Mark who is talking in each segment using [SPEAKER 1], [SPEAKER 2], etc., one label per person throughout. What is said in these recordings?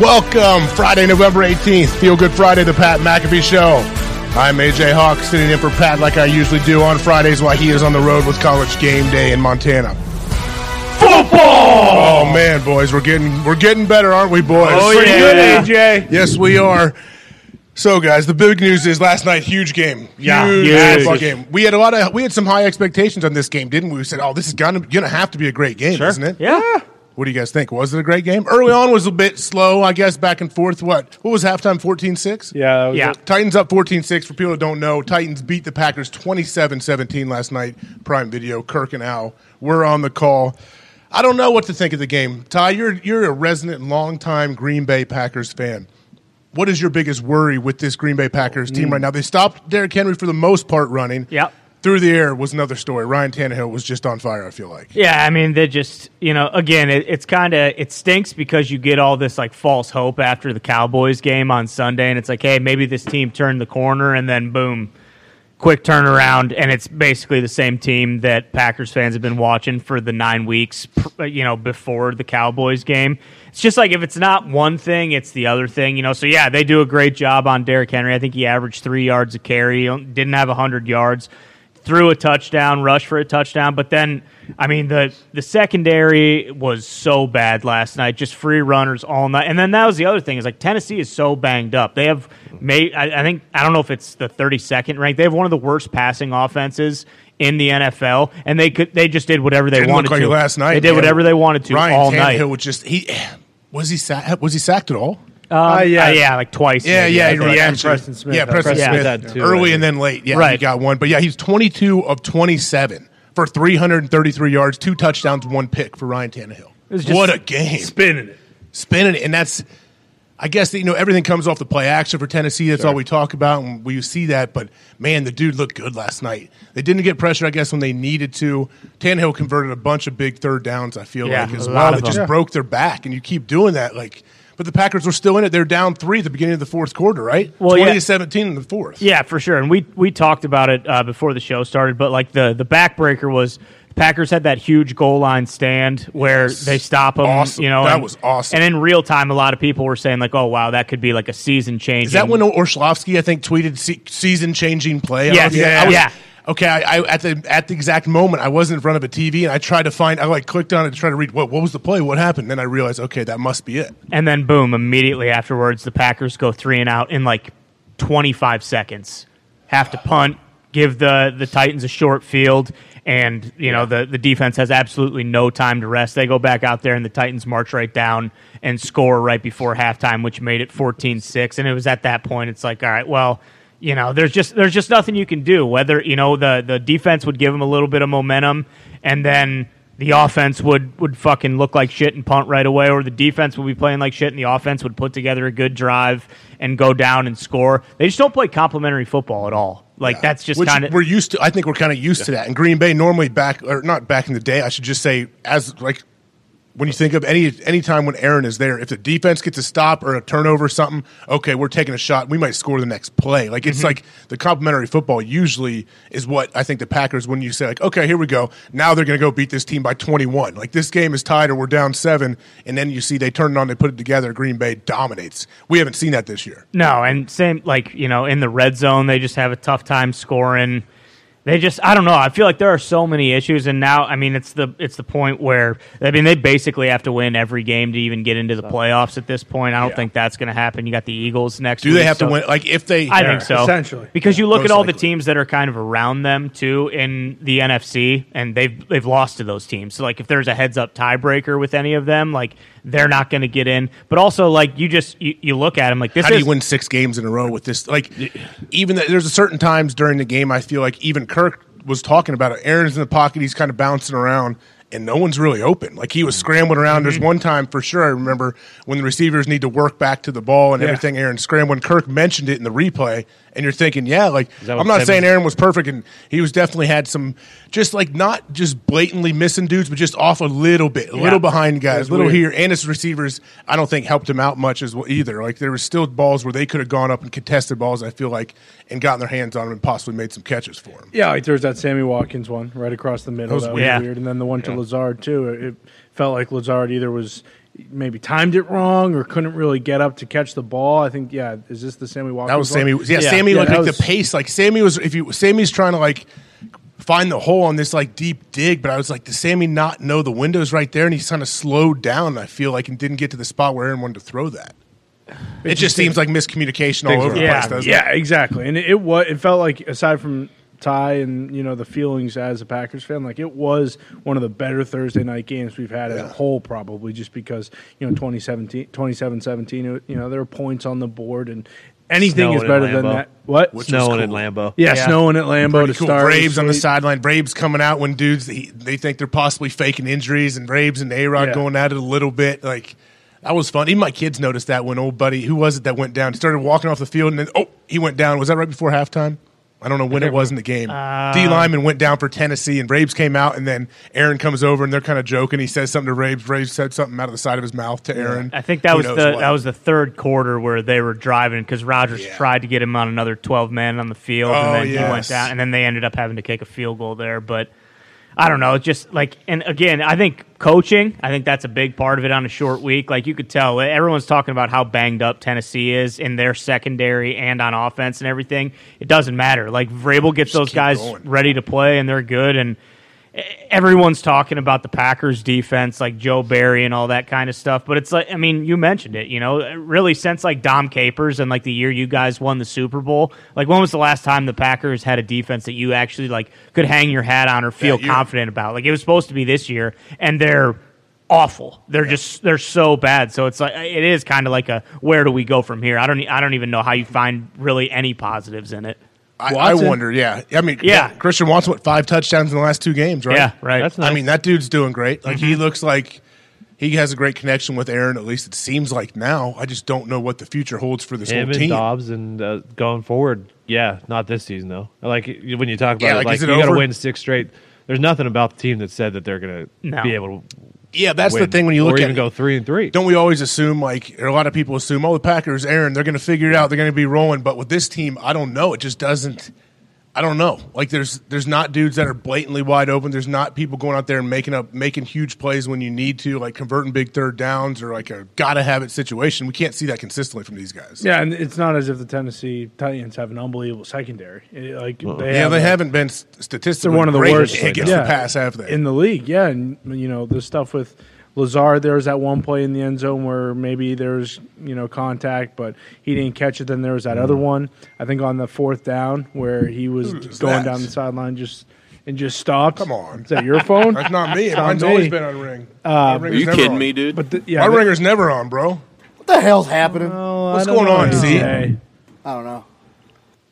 [SPEAKER 1] Welcome, Friday, November 18th. Feel Good Friday, the Pat McAfee Show. I'm AJ Hawk, sitting in for Pat like I usually do on Fridays while he is on the road with college game day in Montana. Football! Oh man, boys, we're getting we're getting better, aren't we, boys?
[SPEAKER 2] Oh, Pretty yeah.
[SPEAKER 1] good, AJ. Yes, we are. So, guys, the big news is last night, huge game,
[SPEAKER 2] Yeah,
[SPEAKER 1] huge,
[SPEAKER 2] huge.
[SPEAKER 1] football game. We had a lot of we had some high expectations on this game, didn't we? We said, "Oh, this is gonna gonna have to be a great game, isn't it?"
[SPEAKER 2] Yeah.
[SPEAKER 1] What do you guys think? Was it a great game? Early on was a bit slow, I guess, back and forth. What? What was halftime? 14-6?
[SPEAKER 3] Yeah, that was
[SPEAKER 2] Yeah.
[SPEAKER 3] it.
[SPEAKER 1] Uh, Titans up 14-6 for people who don't know. Titans beat the Packers 27-17 last night. Prime Video, Kirk and Al were on the call. I don't know what to think of the game. Ty, you're you're a resident longtime Green Bay Packers fan. What is your biggest worry with this Green Bay Packers team right now? They stopped Derrick Henry for the most part running.
[SPEAKER 2] Mm. Yep.
[SPEAKER 1] Through the air was another story. Ryan Tannehill was just on fire, I feel like.
[SPEAKER 2] Yeah, I mean, they just, you know, again, it, it's kind of, it stinks because you get all this like false hope after the Cowboys game on Sunday, and it's like, hey, maybe this team turned the corner, and then boom, quick turnaround, and it's basically the same team that Packers fans have been watching for the nine weeks, pr- you know, before the Cowboys game. It's just like if it's not one thing, it's the other thing, you know. So yeah, they do a great job on Derrick Henry. I think he averaged three yards a carry, didn't have hundred yards, threw a touchdown, rushed for a touchdown, but then I mean the the secondary was so bad last night, just free runners all night. And then that was the other thing is like Tennessee is so banged up. They have made I, I think I don't know if it's the 32nd rank. They have one of the worst passing offenses in the NFL, and they could they just did whatever they
[SPEAKER 1] Didn't
[SPEAKER 2] wanted
[SPEAKER 1] look like
[SPEAKER 2] to
[SPEAKER 1] it last night.
[SPEAKER 2] They did
[SPEAKER 1] man.
[SPEAKER 2] whatever they wanted to
[SPEAKER 1] Ryan
[SPEAKER 2] all
[SPEAKER 1] Tannehill
[SPEAKER 2] night.
[SPEAKER 1] was just he was he sa- was he sacked at all?
[SPEAKER 2] Um,
[SPEAKER 3] Uh, yeah.
[SPEAKER 2] uh, yeah, like twice. maybe, I think.
[SPEAKER 3] Yeah, and
[SPEAKER 1] actually.
[SPEAKER 3] Preston Smith.
[SPEAKER 1] Yeah,
[SPEAKER 3] Uh,
[SPEAKER 1] Preston,
[SPEAKER 2] Preston
[SPEAKER 1] Smith,
[SPEAKER 3] Smith had two, I
[SPEAKER 1] early
[SPEAKER 3] think.
[SPEAKER 1] and then late. Yeah, he
[SPEAKER 2] Right.
[SPEAKER 1] got one, but yeah, he's twenty-two of twenty-seven for three hundred and thirty-three yards, two touchdowns, one pick for Ryan Tannehill.
[SPEAKER 2] was just
[SPEAKER 1] What a game!
[SPEAKER 3] spinning it.
[SPEAKER 1] spinning it, and that's. I guess that, you know everything comes off the play action for Tennessee. That's all we talk about, and we see that. But man, the dude looked good last night. They didn't get pressure, I guess, when they needed to. Tannehill converted a bunch of big third downs. I feel
[SPEAKER 2] Yeah,
[SPEAKER 1] like as
[SPEAKER 2] a
[SPEAKER 1] well.
[SPEAKER 2] lot
[SPEAKER 1] That
[SPEAKER 2] of
[SPEAKER 1] just
[SPEAKER 2] them.
[SPEAKER 1] broke their back, and you keep doing that. Like, but the Packers were still in it. They're down three at the beginning of the fourth quarter, right?
[SPEAKER 2] Well,
[SPEAKER 1] twenty
[SPEAKER 2] yeah.
[SPEAKER 1] to seventeen in the fourth.
[SPEAKER 2] Yeah, for sure. And we we talked about it uh, before the show started, but like the the backbreaker was Packers had that huge goal line stand where they stop them.
[SPEAKER 1] Awesome.
[SPEAKER 2] You know
[SPEAKER 1] That
[SPEAKER 2] and-
[SPEAKER 1] was awesome.
[SPEAKER 2] And in real time, a lot of people were saying like, "Oh wow, that could be like a season change."
[SPEAKER 1] Is that when Orshlovsky, I think, tweeted se- season changing play? I
[SPEAKER 2] Yes.
[SPEAKER 1] don't know if you-
[SPEAKER 2] Yeah.
[SPEAKER 1] I was-
[SPEAKER 2] Yeah.
[SPEAKER 1] Okay, I, I, at the at the exact moment, I was in front of a TV and I tried to find. I like clicked on it to try to read what what was the play, what happened. Then I realized, okay, that must be it.
[SPEAKER 2] And then boom, immediately afterwards, the Packers go three and out in like 25 seconds. Have to punt, give the the Titans a short field, and you know the the defense has absolutely no time to rest. They go back out there and the Titans march right down and score right before halftime, which made it 14-6. And it was at that point it's like, all right, well, you know, there's just there's just nothing you can do. Whether you know the the defense would give them a little bit of momentum, and then the offense would would fucking look like shit and punt right away, or the defense would be playing like shit, and the offense would put together a good drive and go down and score. They just don't play complimentary football at all. Like that's just
[SPEAKER 1] Which
[SPEAKER 2] kind of
[SPEAKER 1] we're used to. I think we're kind of used to that. And Green Bay normally back or not back in the day. I should just say as like when you think of any any time when Aaron is there, if the defense gets a stop or a turnover or something, okay, we're taking a shot. We might score the next play. Like
[SPEAKER 2] Mm-hmm.
[SPEAKER 1] it's like the complimentary football usually is what I think the Packers when you say like, okay, here we go. Now they're going to go beat this team by 21. Like this game is tied or we're down 7 and then you see they turn it on, they put it together, Green Bay dominates. We haven't seen that this year.
[SPEAKER 2] no. And same like you know in the red zone, they just have a tough time scoring. They just I don't know. I feel like there are so many issues, and now I mean it's the it's the point where I mean they basically have to win every game to even get into the playoffs at this point. I don't think that's going to happen. You got the Eagles next.
[SPEAKER 1] Do they
[SPEAKER 2] week,
[SPEAKER 1] have to
[SPEAKER 2] so-
[SPEAKER 1] win like if they
[SPEAKER 2] I think so.
[SPEAKER 3] essentially.
[SPEAKER 2] because you look
[SPEAKER 1] most
[SPEAKER 2] at all the
[SPEAKER 1] likely.
[SPEAKER 2] teams that are kind of around them too in the NFC, and they've they've lost to those teams. So like, if there's a heads up tiebreaker with any of them, like they're not going to get in. But also, like you just you, you look at them like this
[SPEAKER 1] How do
[SPEAKER 2] is
[SPEAKER 1] you win six games in a row with this? Like, even that, there's a certain times during the game I feel like even Kirk was talking about it. Aaron's in the pocket, he's kind of bouncing around, and no one's really open. Like he was scrambling around. There's one time for sure I remember when the receivers need to work back to the ball and
[SPEAKER 3] Yeah.
[SPEAKER 1] everything. Aaron scrambling. Kirk mentioned it in the replay, and you're thinking, yeah, like
[SPEAKER 4] that
[SPEAKER 1] I'm
[SPEAKER 4] what
[SPEAKER 1] not
[SPEAKER 4] Simmons-
[SPEAKER 1] saying Aaron was perfect, and he was definitely had some just like not just blatantly missing dudes, but just off a little bit, a little behind guys,
[SPEAKER 3] was
[SPEAKER 1] little
[SPEAKER 3] weird.
[SPEAKER 1] here here, and his receivers, I don't think helped him out much as well either. Like there were still balls where they could have gone up and contested balls. I feel like and gotten their hands on him and possibly made some catches for him.
[SPEAKER 3] Yeah, like there's that Sammy Watkins one right across the middle.
[SPEAKER 1] was
[SPEAKER 3] That was,
[SPEAKER 2] weird. Yeah.
[SPEAKER 3] weird. And then the one to Lazard, too. It felt like Lazard either was maybe timed it wrong or couldn't really get up to catch the ball. I think yeah, is this the Sammy Watkins?
[SPEAKER 1] That was
[SPEAKER 3] one?
[SPEAKER 1] Sammy. Yeah, Sammy
[SPEAKER 3] Yeah,
[SPEAKER 1] looked
[SPEAKER 3] that
[SPEAKER 1] like
[SPEAKER 3] was-
[SPEAKER 1] the pace. Like Sammy was. If you Sammy's trying to like find the hole on this like deep dig, but I was like, does Sammy not know the window's right there? And he's kind of slowed down. I feel like and didn't get to the spot where Aaron wanted to throw that. It just seems like miscommunication all
[SPEAKER 4] Things
[SPEAKER 1] over
[SPEAKER 4] were
[SPEAKER 1] the
[SPEAKER 2] off.
[SPEAKER 1] place. doesn't
[SPEAKER 2] Yeah,
[SPEAKER 1] it?
[SPEAKER 3] Yeah, exactly. And it, it was it felt like aside from Ty and you know the feelings as a Packers fan, like it was one of the better Thursday night games we've had as a whole, probably just because you know 2017, 27-17, it- you know there are points on the board and anything
[SPEAKER 4] Snowing
[SPEAKER 3] is
[SPEAKER 4] in
[SPEAKER 3] better than
[SPEAKER 4] Lambeau.
[SPEAKER 3] that. What?
[SPEAKER 1] Which
[SPEAKER 4] Snowing
[SPEAKER 1] was
[SPEAKER 4] in
[SPEAKER 1] cool.
[SPEAKER 4] Lambo.
[SPEAKER 3] yeah,
[SPEAKER 2] Yeah.
[SPEAKER 3] snowing at Lambeau to
[SPEAKER 1] Pretty cool.
[SPEAKER 3] start. was
[SPEAKER 1] Braves on the
[SPEAKER 3] sweet.
[SPEAKER 1] sideline. Braves coming out when dudes he, they think they're possibly faking injuries, and Braves and A Rod
[SPEAKER 3] Yeah.
[SPEAKER 1] going at it a little bit. Like that was fun. Even my kids noticed that when old buddy who was it that went down? He started walking off the field, and then oh, he went down. Was that right before halftime? I don't know when it was in the game.
[SPEAKER 3] Uh,
[SPEAKER 1] D lineman went down for Tennessee, and Braves came out, and then Aaron comes over, and they're kind of joking. He says something to Braves. Braves said something out of the side of his mouth to Aaron.
[SPEAKER 2] I think that
[SPEAKER 1] Who
[SPEAKER 2] was the
[SPEAKER 1] knows what.
[SPEAKER 2] that was the third quarter where they were driving because Rogers
[SPEAKER 1] Yeah.
[SPEAKER 2] tried to get him on another twelve men on the field,
[SPEAKER 1] Oh,
[SPEAKER 2] and then he went
[SPEAKER 1] yes.
[SPEAKER 2] down, and then they ended up having to kick a field goal there. But I don't know, it's just like, and again, I think coaching, I think that's a big part of it on a short week. Like you could tell, everyone's talking about how banged up Tennessee is in their secondary and on offense and everything. It doesn't matter. Like Vrabel gets those
[SPEAKER 1] keep
[SPEAKER 2] guys
[SPEAKER 1] going.
[SPEAKER 2] ready to play, and they're good, and everyone's talking about the Packers defense, like Joe Barry and all that kind of stuff. But it's like, I mean, you mentioned it, you know, really since like Dom Capers and like the year you guys won the Super Bowl, like when was the last time the Packers had a defense that you actually like could hang your hat on or feel
[SPEAKER 1] year.
[SPEAKER 2] confident about? Like it was supposed to be this year, and they're awful. They're just they're so bad. So it's like it is kind of like a where do we go from here? I don't e, I don't even know how you find really any positives in it.
[SPEAKER 1] I, I
[SPEAKER 3] Watson?
[SPEAKER 1] wonder. Yeah, I mean,
[SPEAKER 2] Yeah.
[SPEAKER 1] Christian Watson with five touchdowns in the last two games, right?
[SPEAKER 2] Yeah, right. Mm-hmm.
[SPEAKER 4] That's nice.
[SPEAKER 1] I mean, that dude's doing great. Like he looks like he has a great connection with Aaron. At least it seems like now. I just don't know what the future holds for this
[SPEAKER 4] Him
[SPEAKER 1] whole
[SPEAKER 4] and
[SPEAKER 1] team.
[SPEAKER 4] Dobbs and uh, going forward, yeah, not this season though. Like y- when you talk about
[SPEAKER 1] Yeah,
[SPEAKER 4] it,
[SPEAKER 1] like,
[SPEAKER 4] like
[SPEAKER 1] is
[SPEAKER 4] you
[SPEAKER 1] it
[SPEAKER 4] got to
[SPEAKER 1] over?
[SPEAKER 4] win six straight. There's nothing about the team that said that they're going to
[SPEAKER 2] No.
[SPEAKER 4] be able to.
[SPEAKER 1] Yeah, that's the
[SPEAKER 4] win
[SPEAKER 1] thing when you look
[SPEAKER 4] or
[SPEAKER 1] at
[SPEAKER 4] even
[SPEAKER 1] it.
[SPEAKER 4] go three and three.
[SPEAKER 1] Don't we always assume like or a lot of people assume, oh, the Packers, Aaron, they're going to figure it out. They're going to be rolling. But with this team, I don't know. It just doesn't. I don't know. Like there's there's not dudes that are blatantly wide open. There's not people going out there and making up making huge plays when you need to, like converting big third downs or like a gotta have it situation. We can't see that consistently from these guys.
[SPEAKER 3] Yeah, and it's not as if the Tennessee Titans have an unbelievable secondary. It- like they,
[SPEAKER 1] Yeah,
[SPEAKER 3] have
[SPEAKER 1] they
[SPEAKER 3] a-
[SPEAKER 1] haven't been s- statistically.
[SPEAKER 3] They're one of the
[SPEAKER 1] great
[SPEAKER 3] worst
[SPEAKER 1] against
[SPEAKER 3] yeah,
[SPEAKER 1] the pass, have they?
[SPEAKER 3] in the league. Yeah, and you know the stuff with Lazard. There was that one play in the end zone where maybe there's you know contact, but he didn't catch it. Then there was that
[SPEAKER 1] Mm.
[SPEAKER 3] other one. I think on the fourth down where he was
[SPEAKER 1] was
[SPEAKER 3] going
[SPEAKER 1] that?
[SPEAKER 3] down the sideline just and just stopped.
[SPEAKER 1] Come on.
[SPEAKER 3] is that your phone?
[SPEAKER 1] That's not me.
[SPEAKER 3] on
[SPEAKER 1] Mine's
[SPEAKER 3] me. Uh,
[SPEAKER 1] always been on ring. My
[SPEAKER 5] Are
[SPEAKER 1] ringer's
[SPEAKER 5] you
[SPEAKER 1] never
[SPEAKER 5] kidding
[SPEAKER 1] on.
[SPEAKER 5] me, dude?
[SPEAKER 3] But the, yeah,
[SPEAKER 1] My
[SPEAKER 3] the-
[SPEAKER 1] ringer's never on, bro.
[SPEAKER 6] What the hell's happening?
[SPEAKER 3] Oh, I
[SPEAKER 1] What's
[SPEAKER 3] don't
[SPEAKER 1] going
[SPEAKER 3] know.
[SPEAKER 1] on, Z?
[SPEAKER 3] Okay.
[SPEAKER 6] I don't know.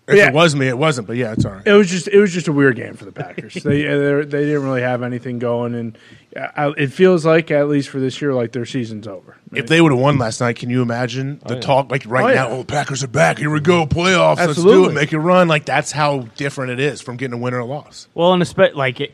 [SPEAKER 1] If
[SPEAKER 3] Yeah.
[SPEAKER 1] it was me, it wasn't. But yeah, it's all right.
[SPEAKER 3] It was just it was just a weird game for the Packers. they they they didn't really have anything going, and uh, it feels like at least for this year, like their season's over.
[SPEAKER 1] If they would have won last night, can you imagine the talk like right
[SPEAKER 3] Oh, yeah.
[SPEAKER 1] now? Oh, Packers are back. Here we go, playoffs. Let's do
[SPEAKER 3] Absolutely.
[SPEAKER 1] it. Make a run. Like that's how different it is from getting a win or a loss.
[SPEAKER 2] Well, and especially like it,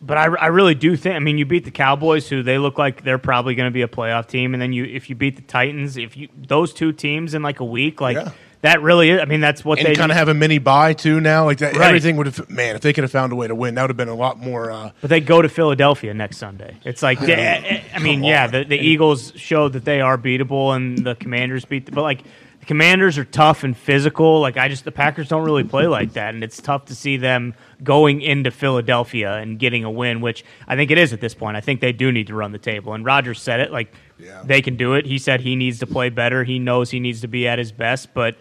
[SPEAKER 2] but I, I really do think. I mean, you beat the Cowboys, who they look like they're probably going to be a playoff team, and then you if you beat the Titans, if you those two teams in like a week, like
[SPEAKER 1] Yeah.
[SPEAKER 2] that really is. I mean, that's what
[SPEAKER 1] And
[SPEAKER 2] they
[SPEAKER 1] kind of have a mini buy too now. Like that,
[SPEAKER 2] Right.
[SPEAKER 1] everything would have. Man, if they could have found a way to win, that would have been a lot more. Uh,
[SPEAKER 2] But they go to Philadelphia next Sunday. It's like, I- I mean, yeah, the, the Eagles showed that they are beatable, and the Commanders beat. The, but like, the Commanders are tough and physical. Like, I just the Packers don't really play like that, and it's tough to see them going into Philadelphia and getting a win, which I think it is at this point. I think they do need to run the table, and Rogers said it. Like,
[SPEAKER 1] Yeah.
[SPEAKER 2] they can do it. He said he needs to play better. He knows he needs to be at his best, but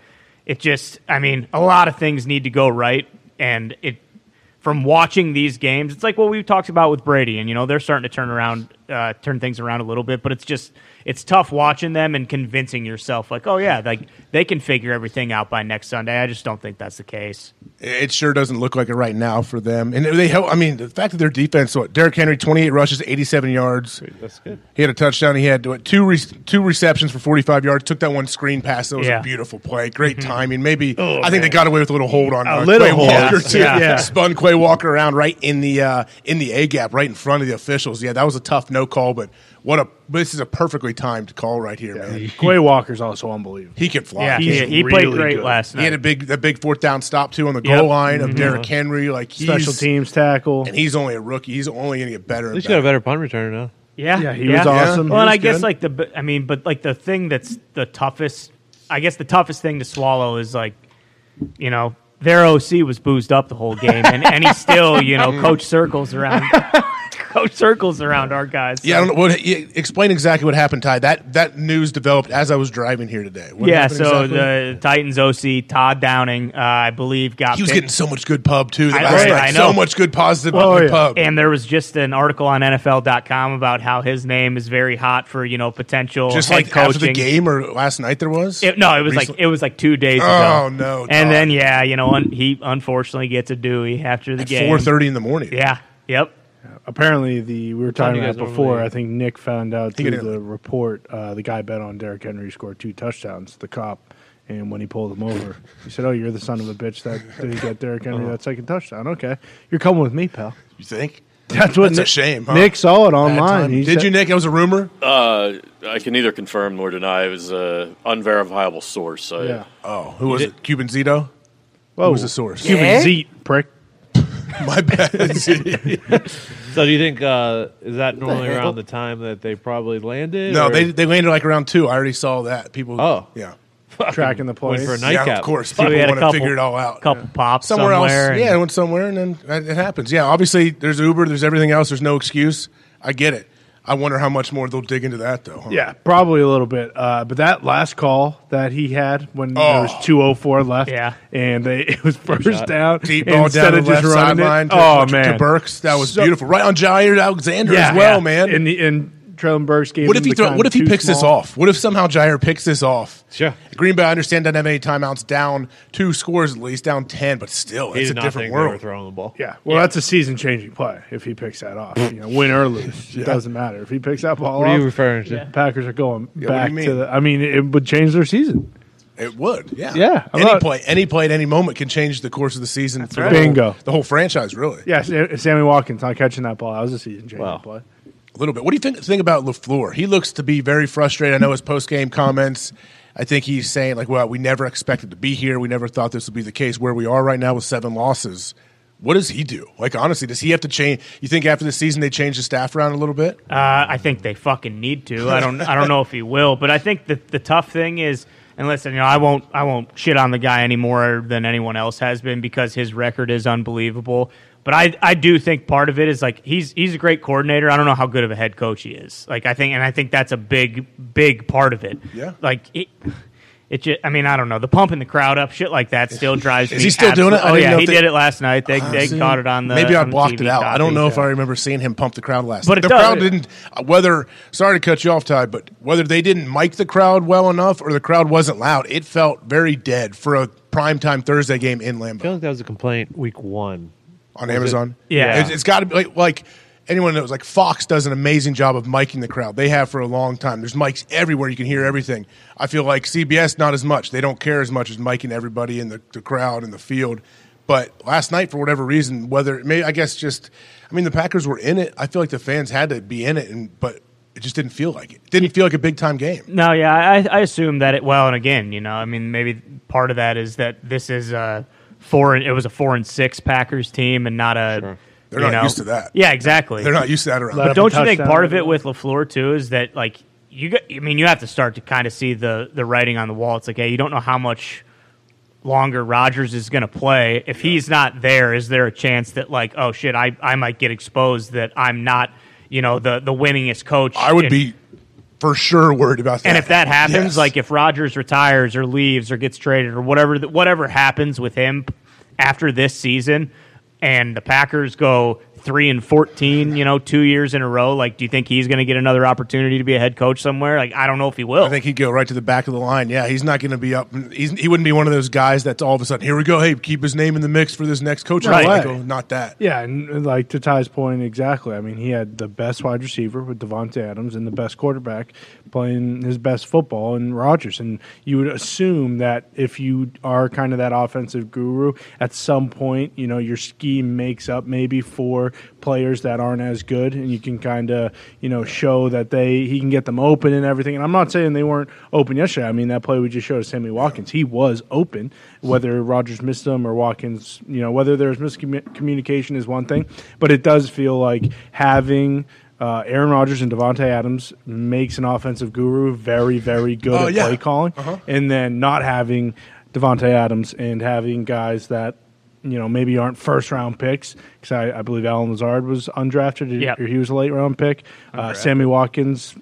[SPEAKER 2] it just, I mean, a lot of things need to go right, and it from watching these games, it's like what we talked about with Brady, and you know they're starting to turn around, uh, turn things around a little bit. But it's just it's tough watching them and convincing yourself like, oh yeah, like they can figure everything out by next Sunday. I just don't think that's the case.
[SPEAKER 1] It sure doesn't look like it right now for them. And they help. I mean, the fact that their defense, what Derrick Henry, twenty-eight rushes, eighty-seven yards.
[SPEAKER 4] That's good.
[SPEAKER 1] He had a touchdown. He had what, two re- two receptions for forty-five yards. Took that one screen pass. That was
[SPEAKER 2] Yeah.
[SPEAKER 1] a beautiful play. Great
[SPEAKER 3] Mm-hmm.
[SPEAKER 1] timing. Maybe I think they got away with a little hold on uh,
[SPEAKER 3] Oh, little
[SPEAKER 1] Quay
[SPEAKER 3] hold.
[SPEAKER 1] Walker
[SPEAKER 3] Yeah.
[SPEAKER 1] too.
[SPEAKER 3] Yeah.
[SPEAKER 1] Spun Quay Walker around right in the uh, in the A gap, right in front of the officials. Yeah, that was a tough no call, but what a this is a perfectly timed call right here, man.
[SPEAKER 3] Quay Walker's also unbelievable.
[SPEAKER 1] He could fly.
[SPEAKER 2] yeah,
[SPEAKER 3] he's
[SPEAKER 2] he, he played
[SPEAKER 3] really
[SPEAKER 2] great
[SPEAKER 3] good.
[SPEAKER 2] last
[SPEAKER 1] He had a
[SPEAKER 2] night.
[SPEAKER 1] big that big fourth down stop too on the
[SPEAKER 2] Yep. Mm-hmm.
[SPEAKER 1] goal line of Derrick Henry. Like he's,
[SPEAKER 3] Mm-hmm. Special teams tackle.
[SPEAKER 1] and he's only a rookie. He's only going to get better.
[SPEAKER 4] At
[SPEAKER 1] And
[SPEAKER 4] least you got a
[SPEAKER 1] better.
[SPEAKER 4] better punt returner now.
[SPEAKER 2] Yeah,
[SPEAKER 3] Yeah, he was awesome.
[SPEAKER 2] Well, and
[SPEAKER 1] He
[SPEAKER 2] I
[SPEAKER 1] was
[SPEAKER 2] guess
[SPEAKER 1] good.
[SPEAKER 2] like the, b- I mean, but like the thing that's the toughest, I guess the toughest thing to swallow is like, you know, their OC was boozed up the whole game, and, and he still, you know, coach circles around, coach circles around our guys. So-
[SPEAKER 1] Yeah, I don't know. What, yeah, explain exactly what happened, Ty. That that news developed as I was driving here today. What
[SPEAKER 2] yeah.
[SPEAKER 1] happened
[SPEAKER 2] So
[SPEAKER 1] exactly?
[SPEAKER 2] the Titans OC Todd Downing, uh, I believe, got
[SPEAKER 1] he was
[SPEAKER 2] picked-
[SPEAKER 1] getting so much good pub too. That
[SPEAKER 2] I-
[SPEAKER 1] last
[SPEAKER 2] right,
[SPEAKER 1] night.
[SPEAKER 2] I
[SPEAKER 1] so
[SPEAKER 2] know.
[SPEAKER 1] much good positive
[SPEAKER 3] Oh, yeah.
[SPEAKER 1] pub.
[SPEAKER 2] And there was just an article on NFL.com about how his name is very hot for you know potential
[SPEAKER 1] just
[SPEAKER 2] head
[SPEAKER 1] like
[SPEAKER 2] coaching.
[SPEAKER 1] after the game or last night there was.
[SPEAKER 2] It, no, it was
[SPEAKER 1] Recent-
[SPEAKER 2] like it was like two days ago.
[SPEAKER 1] Oh, no,
[SPEAKER 2] And
[SPEAKER 1] Todd.
[SPEAKER 2] then yeah, you know, un- he unfortunately gets a Dewey after the game.
[SPEAKER 1] four thirty in the morning.
[SPEAKER 2] Yeah. Yep.
[SPEAKER 3] Apparently, the we were talking
[SPEAKER 4] you guys
[SPEAKER 3] about it
[SPEAKER 4] normally-
[SPEAKER 3] before. I think Nick found out through
[SPEAKER 1] could-
[SPEAKER 3] the report. Uh, the guy bet on Derrick Henry scored two touchdowns. The cop, and when he pulled him over, he said, "Oh, you're the son of a bitch that that he got Derrick
[SPEAKER 1] Uh-huh.
[SPEAKER 3] Henry that second touchdown. Okay, you're coming with me, pal."
[SPEAKER 1] you think?
[SPEAKER 3] That's what
[SPEAKER 1] That's a
[SPEAKER 3] Nick,
[SPEAKER 1] shame, huh?
[SPEAKER 3] Nick saw it
[SPEAKER 1] Bad
[SPEAKER 3] online.
[SPEAKER 1] time.
[SPEAKER 3] He
[SPEAKER 1] Did
[SPEAKER 3] said-
[SPEAKER 1] you, Nick? That was a rumor.
[SPEAKER 5] Uh, I can neither confirm nor deny. It was an unverifiable source. So
[SPEAKER 3] Yeah.
[SPEAKER 1] Oh, who was it? Cuban Zito. Who was the source?
[SPEAKER 3] Cuban
[SPEAKER 6] Yeah?
[SPEAKER 3] Zeet prick.
[SPEAKER 1] My bad.
[SPEAKER 4] So do you think uh, is that normally
[SPEAKER 6] hell?
[SPEAKER 4] around the time that they probably landed?
[SPEAKER 1] no,
[SPEAKER 4] or
[SPEAKER 1] they they landed like around two. I already saw that. People.
[SPEAKER 4] Oh.
[SPEAKER 1] yeah.
[SPEAKER 3] Tracking the
[SPEAKER 4] went
[SPEAKER 3] plays.
[SPEAKER 4] for a
[SPEAKER 1] Yeah,
[SPEAKER 4] nightcap?
[SPEAKER 1] of course.
[SPEAKER 2] So
[SPEAKER 1] People
[SPEAKER 2] we had a
[SPEAKER 1] want to
[SPEAKER 2] couple-
[SPEAKER 1] figure it all out.
[SPEAKER 2] Couple pops
[SPEAKER 1] somewhere,
[SPEAKER 2] somewhere,
[SPEAKER 1] else.
[SPEAKER 2] and-
[SPEAKER 1] yeah, I went somewhere, and then it it happens. Yeah, obviously there's Uber, there's everything else. There's no excuse. I get it. I wonder how much more they'll dig into that though. huh?
[SPEAKER 3] Yeah, probably a little bit. Uh, but that last call that he had when there was
[SPEAKER 1] Oh.
[SPEAKER 3] two oh four left,
[SPEAKER 2] Yeah.
[SPEAKER 3] and they, it was first down,
[SPEAKER 1] Deep ball
[SPEAKER 3] instead
[SPEAKER 1] down the
[SPEAKER 3] of just
[SPEAKER 1] left
[SPEAKER 3] running it-
[SPEAKER 1] sideline. To,
[SPEAKER 3] oh
[SPEAKER 1] to
[SPEAKER 3] man,
[SPEAKER 1] Burks, that was
[SPEAKER 3] So-
[SPEAKER 1] beautiful. Right on Jair Alexander
[SPEAKER 3] yeah,
[SPEAKER 1] as well,
[SPEAKER 3] yeah.
[SPEAKER 1] man.
[SPEAKER 3] And, the- and Traylon Burks gave.
[SPEAKER 1] what if
[SPEAKER 3] him
[SPEAKER 1] he
[SPEAKER 3] the
[SPEAKER 1] throw,
[SPEAKER 3] kind
[SPEAKER 1] What if he
[SPEAKER 3] too
[SPEAKER 1] picks this
[SPEAKER 3] small-
[SPEAKER 1] off? What if somehow Jair picks this off?
[SPEAKER 4] Sure.
[SPEAKER 1] Green Bay, I understand, doesn't have any timeouts. Down two scores at least, down ten, but still,
[SPEAKER 4] He
[SPEAKER 1] it's
[SPEAKER 4] did
[SPEAKER 1] a
[SPEAKER 4] not
[SPEAKER 1] different
[SPEAKER 4] think they were
[SPEAKER 1] world.
[SPEAKER 4] throwing the ball.
[SPEAKER 3] Yeah, well, that's a season changing play if he picks that off. You know, win or lose, it doesn't matter if he picks that ball
[SPEAKER 4] What are you
[SPEAKER 3] off.
[SPEAKER 4] referring to?
[SPEAKER 3] Packers are going
[SPEAKER 1] what do
[SPEAKER 3] back
[SPEAKER 1] you
[SPEAKER 3] to
[SPEAKER 1] mean?
[SPEAKER 3] the. I mean, it would change their season.
[SPEAKER 1] It would, yeah,
[SPEAKER 3] Yeah, I'm
[SPEAKER 1] Any
[SPEAKER 3] not-
[SPEAKER 1] play, any play at any moment can change the course of the season. for
[SPEAKER 3] right.
[SPEAKER 1] the whole-
[SPEAKER 3] Bingo.
[SPEAKER 1] the whole franchise, really.
[SPEAKER 3] Yeah, Sa- Sammy Watkins not catching that ball. That was a season changing
[SPEAKER 4] Wow.
[SPEAKER 3] play.
[SPEAKER 1] A little bit. What do you think think about Lafleur? He looks to be very frustrated. I know his post game comments. I think he's saying like, "Well, we never expected to be here. We never thought this would be the case. Where we are right now with seven losses." What does he do? Like honestly, does he have to change? You think after the season they change the staff around a little bit?
[SPEAKER 2] Uh, I think they fucking need to. I don't. I don't know if he will, but I think that the tough thing is, and listen, you know, I won't. I won't shit on the guy any more than anyone else has been because his record is unbelievable. But I, I do think part of it is like he's he's a great coordinator. I don't know how good of a head coach he is. Like I think, and I think that's a big big part of it.
[SPEAKER 1] Yeah.
[SPEAKER 2] Like. It, it just, I mean, I don't know. The pumping the crowd up, shit like that, still drives me.
[SPEAKER 1] Is he still doing it? I
[SPEAKER 2] absolute- Oh
[SPEAKER 1] didn't know
[SPEAKER 2] yeah, he
[SPEAKER 1] if they- Ah,
[SPEAKER 2] did it last night. They, they caught it on the.
[SPEAKER 1] Maybe I
[SPEAKER 2] on the
[SPEAKER 1] blocked it
[SPEAKER 2] TV
[SPEAKER 1] out. I don't
[SPEAKER 2] copy.
[SPEAKER 1] know if I remember seeing him pump the crowd last.
[SPEAKER 2] But
[SPEAKER 1] night.
[SPEAKER 2] it
[SPEAKER 1] the
[SPEAKER 2] does-
[SPEAKER 1] crowd didn't. uh, Whether sorry to cut you off, Ty, but whether they didn't mic the crowd well enough or the crowd wasn't loud, it felt very dead for a primetime Thursday game in
[SPEAKER 4] I
[SPEAKER 1] Lambeau.
[SPEAKER 4] feel like that was a complaint week one.
[SPEAKER 1] on Amazon.
[SPEAKER 2] Yeah.
[SPEAKER 1] It's- it's got to be like, like anyone knows. Like Fox does an amazing job of miking the crowd. They have for a long time. There's mics everywhere. You can hear everything. I feel like CBS not as much. They don't care as much as miking everybody in the, the crowd and the field. But last night, for whatever reason, whether maybe I guess just, I mean, the Packers were in it. I feel like the fans had to be in it, and but it just didn't feel like it. Didn't feel like a big time game.
[SPEAKER 2] No, yeah, I, I assume that it. Well, and again, you know, I mean, maybe part of that is that this is a foreign. It was a four and six Packers team, and not a.
[SPEAKER 1] They're
[SPEAKER 2] you
[SPEAKER 1] not
[SPEAKER 2] know-
[SPEAKER 1] used to that.
[SPEAKER 2] Yeah, exactly.
[SPEAKER 1] They're not used to that around.
[SPEAKER 3] Let
[SPEAKER 1] here.
[SPEAKER 3] up
[SPEAKER 2] Don't
[SPEAKER 3] a
[SPEAKER 2] you think
[SPEAKER 3] touchdown.
[SPEAKER 2] part of it with Lafleur too is that like you? Got, I mean, you have to start to kind of see the the writing on the wall. It's like, hey, you don't know how much longer Rodgers is going to play. If he's not there, is there a chance that like, oh shit, I I might get exposed that I'm not, you know, the the winningest coach.
[SPEAKER 1] I would
[SPEAKER 2] in-
[SPEAKER 1] be for sure worried about that.
[SPEAKER 2] and if that happens,
[SPEAKER 1] Yes.
[SPEAKER 2] like if Rodgers retires or leaves or gets traded or whatever, th- whatever happens with him after this season, and the Packers go three and fourteen, you know, two years in a row, like, do you think he's going to get another opportunity to be a head coach somewhere? Like, I don't know if he will.
[SPEAKER 1] I think he'd go right to the back of the line. Yeah, he's not going to be up. He's, he wouldn't be one of those guys that's all of a sudden, here we go. Hey, keep his name in the mix for this next coach.
[SPEAKER 3] Right.
[SPEAKER 1] cycle. Not that.
[SPEAKER 3] Yeah, and and like to Ty's point exactly. I mean, he had the best wide receiver with Devonte Adams and the best quarterback playing his best football and Rodgers. And you would assume that if you are kind of that offensive guru, at some point, you know, your scheme makes up maybe for players that aren't as good, and you can kind of you know show that they he can get them open and everything. And I'm not saying they weren't open yesterday. I mean, that play we just showed Sammy Watkins, he was open. Whether Rodgers missed him or Watkins, you know, whether there's miscommunication is one thing, but it does feel like having. Uh, Uh, Aaron Rodgers and Devontae Adams makes an offensive guru very, very good
[SPEAKER 1] Oh,
[SPEAKER 3] at
[SPEAKER 1] yeah.
[SPEAKER 3] play calling, and then not having Devontae Adams and having guys that you know maybe aren't first round picks because I, I believe Alan Lazard was undrafted
[SPEAKER 2] Yep.
[SPEAKER 3] or he was a late round pick. Uh, Sammy Watkins.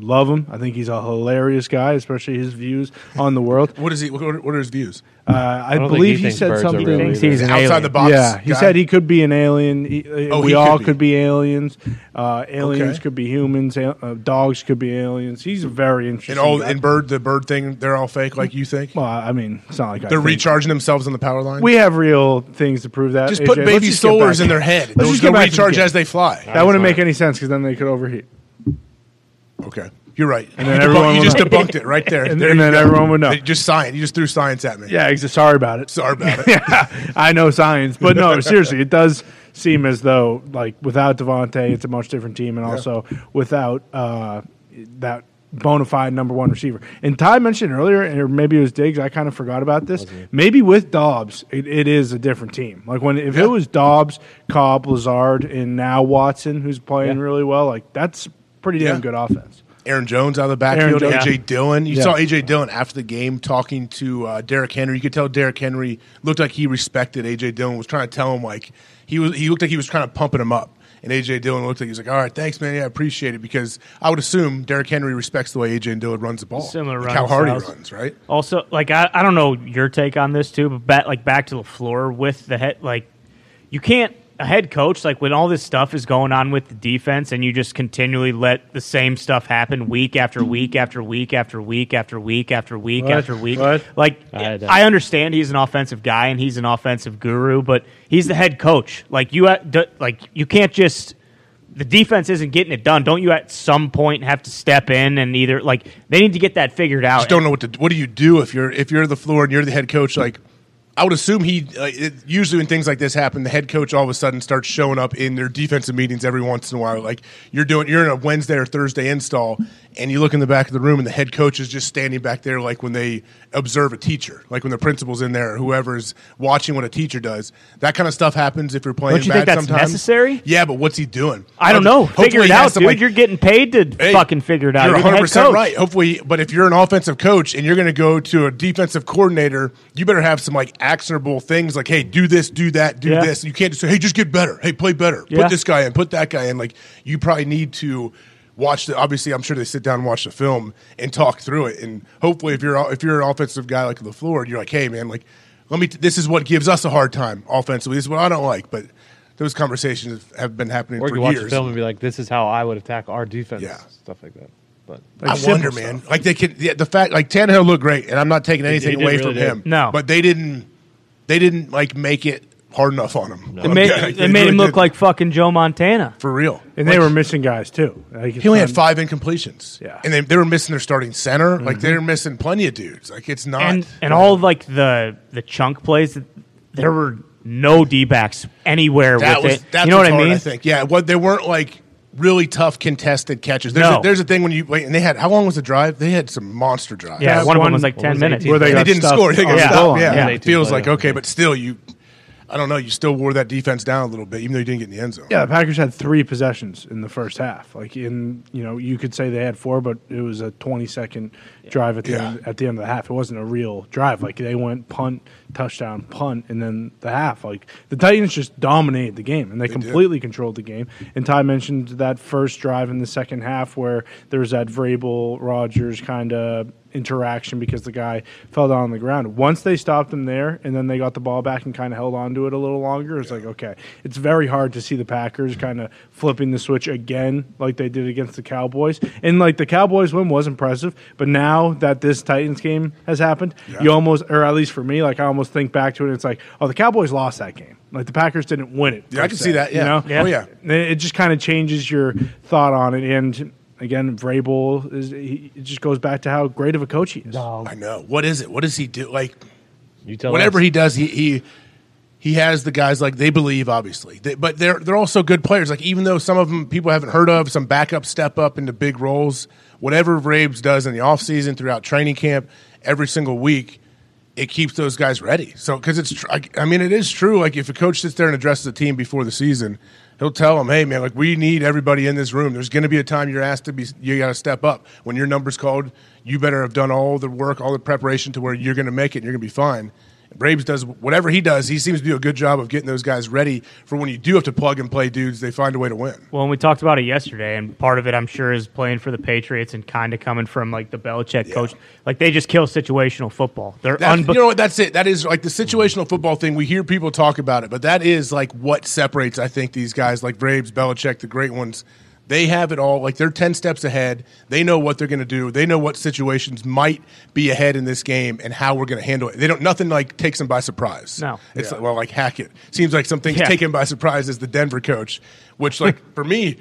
[SPEAKER 3] Love him. I think he's a hilarious guy, especially his views on the world.
[SPEAKER 1] What is he? What are, what are his views?
[SPEAKER 3] Uh, I,
[SPEAKER 4] don't think
[SPEAKER 3] believe
[SPEAKER 4] he
[SPEAKER 3] he
[SPEAKER 4] thinks
[SPEAKER 3] said
[SPEAKER 4] birds are
[SPEAKER 3] something.
[SPEAKER 4] real
[SPEAKER 2] Thinks he's an
[SPEAKER 1] Outside
[SPEAKER 2] alien.
[SPEAKER 1] the box.
[SPEAKER 3] Yeah, he
[SPEAKER 1] guy?
[SPEAKER 3] said he could be an alien. He, uh,
[SPEAKER 1] Oh,
[SPEAKER 3] we
[SPEAKER 1] he could
[SPEAKER 3] all
[SPEAKER 1] be.
[SPEAKER 3] could be aliens. Uh, aliens
[SPEAKER 1] Okay.
[SPEAKER 3] could be humans. al- Uh, dogs could be aliens. He's a very interesting.
[SPEAKER 1] and all
[SPEAKER 3] guy.
[SPEAKER 1] and bird the bird thing. They're all fake, like you think.
[SPEAKER 3] well, I mean, it's not like I
[SPEAKER 1] They're
[SPEAKER 3] think-
[SPEAKER 1] recharging themselves on the power line.
[SPEAKER 3] We have real things to prove that.
[SPEAKER 1] just
[SPEAKER 3] AJ.
[SPEAKER 1] put
[SPEAKER 3] Let's
[SPEAKER 1] baby
[SPEAKER 3] just get
[SPEAKER 1] solars
[SPEAKER 3] back-
[SPEAKER 1] in their head.
[SPEAKER 3] Let's
[SPEAKER 1] Those
[SPEAKER 3] just get
[SPEAKER 1] go
[SPEAKER 3] back to the
[SPEAKER 1] recharge
[SPEAKER 3] game.
[SPEAKER 1] as they fly.
[SPEAKER 3] That wouldn't
[SPEAKER 4] That's
[SPEAKER 3] make any sense because then they could overheat,
[SPEAKER 1] Okay, you're right.
[SPEAKER 3] then
[SPEAKER 1] you, debunk-
[SPEAKER 3] everyone
[SPEAKER 1] you
[SPEAKER 3] will
[SPEAKER 1] just
[SPEAKER 3] know.
[SPEAKER 1] debunked it right there.
[SPEAKER 3] and,
[SPEAKER 1] There
[SPEAKER 3] and
[SPEAKER 1] you
[SPEAKER 3] then
[SPEAKER 1] go.
[SPEAKER 3] everyone would know.
[SPEAKER 1] They Just science. You just threw science at me.
[SPEAKER 3] Yeah, exa- sorry about it.
[SPEAKER 1] sorry about it.
[SPEAKER 3] yeah, I know science, but no, seriously, it does seem as though like without Devontae, it's a much different team, and also without uh, that bona fide number one receiver. And Ty mentioned earlier, or maybe it was Diggs. I kind of forgot about this. Maybe with Dobbs, it, it is a different team. Like when if
[SPEAKER 1] Yeah.
[SPEAKER 3] it was Dobbs, Cobb, Lazard, and now Watson, who's playing
[SPEAKER 4] Yeah.
[SPEAKER 3] really well, like that's pretty damn
[SPEAKER 1] Yeah.
[SPEAKER 3] good offense.
[SPEAKER 1] Aaron Jones out of the backfield,
[SPEAKER 3] Jones.
[SPEAKER 1] AJ Dillon. You
[SPEAKER 3] Yeah.
[SPEAKER 1] saw AJ Dillon after the game talking to uh, Derrick Henry. You could tell Derrick Henry looked like he respected AJ Dillon. Was trying to tell him like he was. He looked like he was trying to pumping him up. And AJ Dillon looked like he was like, "All right, thanks, man. Yeah, I appreciate it." Because I would assume Derrick Henry respects the way AJ Dillon runs the ball,
[SPEAKER 2] Similar
[SPEAKER 1] like how
[SPEAKER 2] running
[SPEAKER 1] hard
[SPEAKER 2] styles.
[SPEAKER 1] he runs, right?
[SPEAKER 2] Also, like I, I don't know your take on this too, but back, like back to the floor with the head, like you can't a head coach like when all this stuff is going on with the defense and you just continually let the same stuff happen week after week after week after week after week after week
[SPEAKER 3] What?
[SPEAKER 2] after week.
[SPEAKER 3] What?
[SPEAKER 2] Like
[SPEAKER 4] I
[SPEAKER 2] I,
[SPEAKER 4] don't-
[SPEAKER 2] understand he's an offensive guy and he's an offensive guru, but he's the head coach. Like you, ha- d- like you can't just the defense isn't getting it done. Don't you at some point have to step in and either like they need to get that figured out?
[SPEAKER 1] just don't know what to. What do you do if you're if you're the floor and you're the head coach? Like, I would assume he. Like, it, usually, when things like this happen, the head coach all of a sudden starts showing up in their defensive meetings every once in a while. Like you're doing, you're in a Wednesday or Thursday install, and you look in the back of the room, and the head coach is just standing back there, like when they observe a teacher, like when the principal's in there, or whoever's watching what a teacher does. That kind of stuff happens if you're playing.
[SPEAKER 2] Don't you
[SPEAKER 1] bad
[SPEAKER 2] think that's
[SPEAKER 1] sometimes.
[SPEAKER 2] necessary?
[SPEAKER 1] Yeah, but what's he doing?
[SPEAKER 2] I don't know.
[SPEAKER 1] Hopefully
[SPEAKER 2] Figure it
[SPEAKER 1] he has
[SPEAKER 2] out,
[SPEAKER 1] some,
[SPEAKER 2] dude.
[SPEAKER 1] like,
[SPEAKER 2] you're getting paid to
[SPEAKER 1] Hey,
[SPEAKER 2] fucking figure it out.
[SPEAKER 1] You're
[SPEAKER 2] You're the
[SPEAKER 1] 100
[SPEAKER 2] head
[SPEAKER 1] percent
[SPEAKER 2] coach.
[SPEAKER 1] right. Hopefully, but if you're an offensive coach and you're going to go to a defensive coordinator, you better have some like actionable things like, hey, do this, do that, do
[SPEAKER 2] Yeah.
[SPEAKER 1] this. You can't just say, hey, just get better. Hey, play better.
[SPEAKER 2] Yeah.
[SPEAKER 1] Put this guy in. Put that guy in. Like you probably need to watch the. Obviously, I'm sure they sit down and watch the film and talk through it. And hopefully, if you're if you're an offensive guy like the floor, you're like, hey, man, like let me. T- this is what gives us a hard time offensively. This is what I don't like, but. Those conversations have been happening
[SPEAKER 4] Or you
[SPEAKER 1] for
[SPEAKER 4] could watch
[SPEAKER 1] years.
[SPEAKER 4] the film and be like, "This is how I would attack our defense."
[SPEAKER 1] Yeah.
[SPEAKER 4] stuff like that. But
[SPEAKER 3] Like
[SPEAKER 1] I wonder,
[SPEAKER 3] simple
[SPEAKER 1] man. Like they could yeah, the fact like Tannehill looked great, and I'm not taking anything
[SPEAKER 4] did,
[SPEAKER 1] away
[SPEAKER 4] really
[SPEAKER 1] from
[SPEAKER 4] did.
[SPEAKER 1] him.
[SPEAKER 2] No.
[SPEAKER 1] but they didn't. They didn't like make it hard enough on him.
[SPEAKER 2] It made,
[SPEAKER 1] Like,
[SPEAKER 2] it made
[SPEAKER 1] really
[SPEAKER 2] him look
[SPEAKER 1] did.
[SPEAKER 2] like fucking Joe Montana.
[SPEAKER 1] for real.
[SPEAKER 3] And they were missing guys too. Like, it's
[SPEAKER 1] He only
[SPEAKER 3] not-
[SPEAKER 1] had five incompletions.
[SPEAKER 3] Yeah.
[SPEAKER 1] and they, they were missing their starting center. Like they were missing plenty of dudes. Like it's not.
[SPEAKER 2] Mm-hmm. And and all of like the the chunk plays, there were no D backs anywhere
[SPEAKER 1] that
[SPEAKER 2] with
[SPEAKER 1] was
[SPEAKER 2] it.
[SPEAKER 1] that's
[SPEAKER 2] You know what
[SPEAKER 1] what's
[SPEAKER 2] I
[SPEAKER 1] hard,
[SPEAKER 2] mean?
[SPEAKER 1] I think yeah. What they weren't like really tough contested catches. There's
[SPEAKER 2] No.
[SPEAKER 1] a, there's a thing when you wait, and they had how long was the drive? They had some monster drives.
[SPEAKER 2] yeah,
[SPEAKER 3] That's
[SPEAKER 2] one of
[SPEAKER 3] one-
[SPEAKER 2] them was like
[SPEAKER 4] what
[SPEAKER 2] ten
[SPEAKER 4] was it,
[SPEAKER 2] minutes.
[SPEAKER 4] 18?
[SPEAKER 3] Where they
[SPEAKER 1] they
[SPEAKER 3] got
[SPEAKER 1] didn't
[SPEAKER 3] stuffed
[SPEAKER 1] score. They
[SPEAKER 3] on
[SPEAKER 1] got
[SPEAKER 3] the
[SPEAKER 2] yeah.
[SPEAKER 3] goal
[SPEAKER 1] stopped.
[SPEAKER 3] line.
[SPEAKER 1] Yeah,
[SPEAKER 4] Yeah.
[SPEAKER 1] it feels like
[SPEAKER 4] Yeah.
[SPEAKER 1] okay, but still, you, I don't know, you still wore that defense down a little bit, even though you didn't get in the end zone.
[SPEAKER 3] Yeah, the Packers had three possessions in the first half. Like in you know, you could say they had four, but it was a twenty second drive at the
[SPEAKER 1] Yeah.
[SPEAKER 3] end, at the end of the half. It wasn't a real drive. Like they went punt, touchdown, punt, and then the half. Like the Titans just dominated the game and they, completely controlled the game. And Ty mentioned that first drive in the second half where there was that Vrabel Rogers kind of interaction because the guy fell down on the ground. Once they stopped him there and then they got the ball back and kind of held on to it a little longer, it's like, okay, it's very hard to see the Packers kind of flipping the switch again like they did against the Cowboys. And like the Cowboys win was impressive, but now that this Titans game has happened,
[SPEAKER 1] Yeah.
[SPEAKER 3] you almost, or at least for me, like I almost think back to it and it's like, oh, the Cowboys lost that game. Like the Packers didn't win it.
[SPEAKER 1] Yeah, I
[SPEAKER 3] per
[SPEAKER 1] can
[SPEAKER 3] se,
[SPEAKER 1] see that,
[SPEAKER 3] You
[SPEAKER 1] yeah.
[SPEAKER 3] know?
[SPEAKER 1] Yeah. Oh, yeah.
[SPEAKER 3] It it just kind of changes your thought on it. And again, Vrabel is he, it just goes back to how great of a coach he is.
[SPEAKER 1] I know. What is it? What does he do? Like
[SPEAKER 4] you tell
[SPEAKER 1] whatever
[SPEAKER 4] us.
[SPEAKER 1] he does, he he he has the guys like they believe, obviously, they, but they're they're also good players. Like even though some of them people haven't heard of, some backup step up into big roles. Whatever Rabes does in the offseason, throughout training camp, every single week, it keeps those guys ready. So because it's, tr- I, I mean, it is true. Like if a coach sits there and addresses a team before the season, he'll tell them, hey man, like we need everybody in this room. There's going to be a time you're asked to be, you got to step up. When your number's called, you better have done all the work, all the preparation to where you're going to make it. and You're going to be fine. Braves does whatever he does. He seems to do a good job of getting those guys ready for when you do have to plug and play dudes. They find a way to win.
[SPEAKER 2] Well, and we talked about it yesterday, and part of it, I'm sure, is playing for the Patriots and kind of coming from like the Belichick coach. Like they just kill situational football. They're
[SPEAKER 1] That's,
[SPEAKER 2] unbe-
[SPEAKER 1] you know what? That's it. That is like the situational football thing. We hear people talk about it, but that is like what separates, I think, these guys like Braves, Belichick, the great ones. They have it all. Like they're 10 steps ahead. They know what they're going to do. They know what situations might be ahead in this game and how we're going to handle it. They don't, nothing like takes them by surprise.
[SPEAKER 2] No.
[SPEAKER 1] It's like, well, like Hackett. Seems like something's
[SPEAKER 2] Yeah.
[SPEAKER 1] taken by surprise as the Denver coach, which like for me,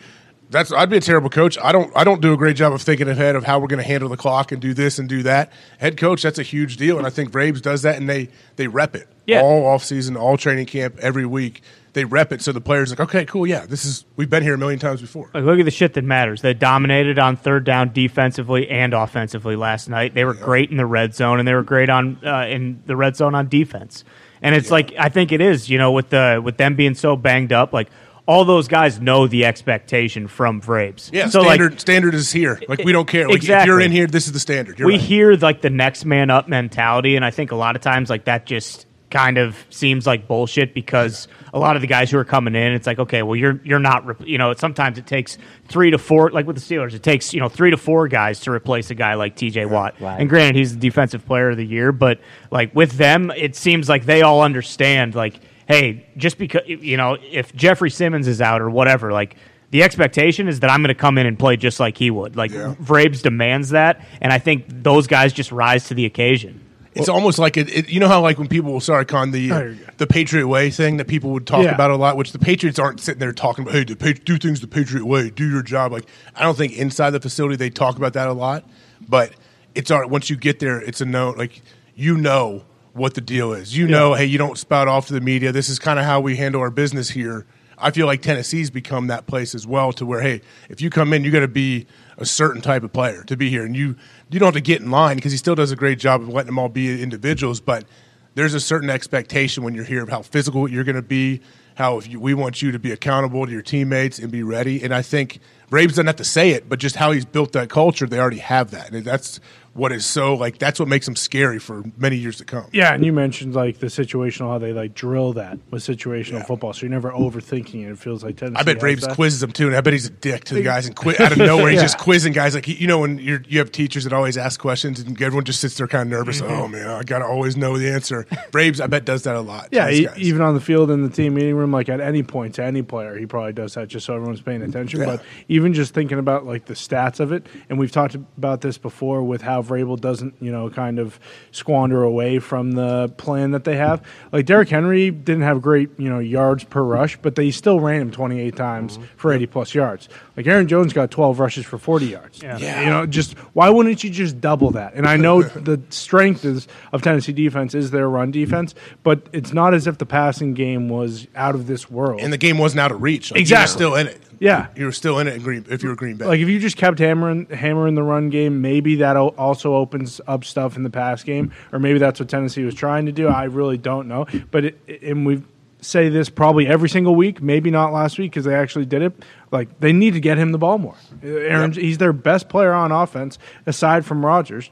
[SPEAKER 1] that's I'd be a terrible coach. I don't I don't do a great job of thinking ahead of how we're going to handle the clock and do this and do that. Head coach, that's a huge deal, and I think Braves does that, and they they rep it
[SPEAKER 2] Yeah.
[SPEAKER 1] all offseason, all training camp, every week. They rep it so the players like, okay, cool, yeah, this is we've been here a million times before.
[SPEAKER 2] Like, look at the shit that matters. They dominated on third down defensively and offensively last night. They were great in the red zone, and they were great on uh, in the red zone on defense. And it's like I think it is, you know, with the with them being so banged up, like all those guys know the expectation from Vrabes.
[SPEAKER 1] Yeah,
[SPEAKER 2] so like
[SPEAKER 1] standard standard is here. Like we don't care. Like if you're
[SPEAKER 2] Exactly.
[SPEAKER 1] in here, this is the standard. You're
[SPEAKER 2] we
[SPEAKER 1] right.
[SPEAKER 2] hear like the next man up mentality, and I think a lot of times like that just kind of seems like bullshit because a lot of the guys who are coming in, it's like okay, well you're you're not rep- you know sometimes it takes three to four like with the Steelers, it takes you know three to four guys to replace a guy like T.J. Watt. And granted, he's the defensive player of the year, but like with them, it seems like they all understand like hey, just because you know if Jeffrey Simmons is out or whatever, like. The expectation is that I'm going to come in and play just like he would. Like Vrabes demands that, and I think those guys just rise to the occasion.
[SPEAKER 1] It's almost like it, it. You know how like when people sorry con the
[SPEAKER 3] Oh,
[SPEAKER 1] uh,
[SPEAKER 3] you're good.
[SPEAKER 1] the Patriot way thing that people would talk
[SPEAKER 3] Yeah.
[SPEAKER 1] about a lot, which the Patriots aren't sitting there talking about. Hey, the Patri- do things the Patriot way, do your job. Like I don't think inside the facility they talk about that a lot, but it's all right. Once you get there, it's a no. Like you know what the deal is. You know, hey, you don't spout off to the media. This is kind of how we handle our business here. I feel like Tennessee's become that place as well, to where hey, if you come in, you got to be a certain type of player to be here, and you you don't have to get in line because he still does a great job of letting them all be individuals. But there's a certain expectation when you're here of how physical you're going to be, how if you, we want you to be accountable to your teammates and be ready. And I think Braves doesn't have to say it, but just how he's built that culture, they already have that, and that's what is so like that's what makes him scary for many years to come.
[SPEAKER 3] Yeah, and you mentioned like the situational how they like drill that with situational football, so you're never overthinking it. It feels like Tennessee.
[SPEAKER 1] I bet
[SPEAKER 3] has
[SPEAKER 1] Braves
[SPEAKER 3] that.
[SPEAKER 1] quizzes them too, and I bet he's a dick to the guys and qui- out of nowhere. He's just quizzing guys like he, you know when you're, you have teachers that always ask questions and everyone just sits there kind of nervous.
[SPEAKER 3] Mm-hmm.
[SPEAKER 1] Oh man, I gotta always know the answer. Braves, I bet does that a lot. to
[SPEAKER 3] Yeah,
[SPEAKER 1] these
[SPEAKER 3] e-
[SPEAKER 1] guys.
[SPEAKER 3] even on the field in the team meeting room, like at any point to any player, he probably does that just so everyone's paying attention. But even just thinking about like the stats of it, and we've talked about this before with how Vrabel doesn't, you know, kind of squander away from the plan that they have. Like Derrick Henry didn't have great, you know, yards per rush, but they still ran him 28 times
[SPEAKER 1] Mm-hmm.
[SPEAKER 3] for 80 plus yards. Like Aaron Jones got 12 rushes for 40 yards.
[SPEAKER 1] Yeah.
[SPEAKER 3] You know, just why wouldn't you just double that? And I know the strength is, of Tennessee defense is their run defense, but it's not as if the passing game was out of this world.
[SPEAKER 1] and the game wasn't out of reach. Like,
[SPEAKER 3] Exactly.
[SPEAKER 1] you were still in it.
[SPEAKER 3] Yeah.
[SPEAKER 1] you were still in it. In Green, if you were Green Bay,
[SPEAKER 3] like if you just kept hammering hammering the run game, maybe that al- also opens up stuff in the pass game, or maybe that's what Tennessee was trying to do. I really don't know, but it, it- and we say this probably every single week, maybe not last week because they actually did it. Like they need to get him the ball more. Aaron, he's their best player on offense aside from Rodgers.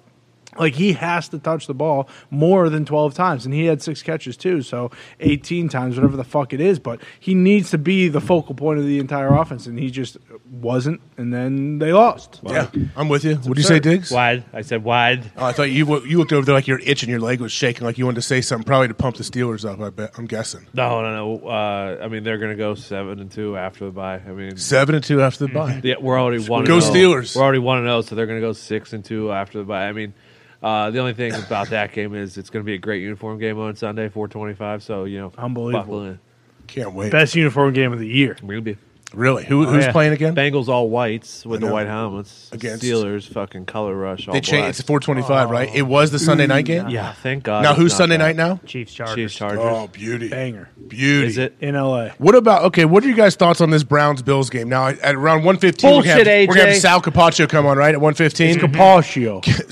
[SPEAKER 3] Like he has to touch the ball more than 12 times and he had 6 catches too, so 18 times whatever the fuck it is, but he needs to be the focal point of the entire offense and he just wasn't and then they lost.
[SPEAKER 1] yeah, I'm with you. Would you say, Diggs?
[SPEAKER 4] Wide. I said wide.
[SPEAKER 1] Oh, I thought you wo- you looked over there like your itch and your leg was shaking, like you wanted to say something, probably to pump the Steelers up. I bet. I'm guessing
[SPEAKER 4] No, no, no. Uh, I mean, they're gonna go seven and two after the bye. I mean,
[SPEAKER 1] seven and two after the bye.
[SPEAKER 4] Yeah, we're already one.
[SPEAKER 1] Go
[SPEAKER 4] and oh.
[SPEAKER 1] Steelers.
[SPEAKER 4] We're already one and zero, so they're going to go six and two after the bye. I mean, uh, the only thing about that game is it's going to be a great uniform game on Sunday, four twenty five. So you know,
[SPEAKER 3] Unbelievable.
[SPEAKER 4] buckle in.
[SPEAKER 1] Can't wait.
[SPEAKER 3] Best uniform game of the year.
[SPEAKER 4] We're going to be. Oh,
[SPEAKER 1] Really? Who, who's
[SPEAKER 2] yeah.
[SPEAKER 1] playing again?
[SPEAKER 4] Bengals all whites with
[SPEAKER 1] I
[SPEAKER 4] the
[SPEAKER 1] know.
[SPEAKER 4] white helmets.
[SPEAKER 1] Against-
[SPEAKER 4] Steelers fucking color rush all
[SPEAKER 1] They
[SPEAKER 4] black.
[SPEAKER 1] changed. It's 425, right? It was the Sunday night game?
[SPEAKER 4] Oh, yeah, Oh, thank God.
[SPEAKER 1] Now
[SPEAKER 4] it's
[SPEAKER 1] who's
[SPEAKER 4] not
[SPEAKER 1] Sunday
[SPEAKER 4] that.
[SPEAKER 1] night now?
[SPEAKER 2] Chiefs Chargers.
[SPEAKER 4] Chiefs Chargers.
[SPEAKER 1] Oh, beauty.
[SPEAKER 3] banger
[SPEAKER 1] Beauty.
[SPEAKER 4] Is it?
[SPEAKER 3] in LA.
[SPEAKER 1] What about okay? What are you guys' thoughts on this Browns Bills game? Now at around one fifteen, we're gonna have,
[SPEAKER 4] Bullshit,
[SPEAKER 1] we're gonna have
[SPEAKER 4] AJ.
[SPEAKER 1] Sal Capaccio come on right at one fifteen.
[SPEAKER 3] Capaccio.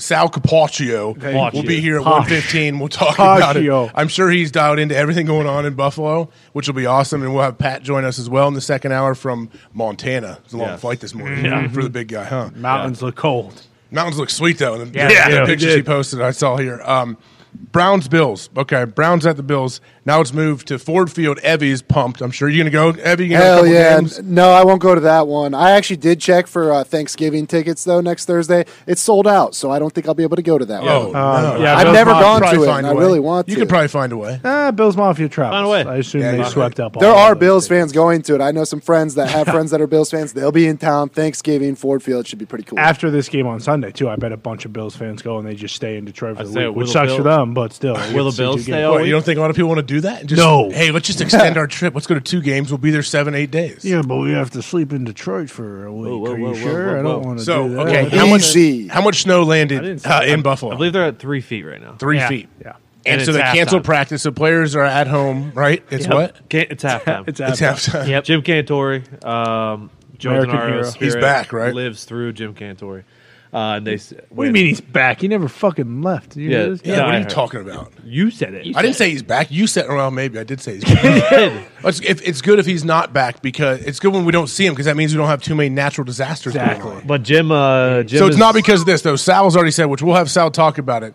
[SPEAKER 1] Sal Capaccio will be here at
[SPEAKER 2] Posh.
[SPEAKER 1] one fifteen. We'll talk about
[SPEAKER 3] Capaccio.
[SPEAKER 1] it. I'm sure he's dialed into everything going on in Buffalo, which will be awesome. And we'll have Pat join us as well in the second hour from Montana. It's a long
[SPEAKER 4] Yes.
[SPEAKER 1] flight this morning for the big guy, huh?
[SPEAKER 3] Mm-hmm. Mountains look cold.
[SPEAKER 1] Mountains look sweet though. The,
[SPEAKER 2] Yeah,
[SPEAKER 1] the-
[SPEAKER 2] they
[SPEAKER 1] the
[SPEAKER 2] do.
[SPEAKER 1] pictures he posted, I saw here. Um, Browns Bills. Okay, Browns at the Bills. Now it's moved to Ford Field. Evie's pumped. I'm sure you're gonna go. Evie, you gonna go to a
[SPEAKER 6] Hell
[SPEAKER 1] couple
[SPEAKER 6] yeah.
[SPEAKER 1] games?
[SPEAKER 6] No, I won't go to that one. I actually did check for uh, Thanksgiving tickets, though, next Thursday. It's sold out, so I don't think I'll be able to go to that
[SPEAKER 1] Oh,
[SPEAKER 6] one.
[SPEAKER 1] no.
[SPEAKER 3] yeah,
[SPEAKER 6] I've
[SPEAKER 3] Bills
[SPEAKER 6] never
[SPEAKER 3] Mafia-
[SPEAKER 6] gone
[SPEAKER 1] Probably
[SPEAKER 6] to it,
[SPEAKER 1] find
[SPEAKER 6] and I
[SPEAKER 1] a way.
[SPEAKER 6] really want
[SPEAKER 1] You
[SPEAKER 6] to.
[SPEAKER 1] could probably find a way.
[SPEAKER 3] Ah, Bills Mafia travels.
[SPEAKER 4] Find a way.
[SPEAKER 3] I assume
[SPEAKER 1] Yeah,
[SPEAKER 3] they
[SPEAKER 1] you're
[SPEAKER 3] swept up. All
[SPEAKER 6] There
[SPEAKER 3] of
[SPEAKER 6] are
[SPEAKER 3] those
[SPEAKER 6] Bills
[SPEAKER 3] things.
[SPEAKER 6] fans going to it. I know some friends that have friends that are Bills fans. They'll be in town Thanksgiving, Ford Field. Should be pretty cool.
[SPEAKER 3] After this game on Sunday, too, I bet a bunch of Bills fans go and they just stay in Detroit for
[SPEAKER 4] I'd
[SPEAKER 3] the
[SPEAKER 4] say, will
[SPEAKER 3] week, which
[SPEAKER 4] the
[SPEAKER 3] sucks for
[SPEAKER 4] Bills-
[SPEAKER 3] them, but still. I
[SPEAKER 4] Will the
[SPEAKER 3] get to see two
[SPEAKER 4] Bills stay
[SPEAKER 3] games.
[SPEAKER 4] all
[SPEAKER 1] What,
[SPEAKER 4] week?
[SPEAKER 1] you don't think a lot of people want to do that? And Just,
[SPEAKER 3] No.
[SPEAKER 1] Hey, let's just extend our trip. Let's go to two games. We'll be there seven, eight days.
[SPEAKER 3] Yeah, but we have to sleep in Detroit for a week.
[SPEAKER 4] whoa,
[SPEAKER 3] Are you
[SPEAKER 4] whoa, whoa,
[SPEAKER 3] sure?
[SPEAKER 4] whoa,
[SPEAKER 3] I
[SPEAKER 4] whoa.
[SPEAKER 3] don't want to
[SPEAKER 1] So
[SPEAKER 3] do that.
[SPEAKER 1] Oh, okay,
[SPEAKER 6] Yeah.
[SPEAKER 1] how
[SPEAKER 6] Easy.
[SPEAKER 1] much how much snow landed
[SPEAKER 4] didn't see
[SPEAKER 1] uh,
[SPEAKER 4] that.
[SPEAKER 1] in Buffalo?
[SPEAKER 4] I believe they're at three feet right now.
[SPEAKER 1] Three
[SPEAKER 2] Yeah.
[SPEAKER 1] feet.
[SPEAKER 3] Yeah.
[SPEAKER 1] And,
[SPEAKER 4] And
[SPEAKER 1] so
[SPEAKER 4] it's
[SPEAKER 1] they canceled
[SPEAKER 4] halftime.
[SPEAKER 1] practice. So players are at home, right? It's what?
[SPEAKER 4] Can- it's halftime.
[SPEAKER 3] It's
[SPEAKER 1] It's halftime.
[SPEAKER 2] Yep.
[SPEAKER 4] Jim Cantori, um, Joe
[SPEAKER 3] American
[SPEAKER 4] Denaro's
[SPEAKER 3] hero.
[SPEAKER 1] He's
[SPEAKER 4] spirit
[SPEAKER 1] back, right?
[SPEAKER 4] Lives through Jim Cantori. Uh, and they. s-
[SPEAKER 3] What do you mean he's back? He never fucking left. You
[SPEAKER 4] Yeah.
[SPEAKER 3] hear this guy?
[SPEAKER 1] Yeah,
[SPEAKER 4] Yeah,
[SPEAKER 1] what
[SPEAKER 4] I
[SPEAKER 1] are you
[SPEAKER 4] heard.
[SPEAKER 1] talking about?
[SPEAKER 4] You said it.
[SPEAKER 1] I didn't say he's back. You said, well, maybe I did say he's back. it's, if, it's good if he's not back because it's good when we don't see him because that means we don't have too many natural disasters going on.
[SPEAKER 4] But Jim, uh, Jim
[SPEAKER 1] so it's
[SPEAKER 4] is-
[SPEAKER 1] not because of this though. Sal's already said, which we'll have Sal talk about it.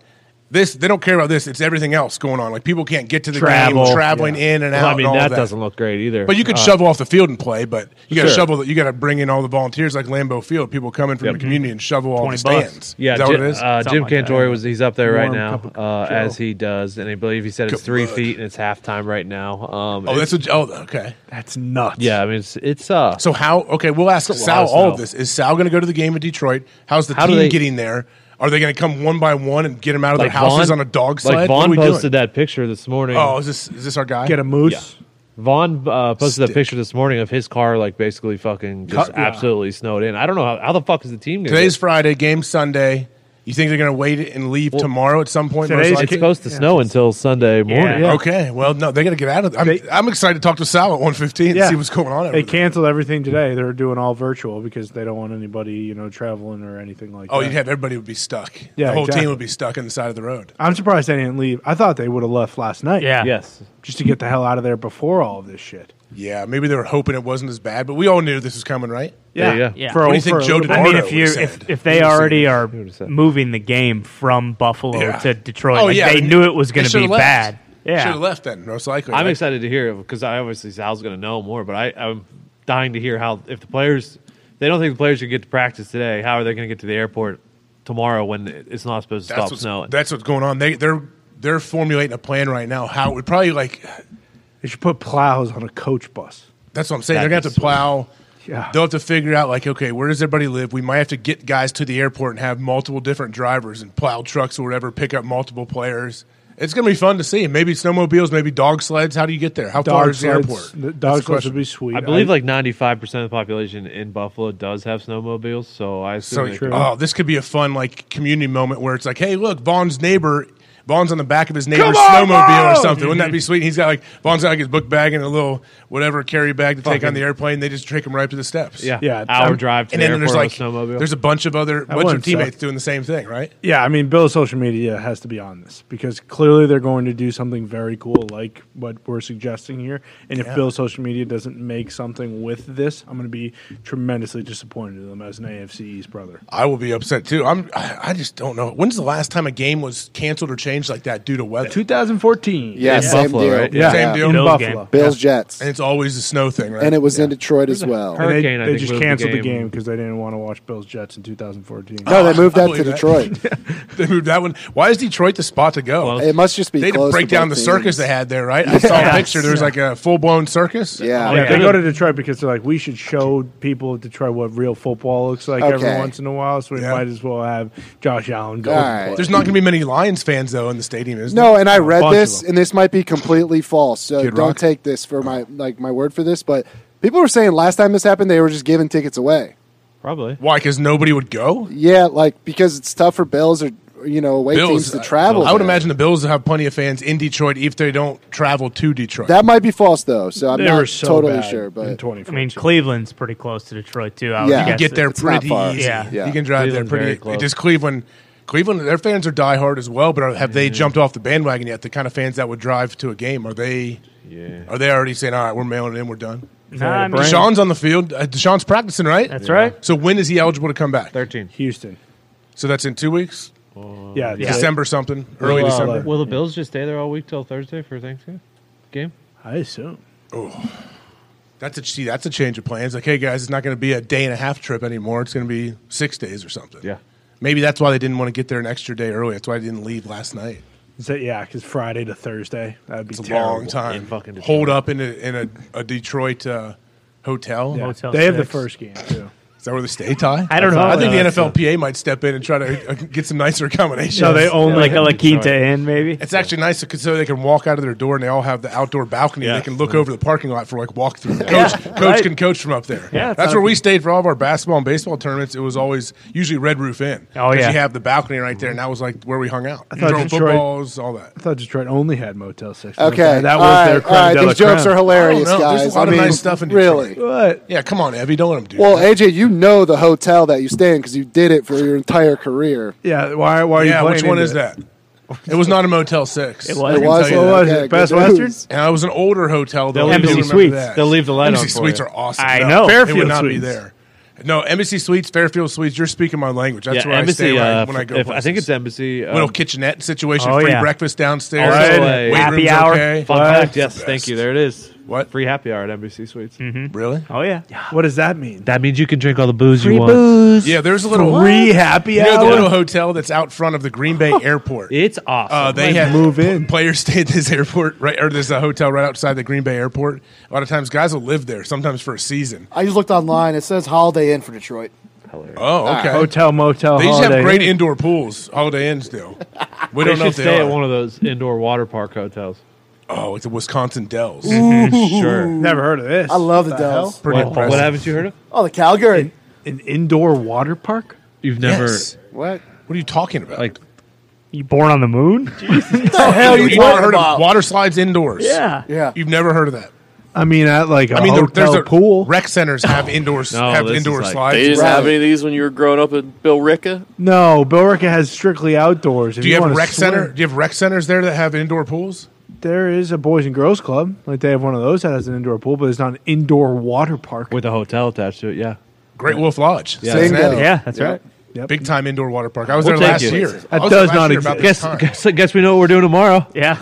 [SPEAKER 1] This they don't care about this. It's everything else going on. Like people can't get to the game,
[SPEAKER 4] Travel.
[SPEAKER 1] traveling in and out.
[SPEAKER 4] Well, I
[SPEAKER 1] and
[SPEAKER 4] mean,
[SPEAKER 1] all
[SPEAKER 4] that,
[SPEAKER 1] that
[SPEAKER 4] doesn't look great either.
[SPEAKER 1] But you could
[SPEAKER 4] Uh,
[SPEAKER 1] shovel off the field and play. But you got to
[SPEAKER 4] Sure.
[SPEAKER 1] shovel that. You got to bring in all the volunteers, like Lambeau Field. People coming from the community and shovel all the
[SPEAKER 2] 20 bucks.
[SPEAKER 1] stands.
[SPEAKER 4] Yeah,
[SPEAKER 1] is that
[SPEAKER 4] Jim,
[SPEAKER 1] what it is?
[SPEAKER 4] Uh, Jim
[SPEAKER 2] Something like that,
[SPEAKER 4] Cantori was he's up there
[SPEAKER 3] Warm
[SPEAKER 4] right
[SPEAKER 3] cup
[SPEAKER 4] now
[SPEAKER 3] of
[SPEAKER 4] uh,
[SPEAKER 3] Joe.
[SPEAKER 4] as he does, and I believe he said it's
[SPEAKER 1] Good
[SPEAKER 4] three
[SPEAKER 1] luck.
[SPEAKER 4] feet and it's halftime right now. Um,
[SPEAKER 1] oh, that's
[SPEAKER 4] it's-
[SPEAKER 1] what, oh okay.
[SPEAKER 3] That's nuts.
[SPEAKER 4] yeah. I mean, it's it's uh,
[SPEAKER 1] So how? Okay, we'll ask
[SPEAKER 4] a lot
[SPEAKER 1] Sal
[SPEAKER 4] of
[SPEAKER 1] all of
[SPEAKER 4] snow.
[SPEAKER 1] this. Is Sal going to go to the game in Detroit? How's the
[SPEAKER 4] How do
[SPEAKER 1] team
[SPEAKER 4] they-
[SPEAKER 1] getting there? Are they going to come one by one and get them out of their houses on a dog sled?
[SPEAKER 4] Like
[SPEAKER 1] What are
[SPEAKER 4] Vaughn
[SPEAKER 1] we
[SPEAKER 4] posted
[SPEAKER 1] doing?
[SPEAKER 4] that picture this morning.
[SPEAKER 1] Oh, is this is this our guy?
[SPEAKER 3] Get a moose.
[SPEAKER 4] Vaughn uh, posted that
[SPEAKER 1] Stick.
[SPEAKER 4] picture this morning of his car, like basically fucking just
[SPEAKER 3] Cut- yeah.
[SPEAKER 4] absolutely snowed in. I don't know how, how the fuck is the team gonna
[SPEAKER 1] Today's
[SPEAKER 4] do
[SPEAKER 1] Friday, game Sunday. You think they're going to wait and leave tomorrow at some point? most
[SPEAKER 4] it?
[SPEAKER 3] today's
[SPEAKER 4] it's
[SPEAKER 1] likely?
[SPEAKER 4] supposed to snow until Sunday morning.
[SPEAKER 2] Yeah.
[SPEAKER 1] Okay, well, no, they got to get out of. I'm,
[SPEAKER 3] They-
[SPEAKER 1] I'm excited to talk to Sal at 1:15 and see what's going on. over
[SPEAKER 3] They
[SPEAKER 1] there.
[SPEAKER 3] canceled everything today. They're doing all virtual because they don't want anybody, you know, traveling or anything like
[SPEAKER 1] Oh,
[SPEAKER 3] that.
[SPEAKER 1] you'd have everybody would be stuck.
[SPEAKER 3] Yeah,
[SPEAKER 1] the whole
[SPEAKER 3] exactly.
[SPEAKER 1] team would be stuck on the side of the road.
[SPEAKER 3] I'm surprised they didn't leave. I thought they would have left last night.
[SPEAKER 2] Yeah.
[SPEAKER 4] Yes.
[SPEAKER 3] Just to get the hell out of there before all of this shit.
[SPEAKER 1] Yeah, maybe they were hoping it wasn't as bad, but we all knew this was coming, right?
[SPEAKER 4] Yeah, yeah.
[SPEAKER 2] Yeah.
[SPEAKER 3] For,
[SPEAKER 1] What do
[SPEAKER 3] a-
[SPEAKER 1] you think
[SPEAKER 3] for a
[SPEAKER 1] Joe
[SPEAKER 3] little
[SPEAKER 1] did?
[SPEAKER 3] bit.
[SPEAKER 2] I mean,
[SPEAKER 1] Florida
[SPEAKER 2] if you
[SPEAKER 1] was sad.
[SPEAKER 2] if, if they already are
[SPEAKER 4] would've said.
[SPEAKER 2] moving the game from Buffalo
[SPEAKER 1] Yeah.
[SPEAKER 2] to Detroit,
[SPEAKER 1] Oh,
[SPEAKER 2] like,
[SPEAKER 1] yeah,
[SPEAKER 2] they
[SPEAKER 1] they-
[SPEAKER 2] knew it was going
[SPEAKER 1] they
[SPEAKER 2] to be
[SPEAKER 1] should've left.
[SPEAKER 2] bad.
[SPEAKER 1] should have
[SPEAKER 2] Yeah,
[SPEAKER 1] left then, most likely.
[SPEAKER 4] I'm
[SPEAKER 1] right?
[SPEAKER 4] excited to hear because I obviously Sal's going to know more, but I, I'm dying to hear how if the players they don't think the players should get to practice today. How are they going to get to the airport tomorrow when it's not supposed to stop
[SPEAKER 1] what's,
[SPEAKER 4] snowing?
[SPEAKER 1] That's what's going on. They they're they're formulating a plan right now. How it would probably like
[SPEAKER 3] They should put plows on a coach bus.
[SPEAKER 1] that's what I'm saying.
[SPEAKER 4] That
[SPEAKER 1] they're gonna have
[SPEAKER 4] is-
[SPEAKER 1] to plow.
[SPEAKER 3] Yeah.
[SPEAKER 1] They'll have to figure out like, okay, where does everybody live? We might have to get guys to the airport and have multiple different drivers and plow trucks or whatever, pick up multiple players. It's gonna be fun to see. Maybe snowmobiles, maybe dog sleds. How do you get there? How far
[SPEAKER 3] Dog
[SPEAKER 1] is the airport?
[SPEAKER 3] sleds, the
[SPEAKER 1] That's the
[SPEAKER 3] dog sleds
[SPEAKER 1] question.
[SPEAKER 3] would be sweet.
[SPEAKER 4] I believe like 95 percent of the population in Buffalo does have snowmobiles, so I
[SPEAKER 1] So,
[SPEAKER 4] assume they-
[SPEAKER 1] oh, this could be a fun like community moment where it's like, hey, look, Vaughn's neighbor, Vaughn's on the back of his neighbor's
[SPEAKER 3] on,
[SPEAKER 1] snowmobile or
[SPEAKER 3] Vaughn!
[SPEAKER 1] something. Wouldn't
[SPEAKER 4] Mm-hmm.
[SPEAKER 1] that be sweet? And he's got like Vaughn's got like his book bag and a little whatever carry bag to take on the airplane. They just take him right to the steps.
[SPEAKER 4] yeah,
[SPEAKER 3] yeah,
[SPEAKER 4] hour
[SPEAKER 3] I'm-
[SPEAKER 4] drive to
[SPEAKER 1] And
[SPEAKER 4] the
[SPEAKER 1] then
[SPEAKER 4] airport
[SPEAKER 1] there's like
[SPEAKER 4] on a snowmobile.
[SPEAKER 1] there's a bunch of other bunch of
[SPEAKER 3] wouldn't
[SPEAKER 1] teammates
[SPEAKER 3] suck.
[SPEAKER 1] doing the same thing, right?
[SPEAKER 3] Yeah, I mean, Bill's social media has to be on this because clearly they're going to do something very cool like what we're suggesting here. And
[SPEAKER 1] Yeah.
[SPEAKER 3] if Bill's social media doesn't make something with this, I'm going to be tremendously disappointed in them as an AFC East brother.
[SPEAKER 1] I will be upset too. I'm I I just don't know. When's the last time a game was canceled or changed like that due to weather?
[SPEAKER 3] 2014.
[SPEAKER 6] yeah,
[SPEAKER 4] in
[SPEAKER 6] same
[SPEAKER 4] Buffalo,
[SPEAKER 6] deal.
[SPEAKER 4] right?
[SPEAKER 3] Yeah.
[SPEAKER 1] Same deal.
[SPEAKER 3] In
[SPEAKER 2] Bills
[SPEAKER 3] Buffalo.
[SPEAKER 6] Bills Jets,
[SPEAKER 1] And it's always the snow thing, right?
[SPEAKER 6] and it was in Detroit as well.
[SPEAKER 4] hurricane,
[SPEAKER 3] And
[SPEAKER 4] I
[SPEAKER 3] they they
[SPEAKER 4] think,
[SPEAKER 3] just
[SPEAKER 4] moved the
[SPEAKER 3] canceled the
[SPEAKER 4] game.
[SPEAKER 3] game because they didn't want to watch Bills Jets in 2014.
[SPEAKER 6] No, they moved
[SPEAKER 1] Oh, I
[SPEAKER 6] that to
[SPEAKER 1] believe that.
[SPEAKER 6] Detroit.
[SPEAKER 1] they moved that one. Why is Detroit the spot to go?
[SPEAKER 6] It must just be
[SPEAKER 1] they had to
[SPEAKER 6] close
[SPEAKER 1] break
[SPEAKER 6] to
[SPEAKER 1] down the
[SPEAKER 6] both
[SPEAKER 1] circus
[SPEAKER 6] teams.
[SPEAKER 1] they had there, right? I saw a
[SPEAKER 2] Yes.
[SPEAKER 1] picture. There was like a full blown circus.
[SPEAKER 6] Yeah.
[SPEAKER 3] Yeah,
[SPEAKER 4] yeah.
[SPEAKER 3] they go to Detroit because they're like, we should show people of Detroit what real football looks like every
[SPEAKER 6] Okay.
[SPEAKER 3] once in a while. So we
[SPEAKER 1] Yeah.
[SPEAKER 3] might as well have Josh Allen go.
[SPEAKER 6] All
[SPEAKER 3] and
[SPEAKER 6] right.
[SPEAKER 3] play.
[SPEAKER 1] There's not going to be many Lions fans though in the stadium, is
[SPEAKER 6] No, and
[SPEAKER 2] Oh,
[SPEAKER 6] I read
[SPEAKER 3] bunch of
[SPEAKER 6] this,
[SPEAKER 3] them.
[SPEAKER 6] and this might be completely false. So
[SPEAKER 1] Oh, Kid
[SPEAKER 6] don't
[SPEAKER 1] Rock?
[SPEAKER 6] take this for my like my word for this, but People were saying last time this happened, they were just giving tickets away.
[SPEAKER 4] Probably.
[SPEAKER 1] Why? Because nobody would go.
[SPEAKER 6] Yeah, like because it's tough for Bills or you know away teams to
[SPEAKER 1] I-
[SPEAKER 6] travel.
[SPEAKER 1] uh, I, would
[SPEAKER 6] there.
[SPEAKER 1] imagine the Bills have plenty of fans in Detroit if they don't travel to Detroit.
[SPEAKER 6] that might be false though. So I'm
[SPEAKER 3] they were
[SPEAKER 6] not
[SPEAKER 3] so
[SPEAKER 6] totally
[SPEAKER 3] bad
[SPEAKER 6] sure,
[SPEAKER 3] in
[SPEAKER 6] but
[SPEAKER 3] 2014.
[SPEAKER 2] I mean, Cleveland's pretty close to Detroit too. I would
[SPEAKER 6] Yeah. You
[SPEAKER 1] Oh, you
[SPEAKER 2] guess
[SPEAKER 1] get there
[SPEAKER 6] It's not
[SPEAKER 1] pretty
[SPEAKER 6] far.
[SPEAKER 1] easy.
[SPEAKER 2] Yeah.
[SPEAKER 6] Yeah.
[SPEAKER 1] You can drive
[SPEAKER 4] Cleveland's
[SPEAKER 1] there
[SPEAKER 4] very
[SPEAKER 1] pretty.
[SPEAKER 4] close.
[SPEAKER 1] Just Cleveland, Cleveland, their fans are diehard as well. But are, have they jumped off the bandwagon yet? The kind of fans that would drive to a game are they?
[SPEAKER 4] Yeah.
[SPEAKER 1] Are they already saying, "All right, we're mailing it in, we're done"?
[SPEAKER 2] Nah, I mean,
[SPEAKER 1] Deshaun's on the field. Uh, Deshaun's practicing, right?
[SPEAKER 2] that's right.
[SPEAKER 1] So when is he eligible to come back?
[SPEAKER 4] 13.
[SPEAKER 3] Houston.
[SPEAKER 1] So that's in two weeks,
[SPEAKER 3] Yeah,
[SPEAKER 2] Yeah.
[SPEAKER 1] December something, early
[SPEAKER 3] Well, uh,
[SPEAKER 1] December.
[SPEAKER 4] Will the Bills just stay there all week till Thursday for Thanksgiving game?
[SPEAKER 3] I assume.
[SPEAKER 1] Oh, That's a see. That's a change of plans. Like, hey guys, it's not going to be a day and a half trip anymore. It's going to be six days or something.
[SPEAKER 4] Yeah.
[SPEAKER 1] Maybe that's why they didn't want to get there an extra day early. That's why they didn't leave last night.
[SPEAKER 3] Is that yeah? Because Friday to Thursday, that'd be
[SPEAKER 1] It's a
[SPEAKER 3] terrible.
[SPEAKER 1] long time.
[SPEAKER 4] In fucking Detroit.
[SPEAKER 1] Hold up in a in a, a Detroit uh, hotel.
[SPEAKER 3] Yeah.
[SPEAKER 2] Motel
[SPEAKER 3] They have the
[SPEAKER 2] six.
[SPEAKER 3] first game too.
[SPEAKER 1] Is that where they stay, Ty?
[SPEAKER 2] I don't know.
[SPEAKER 1] I think
[SPEAKER 2] Uh,
[SPEAKER 1] the NFLPA might step in and try to uh, get some nicer accommodations.
[SPEAKER 3] So they own like
[SPEAKER 2] like a La Quinta
[SPEAKER 4] Detroit.
[SPEAKER 2] Inn, maybe.
[SPEAKER 1] It's actually nice because so they can walk out of their door and they all have the outdoor balcony.
[SPEAKER 4] Yeah.
[SPEAKER 1] They can look over the parking lot for like walkthrough. Coach, coach
[SPEAKER 2] right.
[SPEAKER 1] can coach from up there.
[SPEAKER 2] Yeah, it's
[SPEAKER 1] that's
[SPEAKER 2] not-
[SPEAKER 1] where we stayed for all of our basketball and baseball tournaments. It was always usually Red Roof Inn.
[SPEAKER 2] Oh,
[SPEAKER 1] 'Cause
[SPEAKER 2] yeah.
[SPEAKER 1] you have the balcony right there, and that was like where we hung out.
[SPEAKER 3] thought
[SPEAKER 1] Throwing
[SPEAKER 3] Detroit-
[SPEAKER 1] footballs, all that.
[SPEAKER 3] I thought Detroit only had Motel Six.
[SPEAKER 6] okay,
[SPEAKER 3] that
[SPEAKER 6] all
[SPEAKER 3] was
[SPEAKER 6] right,
[SPEAKER 3] their
[SPEAKER 6] all right,
[SPEAKER 3] creme de la
[SPEAKER 6] These jokes
[SPEAKER 3] creme.
[SPEAKER 6] are hilarious,
[SPEAKER 1] I don't know.
[SPEAKER 6] guys.
[SPEAKER 1] There's a lot
[SPEAKER 6] I
[SPEAKER 1] of
[SPEAKER 6] mean,
[SPEAKER 1] nice stuff in Detroit.
[SPEAKER 6] really.
[SPEAKER 3] What?
[SPEAKER 1] Yeah, come on, Evie, don't let them do.
[SPEAKER 6] Well,
[SPEAKER 1] that.
[SPEAKER 6] AJ, you know the hotel that you stay in because you did it for your entire career.
[SPEAKER 3] Yeah. Why? Why? Are you
[SPEAKER 1] yeah,
[SPEAKER 3] playing
[SPEAKER 1] which one
[SPEAKER 3] into
[SPEAKER 1] is
[SPEAKER 3] it?
[SPEAKER 1] that? It was not a Motel Six.
[SPEAKER 2] It
[SPEAKER 1] I
[SPEAKER 2] was.
[SPEAKER 1] can
[SPEAKER 6] It was.
[SPEAKER 1] tell you that.
[SPEAKER 3] What was
[SPEAKER 6] Okay,
[SPEAKER 3] it? Best
[SPEAKER 6] good
[SPEAKER 3] Western?
[SPEAKER 6] news.
[SPEAKER 1] And it was an older hotel though.
[SPEAKER 4] They'll
[SPEAKER 1] I
[SPEAKER 2] leave
[SPEAKER 1] do
[SPEAKER 2] the-
[SPEAKER 1] remember
[SPEAKER 2] Suites.
[SPEAKER 1] that.
[SPEAKER 4] They'll leave the light
[SPEAKER 1] Embassy
[SPEAKER 4] on for
[SPEAKER 1] Suites
[SPEAKER 4] you.
[SPEAKER 1] are awesome.
[SPEAKER 2] I
[SPEAKER 1] No,
[SPEAKER 2] know.
[SPEAKER 1] it would
[SPEAKER 3] Fairfield
[SPEAKER 1] not be
[SPEAKER 3] Suites.
[SPEAKER 1] there. No, Embassy Suites, Fairfield Suites. You're speaking my language. That's
[SPEAKER 4] yeah,
[SPEAKER 1] where I
[SPEAKER 4] embassy.
[SPEAKER 1] stay when I-
[SPEAKER 4] uh,
[SPEAKER 1] when I go.
[SPEAKER 4] if- I think
[SPEAKER 1] places.
[SPEAKER 4] it's embassy. Um,
[SPEAKER 1] little kitchenette situation.
[SPEAKER 2] Oh,
[SPEAKER 1] free
[SPEAKER 2] yeah.
[SPEAKER 1] breakfast downstairs.
[SPEAKER 4] Also, uh,
[SPEAKER 1] Weight
[SPEAKER 2] happy
[SPEAKER 1] room's
[SPEAKER 2] hour.
[SPEAKER 1] Okay.
[SPEAKER 4] fun
[SPEAKER 3] What?
[SPEAKER 4] fact. Yes, thank you. There it is.
[SPEAKER 1] What?
[SPEAKER 4] Free happy hour at Embassy Suites.
[SPEAKER 1] Really?
[SPEAKER 2] Oh yeah.
[SPEAKER 3] What does that mean?
[SPEAKER 4] Mm-hmm. That means you can drink all the booze you want.
[SPEAKER 3] booze.
[SPEAKER 1] Yeah, there's a little
[SPEAKER 3] Free happy
[SPEAKER 1] You know the
[SPEAKER 3] hour?
[SPEAKER 1] little hotel that's out front of the Green Bay Airport.
[SPEAKER 4] It's awesome.
[SPEAKER 1] Uh, they
[SPEAKER 3] Might
[SPEAKER 1] have
[SPEAKER 3] move in.
[SPEAKER 1] Players stay at this airport, right? Or there's a hotel right outside the Green Bay Airport. A lot of times, guys will live there, sometimes for a season.
[SPEAKER 7] I just looked online. It says Holiday Inn for Detroit.
[SPEAKER 1] Oh, okay.
[SPEAKER 3] Hotel, motel,
[SPEAKER 1] They just
[SPEAKER 3] holiday.
[SPEAKER 1] have great indoor pools. Holiday Inns do. We
[SPEAKER 4] They
[SPEAKER 1] don't know
[SPEAKER 4] should
[SPEAKER 1] if they
[SPEAKER 4] stay
[SPEAKER 1] are.
[SPEAKER 4] at one of those indoor water park hotels.
[SPEAKER 1] oh, it's the Wisconsin Dells.
[SPEAKER 3] Mm-hmm,
[SPEAKER 4] Sure.
[SPEAKER 3] Never heard of this.
[SPEAKER 7] I love the,
[SPEAKER 3] What
[SPEAKER 7] Dells.
[SPEAKER 3] hell?
[SPEAKER 1] Pretty
[SPEAKER 4] What,
[SPEAKER 1] impressive.
[SPEAKER 4] what haven't you heard of?
[SPEAKER 7] Oh, the Calgary.
[SPEAKER 3] An indoor water park.
[SPEAKER 4] You've never.
[SPEAKER 1] Yes.
[SPEAKER 6] What?
[SPEAKER 1] What are you talking about?
[SPEAKER 4] Like-
[SPEAKER 2] You born on the moon?
[SPEAKER 7] What the hell
[SPEAKER 1] you,
[SPEAKER 7] you,
[SPEAKER 1] you
[SPEAKER 7] talking
[SPEAKER 1] never heard
[SPEAKER 7] about?
[SPEAKER 1] of water slides indoors?
[SPEAKER 2] yeah.
[SPEAKER 7] yeah.
[SPEAKER 1] You've never heard of that.
[SPEAKER 3] I mean, at like a
[SPEAKER 1] I mean, there,
[SPEAKER 3] hotel
[SPEAKER 1] there's a
[SPEAKER 3] pool.
[SPEAKER 1] Rec centers have indoors
[SPEAKER 4] No,
[SPEAKER 1] have
[SPEAKER 4] this is
[SPEAKER 1] indoor
[SPEAKER 4] like-
[SPEAKER 1] slides.
[SPEAKER 5] They didn't
[SPEAKER 7] right.
[SPEAKER 5] have any of these when you were growing up at Bill Ricka?
[SPEAKER 3] no, Billerica has strictly outdoors. If
[SPEAKER 1] Do you, have
[SPEAKER 3] wanna
[SPEAKER 1] a rec
[SPEAKER 3] swim-
[SPEAKER 1] center? Do you have rec centers there that have indoor pools?
[SPEAKER 3] There is a boys and girls club. Like they have one of those that has an indoor pool, but it's not an indoor water park.
[SPEAKER 4] With a hotel attached to it, yeah.
[SPEAKER 1] Great Wolf Lodge,
[SPEAKER 4] Yeah.
[SPEAKER 1] Cincinnati.
[SPEAKER 6] Bingo.
[SPEAKER 2] Yeah, that's
[SPEAKER 6] Yeah.
[SPEAKER 2] right.
[SPEAKER 3] Yep.
[SPEAKER 1] big time indoor water park. I was
[SPEAKER 4] We'll
[SPEAKER 1] there
[SPEAKER 4] take
[SPEAKER 1] last
[SPEAKER 4] it.
[SPEAKER 1] year.
[SPEAKER 4] That
[SPEAKER 1] I was
[SPEAKER 3] does
[SPEAKER 1] there last
[SPEAKER 3] not
[SPEAKER 1] year about
[SPEAKER 4] Guess,
[SPEAKER 1] this time.
[SPEAKER 4] guess, guess we know what we're doing tomorrow.
[SPEAKER 2] Yeah.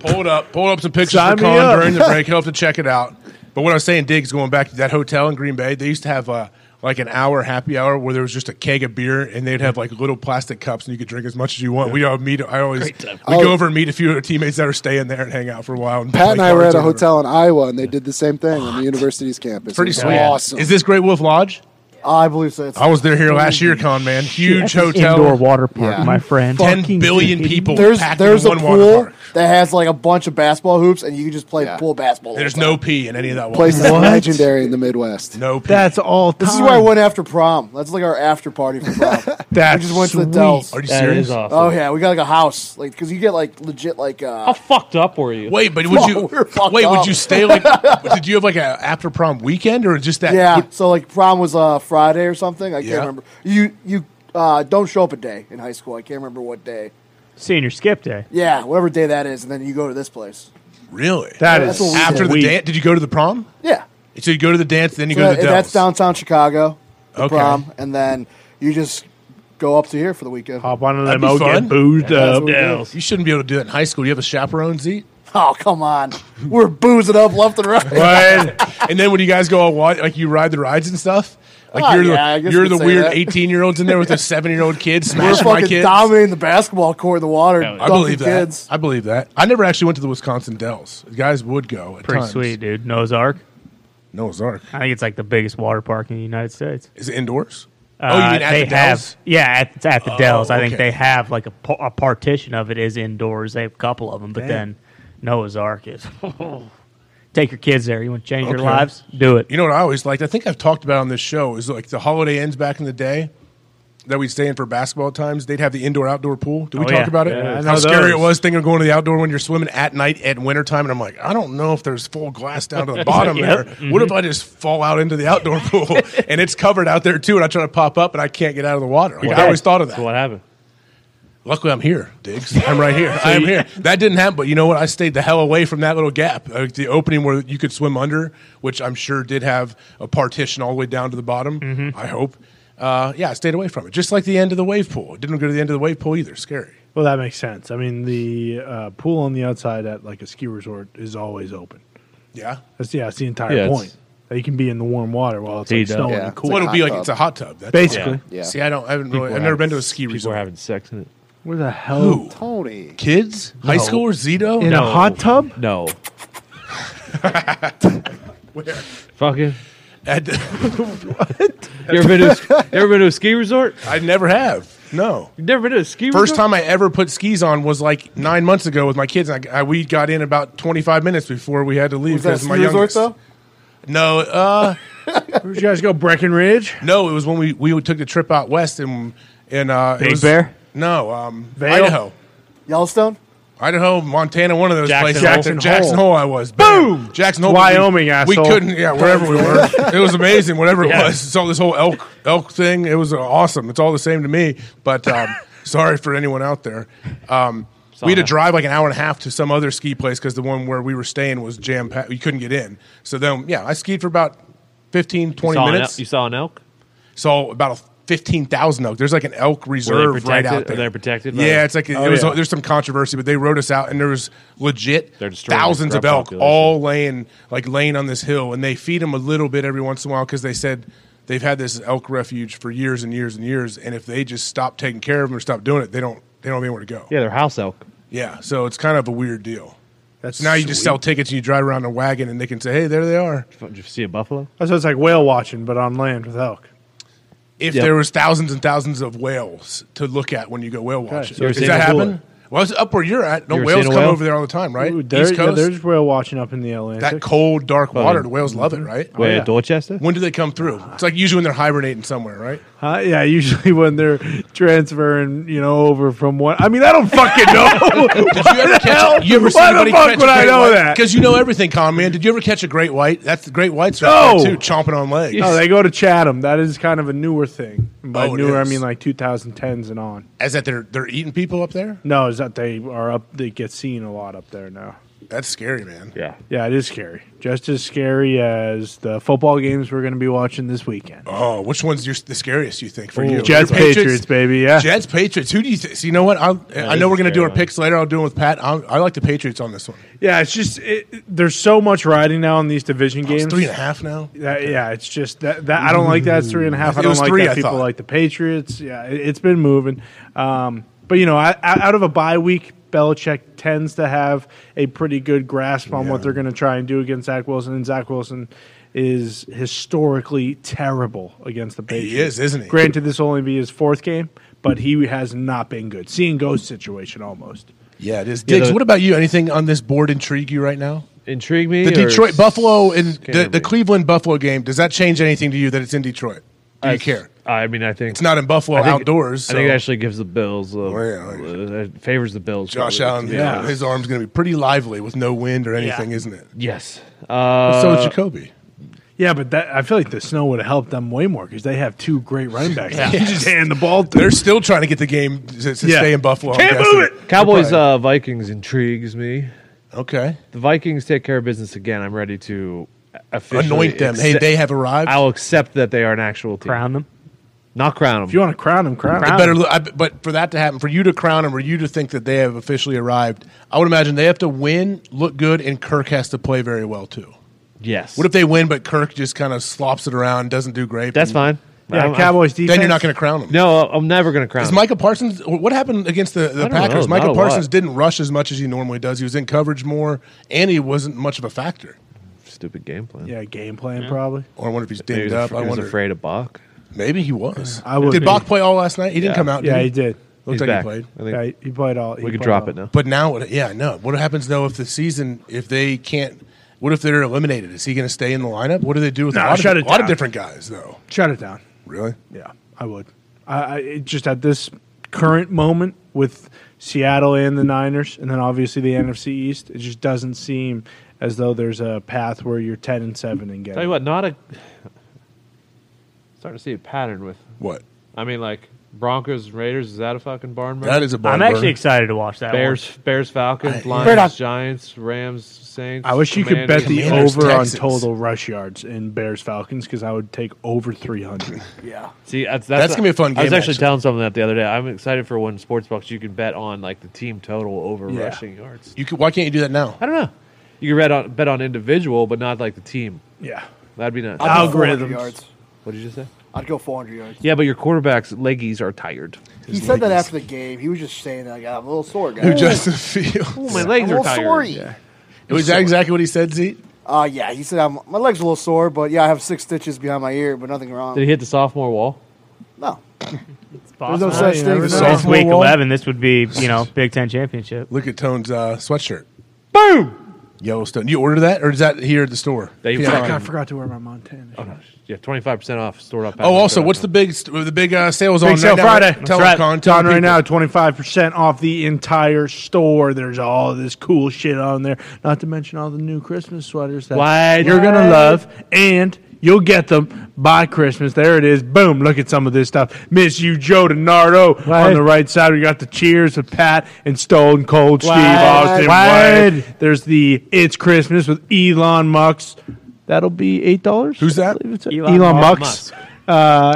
[SPEAKER 1] Pull it up. Pull up some pictures
[SPEAKER 3] Sign
[SPEAKER 1] for
[SPEAKER 3] me
[SPEAKER 1] Colin
[SPEAKER 3] up.
[SPEAKER 1] during the break. He'll have to check it out. But what I was saying, Diggs, going back to that hotel in Green Bay, they used to have uh, like an hour happy hour where there was just a keg of beer, and they'd have like little plastic cups, and you could drink as much as you want. We all meet. I always we go
[SPEAKER 6] Oh.
[SPEAKER 1] over and meet a few of our teammates that are staying there and hang out for a while.
[SPEAKER 6] Pat and I were at a
[SPEAKER 1] hotel.
[SPEAKER 6] hotel in Iowa, and they did the same thing on the university's campus.
[SPEAKER 1] Pretty
[SPEAKER 6] It was
[SPEAKER 1] sweet.
[SPEAKER 6] Awesome.
[SPEAKER 1] Oh, Is this Great Wolf Lodge?
[SPEAKER 7] I believe so. It's
[SPEAKER 1] I was there here last year, con man. Huge
[SPEAKER 2] That's an
[SPEAKER 1] hotel.
[SPEAKER 2] Indoor water park,
[SPEAKER 6] Yeah.
[SPEAKER 2] my friend.
[SPEAKER 1] 10 billion people
[SPEAKER 7] there's
[SPEAKER 1] packed
[SPEAKER 7] there's
[SPEAKER 1] in
[SPEAKER 7] a
[SPEAKER 1] one water
[SPEAKER 7] pool
[SPEAKER 1] park.
[SPEAKER 7] that has like a bunch of basketball hoops, and you can just play
[SPEAKER 6] Yeah.
[SPEAKER 7] pool basketball. the
[SPEAKER 1] There's
[SPEAKER 7] whole
[SPEAKER 1] no
[SPEAKER 7] time.
[SPEAKER 1] pee in any of that water.
[SPEAKER 6] place is
[SPEAKER 3] What?
[SPEAKER 6] legendary in the Midwest?
[SPEAKER 1] No pee.
[SPEAKER 3] That's all. Time.
[SPEAKER 7] This is where I went after prom. That's like our after party for prom.
[SPEAKER 3] That's
[SPEAKER 7] we just went to the
[SPEAKER 3] sweet.
[SPEAKER 7] Dells.
[SPEAKER 1] Are you
[SPEAKER 4] That
[SPEAKER 1] serious?
[SPEAKER 4] is awesome.
[SPEAKER 7] Oh yeah, we got like a house, like because you get like legit like uh,
[SPEAKER 4] How fucked up were you?
[SPEAKER 1] Wait, but would
[SPEAKER 7] Whoa,
[SPEAKER 1] you
[SPEAKER 7] we're fucked
[SPEAKER 1] wait? Would
[SPEAKER 7] up.
[SPEAKER 1] you stay like? did you have like a after prom weekend or just that?
[SPEAKER 7] yeah.
[SPEAKER 1] would-
[SPEAKER 7] So like prom was uh Friday or something. I
[SPEAKER 1] Yeah.
[SPEAKER 7] can't remember. You you uh, don't show up a day in high school. I can't remember what day.
[SPEAKER 2] Senior skip day.
[SPEAKER 7] Yeah, whatever day that is, and then you go to this place.
[SPEAKER 1] really.
[SPEAKER 3] That
[SPEAKER 7] That's
[SPEAKER 3] is
[SPEAKER 7] what we
[SPEAKER 1] after the
[SPEAKER 3] sweet.
[SPEAKER 1] dance. Did you go to the prom?
[SPEAKER 7] Yeah,
[SPEAKER 1] So you go to the dance, then you
[SPEAKER 7] So
[SPEAKER 1] go
[SPEAKER 7] that-
[SPEAKER 1] to the
[SPEAKER 7] that's
[SPEAKER 1] dance.
[SPEAKER 7] downtown Chicago. The
[SPEAKER 1] Okay.
[SPEAKER 7] prom, and then you just go up to here for the weekend.
[SPEAKER 3] Hop on a
[SPEAKER 1] That'd be
[SPEAKER 3] limo,
[SPEAKER 1] fun.
[SPEAKER 3] get boozed
[SPEAKER 7] that's
[SPEAKER 3] up.
[SPEAKER 7] what we do.
[SPEAKER 4] Dells.
[SPEAKER 1] You shouldn't be able to do that in high school. You have a chaperone seat,
[SPEAKER 7] Oh come on, we're boozing up left and right.
[SPEAKER 1] and then when you guys go on wa- like you ride the rides and stuff. Like
[SPEAKER 7] Oh,
[SPEAKER 1] you're the
[SPEAKER 7] yeah, I guess
[SPEAKER 1] you're
[SPEAKER 7] we'd
[SPEAKER 1] the
[SPEAKER 7] say
[SPEAKER 1] weird
[SPEAKER 7] that.
[SPEAKER 1] eighteen year olds in there with the seven year old kids
[SPEAKER 7] We're
[SPEAKER 1] smashing my
[SPEAKER 7] fucking
[SPEAKER 1] kids.
[SPEAKER 7] dominating the basketball court in the water.
[SPEAKER 4] Hell yeah.
[SPEAKER 1] I
[SPEAKER 7] dunking
[SPEAKER 1] believe that.
[SPEAKER 7] kids.
[SPEAKER 1] I believe that. I never actually went to the Wisconsin Dells. The guys would go. At
[SPEAKER 2] Pretty
[SPEAKER 1] times.
[SPEAKER 2] sweet, dude. Noah's Ark.
[SPEAKER 1] Noah's Ark.
[SPEAKER 2] I think it's like the biggest water park in the United States.
[SPEAKER 1] Is it indoors? Oh,
[SPEAKER 2] Uh, they
[SPEAKER 1] Dells? Oh,
[SPEAKER 2] have, yeah, at, it's at the Dells. I think
[SPEAKER 1] okay.
[SPEAKER 2] they have like a, pa- a partition of it is indoors. They have a couple of them, but then Noah's Ark is. Take your kids there. You want to change your
[SPEAKER 1] Okay.
[SPEAKER 2] lives? Do it.
[SPEAKER 1] You know what I always liked? I think I've talked about on this show is like the holiday ends back in the day that we'd stay in for basketball times. They'd have the indoor outdoor pool. Did we
[SPEAKER 2] Oh,
[SPEAKER 1] talk
[SPEAKER 2] yeah.
[SPEAKER 1] about it?
[SPEAKER 3] Yeah, I know
[SPEAKER 1] How scary it
[SPEAKER 3] those.
[SPEAKER 1] was thinking of going to the outdoor when you're swimming at night at wintertime. And I'm like, I don't know if there's full glass down to the bottom
[SPEAKER 2] Yep. Mm-hmm.
[SPEAKER 1] there.
[SPEAKER 3] Mm-hmm.
[SPEAKER 1] What if I just fall out into the outdoor pool and it's covered out there too? And I try to pop up and I can't get out of the water. Like, I always thought of
[SPEAKER 4] So
[SPEAKER 1] that.
[SPEAKER 4] what happened?
[SPEAKER 1] Luckily, I'm here, Diggs. I'm right here. I am here. That didn't happen, but you know what? I stayed the hell away from that little gap, like the opening where you could swim under, which I'm sure did have a partition all the way down to the bottom. I hope. Uh, yeah, I stayed away from it. Just like the end of the wave pool. Didn't go to the end of the wave pool either. Scary.
[SPEAKER 3] Well, that makes sense. I mean, the uh, pool on the outside at like a ski resort is always open.
[SPEAKER 1] Yeah.
[SPEAKER 3] That's yeah, that's the entire
[SPEAKER 4] Yeah, it's-
[SPEAKER 3] point. That you can be in the warm water while it's
[SPEAKER 4] He
[SPEAKER 3] like
[SPEAKER 4] does.
[SPEAKER 3] snowing
[SPEAKER 6] Yeah.
[SPEAKER 3] and
[SPEAKER 1] Well,
[SPEAKER 3] cool.
[SPEAKER 6] It's
[SPEAKER 1] it'll
[SPEAKER 6] like
[SPEAKER 1] be
[SPEAKER 6] a
[SPEAKER 1] like
[SPEAKER 6] hot
[SPEAKER 1] it's a hot tub. That's
[SPEAKER 3] Basically,
[SPEAKER 6] Yeah.
[SPEAKER 1] See, I don't. I haven't. Really, I've never been to a ski
[SPEAKER 4] People
[SPEAKER 1] resort.
[SPEAKER 4] are having sex in it.
[SPEAKER 3] where the hell?
[SPEAKER 1] Who?
[SPEAKER 6] Tony.
[SPEAKER 1] Kids? High
[SPEAKER 3] No.
[SPEAKER 1] school or Zito?
[SPEAKER 3] In a hot tub?
[SPEAKER 4] No.
[SPEAKER 1] Where?
[SPEAKER 4] Fucking.
[SPEAKER 1] At-
[SPEAKER 4] You ever been to? A, you ever been to a ski resort?
[SPEAKER 1] I never have. No.
[SPEAKER 4] You never been to a ski resort?
[SPEAKER 1] First time I ever put skis on was like nine months ago with my kids. And I, I, we got in about 25 minutes before we had to
[SPEAKER 6] Was
[SPEAKER 1] leave.
[SPEAKER 6] that a
[SPEAKER 1] 'cause
[SPEAKER 6] ski
[SPEAKER 1] my
[SPEAKER 6] resort
[SPEAKER 1] youngest-
[SPEAKER 6] though?
[SPEAKER 1] No, uh,
[SPEAKER 3] Where'd you guys go? Breckenridge,
[SPEAKER 1] no, it was when we, we took the trip out west and and uh, it
[SPEAKER 2] Big
[SPEAKER 1] was-
[SPEAKER 2] Bear?
[SPEAKER 1] No, um,
[SPEAKER 3] Vail?
[SPEAKER 1] Idaho,
[SPEAKER 6] Yellowstone?
[SPEAKER 1] Idaho, Montana, one of those
[SPEAKER 4] Jackson
[SPEAKER 1] places.
[SPEAKER 4] Hole.
[SPEAKER 1] Jackson, Jackson Hole. I was. Boom, Jackson Hole,
[SPEAKER 3] Wyoming,
[SPEAKER 1] We, we
[SPEAKER 3] asshole.
[SPEAKER 1] couldn't. Yeah, wherever we were, it was amazing. Whatever it
[SPEAKER 4] Yeah.
[SPEAKER 1] was, it's all this whole elk elk thing. It was uh, awesome. It's all the same to me. But um, sorry for anyone out there. Um, we had to
[SPEAKER 4] Sauna.
[SPEAKER 1] drive like an hour and a half to some other ski place because the one where we were staying was jam packed. You couldn't get in. So then, yeah, I skied for about 15, 20
[SPEAKER 4] saw an
[SPEAKER 1] minutes.
[SPEAKER 4] el- you saw an elk?
[SPEAKER 1] So about a fifteen thousand elk. There's like an elk reserve right
[SPEAKER 4] protected?
[SPEAKER 1] out there.
[SPEAKER 4] Are they protected by-
[SPEAKER 1] Yeah, it's like
[SPEAKER 3] Oh,
[SPEAKER 1] it was.
[SPEAKER 3] yeah.
[SPEAKER 1] There's some controversy, but they wrote us out, and there was legit
[SPEAKER 4] They're destroying the
[SPEAKER 1] thousands of
[SPEAKER 4] grub
[SPEAKER 1] elk
[SPEAKER 4] population.
[SPEAKER 1] all laying like laying on this hill, and they feed them a little bit every once in a while because they said they've had this elk refuge for years and years and years, and if they just stop taking care of them or stop doing it, they don't they don't have anywhere to go.
[SPEAKER 4] Yeah, they're house elk.
[SPEAKER 1] Yeah, so it's kind of a weird deal.
[SPEAKER 3] That's
[SPEAKER 1] So now you just sell tickets and you drive around in a wagon, and they can say, "Hey, there they are."
[SPEAKER 4] Did you see a buffalo?
[SPEAKER 3] Oh, So it's like whale watching, but on land with elk.
[SPEAKER 1] if
[SPEAKER 4] Yep.
[SPEAKER 1] there was thousands and thousands of whales to look at when you go whale watching.
[SPEAKER 4] You ever
[SPEAKER 1] Does
[SPEAKER 4] seen
[SPEAKER 1] that
[SPEAKER 4] a whale?
[SPEAKER 1] happen? Well, it's up where you're at. No
[SPEAKER 4] You ever
[SPEAKER 1] whales
[SPEAKER 4] seen a
[SPEAKER 1] come
[SPEAKER 4] whale?
[SPEAKER 1] over there all the time, right?
[SPEAKER 3] Ooh, there-
[SPEAKER 1] East
[SPEAKER 3] yeah,
[SPEAKER 1] Coast.
[SPEAKER 3] there's whale watching up in the Atlantic.
[SPEAKER 1] that cold, dark
[SPEAKER 4] Oh,
[SPEAKER 1] water.
[SPEAKER 4] yeah.
[SPEAKER 1] The whales love it, right?
[SPEAKER 3] Oh,
[SPEAKER 4] Wait, Dorchester?
[SPEAKER 1] When do they come through? It's like usually when they're hibernating somewhere, right?
[SPEAKER 3] Huh? Uh, Yeah, usually when they're transferring, you know, over from one. I mean, I don't fucking know.
[SPEAKER 1] Did you ever catch? You ever see
[SPEAKER 3] Why the
[SPEAKER 1] anybody
[SPEAKER 3] fuck
[SPEAKER 1] catch
[SPEAKER 3] would
[SPEAKER 1] a
[SPEAKER 3] I
[SPEAKER 1] great
[SPEAKER 3] know
[SPEAKER 1] white?
[SPEAKER 3] that?
[SPEAKER 1] Because you know everything, con man. Did you ever catch a great white? That's the great whites right
[SPEAKER 3] No.
[SPEAKER 1] there too, chomping on legs.
[SPEAKER 3] no, Oh, they go to Chatham. That is kind of a newer thing. And by
[SPEAKER 1] Oh, it
[SPEAKER 3] newer, I
[SPEAKER 1] is.
[SPEAKER 3] mean like 2010s and on.
[SPEAKER 1] As that they're they're eating people up there.
[SPEAKER 3] No, is that they are up? They get seen a lot up there now.
[SPEAKER 1] That's scary, man.
[SPEAKER 4] Yeah.
[SPEAKER 3] Yeah, it is scary. Just as scary as the football games we're going to be watching this weekend.
[SPEAKER 1] Oh, which one's your, the scariest you think for you?
[SPEAKER 3] Jets,
[SPEAKER 1] Your
[SPEAKER 3] Patriots, baby. Yeah,
[SPEAKER 1] Jets, Patriots. Who do you think? So you know what? I'll, I know
[SPEAKER 4] is
[SPEAKER 1] we're
[SPEAKER 4] a
[SPEAKER 1] going to do
[SPEAKER 4] scary
[SPEAKER 1] our
[SPEAKER 4] one.
[SPEAKER 1] picks later. I'll do them with Pat. I'll, I like the Patriots on this one.
[SPEAKER 3] yeah. It's just it, there's so much riding now in these division
[SPEAKER 1] It's
[SPEAKER 3] games.
[SPEAKER 1] three and a half now.
[SPEAKER 3] That- yeah, it's just that, that I don't like that it's three and a half. I
[SPEAKER 1] It
[SPEAKER 3] don't
[SPEAKER 1] was
[SPEAKER 3] like
[SPEAKER 1] three,
[SPEAKER 3] that
[SPEAKER 1] I
[SPEAKER 3] people
[SPEAKER 1] thought.
[SPEAKER 3] like the Patriots. Yeah, it, it's been moving. Um, but you know, I, I- out of a bye week, Belichick tends to have a pretty good grasp on what
[SPEAKER 1] Yeah.
[SPEAKER 3] they're going to try and do against Zach Wilson, and Zach Wilson is historically terrible against the Patriots.
[SPEAKER 1] is, isn't he?
[SPEAKER 3] Granted, this will only be his fourth game, but he has not been good. Seeing ghost situation almost.
[SPEAKER 1] Yeah, it is. Diggs,
[SPEAKER 4] the-
[SPEAKER 1] what about you? Anything on this board intrigue you right now?
[SPEAKER 4] Intrigue me.
[SPEAKER 1] The
[SPEAKER 4] or
[SPEAKER 1] Detroit Buffalo and
[SPEAKER 4] scare
[SPEAKER 1] the, the
[SPEAKER 4] me?
[SPEAKER 1] Cleveland Buffalo game. Does that change anything to you that it's in Detroit? Do you
[SPEAKER 4] I-
[SPEAKER 1] care?
[SPEAKER 4] I mean, I think
[SPEAKER 1] It's not in Buffalo
[SPEAKER 4] I think-
[SPEAKER 1] outdoors. So
[SPEAKER 4] I think it actually gives the Bills. A,
[SPEAKER 1] Oh, yeah,
[SPEAKER 4] uh, it favors the Bills.
[SPEAKER 1] Josh Allen,
[SPEAKER 4] probably.
[SPEAKER 1] you know, his arm's going to be pretty lively with no wind or anything, isn't it?
[SPEAKER 4] Yes. Uh,
[SPEAKER 1] so is Jacoby.
[SPEAKER 3] Yeah, but that I feel like the snow would have helped them way more because they have two great running backs.
[SPEAKER 1] Yeah.
[SPEAKER 3] You just hand the ball to
[SPEAKER 1] They're still trying to get the game Uh, to, to
[SPEAKER 3] Yeah.
[SPEAKER 1] stay in Buffalo. I'm
[SPEAKER 3] Can't
[SPEAKER 1] guessing.
[SPEAKER 3] move it!
[SPEAKER 4] Cowboys uh, Vikings intrigues me.
[SPEAKER 1] Okay.
[SPEAKER 4] The Vikings take care of business again. I'm ready to officially
[SPEAKER 1] Anoint them. Hey,
[SPEAKER 4] accept-
[SPEAKER 1] they have arrived.
[SPEAKER 4] I'll accept that they are an actual team.
[SPEAKER 2] Crown them.
[SPEAKER 4] Not crown them.
[SPEAKER 3] If you want to crown him, crown
[SPEAKER 1] It
[SPEAKER 3] him.
[SPEAKER 1] better, look- I, but for that to happen, for you to crown them, for you to think that they have officially arrived, I would imagine they have to win, look good, and Kirk has to play very well too.
[SPEAKER 4] yes.
[SPEAKER 1] What if they win, but Kirk just kind of slops it around, doesn't do great?
[SPEAKER 4] That's
[SPEAKER 1] and-
[SPEAKER 4] fine.
[SPEAKER 3] Yeah,
[SPEAKER 4] I'm- I'm-
[SPEAKER 3] Cowboys defense.
[SPEAKER 1] Then you're not going to crown him.
[SPEAKER 4] No, I'm never going to crown.
[SPEAKER 1] Is
[SPEAKER 4] them.
[SPEAKER 1] Micah Parsons? What happened against the, the
[SPEAKER 4] I don't know,
[SPEAKER 1] Packers?
[SPEAKER 4] not a
[SPEAKER 1] Micah
[SPEAKER 4] lot.
[SPEAKER 1] Parsons didn't rush as much as he normally does. He was in coverage more, and he wasn't much of a factor.
[SPEAKER 4] Stupid game plan.
[SPEAKER 3] Yeah, game plan probably.
[SPEAKER 1] Or I wonder if he's
[SPEAKER 4] Maybe he
[SPEAKER 1] dinged
[SPEAKER 4] was
[SPEAKER 1] up.
[SPEAKER 4] af-
[SPEAKER 1] I
[SPEAKER 4] he was
[SPEAKER 1] wonder.
[SPEAKER 4] afraid of Bach.
[SPEAKER 1] Maybe he was.
[SPEAKER 3] I would
[SPEAKER 1] Did
[SPEAKER 3] be.
[SPEAKER 1] Bach play all last night? He didn't
[SPEAKER 4] Yeah.
[SPEAKER 1] come out.
[SPEAKER 3] Yeah,
[SPEAKER 1] did
[SPEAKER 3] he did.
[SPEAKER 1] Looks
[SPEAKER 4] He's
[SPEAKER 1] like
[SPEAKER 4] back.
[SPEAKER 1] he played.
[SPEAKER 4] I think
[SPEAKER 3] Yeah, he- he played all.
[SPEAKER 4] we could drop it now.
[SPEAKER 1] But now, what- yeah, no. What happens though if the season if they can't? What if they're eliminated? Is he going to stay in the lineup? What do they do with
[SPEAKER 3] Nah,
[SPEAKER 1] a, lot
[SPEAKER 3] shut
[SPEAKER 1] of,
[SPEAKER 3] it
[SPEAKER 1] a lot of
[SPEAKER 3] down.
[SPEAKER 1] different guys, though?
[SPEAKER 3] Shut it down.
[SPEAKER 1] Really?
[SPEAKER 3] Yeah, I would. I, I it just at this current moment with Seattle and the Niners, and then obviously the NFC East, it just doesn't seem as though there's a path where you're ten and seven and
[SPEAKER 4] Tell you
[SPEAKER 3] getting.
[SPEAKER 4] what, not a. Starting to see a pattern with.
[SPEAKER 1] What?
[SPEAKER 4] I mean, like Broncos, Raiders. Is that a fucking barn burner?
[SPEAKER 1] That is a barn
[SPEAKER 2] I'm actually
[SPEAKER 1] burner.
[SPEAKER 2] excited to watch that.
[SPEAKER 4] Bears, Bears, Falcons,
[SPEAKER 6] Right on.
[SPEAKER 4] Lions, Giants, Rams, Saints.
[SPEAKER 3] I wish you could bet the
[SPEAKER 1] Commanders,
[SPEAKER 3] over
[SPEAKER 1] Texans.
[SPEAKER 3] on total rush yards in Bears Falcons because I would take over three hundred.
[SPEAKER 7] Yeah.
[SPEAKER 4] See, that's,
[SPEAKER 1] That's gonna be a fun
[SPEAKER 4] I was
[SPEAKER 1] game,
[SPEAKER 4] actually,
[SPEAKER 1] actually.
[SPEAKER 4] telling someone that the other day. I'm excited for when sportsbooks you can bet on like the team total over
[SPEAKER 3] Yeah.
[SPEAKER 4] rushing yards.
[SPEAKER 1] You could, why can't you do that now?
[SPEAKER 4] I don't know. You can bet on bet on individual, but not like the team.
[SPEAKER 3] yeah,
[SPEAKER 4] That'd be nice.
[SPEAKER 7] I'd go 400
[SPEAKER 3] Algorithms.
[SPEAKER 7] Yards.
[SPEAKER 4] what did you just say?
[SPEAKER 7] I'd go 400 yards.
[SPEAKER 4] Yeah, but your quarterback's leggies are tired.
[SPEAKER 7] He said that after the game. He was just saying that. Like, I'm a little sore, guys.
[SPEAKER 1] Who Justin Fields?
[SPEAKER 4] my
[SPEAKER 7] I'm
[SPEAKER 4] legs
[SPEAKER 7] a
[SPEAKER 4] are
[SPEAKER 7] little sore.
[SPEAKER 4] tired.
[SPEAKER 1] Was that exactly what he said, Zeke?
[SPEAKER 7] Uh, yeah, he said I'm, my leg's a little sore, but yeah, I have six stitches behind my ear, but nothing wrong.
[SPEAKER 4] Did he hit the sophomore wall?
[SPEAKER 7] no,
[SPEAKER 2] There's
[SPEAKER 7] no such thing as
[SPEAKER 2] Since
[SPEAKER 7] sophomore
[SPEAKER 2] week
[SPEAKER 7] wall.
[SPEAKER 2] 11, this would be you know Big Ten championship.
[SPEAKER 1] Look at Tone's uh, sweatshirt. Boom! Yellowstone. You order that, or is that here at the store?
[SPEAKER 4] They
[SPEAKER 1] Yeah.
[SPEAKER 4] fucking-
[SPEAKER 3] I forgot to wear my Montana.
[SPEAKER 4] Oh, no. Yeah, twenty five percent off. Stored up.
[SPEAKER 1] Oh, also, what's the big st- the big uh, sales on
[SPEAKER 3] Big
[SPEAKER 1] right
[SPEAKER 3] Sale
[SPEAKER 1] now?
[SPEAKER 3] Friday.
[SPEAKER 1] Tell
[SPEAKER 2] That's
[SPEAKER 1] them,
[SPEAKER 2] right.
[SPEAKER 1] Con,
[SPEAKER 3] It's
[SPEAKER 1] tell
[SPEAKER 3] on right
[SPEAKER 1] people.
[SPEAKER 3] now, 25% off the entire store. There's all this cool shit on there, not to mention all the new Christmas sweaters that
[SPEAKER 4] Why-
[SPEAKER 3] you're going to love, and you'll get them by Christmas. There it is. Boom. Look at some of this stuff. Miss you, Joe DiNardo
[SPEAKER 4] Why-
[SPEAKER 3] on the right side. We got the cheers of Pat and Stone Cold Steve Austin.
[SPEAKER 4] Why-
[SPEAKER 3] Why- There's the It's Christmas with Elon Musk. That'll be $8.
[SPEAKER 1] Who's that?
[SPEAKER 3] I believe it's
[SPEAKER 2] Elon
[SPEAKER 3] Elon,
[SPEAKER 2] Musk.
[SPEAKER 3] Musk.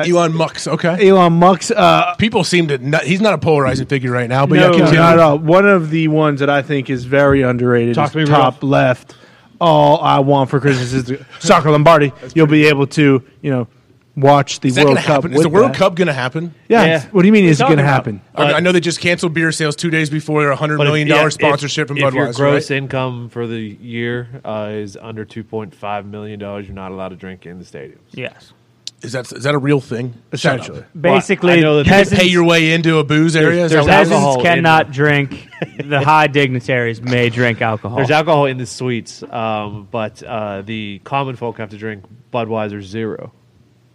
[SPEAKER 1] Elon Musk. Okay.
[SPEAKER 3] Uh, Elon Musk. Uh,
[SPEAKER 1] People seem to. Not, he's not a polarizing figure right now, Oh, but
[SPEAKER 3] no,
[SPEAKER 1] yeah, continue.
[SPEAKER 3] not at all. One of the ones that I think is very underrated
[SPEAKER 4] Talk
[SPEAKER 3] is
[SPEAKER 4] to me,
[SPEAKER 3] top left. All I want for Christmas is the soccer Lombardi. You'll be able to, you know, watch the
[SPEAKER 1] Is that
[SPEAKER 3] World
[SPEAKER 1] gonna
[SPEAKER 3] Cup.
[SPEAKER 1] happen? Is the
[SPEAKER 3] with
[SPEAKER 1] World
[SPEAKER 3] that.
[SPEAKER 1] Cup going to happen?
[SPEAKER 3] Yeah.
[SPEAKER 4] Yeah.
[SPEAKER 3] What do you mean?
[SPEAKER 4] What are
[SPEAKER 3] Is it
[SPEAKER 4] you
[SPEAKER 3] going to
[SPEAKER 4] talking about?
[SPEAKER 3] happen?
[SPEAKER 1] I, mean, I know they just canceled beer sales two days before their hundred
[SPEAKER 4] But
[SPEAKER 1] million
[SPEAKER 4] if-
[SPEAKER 1] dollar
[SPEAKER 4] if-
[SPEAKER 1] sponsorship from
[SPEAKER 4] If
[SPEAKER 1] Budweiser.
[SPEAKER 4] your gross
[SPEAKER 1] right?
[SPEAKER 4] income for the year uh, is under two point five million dollars, you're not allowed to drink in the stadium.
[SPEAKER 2] Yes.
[SPEAKER 1] Is that is that a real thing?
[SPEAKER 3] Essentially.
[SPEAKER 4] Well, I
[SPEAKER 2] Basically,
[SPEAKER 4] know that- You
[SPEAKER 1] Shut up.
[SPEAKER 2] peasants,
[SPEAKER 1] Pay your way into a booze area. Is
[SPEAKER 4] there's
[SPEAKER 1] that what it is?
[SPEAKER 2] peasants
[SPEAKER 4] alcohol in
[SPEAKER 2] cannot drink. the high dignitaries may drink alcohol.
[SPEAKER 4] There's alcohol in the sweets, um, but uh, the common folk have to drink Budweiser Zero.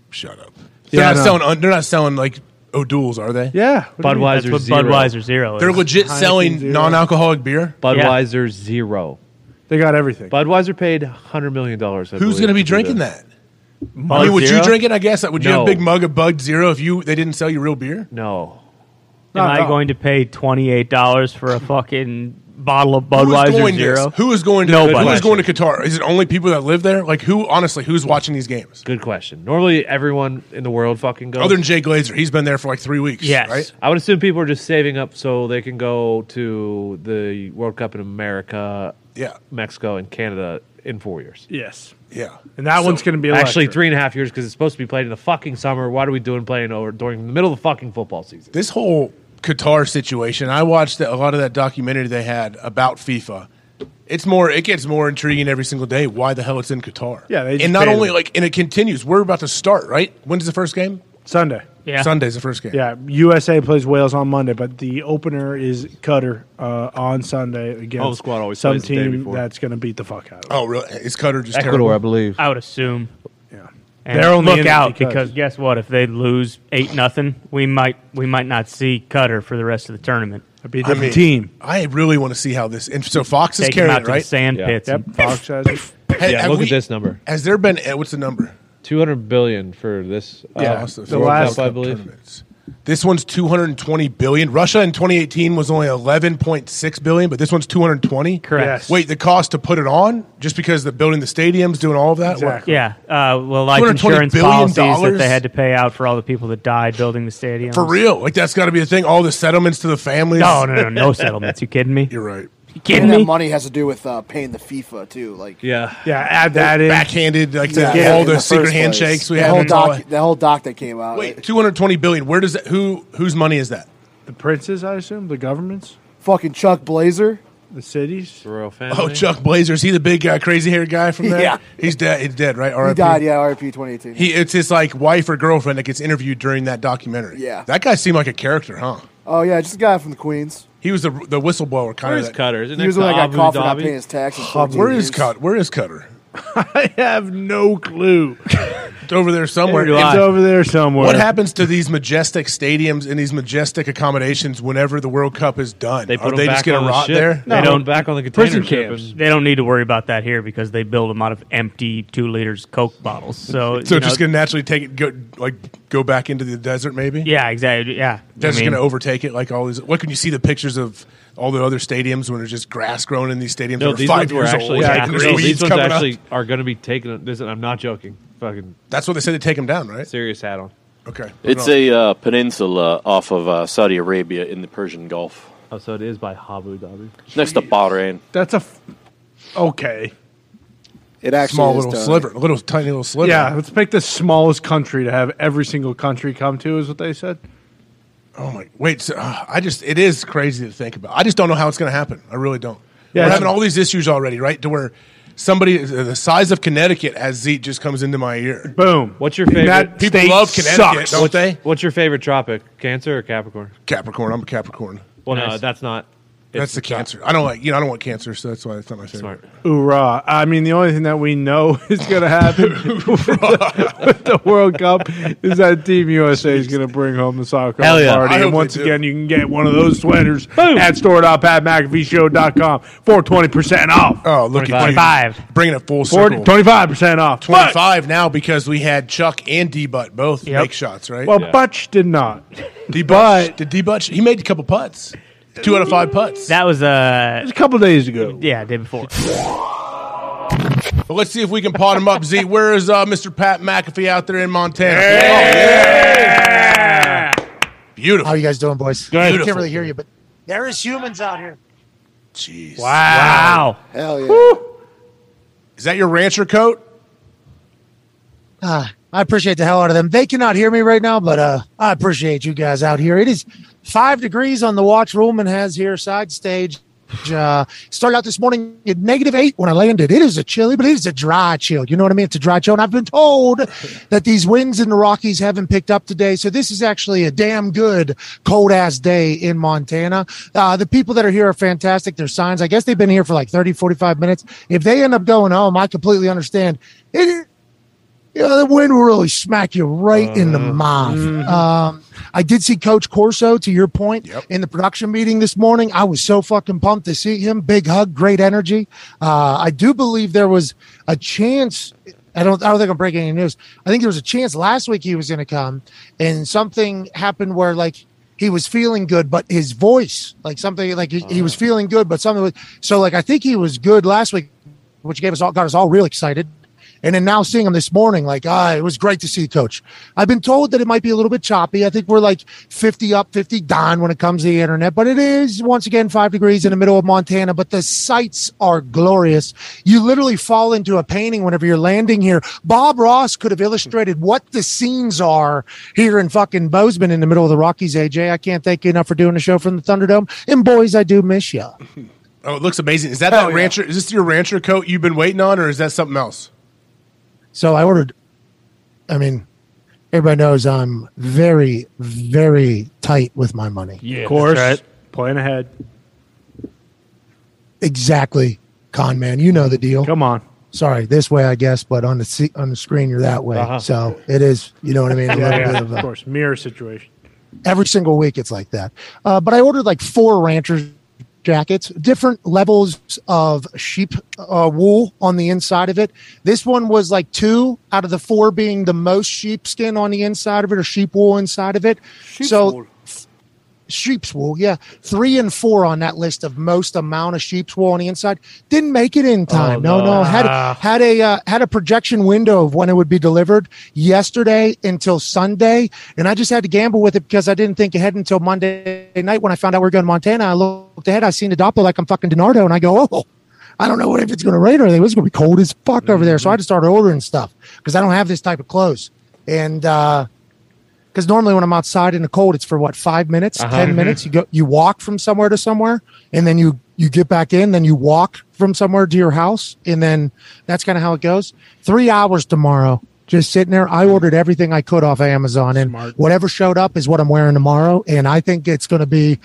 [SPEAKER 1] Shut up. They're
[SPEAKER 3] Yeah, I
[SPEAKER 1] not
[SPEAKER 3] know.
[SPEAKER 1] selling. un- They're not selling like O'Doul's, are they?
[SPEAKER 3] Yeah. What do you mean?
[SPEAKER 4] Budweiser
[SPEAKER 2] That's what
[SPEAKER 4] Zero.
[SPEAKER 2] Budweiser Zero is.
[SPEAKER 1] They're legit
[SPEAKER 3] Heineken
[SPEAKER 1] selling
[SPEAKER 3] Zero.
[SPEAKER 1] non-alcoholic beer.
[SPEAKER 4] Budweiser Zero.
[SPEAKER 3] They got everything.
[SPEAKER 4] Budweiser paid hundred million dollars.
[SPEAKER 1] Who's going to be drinking that? I mean, would you drink it? I guess. Would you have a
[SPEAKER 4] No.
[SPEAKER 1] big mug of Bug Zero if you they didn't sell you real beer?
[SPEAKER 4] No.
[SPEAKER 2] Am
[SPEAKER 3] Not at
[SPEAKER 2] I
[SPEAKER 3] all.
[SPEAKER 2] going to pay twenty eight dollars for a fucking bottle of
[SPEAKER 1] Who is
[SPEAKER 2] Budweiser
[SPEAKER 1] going to-
[SPEAKER 2] Zero?
[SPEAKER 1] Who is going to?
[SPEAKER 2] Nobody.
[SPEAKER 1] Who is going to Qatar? Is it only people that live there? Like who? Honestly, who's watching these games?
[SPEAKER 4] Good question. Normally, everyone in the world fucking goes.
[SPEAKER 1] Other than Jay Glazer, he's been there for like three weeks.
[SPEAKER 2] Yes.
[SPEAKER 1] right.
[SPEAKER 4] I would assume people are just saving up so they can go to the World Cup in America,
[SPEAKER 1] Yeah,
[SPEAKER 4] Mexico, and Canada in four years.
[SPEAKER 3] Yes.
[SPEAKER 1] yeah.
[SPEAKER 3] And that one's going to be electric.
[SPEAKER 4] Actually, three and a half years because it's supposed to be played in the fucking summer. What are we doing playing over during the middle of the fucking football season?
[SPEAKER 1] This whole Qatar situation, I watched a lot of that documentary they had about FIFA. It's more. It gets more intriguing every single day. Why the hell it's in Qatar?
[SPEAKER 3] Yeah, they just
[SPEAKER 1] and not
[SPEAKER 3] banned
[SPEAKER 1] only
[SPEAKER 3] it.
[SPEAKER 1] like, and it continues. We're about to start. Right? When's the first game?
[SPEAKER 3] Sunday.
[SPEAKER 2] yeah.
[SPEAKER 1] Sunday's the first game.
[SPEAKER 3] Yeah, USA plays Wales on Monday, but the opener is Cutter uh, on Sunday against
[SPEAKER 4] Home squad always
[SPEAKER 3] some
[SPEAKER 4] plays the day
[SPEAKER 3] team
[SPEAKER 4] before.
[SPEAKER 3] that's going to beat the fuck out of.
[SPEAKER 1] Oh, really? Is Qatar just
[SPEAKER 4] Ecuador, I
[SPEAKER 1] terrible?
[SPEAKER 4] believe.
[SPEAKER 2] I would assume.
[SPEAKER 3] them. Yeah.
[SPEAKER 2] And
[SPEAKER 3] They're only in
[SPEAKER 2] look
[SPEAKER 3] it
[SPEAKER 2] out
[SPEAKER 3] because-
[SPEAKER 2] because, guess what? If they lose eight nothing, we might we might not see Cutter for the rest of the tournament.
[SPEAKER 3] It'd be a
[SPEAKER 1] I
[SPEAKER 3] different
[SPEAKER 1] mean,
[SPEAKER 3] team.
[SPEAKER 1] I really want to see how this. And so Fox is
[SPEAKER 2] Take him
[SPEAKER 1] carrying
[SPEAKER 2] out
[SPEAKER 1] it,
[SPEAKER 2] to the
[SPEAKER 1] right?
[SPEAKER 2] sand
[SPEAKER 4] Yeah.
[SPEAKER 2] pits.
[SPEAKER 3] Yep.
[SPEAKER 2] and-
[SPEAKER 3] Fox has it.
[SPEAKER 1] Ha-
[SPEAKER 4] Yeah,
[SPEAKER 1] have
[SPEAKER 4] look
[SPEAKER 1] we-
[SPEAKER 4] at this number.
[SPEAKER 1] Has there been eh, what's the number?
[SPEAKER 4] Two hundred billion for this.
[SPEAKER 3] Yeah,
[SPEAKER 4] uh,
[SPEAKER 3] the
[SPEAKER 4] World
[SPEAKER 3] last
[SPEAKER 4] Cup, I believe.
[SPEAKER 1] tournaments. This one's 220 billion. Russia in 2018 was only 11.6 billion, but this one's 220.
[SPEAKER 2] Correct.
[SPEAKER 3] Yes.
[SPEAKER 1] Wait, the cost to put it on just because the building the stadiums doing all of that?
[SPEAKER 3] Exactly.
[SPEAKER 2] Yeah. Uh, well, life
[SPEAKER 1] $220
[SPEAKER 2] insurance
[SPEAKER 1] billion
[SPEAKER 2] policies that
[SPEAKER 1] dollars?
[SPEAKER 2] they had to pay out for all the people that died building the stadium.
[SPEAKER 1] For real? Like that's got to be a thing. All the settlements to the families.
[SPEAKER 2] No, no, no, no settlements. You kidding me?
[SPEAKER 1] You're right.
[SPEAKER 2] You
[SPEAKER 7] and
[SPEAKER 2] kidding
[SPEAKER 7] that
[SPEAKER 2] me?
[SPEAKER 7] money has to do with uh, paying the FIFA too. Like
[SPEAKER 4] Yeah.
[SPEAKER 3] Yeah, add that in.
[SPEAKER 1] Backhanded, like the-
[SPEAKER 7] yeah,
[SPEAKER 1] all
[SPEAKER 7] in
[SPEAKER 1] the,
[SPEAKER 7] first
[SPEAKER 1] secret
[SPEAKER 7] place.
[SPEAKER 1] handshakes we
[SPEAKER 7] the
[SPEAKER 1] had.
[SPEAKER 7] Whole
[SPEAKER 1] and all
[SPEAKER 7] doc,
[SPEAKER 1] that.
[SPEAKER 7] the whole doc that came out.
[SPEAKER 1] Wait,
[SPEAKER 7] like,
[SPEAKER 1] 220 billion. Where does that? Who whose money is that?
[SPEAKER 3] The princes, I assume, the governments,
[SPEAKER 7] fucking Chuck Blazer.
[SPEAKER 3] the cities.
[SPEAKER 4] Royal family.
[SPEAKER 1] Oh, Chuck Blazer. Is he the big uh, crazy haired guy from there?
[SPEAKER 7] Yeah.
[SPEAKER 1] He's dead. He's dead, right?
[SPEAKER 7] He
[SPEAKER 1] RIP.
[SPEAKER 7] died. Yeah, RIP 2018.
[SPEAKER 1] He, it's his like wife or girlfriend that gets interviewed during that documentary.
[SPEAKER 7] Yeah.
[SPEAKER 1] That guy seemed like a character, huh?
[SPEAKER 7] oh yeah, just a guy from the Queens.
[SPEAKER 1] He was the the whistleblower kind
[SPEAKER 4] Where's
[SPEAKER 1] of. that-
[SPEAKER 4] Cutter? Isn't
[SPEAKER 7] He was the
[SPEAKER 4] that
[SPEAKER 7] one that got
[SPEAKER 4] Abu
[SPEAKER 7] caught for not
[SPEAKER 4] Dhabi?
[SPEAKER 7] paying his taxes. for
[SPEAKER 1] Hub-
[SPEAKER 7] 14
[SPEAKER 1] Where is
[SPEAKER 7] years.
[SPEAKER 1] Cut? Where is Cutter?
[SPEAKER 3] I have no clue.
[SPEAKER 1] It's over there somewhere.
[SPEAKER 4] Neither do
[SPEAKER 1] If-
[SPEAKER 4] I.
[SPEAKER 3] It's over there somewhere.
[SPEAKER 1] What happens to these majestic stadiums and these majestic accommodations whenever the World Cup is done?
[SPEAKER 4] They put
[SPEAKER 1] Are
[SPEAKER 4] them
[SPEAKER 1] they
[SPEAKER 4] back
[SPEAKER 1] just going
[SPEAKER 4] on
[SPEAKER 1] to
[SPEAKER 4] the
[SPEAKER 1] rot
[SPEAKER 4] ship.
[SPEAKER 1] there?
[SPEAKER 4] They
[SPEAKER 2] No.
[SPEAKER 4] don't back on the container
[SPEAKER 3] Prison
[SPEAKER 4] ship
[SPEAKER 3] camps.
[SPEAKER 4] and-
[SPEAKER 2] They don't need to worry about that here because they build them out of empty two liters Coke bottles. So,
[SPEAKER 1] So
[SPEAKER 2] you
[SPEAKER 1] it's just
[SPEAKER 2] know,
[SPEAKER 1] going to naturally take it, go, like go back into the desert, maybe.
[SPEAKER 2] yeah, exactly. Yeah,
[SPEAKER 1] Desert's
[SPEAKER 2] I mean,
[SPEAKER 1] going to overtake it, like all these. What can you see the pictures of all the other stadiums when there's just grass growing in these stadiums?
[SPEAKER 4] No,
[SPEAKER 1] that are
[SPEAKER 4] these
[SPEAKER 1] five
[SPEAKER 4] ones were
[SPEAKER 1] years
[SPEAKER 4] actually.
[SPEAKER 1] old.
[SPEAKER 4] Yeah,
[SPEAKER 1] and
[SPEAKER 4] no,
[SPEAKER 1] there's
[SPEAKER 4] these
[SPEAKER 1] weeds
[SPEAKER 4] ones
[SPEAKER 1] coming up.
[SPEAKER 4] actually are going to be taken. This, I'm not joking. Fucking
[SPEAKER 1] That's what they said to take them down, right?
[SPEAKER 4] serious hat on.
[SPEAKER 1] Okay.
[SPEAKER 5] It's a uh, peninsula off of uh, Saudi Arabia in the Persian Gulf,
[SPEAKER 4] Oh, so it is by Abu Dhabi.
[SPEAKER 5] next to Bahrain.
[SPEAKER 3] That's a f- okay.
[SPEAKER 6] It actually
[SPEAKER 1] small
[SPEAKER 6] is
[SPEAKER 1] little
[SPEAKER 6] done.
[SPEAKER 1] sliver, a little tiny little sliver.
[SPEAKER 3] Yeah, let's pick the smallest country to have every single country come to. Is what they said.
[SPEAKER 1] Oh my! Wait, so, uh, I just it is crazy to think about. I just don't know how it's going to happen. I really don't. We're
[SPEAKER 3] Yeah, it's-
[SPEAKER 1] having all these issues already, right? To where somebody uh, the size of Connecticut as Zeke just comes into my ear.
[SPEAKER 3] Boom.
[SPEAKER 4] What's your favorite?
[SPEAKER 3] That
[SPEAKER 1] People
[SPEAKER 3] state
[SPEAKER 1] love Connecticut,
[SPEAKER 3] sucks.
[SPEAKER 1] don't they?
[SPEAKER 4] What's your favorite tropic? Cancer or Capricorn?
[SPEAKER 1] Capricorn. I'm a Capricorn.
[SPEAKER 4] Well, no,
[SPEAKER 2] Nice.
[SPEAKER 4] that's not.
[SPEAKER 1] That's the cancer. I don't like you know. I don't want cancer, so that's why it's not my favorite.
[SPEAKER 4] Smart.
[SPEAKER 3] Hoorah. I mean, the only thing that we know is going to happen with, the, with the World Cup is that Team USA is going to bring home the soccer
[SPEAKER 4] Hell yeah.
[SPEAKER 3] party.
[SPEAKER 1] I hope
[SPEAKER 3] And
[SPEAKER 1] they
[SPEAKER 3] once
[SPEAKER 1] do.
[SPEAKER 3] again, you can get one of those sweaters at store.patmcafeeshow.com for 20% off.
[SPEAKER 1] Oh, look at you.
[SPEAKER 2] 25.
[SPEAKER 1] Bringing it full
[SPEAKER 3] For
[SPEAKER 1] circle.
[SPEAKER 3] 25% off.
[SPEAKER 1] 25 now because we had Chuck and D Butt both
[SPEAKER 2] Yep.
[SPEAKER 1] make shots, right?
[SPEAKER 3] Well,
[SPEAKER 4] Yeah.
[SPEAKER 3] Butch did not.
[SPEAKER 1] D Butt did D Butt. He made a couple putts, two out of five putts.
[SPEAKER 2] that was uh,
[SPEAKER 3] Just a couple days ago.
[SPEAKER 2] yeah, day before.
[SPEAKER 1] But let's see if we can pot him up. Z, where is uh, Mr. Pat McAfee out there in Montana? Oh,
[SPEAKER 8] How
[SPEAKER 1] Beautiful.
[SPEAKER 8] you guys doing, boys?
[SPEAKER 1] Good.
[SPEAKER 8] I can't really hear you, but there is humans out here.
[SPEAKER 1] Jeez.
[SPEAKER 2] Wow.
[SPEAKER 6] Hell yeah.
[SPEAKER 1] Is that your rancher coat?
[SPEAKER 8] Ah, I appreciate the hell out of them. They cannot hear me right now, but uh, I appreciate you guys out here. It is five degrees on the watch Ruhlman has here, side stage. Uh, started out this morning at negative eight when I landed. It is a chilly, but it is a dry chill. You know what I mean? It's a dry chill. And I've been told that these winds in the Rockies haven't picked up today. So this is actually a damn good cold ass day in Montana. Uh, the people that are here are fantastic. Their signs, I guess they've been here for like 30, 45 minutes. If they end up going home, I completely understand. It, yeah, the wind will really smack you right in the mouth. Um, I did see Coach Corso, to your point, in the production meeting this morning. I was so fucking pumped to see him. Big hug, great energy. Uh, I do believe there was a chance. I don't. I don't think I'm breaking any news. I think there was a chance last week he was going to come, and something happened where like he was feeling good, but his voice, like something, like he, he was feeling good, but something. Was, so like I think he was good last week, which gave us all got us all real excited. And then now seeing him this morning, like, ah, it was great to see coach. I've been told that it might be a little bit choppy. I think we're like 50 up, 50 down when it comes to the internet, but it is once again five degrees in the middle of Montana, but the sights are glorious. You literally fall into a painting whenever you're landing here. Bob Ross could have illustrated what the scenes are here in fucking Bozeman in the middle of the Rockies, AJ. I can't thank you enough for doing the show from the Thunderdome. And boys, I do miss you.
[SPEAKER 1] Oh, it looks amazing. Is that
[SPEAKER 7] Hell
[SPEAKER 1] that
[SPEAKER 7] yeah.
[SPEAKER 1] rancher? Is this your rancher coat you've been waiting on, or is that something else?
[SPEAKER 8] So I ordered. I mean, everybody knows I'm very, very tight with my money.
[SPEAKER 3] Yeah, of course.
[SPEAKER 2] that's
[SPEAKER 3] Plan ahead.
[SPEAKER 8] Exactly, con man. You know the deal.
[SPEAKER 3] Come on.
[SPEAKER 8] Sorry, this way I guess, but on the se- on the screen you're that way.
[SPEAKER 4] Uh-huh.
[SPEAKER 8] So it is. You know what I mean? A little
[SPEAKER 3] Yeah,
[SPEAKER 8] bit
[SPEAKER 3] yeah,
[SPEAKER 8] of
[SPEAKER 3] of
[SPEAKER 8] a,
[SPEAKER 3] course. Mirror situation.
[SPEAKER 8] every single week it's like that. Uh, but I ordered like four ranchers jackets, different levels of sheep uh, wool on the inside of it. This one was like two out of the four being the most sheepskin on the inside of it or sheep wool inside of it.
[SPEAKER 7] Sheep's
[SPEAKER 8] so
[SPEAKER 7] wool.
[SPEAKER 8] sheep's wool. Yeah, three and four on that list of most amount of sheep's wool on the inside. Didn't make it in time. no, no, had had a uh, had a projection window of when it would be delivered yesterday until Sunday, and I just had to gamble with it because I didn't think ahead until Monday night when I found out we are going to Montana. I looked ahead, I seen the Doppler like I'm fucking Donardo, and I go, oh. I don't know if it's going to rain or anything. It's going to be cold as fuck over there. So I had to start ordering stuff because I don't have this type of clothes. And uh, because normally when I'm outside in the cold, it's for what five minutes, ten minutes. You go, you walk from somewhere to somewhere, and then you you get back in, then you walk from somewhere to your house, and then that's kind of how it goes. Three hours tomorrow, just sitting there. I ordered everything I could off Amazon, and whatever showed up is what I'm wearing tomorrow. And I think it's going to be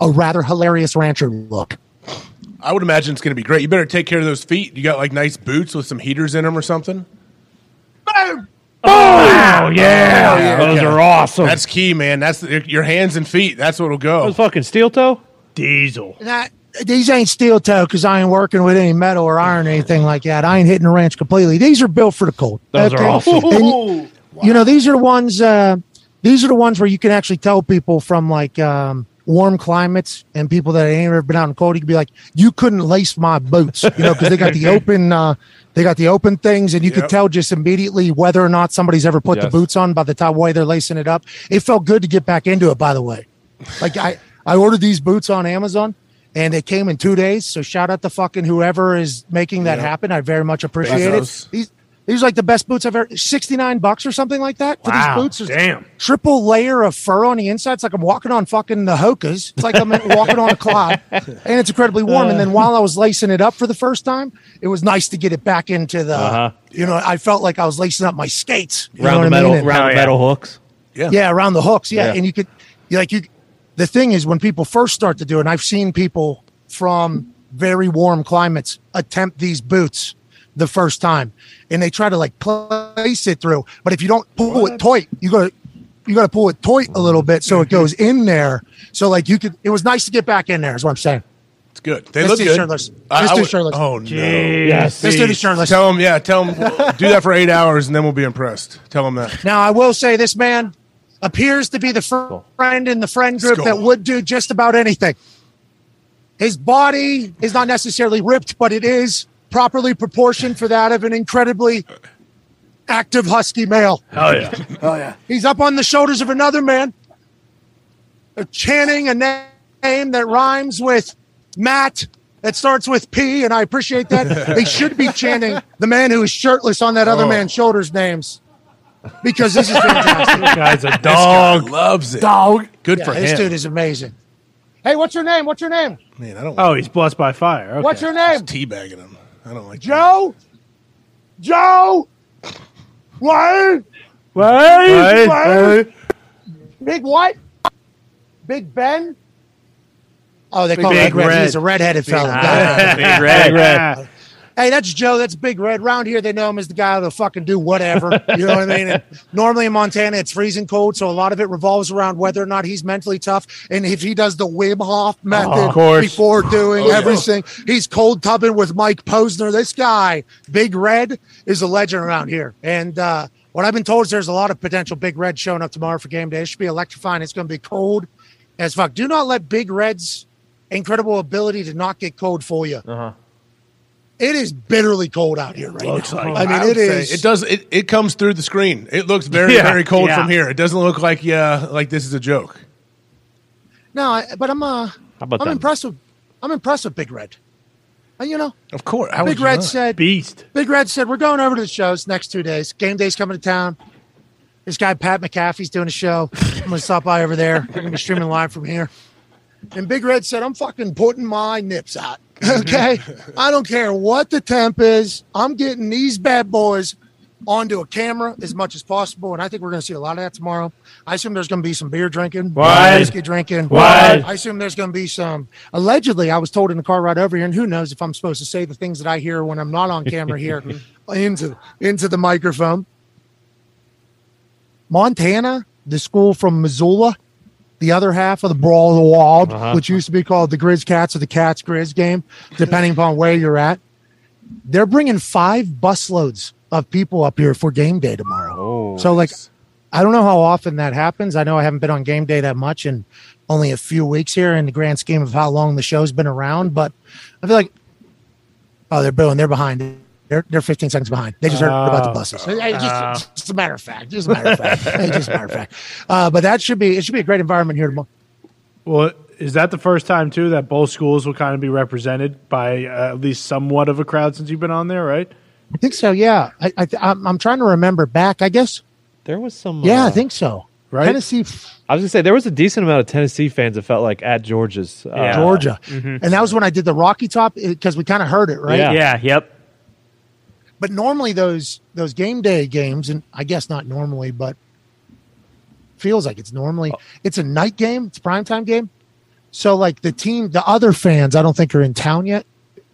[SPEAKER 8] a rather hilarious rancher look.
[SPEAKER 1] I would imagine it's going to be great. You better take care of those feet. You got like nice boots with some heaters in them or something.
[SPEAKER 4] Oh yeah, those
[SPEAKER 1] Okay.
[SPEAKER 4] are awesome.
[SPEAKER 1] That's key, man. That's your hands and feet. That's what'll go.
[SPEAKER 4] those fucking steel toe.
[SPEAKER 3] Diesel.
[SPEAKER 8] Nah, these ain't steel toe because I ain't working with any metal or iron or anything like that. I ain't hitting the ranch completely. These are built for the cold.
[SPEAKER 4] Those are awesome.
[SPEAKER 8] And you- You know, these are the ones. Uh, these are the ones where you can actually tell people from like um, warm climates and people that ain't ever been out in cold. You can be like, you couldn't lace my boots, you know, because they got the open. Uh, they got the open things, and you could
[SPEAKER 1] Yep.
[SPEAKER 8] tell just immediately whether or not somebody's ever put the
[SPEAKER 4] Yes.
[SPEAKER 8] boots on by the time way they're lacing it up. It felt good to get back into it. By the way, like I, I ordered these boots on Amazon and they came in two days. So shout out to fucking whoever is making that happen. I very much appreciate
[SPEAKER 1] Bezos.
[SPEAKER 8] it. These these are like the best boots I've ever sixty nine bucks or something like that for
[SPEAKER 2] Wow,
[SPEAKER 8] these boots. There's
[SPEAKER 3] damn.
[SPEAKER 8] Triple layer of fur on the inside. It's like I'm walking on fucking the hokas. It's like I'm walking on a cloud. And it's incredibly warm. And
[SPEAKER 4] Uh.
[SPEAKER 8] then while I was lacing it up for the first time, it was nice to get it back into the
[SPEAKER 4] Uh-huh.
[SPEAKER 8] you know, I felt like I was lacing up my skates. You
[SPEAKER 4] round
[SPEAKER 8] know
[SPEAKER 4] the
[SPEAKER 8] what I mean?
[SPEAKER 4] metal,
[SPEAKER 8] And-
[SPEAKER 4] round
[SPEAKER 2] Hell
[SPEAKER 4] the
[SPEAKER 2] yeah.
[SPEAKER 4] metal hooks.
[SPEAKER 8] yeah. around the hooks. Yeah.
[SPEAKER 4] Yeah.
[SPEAKER 8] And you could, you like, you, the thing is, when people first start to do it, and I've seen people from very warm climates attempt these boots the first time and they try to like place it through. But if you don't pull it tight, you got to, you got to pull it tight a little bit so it goes in there. So, like, you could, it was nice to get back in there, is what I'm saying.
[SPEAKER 1] It's good. They
[SPEAKER 8] Let's
[SPEAKER 1] look
[SPEAKER 8] do
[SPEAKER 1] good.
[SPEAKER 8] shirtless.
[SPEAKER 1] I-
[SPEAKER 8] Let's
[SPEAKER 1] I
[SPEAKER 8] do
[SPEAKER 1] would-
[SPEAKER 8] shirtless.
[SPEAKER 1] Oh no.
[SPEAKER 4] Yes.
[SPEAKER 8] Let's do the shirtless.
[SPEAKER 1] Tell them, yeah. Tell them, do that for eight hours, and then we'll be impressed. Tell them that.
[SPEAKER 8] Now, I will say this man appears to be the fr- friend in the friend group
[SPEAKER 1] Skull.
[SPEAKER 8] that would do just about anything. His body is not necessarily ripped, but it is properly proportioned for that of an incredibly active husky male.
[SPEAKER 3] Hell yeah.
[SPEAKER 7] Oh yeah.
[SPEAKER 8] He's up on the shoulders of another man, They're chanting a na- name that rhymes with Matt. That starts with P, and I appreciate that. they should be chanting the man who is shirtless on that other
[SPEAKER 1] Oh.
[SPEAKER 8] man's shoulders' names because this is fantastic.
[SPEAKER 3] Guy's a
[SPEAKER 1] This
[SPEAKER 3] dog.
[SPEAKER 1] guy loves it.
[SPEAKER 7] Dog.
[SPEAKER 1] Good for
[SPEAKER 8] Yeah, this
[SPEAKER 1] him.
[SPEAKER 8] dude is amazing. Hey, what's your name? What's your name?
[SPEAKER 1] Man, I don't.
[SPEAKER 3] Oh, he's blessed by fire. Okay.
[SPEAKER 8] What's your
[SPEAKER 1] He's
[SPEAKER 8] name?
[SPEAKER 1] teabagging him. I don't like that.
[SPEAKER 8] Joe? Joe? What?
[SPEAKER 3] Right?
[SPEAKER 8] Right. Big what? Big Ben? Oh, they call him
[SPEAKER 3] Big
[SPEAKER 8] Big Red.
[SPEAKER 3] Red.
[SPEAKER 8] He's a redheaded fella. Got it.
[SPEAKER 2] Big red.
[SPEAKER 3] red.
[SPEAKER 8] Hey, that's Joe. That's Big Red. Round here, they know him as the guy that'll fucking do whatever. You know what I mean? And normally in Montana, it's freezing cold, so a lot of it revolves around whether or not he's mentally tough. And if he does the Wim Hof method
[SPEAKER 4] course.
[SPEAKER 8] before doing
[SPEAKER 1] Oh, yeah.
[SPEAKER 8] everything, he's cold tubbing with Mike Posner. This guy, Big Red, is a legend around here. And uh, what I've been told is there's a lot of potential Big Red showing up tomorrow for game day. It should be electrifying. It's going to be cold as fuck. Do not let Big Red's incredible ability to not get cold for you.
[SPEAKER 1] Uh-huh.
[SPEAKER 8] It is bitterly cold out here right now. I mean, it
[SPEAKER 1] would say
[SPEAKER 8] is.
[SPEAKER 1] It does. It, it comes through the screen. It looks very,
[SPEAKER 3] Yeah,
[SPEAKER 1] very cold
[SPEAKER 3] yeah.
[SPEAKER 1] from here. It doesn't look like yeah, like this is a joke.
[SPEAKER 8] No, I, but I'm uh, I'm
[SPEAKER 4] about them?
[SPEAKER 8] impressed with I'm impressed with Big Red. And you know,
[SPEAKER 1] Of course. How would
[SPEAKER 8] Big
[SPEAKER 1] you
[SPEAKER 8] Red
[SPEAKER 1] not?
[SPEAKER 8] said
[SPEAKER 3] Beast.
[SPEAKER 8] Big Red said we're going over to the shows next two days. Game day's coming to town. This guy Pat McAfee's doing a show. I'm gonna stop by over there. I'm gonna be streaming live from here. And Big Red said, I'm fucking putting my nips out. Okay. I don't care what the temp is. I'm getting these bad boys onto a camera as much as possible. And I think we're going to see a lot of that tomorrow. I assume there's going to be some beer drinking,
[SPEAKER 3] Why?
[SPEAKER 8] whiskey drinking.
[SPEAKER 3] Why?
[SPEAKER 8] I assume there's going to be some. Allegedly, I was told in the car ride over here, and who knows if I'm supposed to say the things that I hear when I'm not on camera here into, into the microphone. Montana, the school from Missoula, the other half of the Brawl of the Wild, which used to be called the Grizz Cats or the Cats Grizz game, depending upon where you're at. They're bringing five busloads of people up here for game day tomorrow.
[SPEAKER 3] Oh.
[SPEAKER 8] so, like, I don't know how often that happens. I know I haven't been on game day that much in only a few weeks here in the grand scheme of how long the show's been around, but I feel like, oh, they're booing. They're behind. They're, they're 15 seconds behind. They just heard
[SPEAKER 4] Oh. Uh,
[SPEAKER 8] about the buses. Hey, just,
[SPEAKER 9] Uh.
[SPEAKER 8] just a matter of fact. Just a matter of fact. Hey, just a matter of fact. Uh, but that should be, it should be a great environment here tomorrow.
[SPEAKER 3] Well, is that the first time too that both schools will kind of be represented by uh, at least somewhat of a crowd since you've been on there, right?
[SPEAKER 8] I think so. Yeah, I, I th- I'm, I'm trying to remember back. I guess.
[SPEAKER 4] There was some.
[SPEAKER 8] Yeah,
[SPEAKER 4] uh,
[SPEAKER 8] I think so.
[SPEAKER 3] right?
[SPEAKER 8] Tennessee, f-
[SPEAKER 4] I was gonna say there was a decent amount of Tennessee fans that felt like at Georgia's. Uh,
[SPEAKER 3] Yeah.
[SPEAKER 8] Georgia, and that was when I did the Rocky Top because we kind of heard it right.
[SPEAKER 4] Yeah.
[SPEAKER 2] Yeah. Yep.
[SPEAKER 8] But normally those those game day games, and I guess not normally, but feels like it's normally it's a night game. It's a primetime game. So like the team, the other fans, I don't think are in town yet.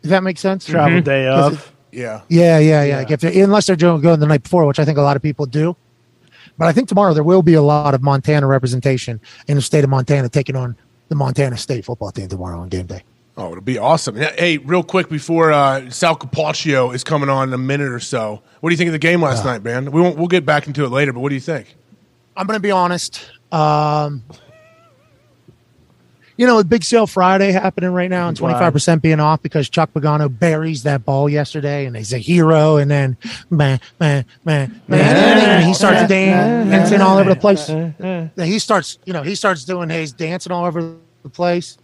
[SPEAKER 8] If that makes sense.
[SPEAKER 1] Mm-hmm.
[SPEAKER 3] Travel day
[SPEAKER 8] 'Cause Mm-hmm. it-
[SPEAKER 3] of.
[SPEAKER 1] Yeah.
[SPEAKER 8] Yeah, yeah, yeah. Like if they- unless they're doing going the night before, which I think a lot of people do. But I think tomorrow there will be a lot of Montana representation in the state of Montana taking on the Montana State football team tomorrow on game day.
[SPEAKER 1] Oh, it'll be awesome. Yeah, Hey, real quick before uh, Sal Capaccio is coming on in a minute or so, what do you think of the game last night, man? We won't, we'll get back into it later, but what do you think?
[SPEAKER 8] Ah. I'm going to be honest. Um, you know, with Big Sale Friday happening right now and 25% being off because Chuck Pagano buries that ball yesterday and he's a hero. And then, man, man, man, man, and he starts dancing all over the place. He starts, you know, he starts doing his dancing all over the place.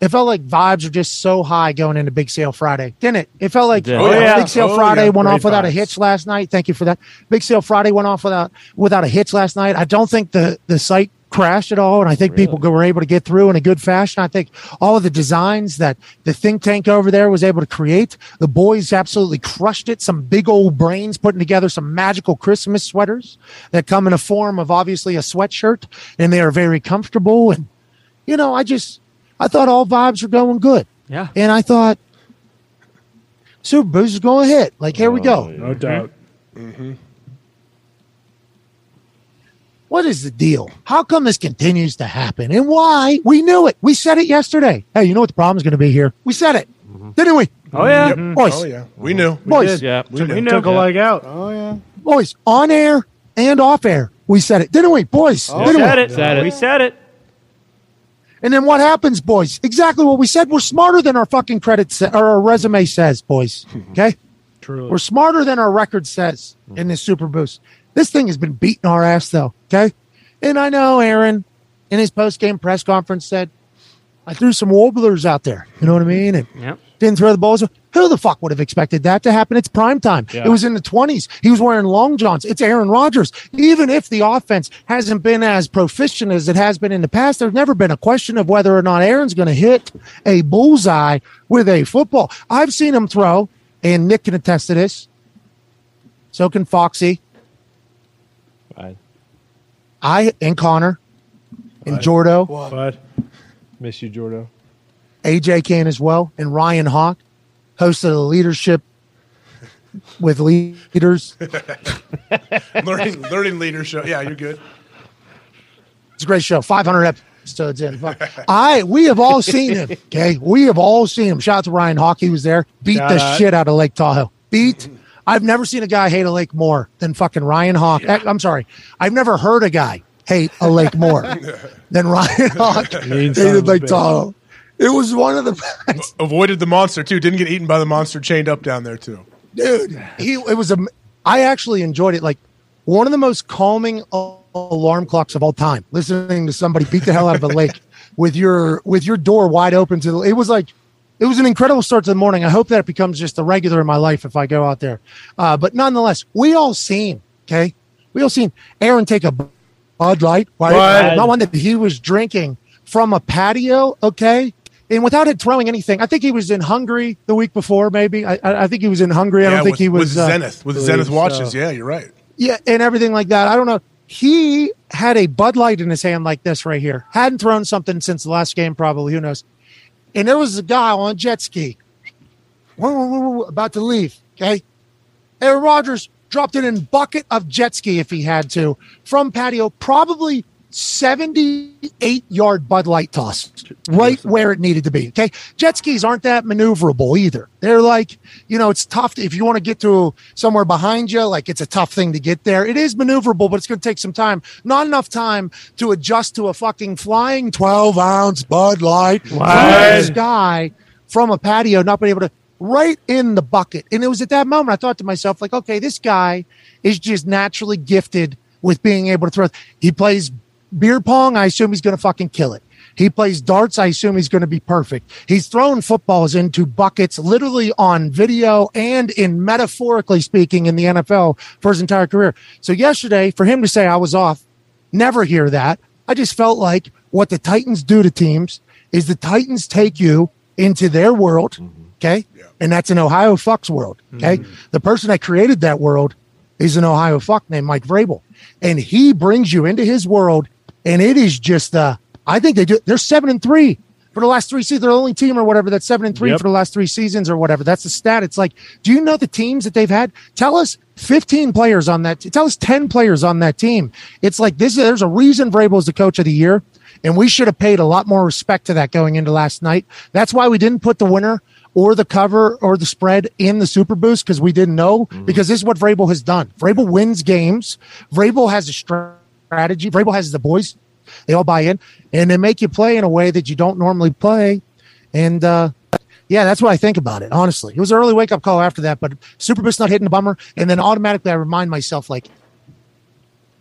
[SPEAKER 8] It felt like vibes were just so high going into Big Sale Friday, didn't it? It felt like
[SPEAKER 4] Yeah.
[SPEAKER 1] Oh, yeah.
[SPEAKER 8] Big Sale
[SPEAKER 1] Oh,
[SPEAKER 8] Friday
[SPEAKER 1] yeah.
[SPEAKER 8] went
[SPEAKER 1] Great
[SPEAKER 8] off without a
[SPEAKER 1] vibes.
[SPEAKER 8] hitch last night. Thank you for that. Big Sale Friday went off without without a hitch last night. I don't think the the site crashed at all, and I think people go- were able to get through in a good fashion. I think all of the designs that the think tank over there was able to create, the boys absolutely crushed it. Some big old brains putting together some magical Christmas sweaters that come in a form of obviously a sweatshirt, and they are very comfortable. And you know, I just I thought all vibes were going good.
[SPEAKER 2] Yeah.
[SPEAKER 8] And I thought Super Boost is going to hit. Like, here we go.
[SPEAKER 3] No doubt.
[SPEAKER 1] Mm-hmm.
[SPEAKER 8] What is the deal? How come this continues to happen? And why? We knew it. We said it yesterday. Hey, you know what the problem is going to be here? We said it. Didn't we? Mm-hmm.
[SPEAKER 2] Oh yeah.
[SPEAKER 1] Yep.
[SPEAKER 8] Boys,
[SPEAKER 1] Oh, yeah. Oh, We knew.
[SPEAKER 8] boys,
[SPEAKER 4] Yeah.
[SPEAKER 1] We knew.
[SPEAKER 2] We know.
[SPEAKER 3] Mm-hmm. Took a leg out.
[SPEAKER 8] boys, on air and off air. We said it. Didn't we? Boys,
[SPEAKER 2] We
[SPEAKER 8] didn't we?
[SPEAKER 2] Oh, said it.
[SPEAKER 4] Oh. Said it.
[SPEAKER 2] We said it.
[SPEAKER 8] And then what happens, boys? Exactly what we said. We're smarter than our fucking credit sa- or our resume says, boys. Okay?
[SPEAKER 3] Truly.
[SPEAKER 8] We're smarter than our record says in this Super Boost. This thing has been beating our ass, though. Okay. And I know Aaron in his post game press conference said, I threw some warblers out there. You know what I mean? And
[SPEAKER 2] Yep.
[SPEAKER 8] didn't throw the balls. Who the fuck would have expected that to happen? It's prime time. It was in the 20s. He was wearing long johns. It's Aaron Rodgers. Even if the offense hasn't been as proficient as it has been in the past, there's never been a question of whether or not Aaron's going to hit a bullseye with a football. I've seen him throw, and Nick can attest to this. So can Foxy.
[SPEAKER 4] Right.
[SPEAKER 8] I and Connor and Jordo.
[SPEAKER 3] But
[SPEAKER 4] Miss you, Jordo.
[SPEAKER 8] AJ can as well, and Ryan Hawk, host of the leadership with leaders.
[SPEAKER 1] learning, learning leadership. Yeah, you're good.
[SPEAKER 8] It's a great show. 500 episodes in. Fuck. I we have all seen him. Okay, we have all seen him. Shout out to Ryan Hawk. He was there. Beat
[SPEAKER 3] Shout
[SPEAKER 8] the
[SPEAKER 3] out.
[SPEAKER 8] shit out of Lake Tahoe. Beat. I've never seen a guy hate a lake more than fucking Ryan Hawk. Eh, I'm sorry. I've never heard a guy hate a lake more than Ryan Hawk
[SPEAKER 3] Mean
[SPEAKER 8] hated
[SPEAKER 3] son of a
[SPEAKER 8] Lake
[SPEAKER 3] bitch.
[SPEAKER 8] Tahoe. It was one of the best.
[SPEAKER 1] Avoided the monster, too. Didn't get eaten by the monster chained up down there, too.
[SPEAKER 8] dude he it was a i actually enjoyed it like one of the most calming a- alarm clocks of all time listening to somebody beat the hell out of a lake with your with your door wide open to the, it was like it was an incredible start to the morning i hope that it becomes just a regular in my life if i go out there uh, but nonetheless we all seen okay we all seen aaron take a bud light right
[SPEAKER 4] Bud.
[SPEAKER 8] not one that he was drinking from a patio okay and without it throwing anything, I think he was in Hungary the week before, maybe. I, I I think he was in Hungary. I
[SPEAKER 1] yeah,
[SPEAKER 8] don't think
[SPEAKER 1] with,
[SPEAKER 8] he was.
[SPEAKER 1] With
[SPEAKER 8] uh,
[SPEAKER 1] Zenith. With Zenith watches. Yeah, you're right.
[SPEAKER 8] yeah, and everything like that. I don't know. He had a Bud Light in his hand like this right here. Hadn't thrown something since the last game, probably. Who knows? And there was a guy on jet ski woo, woo, woo, woo, about to leave. Okay. Aaron Rodgers dropped it in bucket of jet ski if he had to from patio, probably 78 yard Bud Light toss, right where it needed to be. Okay. Jet skis aren't that maneuverable either. They're like, you know, it's tough to, if you want to get to somewhere behind you, like it's a tough thing to get there. It is maneuverable, but it's going to take some time. Not enough time to adjust to a fucking flying 12 ounce Bud Light this guy from a patio not being able to right in the bucket. And it was at that moment I thought to myself, like, okay, this guy is just naturally gifted with being able to throw. He plays beer pong. I assume he's going to fucking kill it. He plays darts. I assume he's going to be perfect. He's thrown footballs into buckets, literally on video and in metaphorically speaking in the NFL for his entire career. So yesterday, for him to say I was off, never hear that. I just felt like what the Titans do to teams is the Titans take you into their world, okay? And that's an Ohio fucks world, okay? The person that created that world is an Ohio fuck named Mike Vrabel, and he brings you into his world, and it is just uh, I think they do. They're seven and three for the last three seasons. They're the only team or whatever that's seven and three
[SPEAKER 3] Yep.
[SPEAKER 8] for the last three seasons or whatever. That's the stat. It's like, do you know the teams that they've had? Tell us 15 players on that. Tell us 10 players on that team. It's like this. There's a reason Vrabel is the coach of the year, and we should have paid a lot more respect to that going into last night. That's why we didn't put the winner or the cover or the spread in the Super Boost because we didn't know. Because this is what Vrabel has done. Vrabel wins games. Vrabel has a strategy. Vrabel has the boys. They all buy in, and they make you play in a way that you don't normally play. And uh, yeah, that's what I think about it. Honestly, it was an early wake up call after that, but Super Boost not hitting the bummer, and then automatically I remind myself like.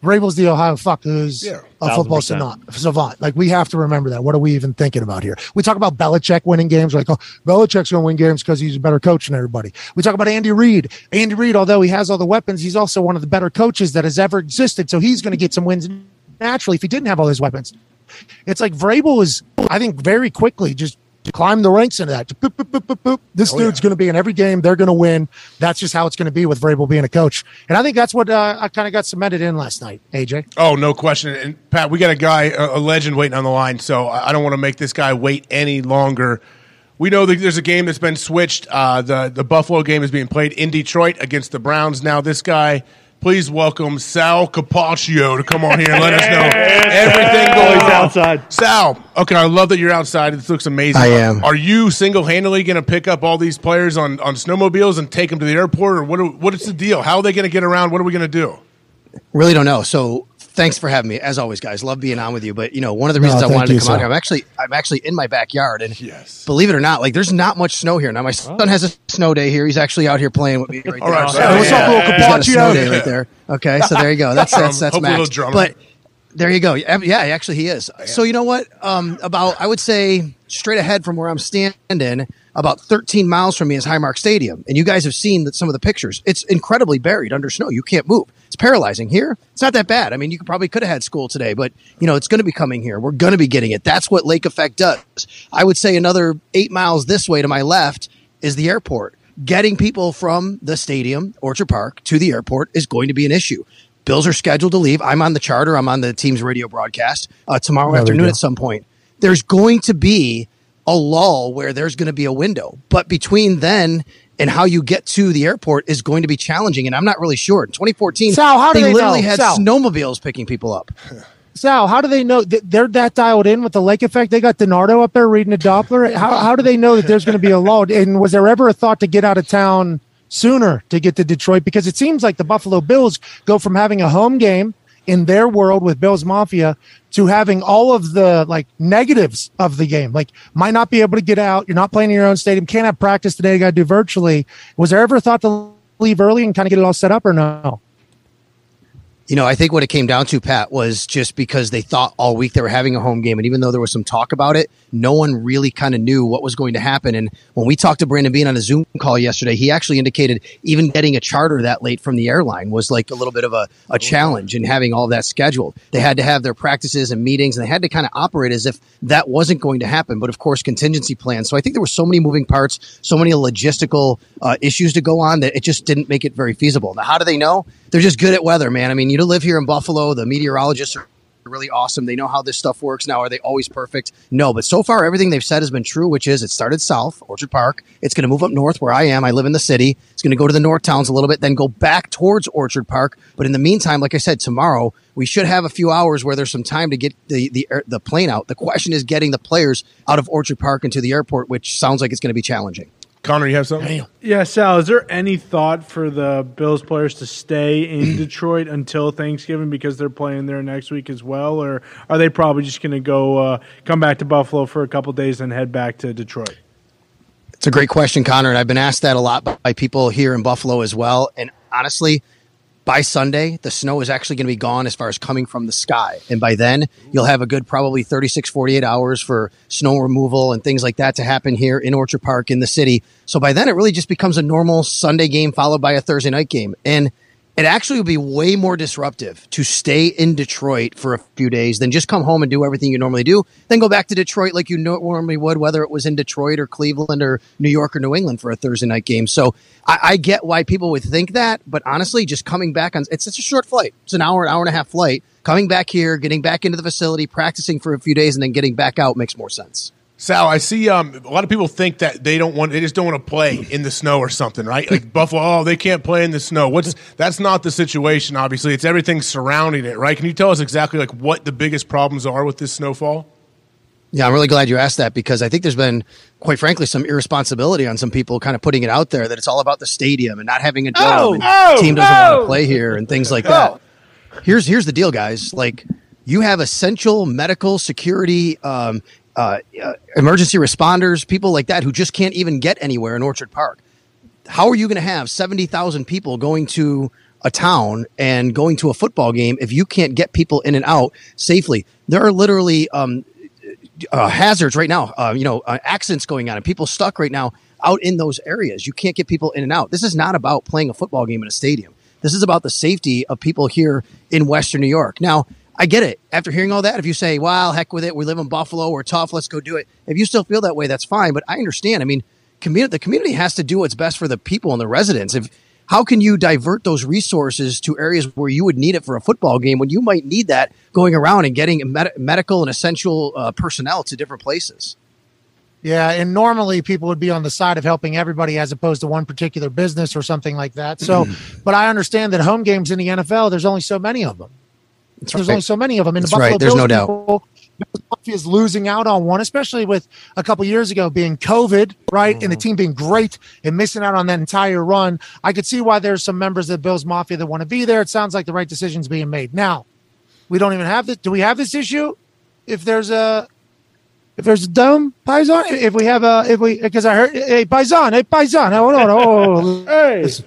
[SPEAKER 8] Vrabel's the Ohio fuck who's
[SPEAKER 1] Yeah.
[SPEAKER 8] a football
[SPEAKER 4] Thousand
[SPEAKER 8] savant. savant. Like we have to remember that. What are we even thinking about here? We talk about Belichick winning games. Like, oh, Belichick's going to win games because he's a better coach than everybody. We talk about Andy Reid. Andy Reid, although he has all the weapons, he's also one of the better coaches that has ever existed. So he's going to get some wins naturally if he didn't have all his weapons. It's like Vrabel is, I think, very quickly just climbed the ranks into that. Boop, boop, boop, boop, boop. This dude's going to be in every game. They're going to win. That's just how it's going to be with Vrabel being a coach. And I think that's what uh, I kind of got cemented in last night, AJ.
[SPEAKER 1] Oh, no question. And Pat, we got a guy, a a legend waiting on the line, so I I don't want to make this guy wait any longer. We know that there's a game that's been switched. Uh, the the Buffalo game is being played in Detroit against the Browns. Now, this guy, please welcome Sal Capaccio to come on here and let us know everything going
[SPEAKER 4] He's
[SPEAKER 1] on.
[SPEAKER 4] outside.
[SPEAKER 1] Sal, okay, I love that you're outside. This looks amazing.
[SPEAKER 9] I am.
[SPEAKER 1] Are you single handedly going to pick up all these players on, on snowmobiles and take them to the airport, or what? Are, what is the deal? How are they going to get around? What are we going to do?
[SPEAKER 9] Really don't know. So thanks for having me, as always, guys. Love being on with you. But you know, one of the
[SPEAKER 8] No,
[SPEAKER 9] reasons I
[SPEAKER 8] thank
[SPEAKER 9] wanted to
[SPEAKER 8] you,
[SPEAKER 9] come
[SPEAKER 8] sir.
[SPEAKER 9] out here, I'm actually I'm actually in my backyard, and
[SPEAKER 1] Yes.
[SPEAKER 9] believe it or not, like there's not much snow here. Now my son has a snow day here. He's actually out here playing with me right there.
[SPEAKER 1] All right,
[SPEAKER 9] So,
[SPEAKER 1] Sal.
[SPEAKER 8] what's up, little
[SPEAKER 9] He's got a snow
[SPEAKER 8] Capaccio?
[SPEAKER 9] day right there. Okay, so there you go. That's that's that's
[SPEAKER 1] Hopefully a
[SPEAKER 9] Max.
[SPEAKER 1] little drummer.
[SPEAKER 9] But there you go. Yeah, yeah, actually he is. So you know what? Um, about I would say straight ahead from where I'm standing, about 13 miles from me is Highmark Stadium, and you guys have seen that some of the pictures. It's incredibly buried under snow. You can't move. It's paralyzing here. It's not that bad. I mean, you could probably could have had school today, but you know it's going to be coming here. We're going to be getting it. That's what lake effect does. I would say another eight miles this way to my left is the airport. Getting people from the stadium, Orchard Park, to the airport is going to be an issue. Bills are scheduled to leave. I'm on the charter. I'm on the team's radio broadcast uh, tomorrow afternoon at some point. There's going to be a lull where there's going to be a window, but between then and how you get to the airport is going to be challenging. And I'm not really sure. In 2014,
[SPEAKER 8] Sal, how do
[SPEAKER 9] they,
[SPEAKER 8] they
[SPEAKER 9] literally
[SPEAKER 8] know?
[SPEAKER 9] had
[SPEAKER 8] Sal.
[SPEAKER 9] snowmobiles picking people up.
[SPEAKER 8] Sal, how do they know th- they're that dialed in with the lake effect? They got Donardo up there reading a Doppler. How, how do they know that there's going to be a lull? And was there ever a thought to get out of town sooner to get to Detroit? Because it seems like the Buffalo Bills go from having a home game in their world with Bills Mafia to having all of the like negatives of the game. Like might not be able to get out. You're not playing in your own stadium. Can't have practice today. You got to do virtually. Was there ever a thought to leave early and kind of get it all set up or no?
[SPEAKER 9] You know, I think what it came down to, Pat, was just because they thought all week they were having a home game. And even though there was some talk about it, no one really kind of knew what was going to happen. And when we talked to Brandon Bean on a Zoom call yesterday, he actually indicated even getting a charter that late from the airline was like a little bit of a, a challenge and having all that scheduled. They had to have their practices and meetings and they had to kind of operate as if that wasn't going to happen. But of course, contingency plans. So I think there were so many moving parts, so many logistical uh, issues to go on that it just didn't make it very feasible. Now, how do they know? They're just good at weather, man. I mean, you live here in Buffalo, the meteorologists are really awesome. They know how this stuff works. Now, are they always perfect? No, but so far everything they've said has been true, which is it started south, Orchard Park. It's going to move up north where I am. I live in the city. It's going to go to the north towns a little bit, then go back towards Orchard Park. But in the meantime, like I said, tomorrow we should have a few hours where there's some time to get the the air- the plane out. The question is getting the players out of Orchard Park into the airport, which sounds like it's going to be challenging.
[SPEAKER 1] Connor, you have something?
[SPEAKER 3] Yeah, Sal, is there any thought for the Bills players to stay in Detroit until Thanksgiving because they're playing there next week as well? Or are they probably just going to go uh, come back to Buffalo for a couple days and head back to Detroit?
[SPEAKER 9] It's a great question, Connor, and I've been asked that a lot by- by people here in Buffalo as well. And honestly, by Sunday, the snow is actually going to be gone as far as coming from the sky. And by then, you'll have a good probably 36, 48 hours for snow removal and things like that to happen here in Orchard Park in the city. So by then, it really just becomes a normal Sunday game followed by a Thursday night game. And it actually would be way more disruptive to stay in Detroit for a few days than just come home and do everything you normally do, then go back to Detroit like you nor- normally would, whether it was in Detroit or Cleveland or New York or New England for a Thursday night game. So I, I get why people would think that, but honestly, just coming back on it's, it's a short flight. It's an hour, an hour and a half flight. Coming back here, getting back into the facility, practicing for a few days, and then getting back out makes more sense.
[SPEAKER 1] Sal, I see um, a lot of people think that they don't want, they just don't want to play in the snow or something, right? Like Buffalo, oh, they can't play in the snow. What's that's not the situation. Obviously, it's everything surrounding it, right? Can you tell us exactly like what the biggest problems are with this snowfall?
[SPEAKER 9] Yeah, I'm really glad you asked that because I think there's been, quite frankly, some irresponsibility on some people kind of putting it out there that it's all about the stadium and not having a dome.
[SPEAKER 10] Oh,
[SPEAKER 9] and
[SPEAKER 10] oh,
[SPEAKER 9] team doesn't want
[SPEAKER 10] oh.
[SPEAKER 9] to play here and things like that. Here's here's the deal, guys. Like you have essential medical security, um, uh, uh, emergency responders, people like that who just can't even get anywhere in Orchard Park. How are you going to have seventy thousand people going to a town and going to a football game if you can't get people in and out safely? There are literally um, uh, hazards right now. Uh, you know, uh, accidents going on and people stuck right now out in those areas. You can't get people in and out. This is not about playing a football game in a stadium. This is about the safety of people here in Western New York. Now, I get it. After hearing all that, if you say, "Well, heck with it, we live in Buffalo, we're tough, let's go do it," if you still feel that way, that's fine. But I understand. I mean, community, the community has to do what's best for the people and the residents. If how can you divert those resources to areas where you would need it for a football game when you might need that going around and getting med- medical and essential uh, personnel to different places?
[SPEAKER 8] Yeah, and normally people would be on the side of helping everybody as opposed to one particular business or something like that. So, but I understand that home games in the NFL, there's only so many of them. there's
[SPEAKER 9] right.
[SPEAKER 8] only so many of them. And
[SPEAKER 9] That's
[SPEAKER 8] the Buffalo
[SPEAKER 9] right. There's no doubt.
[SPEAKER 8] Bills people, Philadelphia is losing out on one, especially with a couple years ago being COVID, right?
[SPEAKER 9] Mm-hmm.
[SPEAKER 8] And the team being great and missing out on that entire run. I could see why there's some members of the Bills Mafia that want to be there. It sounds like the right decision's being made. Now, we don't even have this. Do we have this issue? If there's a if there's a dome, Paisan, if we have a, if we, because I heard, hey, Paisan, hey, Paisan, hold on, oh, hey. If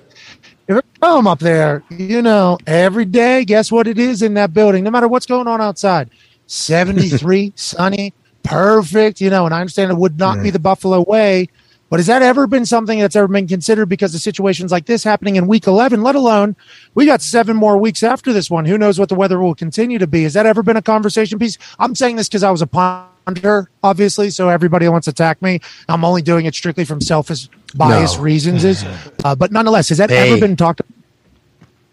[SPEAKER 8] there's a dome up there, you know, every day, guess what it is in that building, no matter what's going on outside, 73, sunny, perfect, you know, and I understand it would not be the Buffalo way, but has that ever been something that's ever been considered because of situations like this happening in week 11, let alone we got seven more weeks after this one? Who knows what the weather will continue to be? Has that ever been a conversation piece? I'm saying this because I was a ponder, obviously, so everybody wants to attack me. I'm only doing it strictly from selfish bias
[SPEAKER 9] No.
[SPEAKER 8] reasons. Is, uh, but nonetheless, has that
[SPEAKER 9] Hey.
[SPEAKER 8] ever been talked about?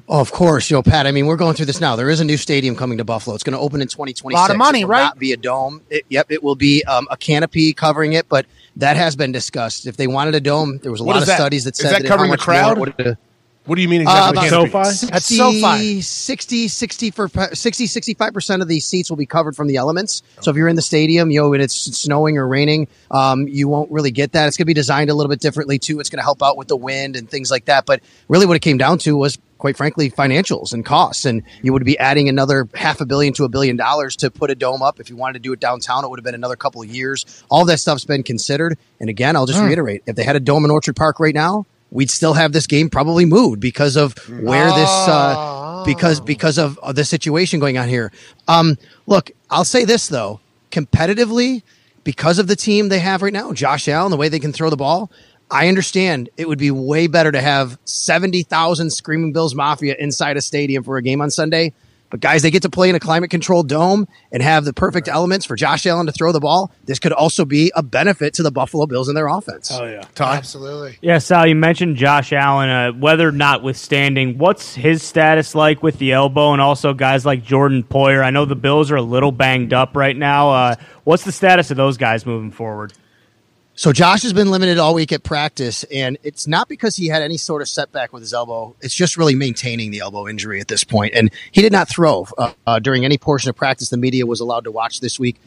[SPEAKER 9] Oh, of course, yo, Pat. I mean, we're going through this now. There is a new stadium coming to Buffalo. It's going to open in 2026.
[SPEAKER 8] Lot of money,
[SPEAKER 9] It will
[SPEAKER 8] right?
[SPEAKER 9] Not be a dome. It, yep, it will be um, a canopy covering it, but that has been discussed. If they wanted a dome, there was a
[SPEAKER 1] What
[SPEAKER 9] lot
[SPEAKER 1] is
[SPEAKER 9] of
[SPEAKER 1] that?
[SPEAKER 9] studies that
[SPEAKER 1] Is
[SPEAKER 9] said
[SPEAKER 1] that
[SPEAKER 9] it-
[SPEAKER 1] covering
[SPEAKER 9] how much
[SPEAKER 1] the
[SPEAKER 9] more it
[SPEAKER 1] crowd?
[SPEAKER 9] would've-
[SPEAKER 1] What do you mean
[SPEAKER 9] Uh,
[SPEAKER 1] exactly?
[SPEAKER 9] about
[SPEAKER 1] canopy?
[SPEAKER 9] 60,
[SPEAKER 8] That's SoFi.
[SPEAKER 9] 60, 60 for, 60, 65% of these seats will be covered from the elements. So if you're in the stadium, you know, and it's snowing or raining, um, you won't really get that. It's going to be designed a little bit differently too. It's going to help out with the wind and things like that. But really what it came down to was quite frankly, financials and costs. And you would be adding another half a billion to a billion dollars to put a dome up. If you wanted to do it downtown, it would have been another couple of years. All that stuff's been considered. And again, I'll just
[SPEAKER 8] Hmm.
[SPEAKER 9] reiterate, if they had a dome in Orchard Park right now, we'd still have this game probably moved because of where this uh, because because of uh, the situation going on here. Um, look, I'll say this though, competitively, because of the team they have right now, Josh Allen, the way they can throw the ball, I understand it would be way better to have seventy thousand screaming Bills Mafia inside a stadium for a game on Sunday. But guys, they get to play in a climate controlled dome and have the perfect elements for Josh Allen to throw the ball. This could also be a benefit to the Buffalo Bills and their offense.
[SPEAKER 3] Oh yeah.
[SPEAKER 8] Absolutely.
[SPEAKER 2] Yeah, Sal, you mentioned Josh Allen. Uh, weather notwithstanding, what's his status like with the elbow and also guys like Jordan Poyer? I know the Bills are a little banged up right now. Uh, what's the status of those guys moving forward?
[SPEAKER 9] So Josh has been limited all week at practice, and it's not because he had any sort of setback with his elbow. It's just really maintaining the elbow injury at this point. And he did not throw uh, uh, during any portion of practice. The media was allowed to watch this week.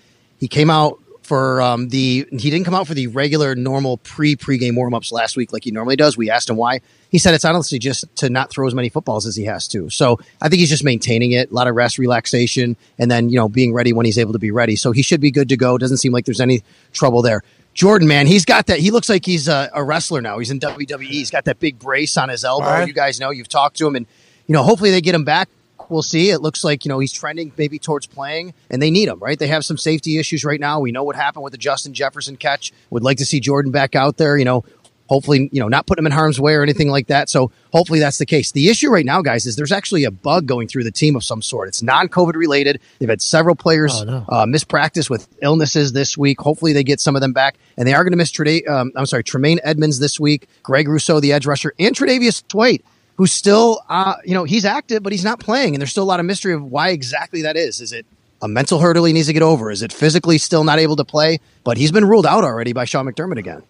[SPEAKER 9] He came out for um, the he didn't come out for the regular normal pre pregame warm ups last week like he normally does. We asked him why. He said it's honestly just to not throw as many footballs as he has to. So I think he's just maintaining it, a lot of rest, relaxation, and then you know being ready when he's able to be ready. So he should be good to go. Doesn't seem like there's any trouble there. Jordan, man, he's got that. He looks like he's a, a wrestler now. He's in WWE. He's got that big brace on his elbow.
[SPEAKER 8] Right.
[SPEAKER 9] You guys know. You've talked to him, and you know. Hopefully, they get him back. We'll see. It looks like you know he's trending maybe towards playing, and they need him, right? They have some safety issues right now. We know what happened with the Justin Jefferson catch. Would like to see Jordan back out there. You know, hopefully, you know, not putting him in harm's way or anything like that. So hopefully that's the case. The issue right now, guys, is there's actually a bug going through the team of some sort. It's non-COVID related. They've had several players
[SPEAKER 8] Oh, no.
[SPEAKER 9] uh, miss practice with illnesses this week. Hopefully they get some of them back, and they are going to miss Treda- um, I'm sorry, Tremaine Edmonds this week, Greg Rousseau, the edge rusher, and Tre'Davious White. Who's still, uh, you know, he's active, but he's not playing, and there's still a lot of mystery of why exactly that is. Is it a mental hurdle he needs to get over. Is it physically still not able to play? But he's been ruled out already by Sean McDermott again.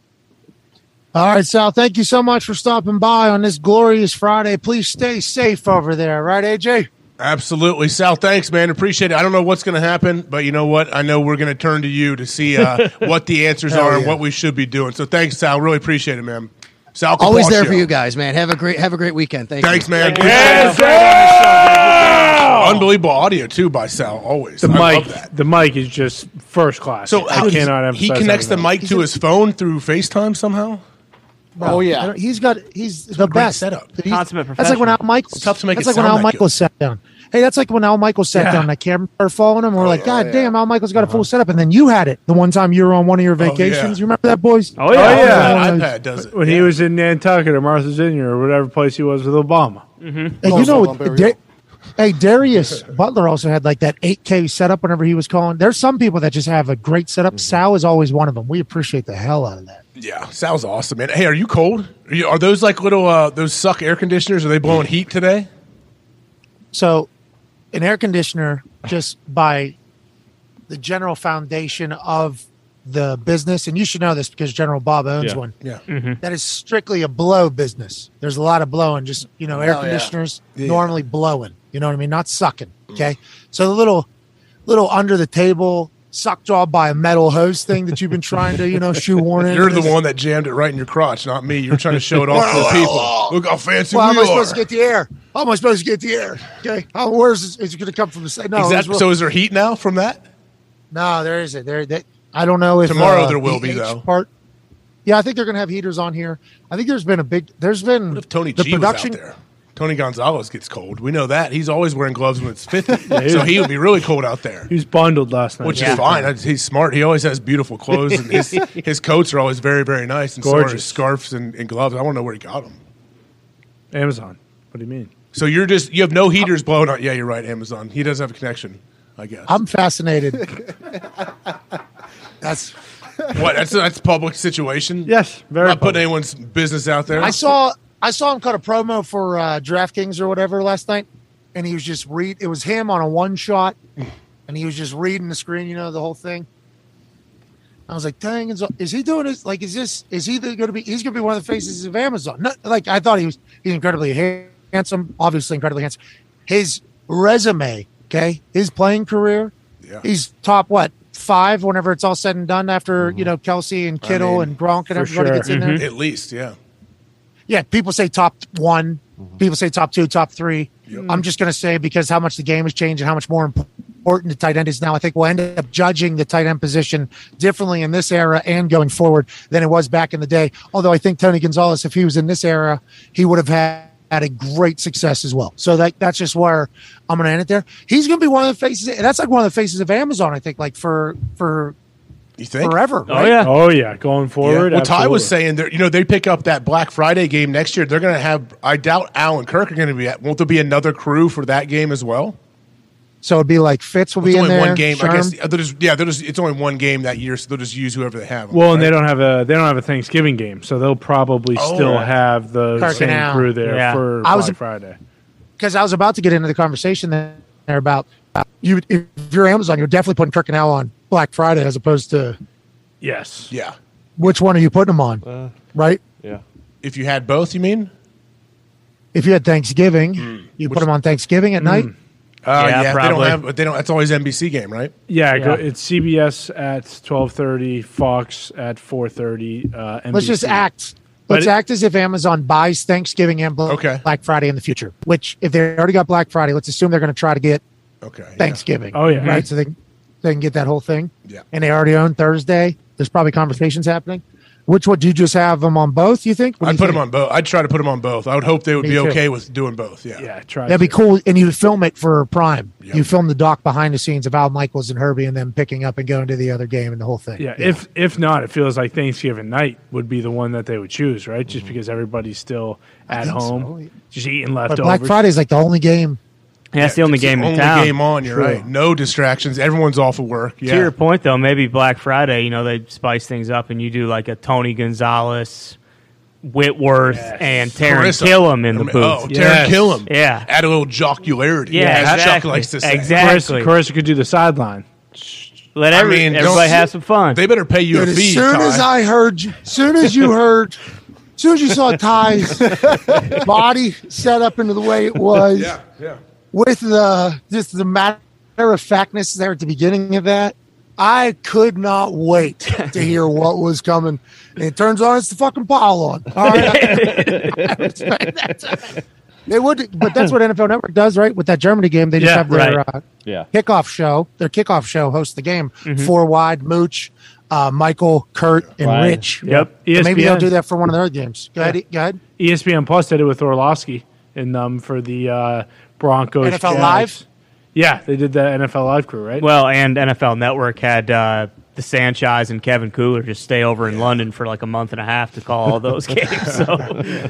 [SPEAKER 8] All right, Sal, thank you so much for stopping by on this glorious Friday. Please stay safe over there, right, AJ?
[SPEAKER 1] Oh, Absolutely, Sal. Thanks, man. Appreciate it. I don't know what's going to happen, but you know what? I know we're going to turn to you to see uh, what the answers
[SPEAKER 9] Hell
[SPEAKER 1] are and
[SPEAKER 9] yeah.
[SPEAKER 1] what we should be doing. So thanks, Sal. Really appreciate it, man. Sal,
[SPEAKER 9] Always there
[SPEAKER 1] Capaccio.
[SPEAKER 9] for you guys, man. Have a great have a great weekend. Thank
[SPEAKER 1] Thanks,
[SPEAKER 9] you.
[SPEAKER 1] man. Unbelievable audio too by Sal. Always
[SPEAKER 3] The
[SPEAKER 1] I love that.
[SPEAKER 3] mic, the mic is just first class.
[SPEAKER 1] So
[SPEAKER 3] I
[SPEAKER 1] how
[SPEAKER 3] cannot emphasize
[SPEAKER 1] he connects
[SPEAKER 3] that
[SPEAKER 1] the
[SPEAKER 3] enough.
[SPEAKER 1] mic to his phone through FaceTime somehow.
[SPEAKER 8] No, I don't- he's got he's the
[SPEAKER 1] great
[SPEAKER 8] best
[SPEAKER 1] setup.
[SPEAKER 8] He's-
[SPEAKER 2] Consummate
[SPEAKER 8] That's like when Al
[SPEAKER 2] professional.
[SPEAKER 8] Michaels.
[SPEAKER 1] It's tough to make
[SPEAKER 8] That's
[SPEAKER 1] it
[SPEAKER 8] like when
[SPEAKER 1] sound
[SPEAKER 8] Al
[SPEAKER 1] that
[SPEAKER 8] Michaels sat down. Hey, that's like when Al Michaels sat
[SPEAKER 3] Yeah.
[SPEAKER 8] down. and The camera started following him. We're like, God damn, Al Michaels got a full setup, and then you had it the one time you were on one of your
[SPEAKER 1] yeah.
[SPEAKER 8] vacations. You remember that, boys?
[SPEAKER 3] Oh, yeah. Oh, yeah.
[SPEAKER 8] One of
[SPEAKER 1] That
[SPEAKER 8] those-
[SPEAKER 1] iPad does it.
[SPEAKER 3] when he was in Nantucket or Martha's Vineyard or whatever place he was with Obama.
[SPEAKER 1] Mm-hmm.
[SPEAKER 8] And you
[SPEAKER 7] Also
[SPEAKER 8] know,
[SPEAKER 7] Lumber
[SPEAKER 8] Da-
[SPEAKER 7] Hill.
[SPEAKER 8] hey, Darius Butler also had like that 8K setup whenever he was calling. There's some people that just have a great setup. Sal is always one of them. We appreciate the hell out of that.
[SPEAKER 1] Yeah, Sal's awesome, man. Hey, are you cold? Are, you, are those like little uh, those suck air conditioners? Are they blowing heat today?
[SPEAKER 8] So, an air conditioner, just by the general foundation of the business, and you should know this because General Bob owns
[SPEAKER 4] Yeah.
[SPEAKER 8] one.
[SPEAKER 1] Yeah.
[SPEAKER 8] That is strictly a blow business. There's a lot of blowing, just you know, air
[SPEAKER 7] Oh, yeah.
[SPEAKER 8] conditioners normally blowing. You know what I mean? Not sucking.
[SPEAKER 1] Mm.
[SPEAKER 8] Okay. So the little little under the table suck job by a metal hose thing that you've been trying to, you know, shoehorn in.
[SPEAKER 1] You're the
[SPEAKER 8] This-
[SPEAKER 1] one that jammed it right in your crotch, not me. You're trying to show it off to the people. Look how fancy
[SPEAKER 8] Well, how am
[SPEAKER 1] we
[SPEAKER 8] I
[SPEAKER 1] are.
[SPEAKER 8] supposed to get the air? How am I supposed to get the air? Okay. How where's is, it gonna come from the side? No,
[SPEAKER 1] Is
[SPEAKER 8] it
[SPEAKER 1] that-
[SPEAKER 8] was real-
[SPEAKER 1] so is there heat now from that?
[SPEAKER 8] No, there isn't. There, they, I don't know if uh,
[SPEAKER 1] Tomorrow there will be,
[SPEAKER 8] the H
[SPEAKER 1] though.
[SPEAKER 8] Part. Yeah, I think they're going to have heaters on here. I think there's been a big. There's been
[SPEAKER 1] What if Tony
[SPEAKER 8] the
[SPEAKER 1] G
[SPEAKER 8] production.
[SPEAKER 1] was out there? Tony Gonzalez gets cold. We know that. He's always wearing gloves when it's 50. so he would be really cold out there.
[SPEAKER 3] He was bundled last night.
[SPEAKER 1] Which is fine. I- He's smart. He always has beautiful clothes, and his, his coats are always very, very nice. And so are his
[SPEAKER 3] Gorgeous.
[SPEAKER 1] scarves and, and gloves. I want to know where he got them.
[SPEAKER 3] Amazon. What do you mean?
[SPEAKER 1] So you're just you have no heaters blowing out. Yeah, you're right. Amazon. He doesn't have a connection. I guess.
[SPEAKER 8] I'm fascinated. That's.
[SPEAKER 1] what? That's that's public situation.
[SPEAKER 3] Yes,
[SPEAKER 1] I'm
[SPEAKER 3] very.
[SPEAKER 1] not putting
[SPEAKER 3] public.
[SPEAKER 1] anyone's business out there.
[SPEAKER 8] I saw. I saw him cut a promo for uh, DraftKings or whatever last night, and he was just read. It was him on a one shot, and he was just reading the screen. You know the whole thing. I was like, dang, is, is he doing this? Like, is this, is he going to be, he's going to be one of the faces of Amazon. No, like, I thought he was, he's incredibly ha- handsome, obviously incredibly handsome. His resume, okay, his playing career,
[SPEAKER 1] Yeah.
[SPEAKER 8] he's top, what, five whenever it's all said and done after, you know, Kelsey and Kittle
[SPEAKER 1] Mm-hmm. mean, Mm-hmm.
[SPEAKER 8] and Gronk and
[SPEAKER 3] for
[SPEAKER 8] everybody
[SPEAKER 3] sure.
[SPEAKER 8] gets in there.
[SPEAKER 1] At least, yeah.
[SPEAKER 8] Yeah, people say top one,
[SPEAKER 1] Mm-hmm.
[SPEAKER 8] people say top two, top three. I'm just going to say because how much the game has changed and how much more important the tight end is now. I think we'll end up judging the tight end position differently in this era and going forward than it was back in the day. Although I think Tony Gonzalez, if he was in this era, he would have had. Had a great success as well, so that that's just where I'm going to end it. There, he's going to be one of the faces. That's like one of the faces of Amazon, I think, like for for
[SPEAKER 1] You think?
[SPEAKER 8] forever.
[SPEAKER 2] Oh
[SPEAKER 8] right?
[SPEAKER 2] yeah.
[SPEAKER 3] Oh yeah, going
[SPEAKER 1] Yeah.
[SPEAKER 3] forward.
[SPEAKER 1] Well, Ty was
[SPEAKER 3] absolutely.
[SPEAKER 1] saying that you know they pick up that Black Friday game next year. They're going to have. I doubt Al and Kirk are going to be. at Won't there be another crew for that game as well?
[SPEAKER 8] So it'd be like Fitz will
[SPEAKER 1] It's
[SPEAKER 8] be in
[SPEAKER 1] only
[SPEAKER 8] there.
[SPEAKER 1] one game. I guess.
[SPEAKER 8] Sherm.
[SPEAKER 1] They'll just, yeah, they'll just, it's only one game that year, so they'll just use whoever they have.
[SPEAKER 3] Well, and they don't have a they don't have a Thanksgiving game, so they'll probably
[SPEAKER 1] Oh,
[SPEAKER 3] still
[SPEAKER 1] right.
[SPEAKER 3] have the
[SPEAKER 8] Carson
[SPEAKER 3] same
[SPEAKER 8] Allen.
[SPEAKER 3] crew there
[SPEAKER 2] Yeah.
[SPEAKER 3] for
[SPEAKER 8] I was-
[SPEAKER 3] Black Friday.
[SPEAKER 8] because I was about to get into the conversation there about you. If you're Amazon, you're definitely putting Kirk and Al on Black Friday as opposed to
[SPEAKER 3] Yes.
[SPEAKER 1] Yeah.
[SPEAKER 8] which one are you putting them on,
[SPEAKER 1] Uh,
[SPEAKER 8] right?
[SPEAKER 4] Yeah.
[SPEAKER 1] If you had both, you mean?
[SPEAKER 8] If you had Thanksgiving, you put them on Thanksgiving at
[SPEAKER 3] Hmm.
[SPEAKER 8] night.
[SPEAKER 1] Uh,
[SPEAKER 2] Yeah,
[SPEAKER 1] They don't
[SPEAKER 2] probably.
[SPEAKER 1] have. But they don't. That's always NBC game, right?
[SPEAKER 3] Yeah, Go,
[SPEAKER 2] Yeah.
[SPEAKER 3] it's CBS at twelve thirty, Fox at four thirty. Uh,
[SPEAKER 8] Let's just
[SPEAKER 3] NBC.
[SPEAKER 8] act.
[SPEAKER 3] But
[SPEAKER 8] Let's
[SPEAKER 3] it-
[SPEAKER 8] act as if Amazon buys Thanksgiving and Bla-
[SPEAKER 1] Okay.
[SPEAKER 8] Black Friday in the future. Which, if they already got Black Friday, let's assume they're going to try to get
[SPEAKER 1] Okay. Uh, yeah.
[SPEAKER 8] Thanksgiving.
[SPEAKER 3] Oh, yeah.
[SPEAKER 8] right. So they they can get that whole thing.
[SPEAKER 1] Yeah.
[SPEAKER 8] and they already own Thursday. There's probably conversations happening. Which would you just have them on both? You think? What do
[SPEAKER 1] I'd
[SPEAKER 8] you
[SPEAKER 1] put
[SPEAKER 8] think?
[SPEAKER 1] them on both. I'd try to put them on both. I would hope they would
[SPEAKER 8] Me
[SPEAKER 1] be
[SPEAKER 8] too.
[SPEAKER 1] okay with doing both. Yeah.
[SPEAKER 3] Yeah, try.
[SPEAKER 8] That'd be
[SPEAKER 3] to.
[SPEAKER 8] cool. And you film it for Prime.
[SPEAKER 1] Yep.
[SPEAKER 8] You film the doc behind the scenes of Al Michaels and Herbie and them picking up and going to the other game and the whole thing.
[SPEAKER 3] Yeah, if if not, it feels like Thanksgiving night would be the one that they would choose, right?
[SPEAKER 2] Mm-hmm.
[SPEAKER 3] Just because everybody's still at
[SPEAKER 8] think
[SPEAKER 3] home,
[SPEAKER 8] so.
[SPEAKER 3] just eating
[SPEAKER 8] But
[SPEAKER 3] leftovers.
[SPEAKER 8] Black Friday's like the only game.
[SPEAKER 2] Yeah, that's the only
[SPEAKER 1] It's
[SPEAKER 2] game in
[SPEAKER 1] only
[SPEAKER 2] town.
[SPEAKER 1] game on. You're
[SPEAKER 3] True.
[SPEAKER 1] right. No distractions. Everyone's off of work. Yeah.
[SPEAKER 2] To your point, though, maybe Black Friday, you know, they spice things up and you do like a Tony Gonzalez, Whitworth and Taryn
[SPEAKER 1] Carissa.
[SPEAKER 2] Killam in
[SPEAKER 1] I
[SPEAKER 2] the
[SPEAKER 1] mean,
[SPEAKER 2] booth.
[SPEAKER 1] Oh, Taryn Killam.
[SPEAKER 2] Yeah.
[SPEAKER 1] Add a little jocularity.
[SPEAKER 2] Yeah,
[SPEAKER 1] as Chuck
[SPEAKER 2] exactly.
[SPEAKER 1] likes to say.
[SPEAKER 2] Exactly.
[SPEAKER 3] Carissa could do the sideline.
[SPEAKER 2] Let
[SPEAKER 1] I
[SPEAKER 2] every,
[SPEAKER 1] mean,
[SPEAKER 2] everybody
[SPEAKER 1] don't-
[SPEAKER 2] have some fun.
[SPEAKER 1] They better pay you
[SPEAKER 8] Dude,
[SPEAKER 1] a
[SPEAKER 8] as
[SPEAKER 1] fee.
[SPEAKER 8] soon
[SPEAKER 1] Ty.
[SPEAKER 8] as I heard, soon as you heard, soon as you saw Ty's body set up into the way it was,
[SPEAKER 1] yeah, yeah.
[SPEAKER 8] with the just the matter of factness there at the beginning of that, I could not wait to hear what was coming. And it turns out it's the fucking pile on. All right. they would, but that's what NFL Network does, right? With that Germany game, they just
[SPEAKER 2] Yeah,
[SPEAKER 8] have their
[SPEAKER 2] right.
[SPEAKER 8] uh,
[SPEAKER 4] Yeah.
[SPEAKER 8] kickoff show. Their kickoff show hosts the game.
[SPEAKER 2] Mm-hmm.
[SPEAKER 8] Four wide, Mooch, uh, Michael, Kurt, and
[SPEAKER 4] Right.
[SPEAKER 8] Rich.
[SPEAKER 3] Yep.
[SPEAKER 8] So
[SPEAKER 2] E
[SPEAKER 8] maybe
[SPEAKER 3] ESPN.
[SPEAKER 8] they'll do that for one of their games. Go ahead. Go ahead.
[SPEAKER 3] ESPN Plus did it with Orlovsky and um for the uh, Broncos.
[SPEAKER 8] NFL
[SPEAKER 3] Jags.
[SPEAKER 8] Live?
[SPEAKER 3] Yeah, they did the NFL Live crew, right?
[SPEAKER 2] Well, and NFL Network had uh, the Sanchez and Kevin Cooler just stay over in London for like a month and a half to call all those games. So,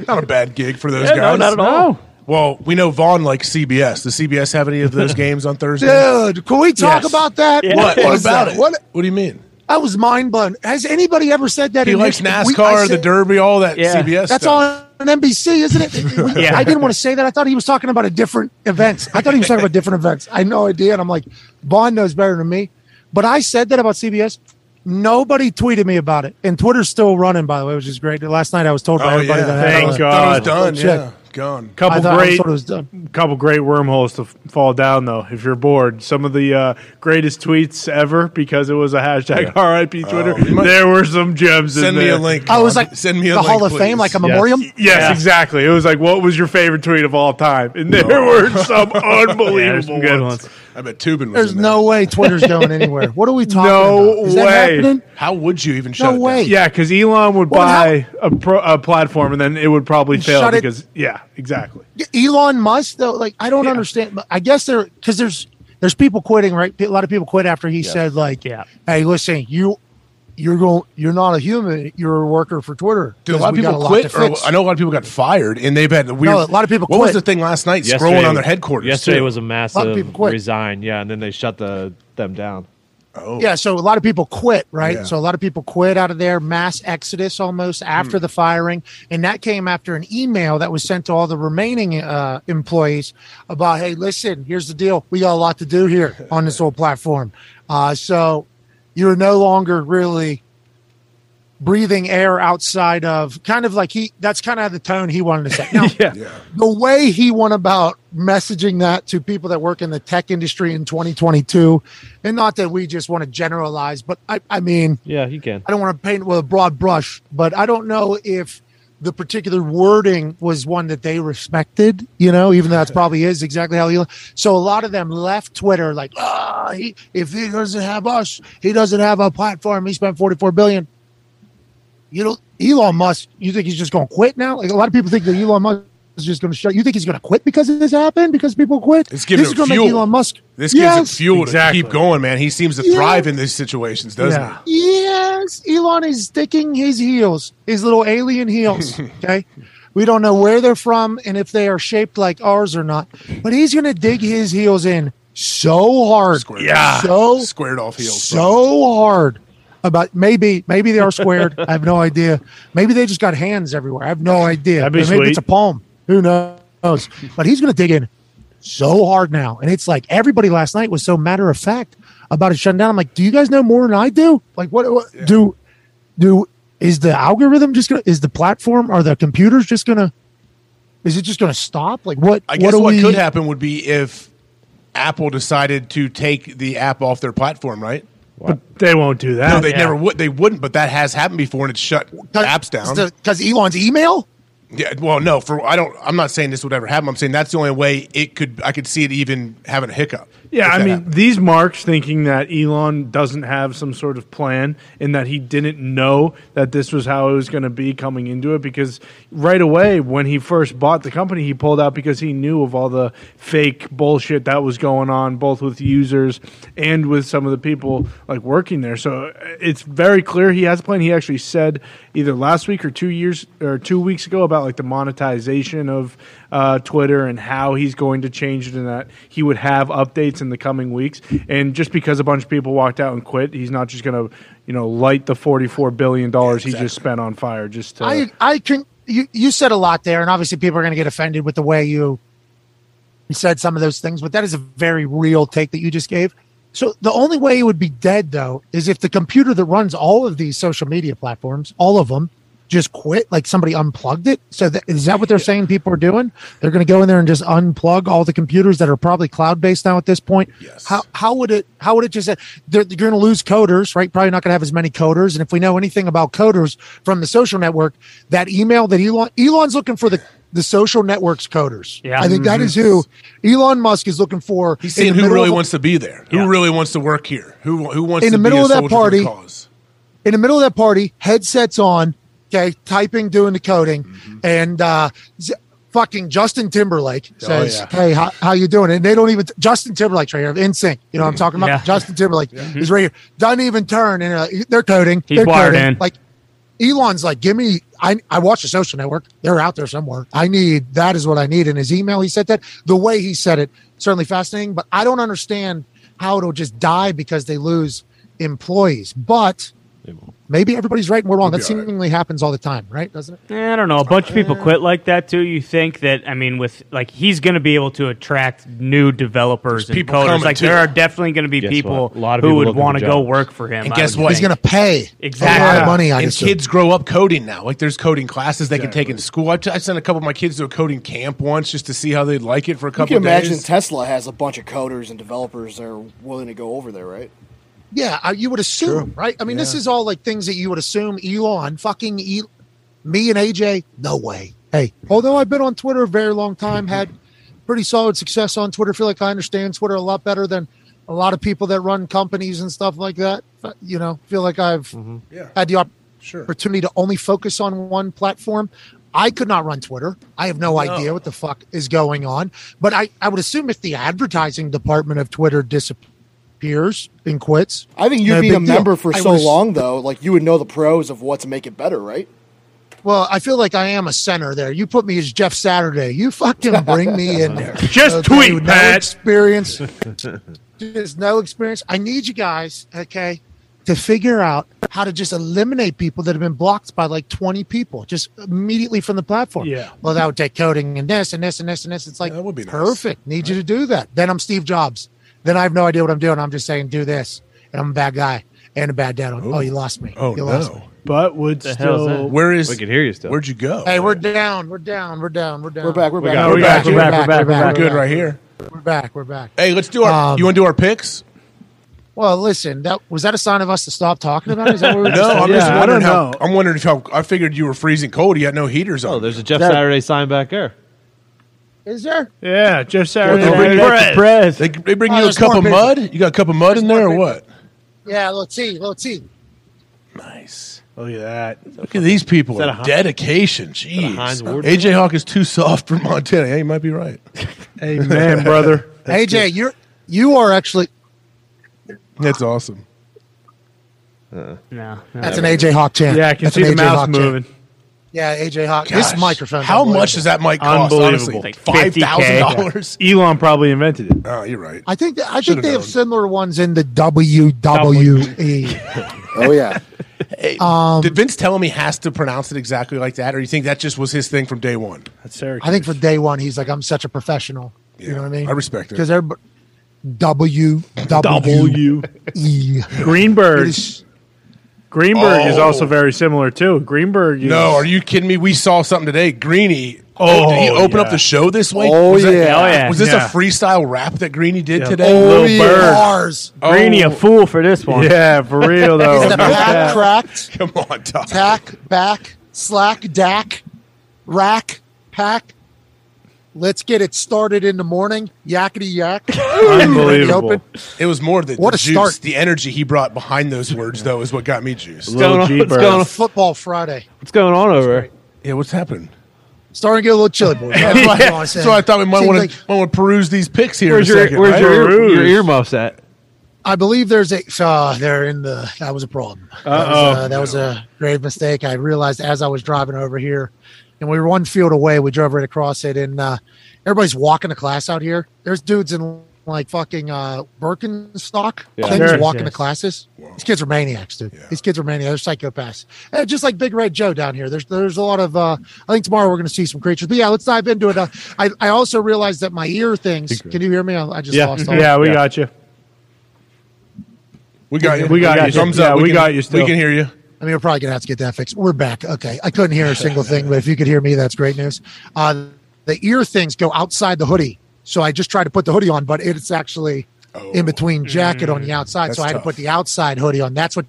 [SPEAKER 1] Not a bad gig for those
[SPEAKER 2] Yeah,
[SPEAKER 1] guys.
[SPEAKER 2] no, not at all.
[SPEAKER 1] Well, we know Vaughn likes CBS. Does CBS have any of those games on Thursday?
[SPEAKER 8] Dude, can we talk
[SPEAKER 3] Yes.
[SPEAKER 8] about that?
[SPEAKER 2] Yeah.
[SPEAKER 1] What? What
[SPEAKER 8] was
[SPEAKER 1] about
[SPEAKER 8] that?
[SPEAKER 1] it?
[SPEAKER 8] What
[SPEAKER 1] What do you mean?
[SPEAKER 8] I was mind blown. Has anybody ever said that?
[SPEAKER 1] He
[SPEAKER 8] in
[SPEAKER 1] likes
[SPEAKER 8] history? We-
[SPEAKER 1] NASCAR,
[SPEAKER 8] I
[SPEAKER 1] the
[SPEAKER 8] said-
[SPEAKER 1] Derby, all that
[SPEAKER 2] Yeah.
[SPEAKER 1] CBS.
[SPEAKER 8] That's
[SPEAKER 1] stuff.
[SPEAKER 8] on NBC, isn't it?
[SPEAKER 2] Yeah.
[SPEAKER 8] I didn't want to say that. I thought he was talking about a different events. I thought he was talking about different events. I had no idea, and I'm like, Bond knows better than me. But I said that about CBS. Nobody tweeted me about it, and Twitter's still running, by the way, which is great. Last night I was told by
[SPEAKER 1] Oh
[SPEAKER 8] everybody
[SPEAKER 1] yeah,
[SPEAKER 8] that I had
[SPEAKER 1] Thought it
[SPEAKER 8] it.
[SPEAKER 1] was-
[SPEAKER 3] Thank
[SPEAKER 1] thought it was
[SPEAKER 3] God.
[SPEAKER 1] done.
[SPEAKER 8] Check.
[SPEAKER 1] Yeah, gone.
[SPEAKER 8] I
[SPEAKER 3] couple
[SPEAKER 8] thought I
[SPEAKER 3] great,
[SPEAKER 8] thought it was done.
[SPEAKER 3] couple great wormholes to f- fall down though. If you're bored, some of the uh, greatest tweets ever because it was a hashtag RIP Twitter.
[SPEAKER 1] Oh, you might-
[SPEAKER 3] there were some gems.
[SPEAKER 1] Send
[SPEAKER 3] in
[SPEAKER 1] me
[SPEAKER 3] there.
[SPEAKER 1] a link.
[SPEAKER 8] I was
[SPEAKER 1] Vaughn.
[SPEAKER 8] like,
[SPEAKER 1] send me a
[SPEAKER 8] the
[SPEAKER 1] link,
[SPEAKER 8] Hall of Fame,
[SPEAKER 1] please.
[SPEAKER 8] like a
[SPEAKER 3] Yes.
[SPEAKER 8] memoriam.
[SPEAKER 3] Yes, exactly. It was like, what was your favorite tweet of all time? And there were some
[SPEAKER 2] there's
[SPEAKER 3] unbelievable
[SPEAKER 2] some good
[SPEAKER 3] ones.
[SPEAKER 2] ones.
[SPEAKER 1] I bet Tubin was.
[SPEAKER 8] There's
[SPEAKER 1] in there.
[SPEAKER 8] no way Twitter's going anywhere. What are we talking
[SPEAKER 3] No
[SPEAKER 8] about? Is that
[SPEAKER 3] way.
[SPEAKER 8] happening?
[SPEAKER 1] How would you even shut it
[SPEAKER 8] way.
[SPEAKER 1] down?
[SPEAKER 3] Yeah, because Elon would
[SPEAKER 8] Well,
[SPEAKER 3] buy a, pro, a platform and then it would probably fail
[SPEAKER 8] Shut it-
[SPEAKER 3] because yeah, exactly.
[SPEAKER 8] Elon Musk though, like I don't understand. I guess there because there's there's people quitting, right? A lot of people quit after he said like,
[SPEAKER 2] Yeah.
[SPEAKER 8] hey, listen, you you're going, you're not a human, you're a worker for Twitter."
[SPEAKER 1] Dude, a
[SPEAKER 8] 'Cause
[SPEAKER 1] lot of
[SPEAKER 8] we got
[SPEAKER 1] people quit.
[SPEAKER 8] to
[SPEAKER 1] Or
[SPEAKER 8] fix."
[SPEAKER 1] I know a lot of people got fired, and they've had the weird.
[SPEAKER 8] No, a lot of people
[SPEAKER 1] What was
[SPEAKER 8] quit.
[SPEAKER 1] the thing last night?
[SPEAKER 4] Yesterday-
[SPEAKER 1] scrolling on their headquarters.
[SPEAKER 4] Yesterday
[SPEAKER 1] too.
[SPEAKER 4] was a massive
[SPEAKER 8] people quit.
[SPEAKER 4] resign. Yeah, and then they shut the them down.
[SPEAKER 1] Oh.
[SPEAKER 4] Oh.
[SPEAKER 8] Yeah, so a lot of people quit, right?
[SPEAKER 1] Yeah.
[SPEAKER 8] So a lot of people quit out of there, mass exodus almost after the firing, and that came after an email that was sent to all the remaining uh, employees about, hey, listen, here's the deal, we got a lot to do here on this old platform, uh, so you're no longer really breathing air outside of kind of like he that's kind of the tone he wanted to set now
[SPEAKER 3] Yeah.
[SPEAKER 8] the way he went about messaging that to people that work in the tech industry in 2022 and not that we just want to generalize but i, I mean
[SPEAKER 4] Yeah, you can.
[SPEAKER 8] i don't want to paint with a broad brush but i don't know if the particular wording was one that they respected you know even though that's probably is exactly how you so a lot of them left twitter like ah, he, if he doesn't have us he doesn't have a platform he spent 44 billion you know, Elon Musk, you think he's just going to quit now? Like a lot of people think that Elon Musk is just going to shut. You think he's going to quit because of this happened? Because people quit?
[SPEAKER 1] It's giving
[SPEAKER 8] this is
[SPEAKER 1] him
[SPEAKER 8] gonna make
[SPEAKER 1] fuel.
[SPEAKER 8] Elon Musk.
[SPEAKER 1] This gives
[SPEAKER 8] yes,
[SPEAKER 1] him fuel
[SPEAKER 3] Exactly.
[SPEAKER 1] to keep going, man. He seems to
[SPEAKER 8] Yeah.
[SPEAKER 1] thrive in these situations, doesn't
[SPEAKER 3] Yeah.
[SPEAKER 8] Yes, Elon is sticking his heels, his little alien heels. Okay, we don't know where they're from and if they are shaped like ours or not, but he's going to dig his heels in so hard.
[SPEAKER 1] he? Squared
[SPEAKER 3] Yeah.
[SPEAKER 1] off.
[SPEAKER 8] So
[SPEAKER 1] squared off heels. bro.
[SPEAKER 8] so hard about maybe maybe they are squared. I have no idea. Maybe they just got hands everywhere. I have no idea.
[SPEAKER 3] That'd be
[SPEAKER 8] Or maybe
[SPEAKER 3] sweet.
[SPEAKER 8] it's a palm. Who knows? But he's going to dig in so hard now, and it's like everybody last night was so matter of fact about it shutting down. I'm like, do you guys know more than I do? Like, what, what do do is the algorithm just gonna is the platform are the computers just gonna is it just gonna stop? Like, what?
[SPEAKER 1] I guess
[SPEAKER 8] do
[SPEAKER 1] what,
[SPEAKER 8] we-
[SPEAKER 1] could happen would be if Apple decided to take the app off their platform, right?
[SPEAKER 3] But they won't do that.
[SPEAKER 1] No, they
[SPEAKER 3] Yeah.
[SPEAKER 1] never would. They wouldn't, but that has happened before, and it shut apps down.
[SPEAKER 8] because Elon's email.
[SPEAKER 1] Yeah, well, no, for I don't. I'm not saying this would ever happen. I'm saying that's the only way it could. I could see it even having a hiccup.
[SPEAKER 3] Yeah,
[SPEAKER 1] if
[SPEAKER 3] I
[SPEAKER 1] that
[SPEAKER 3] mean,
[SPEAKER 1] happened.
[SPEAKER 3] these marks thinking that Elon doesn't have some sort of plan and that he didn't know that this was how it was going to be coming into it because right away when he first bought the company, he pulled out because he knew of all the fake bullshit that was going on both with users and with some of the people like working there. So uh, it's very clear he has a plan. He actually said either last week or 2 years or 2 weeks ago about like the monetization of uh, Twitter and how he's going to change it and that he would have updates in the coming weeks. And just because a bunch of people walked out and quit, he's not just going to, you know, light the $44 billion he just spent on fire just to.
[SPEAKER 8] I I can you you said a lot there, and obviously people are going to get offended with the way you you said some of those things, but that is a very real take that you just gave. So the only way it would be dead though is if the computer that runs all of these social media platforms, all of them, just quit, like somebody unplugged it. So that, is that what they're saying people are doing? They're going to go in there and just unplug all the computers that are probably cloud based now at this point. Yes. How how would it how would it just uh, they're, you're going to lose coders, right? Probably not going to have as many coders. And if we know anything about coders from the social network, that email that Elon Elon's looking for the the social networks coders.
[SPEAKER 1] Yeah.
[SPEAKER 8] I think that is who Elon Musk is looking for.
[SPEAKER 1] Mm-hmm. He's
[SPEAKER 8] in
[SPEAKER 1] seeing
[SPEAKER 8] the
[SPEAKER 1] who
[SPEAKER 8] middle
[SPEAKER 1] really
[SPEAKER 8] of-
[SPEAKER 1] wants to be there, who really wants to work here, who who wants
[SPEAKER 8] In
[SPEAKER 1] to
[SPEAKER 8] the middle
[SPEAKER 1] be
[SPEAKER 8] of
[SPEAKER 1] a
[SPEAKER 8] that
[SPEAKER 1] soldier for
[SPEAKER 8] party-
[SPEAKER 1] the cause.
[SPEAKER 8] in the middle of that party, headsets on, okay, typing, doing the coding, and uh, z- fucking Justin Timberlake
[SPEAKER 1] Mm-hmm. Oh,
[SPEAKER 8] says,
[SPEAKER 1] yeah.
[SPEAKER 8] "Hey, how, how you doing?" And they don't even Justin Timberlake's right here, NSYNC. You know what I'm talking about?
[SPEAKER 2] Yeah.
[SPEAKER 8] Justin Timberlake is right here. Doesn't even turn, and uh, they're coding.
[SPEAKER 2] He's
[SPEAKER 8] they're
[SPEAKER 2] wired
[SPEAKER 8] coding.
[SPEAKER 2] in.
[SPEAKER 8] Like Elon's like, "Give me." I I watch the social network. They're out there somewhere. I need that is what I need. In his email, he said that the way he said it certainly fascinating, but I don't understand how it'll just die because they lose employees. But maybe everybody's right and we're wrong. That seemingly happens all the time, right? Doesn't it?
[SPEAKER 2] Eh, I don't know. A bunch of people quit like that too. You think that? I mean, with like he's going to be able to attract new developers and
[SPEAKER 1] people
[SPEAKER 2] coders.
[SPEAKER 1] coming,
[SPEAKER 2] Like
[SPEAKER 1] too.
[SPEAKER 2] there are definitely going to be
[SPEAKER 4] Guess
[SPEAKER 2] people,
[SPEAKER 4] what? A lot of
[SPEAKER 2] who
[SPEAKER 4] people
[SPEAKER 2] would
[SPEAKER 4] looking
[SPEAKER 2] want to
[SPEAKER 4] for
[SPEAKER 2] go
[SPEAKER 4] jobs.
[SPEAKER 2] work for him.
[SPEAKER 1] And
[SPEAKER 2] I
[SPEAKER 1] guess
[SPEAKER 2] would
[SPEAKER 1] what?
[SPEAKER 8] He's
[SPEAKER 2] think.
[SPEAKER 8] going to pay
[SPEAKER 2] Exactly.
[SPEAKER 8] a lot of money. I
[SPEAKER 1] and
[SPEAKER 8] assume.
[SPEAKER 1] kids grow up coding now. Like there's coding classes they can take in school. I, t- I sent a couple of my kids to a coding camp once just to see how they'd like it for a
[SPEAKER 7] You
[SPEAKER 1] couple
[SPEAKER 7] can
[SPEAKER 1] of
[SPEAKER 7] imagine
[SPEAKER 1] days.
[SPEAKER 7] Tesla has a bunch of coders and developers that are willing to go over there, right?
[SPEAKER 8] Yeah, I, you would assume, right? I mean, this is all like things that you would assume. Elon, fucking e- me and AJ, no way. Hey, although I've been on Twitter a very long time, had pretty solid success on Twitter. Feel like I understand Twitter a lot better than a lot of people that run companies and stuff like that. But, You know, feel like I've
[SPEAKER 1] Yeah.
[SPEAKER 8] had the opportunity
[SPEAKER 1] Sure.
[SPEAKER 8] opportunity to only focus on one platform. I could not run Twitter. I have no, idea what the fuck is going on. But I, I would assume if the advertising department of Twitter disappears and quits,
[SPEAKER 7] I think
[SPEAKER 8] No
[SPEAKER 7] you'd be
[SPEAKER 8] big
[SPEAKER 7] a
[SPEAKER 8] deal.
[SPEAKER 7] member for
[SPEAKER 8] I
[SPEAKER 7] so
[SPEAKER 8] was-
[SPEAKER 7] long, though, like you would know the pros of what to make it better, right?
[SPEAKER 8] well, I feel like I am a center there. You put me as Jeff Saturday. You fucking bring me in there.
[SPEAKER 2] Just
[SPEAKER 8] Okay,
[SPEAKER 2] tweet,
[SPEAKER 8] no
[SPEAKER 2] Pat.
[SPEAKER 8] experience. There's no experience. I need you guys, okay, to figure out how to just eliminate people that have been blocked by like 20 people just immediately from the platform.
[SPEAKER 3] Yeah.
[SPEAKER 8] Well, that would take coding and this and this and this and this. It's like
[SPEAKER 1] Yeah, that would be nice.
[SPEAKER 8] perfect. Need you to do that. Then I'm Steve Jobs. Then I have no idea what I'm doing. I'm just saying do this, and I'm a bad guy and a bad dad. Oh, you lost me.
[SPEAKER 1] Oh
[SPEAKER 8] you lost
[SPEAKER 1] no.
[SPEAKER 3] but would
[SPEAKER 4] The hell is
[SPEAKER 3] still.
[SPEAKER 1] Where is?
[SPEAKER 4] We could hear you still.
[SPEAKER 1] Where'd you go?
[SPEAKER 8] Hey, we're down. We're down. We're down. We're down.
[SPEAKER 7] We're back. We're
[SPEAKER 4] We
[SPEAKER 7] back.
[SPEAKER 4] got-
[SPEAKER 7] we're
[SPEAKER 4] we
[SPEAKER 7] back.
[SPEAKER 2] We're back, we're back, we're
[SPEAKER 1] good right here.
[SPEAKER 8] We're back. We're back.
[SPEAKER 1] Hey, let's do our.
[SPEAKER 8] Um,
[SPEAKER 1] you want to do our picks?
[SPEAKER 8] Well, listen, that was that a sign of us to stop talking about? It? Is that what we were
[SPEAKER 1] No,
[SPEAKER 8] just-
[SPEAKER 1] I'm
[SPEAKER 3] Yeah,
[SPEAKER 1] just
[SPEAKER 3] I don't
[SPEAKER 1] wondering how.
[SPEAKER 3] know.
[SPEAKER 1] I'm wondering if how. I figured you were freezing cold. You had no heaters on.
[SPEAKER 4] Oh, there's a Jeff
[SPEAKER 2] That-
[SPEAKER 4] Saturday sign back there.
[SPEAKER 8] is there?
[SPEAKER 3] Yeah, Jeff Saturday.
[SPEAKER 1] Well, they'll
[SPEAKER 3] Night Live.
[SPEAKER 1] bring
[SPEAKER 2] Perez.
[SPEAKER 4] Perez.
[SPEAKER 1] they, they bring
[SPEAKER 8] Oh,
[SPEAKER 1] you a
[SPEAKER 8] there's
[SPEAKER 1] cup
[SPEAKER 8] more
[SPEAKER 1] of
[SPEAKER 8] people.
[SPEAKER 1] mud. You got a cup of mud in there or what?
[SPEAKER 8] Yeah, little T, little T.
[SPEAKER 1] Nice.
[SPEAKER 3] Look at that.
[SPEAKER 1] Look at these people.
[SPEAKER 4] Is Oh, that a
[SPEAKER 1] and
[SPEAKER 4] Heinz-
[SPEAKER 1] dedication. Jeez.
[SPEAKER 4] Heinz Ward?
[SPEAKER 1] AJ Hawk is too soft for Montana. Yeah, you might be right.
[SPEAKER 3] Amen, brother.
[SPEAKER 8] AJ, you're you are actually
[SPEAKER 1] That's awesome.
[SPEAKER 2] No, no.
[SPEAKER 8] that's an AJ Hawk chant.
[SPEAKER 3] Yeah, I can
[SPEAKER 8] That's
[SPEAKER 3] see
[SPEAKER 8] an
[SPEAKER 3] the
[SPEAKER 8] AJ
[SPEAKER 3] mouse
[SPEAKER 8] Hawk chant.
[SPEAKER 3] moving.
[SPEAKER 8] Yeah, AJ Hawk.
[SPEAKER 1] Gosh,
[SPEAKER 8] this microphone.
[SPEAKER 1] How much does that mic cost?
[SPEAKER 4] Unbelievable.
[SPEAKER 1] Honestly,
[SPEAKER 2] Like
[SPEAKER 1] five
[SPEAKER 2] 50K.
[SPEAKER 1] thousand dollars.
[SPEAKER 3] Elon probably invented it.
[SPEAKER 1] Oh, you're right.
[SPEAKER 8] I think that, I
[SPEAKER 1] Should've
[SPEAKER 8] think they have
[SPEAKER 1] known.
[SPEAKER 8] similar ones in the E. WWE.
[SPEAKER 6] Oh yeah.
[SPEAKER 8] Um,
[SPEAKER 1] Did Vince tell him he has to pronounce it exactly like that, or you think that just was his thing from day one?
[SPEAKER 3] That's Syracuse.
[SPEAKER 8] I think for day one, he's like, I'm such a professional.
[SPEAKER 1] Yeah,
[SPEAKER 8] You know what I mean?
[SPEAKER 1] I respect it.
[SPEAKER 8] because everybody W W
[SPEAKER 3] W.
[SPEAKER 8] E. It
[SPEAKER 3] Greenberg.
[SPEAKER 8] is-
[SPEAKER 3] Greenberg is
[SPEAKER 1] Oh.
[SPEAKER 3] also very similar too. Greenberg. Is,
[SPEAKER 1] No, are you kidding me? We saw something today. Greeny.
[SPEAKER 3] Oh,
[SPEAKER 1] Oh, did he open up
[SPEAKER 3] yeah.
[SPEAKER 1] the show this week?
[SPEAKER 6] Oh,
[SPEAKER 1] was that-
[SPEAKER 6] yeah.
[SPEAKER 2] Oh, yeah.
[SPEAKER 1] Was this
[SPEAKER 3] Yeah.
[SPEAKER 1] a freestyle rap that Greeny did
[SPEAKER 3] Yeah.
[SPEAKER 1] today?
[SPEAKER 3] Oh, Lil
[SPEAKER 8] it
[SPEAKER 3] Bird.
[SPEAKER 8] Ours.
[SPEAKER 1] Oh.
[SPEAKER 2] Greeny a fool for this one.
[SPEAKER 3] Yeah, for real though.
[SPEAKER 8] Is the pack cracked?
[SPEAKER 1] Come on, Doc.
[SPEAKER 8] pack, back, slack, dack, rack, pack. Let's get it started in the morning. Yakety yak.
[SPEAKER 3] Unbelievable.
[SPEAKER 8] Open.
[SPEAKER 1] It was more than
[SPEAKER 8] What
[SPEAKER 1] the
[SPEAKER 8] a
[SPEAKER 1] juice.
[SPEAKER 8] start.
[SPEAKER 1] The energy he brought behind those words, though, is what got me juiced.
[SPEAKER 4] What's going, on? What's,
[SPEAKER 3] G-Bird.
[SPEAKER 4] going on?
[SPEAKER 8] Football Friday.
[SPEAKER 4] What's going on over there?
[SPEAKER 1] Yeah, what's happening?
[SPEAKER 8] Starting to get a little chilly, boys. That's what I was
[SPEAKER 1] That's
[SPEAKER 8] saying.
[SPEAKER 1] why I thought we might
[SPEAKER 8] Seems
[SPEAKER 1] want
[SPEAKER 8] like-
[SPEAKER 1] to want to peruse these picks here.
[SPEAKER 4] Where's
[SPEAKER 1] in a
[SPEAKER 4] your
[SPEAKER 1] second,
[SPEAKER 4] Where's
[SPEAKER 1] right?
[SPEAKER 4] your,
[SPEAKER 3] Ruse.
[SPEAKER 4] your earmuffs at?
[SPEAKER 8] I believe there's a. Uh, they're in the. That was a problem. That was, uh, that was a grave mistake. I realized as I was driving over here, and we were one field away. We drove right across it, and uh, everybody's walking to class out here. There's dudes in like fucking uh, Birkenstock
[SPEAKER 10] Yeah.
[SPEAKER 8] things
[SPEAKER 10] Sure,
[SPEAKER 8] walking
[SPEAKER 10] yes.
[SPEAKER 8] to classes. These kids are maniacs, dude. These kids are maniacs. They're psychopaths. Eh, just like Big Red Joe down here. There's there's a lot of. Uh, I think tomorrow we're going to see some creatures. But yeah, let's dive into it. Uh, I I also realized that my ear things. Can you hear me? I, I just
[SPEAKER 3] yeah, Mm-hmm.
[SPEAKER 8] lost. All
[SPEAKER 3] yeah, we got you.
[SPEAKER 1] We
[SPEAKER 3] got you. We got you.
[SPEAKER 1] Thumbs up.
[SPEAKER 3] Yeah, we
[SPEAKER 1] can-
[SPEAKER 3] got you still.
[SPEAKER 1] We can hear you.
[SPEAKER 8] I mean, we're probably gonna have to get that fixed. We're back. Okay, I couldn't hear a single thing, but if you could hear me, that's great news. Uh, the ear things go outside the hoodie, so I just tried to put the hoodie on, but it's actually
[SPEAKER 1] Oh.
[SPEAKER 8] in between jacket on the
[SPEAKER 3] Mm,
[SPEAKER 8] outside,
[SPEAKER 10] That's
[SPEAKER 8] so I had
[SPEAKER 10] tough.
[SPEAKER 8] to put the outside hoodie on. That's what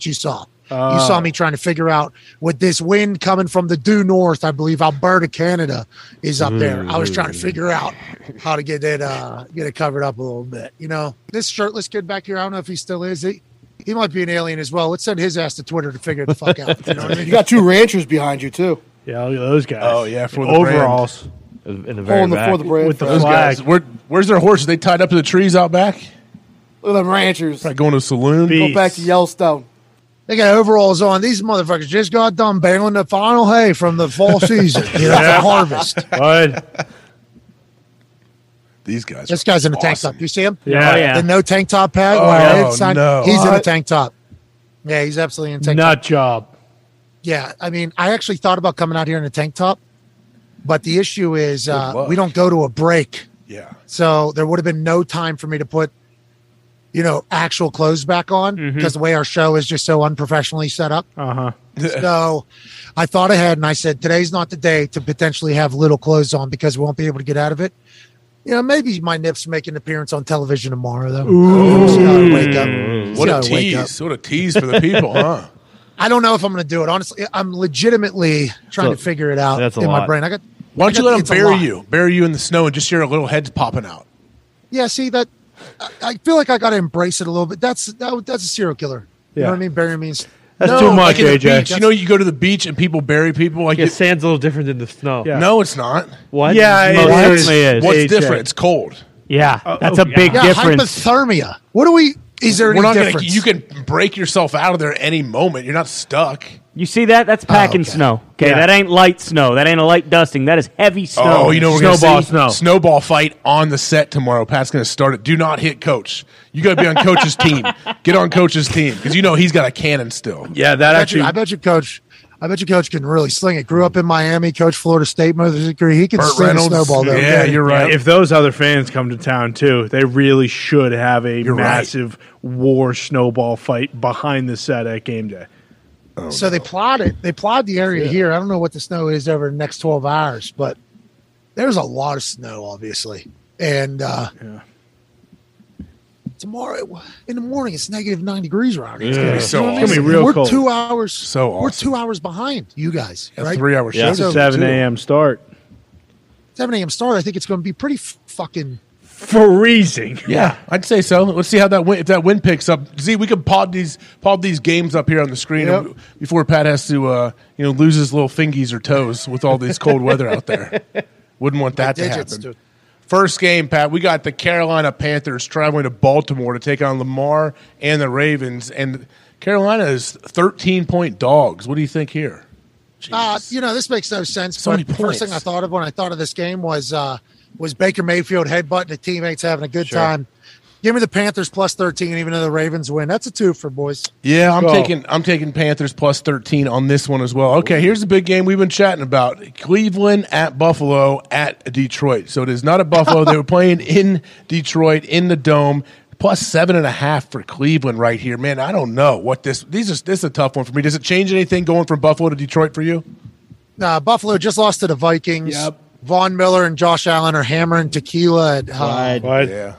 [SPEAKER 8] you saw.
[SPEAKER 3] Uh,
[SPEAKER 8] you saw me trying to figure out with this wind coming from the due north, I believe Alberta, Canada, is up there. I was trying to
[SPEAKER 10] Mm.
[SPEAKER 8] figure out how to get it uh, get it covered up a little bit. You know, this shirtless kid back here, I don't know if he still is. He, he might be an alien as well. Let's send his ass to Twitter to figure the fuck out. You know what I mean?
[SPEAKER 6] You got two ranchers behind you too.
[SPEAKER 3] Yeah, look at those guys.
[SPEAKER 1] Oh yeah, for the
[SPEAKER 3] overalls.
[SPEAKER 4] In the
[SPEAKER 6] very the- back. for the brand
[SPEAKER 3] with the
[SPEAKER 1] Those
[SPEAKER 3] flag.
[SPEAKER 1] guys, where, where's their horses? They tied up to the trees out back.
[SPEAKER 6] Look at them ranchers.
[SPEAKER 1] Probably going to a saloon.
[SPEAKER 6] Go back to Yellowstone.
[SPEAKER 8] They got overalls on. These motherfuckers just got done baling the final hay from the fall season. You know,
[SPEAKER 1] Yeah.
[SPEAKER 8] the harvest.
[SPEAKER 1] These guys.
[SPEAKER 8] This guy's in a tank top. You see him?
[SPEAKER 1] Yeah. Oh, yeah.
[SPEAKER 8] The no tank top pad.
[SPEAKER 1] Oh,
[SPEAKER 8] Wow,
[SPEAKER 1] yeah.
[SPEAKER 8] it's signed-
[SPEAKER 1] no.
[SPEAKER 8] He's in a
[SPEAKER 1] What?
[SPEAKER 8] tank top. Yeah, he's absolutely in a tank
[SPEAKER 3] Nut
[SPEAKER 8] top.
[SPEAKER 3] job.
[SPEAKER 8] Yeah, I mean, I actually thought about coming out here in a tank top, but the issue is uh, we don't go to a break.
[SPEAKER 1] Yeah.
[SPEAKER 8] So there would have been no time for me to put, you know, actual clothes back on because the way our show is just so unprofessionally set up.
[SPEAKER 3] Uh
[SPEAKER 1] huh.
[SPEAKER 8] so I thought ahead and I said, today's not the day to potentially have little clothes on because we won't be able to get out of it. You know, maybe my nips make an appearance on television tomorrow, though. Just gotta wake up. Just
[SPEAKER 1] What a
[SPEAKER 8] gotta wake up.
[SPEAKER 1] tease! What a tease for the people, huh?
[SPEAKER 8] I don't know if I'm going to do it. Honestly, I'm legitimately trying
[SPEAKER 1] So-
[SPEAKER 8] to figure it out
[SPEAKER 1] That's a
[SPEAKER 8] in my
[SPEAKER 1] lot.
[SPEAKER 8] brain. I got.
[SPEAKER 1] Why don't
[SPEAKER 8] I
[SPEAKER 1] you
[SPEAKER 8] got-
[SPEAKER 1] let them
[SPEAKER 8] it's a
[SPEAKER 1] bury
[SPEAKER 8] lot.
[SPEAKER 1] you, bury you in the snow, and just hear little heads popping out?
[SPEAKER 8] Yeah, see that. I, I feel like I got to embrace it a little bit. That's that, that's a serial killer. You know
[SPEAKER 1] Yeah.
[SPEAKER 8] what I mean? Bury me. In,
[SPEAKER 1] No, like in the beach. You know, you go to the beach and people bury people. Like
[SPEAKER 4] Yeah,
[SPEAKER 1] it-
[SPEAKER 4] sand's a little different than the snow.
[SPEAKER 1] No, it's not.
[SPEAKER 4] What?
[SPEAKER 1] Yeah,
[SPEAKER 4] Most
[SPEAKER 1] it is. Oh,
[SPEAKER 4] certainly is.
[SPEAKER 1] What's different? It's cold.
[SPEAKER 2] Yeah,
[SPEAKER 8] Oh,
[SPEAKER 2] that's a big
[SPEAKER 8] yeah,
[SPEAKER 2] difference.
[SPEAKER 8] Hypothermia. What do we? Is there
[SPEAKER 1] We're
[SPEAKER 8] any
[SPEAKER 1] not gonna-
[SPEAKER 8] difference?
[SPEAKER 1] you can break yourself out of there any moment. You're not stuck. Oh,
[SPEAKER 2] You see that? That's packing snow. Okay,
[SPEAKER 1] Yeah.
[SPEAKER 2] that ain't light snow. That ain't a light dusting. That is heavy snow.
[SPEAKER 1] Oh, you know we're gonna see snowball fight on the set tomorrow. Pat's gonna start it. Do not hit coach. You gotta be on coach's team. Get on coach's team because you know he's got a cannon still.
[SPEAKER 3] Yeah,
[SPEAKER 8] I bet you- I bet you, coach. I bet you, coach can really sling it. Grew up in Miami, coach Florida State, mother's degree. He can
[SPEAKER 1] Burt
[SPEAKER 8] sling
[SPEAKER 1] Reynolds.
[SPEAKER 8] a snowball though. okay?
[SPEAKER 3] If those other fans come to town too, they really should have a
[SPEAKER 8] right.
[SPEAKER 3] massive war snowball fight behind the set at game day.
[SPEAKER 1] Oh,
[SPEAKER 8] so they plod it. They plod the area here. I don't know what the snow is over the next twelve hours, but there's a lot of snow, obviously. And uh, tomorrow in the morning, it's negative nine degrees around here.
[SPEAKER 1] It's gonna be so
[SPEAKER 8] You know what I
[SPEAKER 1] awesome. It's
[SPEAKER 8] mean?
[SPEAKER 1] gonna be real
[SPEAKER 8] we're
[SPEAKER 1] cold.
[SPEAKER 8] two hours.
[SPEAKER 1] So
[SPEAKER 8] we're
[SPEAKER 1] awesome.
[SPEAKER 8] two hours behind you guys.
[SPEAKER 1] A
[SPEAKER 8] right?
[SPEAKER 1] three-hour
[SPEAKER 3] Yeah,
[SPEAKER 8] It's over
[SPEAKER 3] seven
[SPEAKER 8] too.
[SPEAKER 3] a.m. start.
[SPEAKER 8] Seven a.m. start. I think it's going to be pretty f- fucking.
[SPEAKER 3] Freezing.
[SPEAKER 1] Yeah, I'd say so. Let's see how that win, if that win picks up. Z, we could pod these pod these games up here on the screen
[SPEAKER 3] Yep.
[SPEAKER 1] and- before Pat has to uh, you know lose his little fingies or toes with all this cold weather out there. Wouldn't want that to
[SPEAKER 8] digits,
[SPEAKER 1] happen.
[SPEAKER 8] dude.
[SPEAKER 1] First game, Pat, we got the Carolina Panthers traveling to Baltimore to take on Lamar and the Ravens. And Carolina is 13 point dogs. What do you think here?
[SPEAKER 8] Uh, you know, this makes no sense.
[SPEAKER 1] So
[SPEAKER 8] but
[SPEAKER 1] many
[SPEAKER 8] the first
[SPEAKER 1] points.
[SPEAKER 8] thing I thought of when I thought of this game was uh, was Baker Mayfield headbutting the teammates, having a good
[SPEAKER 1] Sure.
[SPEAKER 8] time. Give me the Panthers plus thirteen, even though the Ravens win. That's a two for boys.
[SPEAKER 1] Yeah, I'm
[SPEAKER 8] Go.
[SPEAKER 1] taking I'm taking Panthers plus 13 on this one as well. Okay, here's the big game we've been chatting about. Cleveland at Buffalo at Detroit. So it is not at Buffalo. they were playing in Detroit in the dome. Plus seven and a half for Cleveland right here. Man, I don't know what this these is this is a tough one for me. Does it change anything going from Buffalo to Detroit for you?
[SPEAKER 8] Uh, Buffalo just lost to the Vikings. Vaughn Miller and Josh Allen are hammering tequila at uh,
[SPEAKER 1] Yeah.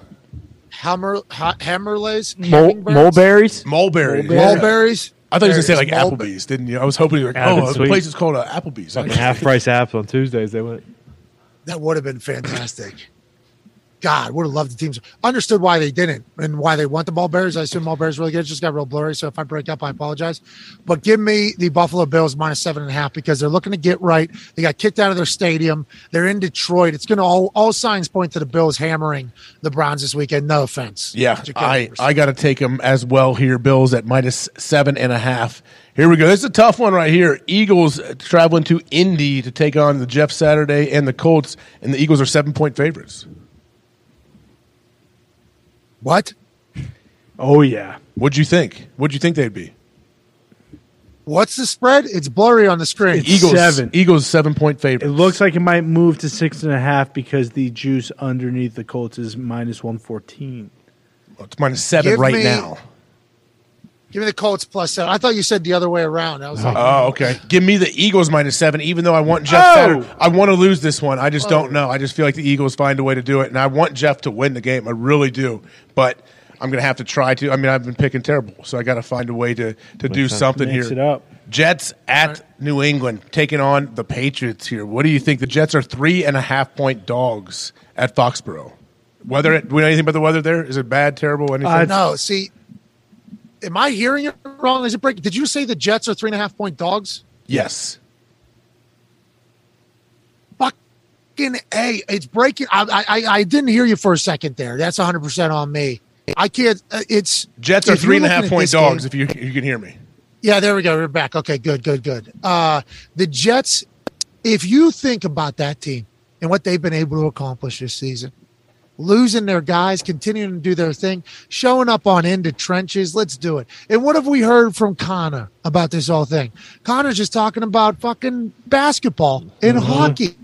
[SPEAKER 8] Hammer ha- Hammerlays.
[SPEAKER 2] Mul- mulberries.
[SPEAKER 1] Mulberries.
[SPEAKER 8] Mulberries.
[SPEAKER 1] I thought you were going to say like
[SPEAKER 8] Mulberries.
[SPEAKER 1] Applebee's, didn't you? I was hoping you were like,
[SPEAKER 4] That'd
[SPEAKER 1] oh,
[SPEAKER 4] been
[SPEAKER 1] the place
[SPEAKER 4] sweet.
[SPEAKER 1] is called uh, Applebee's.
[SPEAKER 4] Fucking half price apps on Tuesdays. They went.
[SPEAKER 8] That would have been fantastic. God, would have loved the teams. Understood why they didn't and why they want the ball bears. I assume ball bears really good. It just got real blurry. So if I break up, I apologize. But give me the Buffalo Bills minus seven and a half because they're looking to get right. They got kicked out of their stadium. They're in Detroit. It's gonna all all signs point to the Bills hammering the Browns this weekend. No offense.
[SPEAKER 1] Yeah, I, I got to take them as well here. Bills at minus seven and a half. Here we go. This is a tough one right here. Eagles uh, traveling to Indy to take on the Jeff Saturday and the Colts, and the Eagles are seven point favorites.
[SPEAKER 8] What?
[SPEAKER 3] Oh yeah.
[SPEAKER 1] What'd you think? What'd you think they'd be?
[SPEAKER 8] What's the spread? It's blurry on the screen.
[SPEAKER 1] Eagles Eagles seven point favorite.
[SPEAKER 3] It looks like it might move to six and a half because the juice underneath the Colts is minus one fourteen.
[SPEAKER 1] It's minus seven
[SPEAKER 8] Give
[SPEAKER 1] right
[SPEAKER 8] me-
[SPEAKER 1] now.
[SPEAKER 8] Give me the Colts plus seven. I thought you said the other way around. I was like,
[SPEAKER 1] Oh, okay. Give me the Eagles minus seven, even though I want Jeff
[SPEAKER 8] Oh!
[SPEAKER 1] Satter- I want to lose this one. I just don't know. I just feel like the Eagles find a way to do it, and I want Jeff to win the game. I really do. But I'm going to have to try to. I mean, I've been picking terrible, so I got to find a way to, to do something
[SPEAKER 3] Mix
[SPEAKER 1] here.
[SPEAKER 3] it up.
[SPEAKER 1] Jets at New England taking on the Patriots here. What do you think? The Jets are three and a half point dogs at Foxborough. Weather? Do we know anything about the weather there? Is it bad, terrible, anything?
[SPEAKER 3] Uh,
[SPEAKER 8] no. See, am I hearing it wrong? Is it break? Did you say the Jets are three and a half point dogs?
[SPEAKER 1] yes.
[SPEAKER 8] Fucking a, it's breaking. I, I, I didn't hear you for a second there. That's 100 percent on me. I can't. Uh, it's
[SPEAKER 1] Jets are
[SPEAKER 8] if you're
[SPEAKER 1] three and a
[SPEAKER 8] looking
[SPEAKER 1] half
[SPEAKER 8] at
[SPEAKER 1] point
[SPEAKER 8] this game-
[SPEAKER 1] dogs. If you you can hear me.
[SPEAKER 8] Yeah, there we go. We're back. Okay, good, good, good. Uh, the Jets, if you think about that team and what they've been able to accomplish this season, losing their guys, continuing to do their thing, showing up on into trenches, let's do it. And what have we heard from Connor about this whole thing? Connor's just talking about fucking basketball and hockey.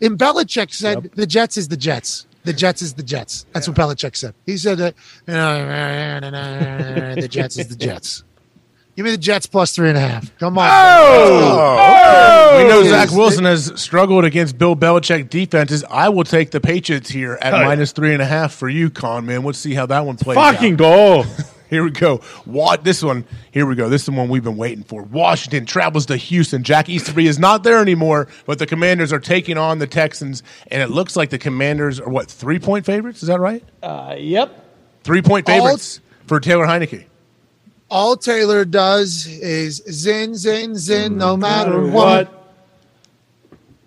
[SPEAKER 8] And Belichick said the Jets is the Jets. The Jets is the Jets. That's what Belichick said. He said that the Jets is the Jets. Give me the Jets plus three and a half. Come on.
[SPEAKER 1] Oh, we know
[SPEAKER 8] Is
[SPEAKER 1] Zach
[SPEAKER 8] it-
[SPEAKER 1] Wilson has struggled against Bill Belichick defenses. I will take the Patriots here at minus three and a half for you, Con man. Let's see how that one plays. out.
[SPEAKER 3] Fucking goal.
[SPEAKER 1] Here we go. What this one? Here we go. This is the one we've been waiting for. Washington travels to Houston. Jack Easterby is not there anymore, but the Commanders are taking on the Texans, and it looks like the Commanders are what three point favorites? Is that right?
[SPEAKER 2] Yep.
[SPEAKER 1] Three point
[SPEAKER 8] All-
[SPEAKER 1] favorites for Taylor Heineke.
[SPEAKER 8] All Taylor does is zin, zin, zin,
[SPEAKER 1] Mm-hmm.
[SPEAKER 8] no matter what.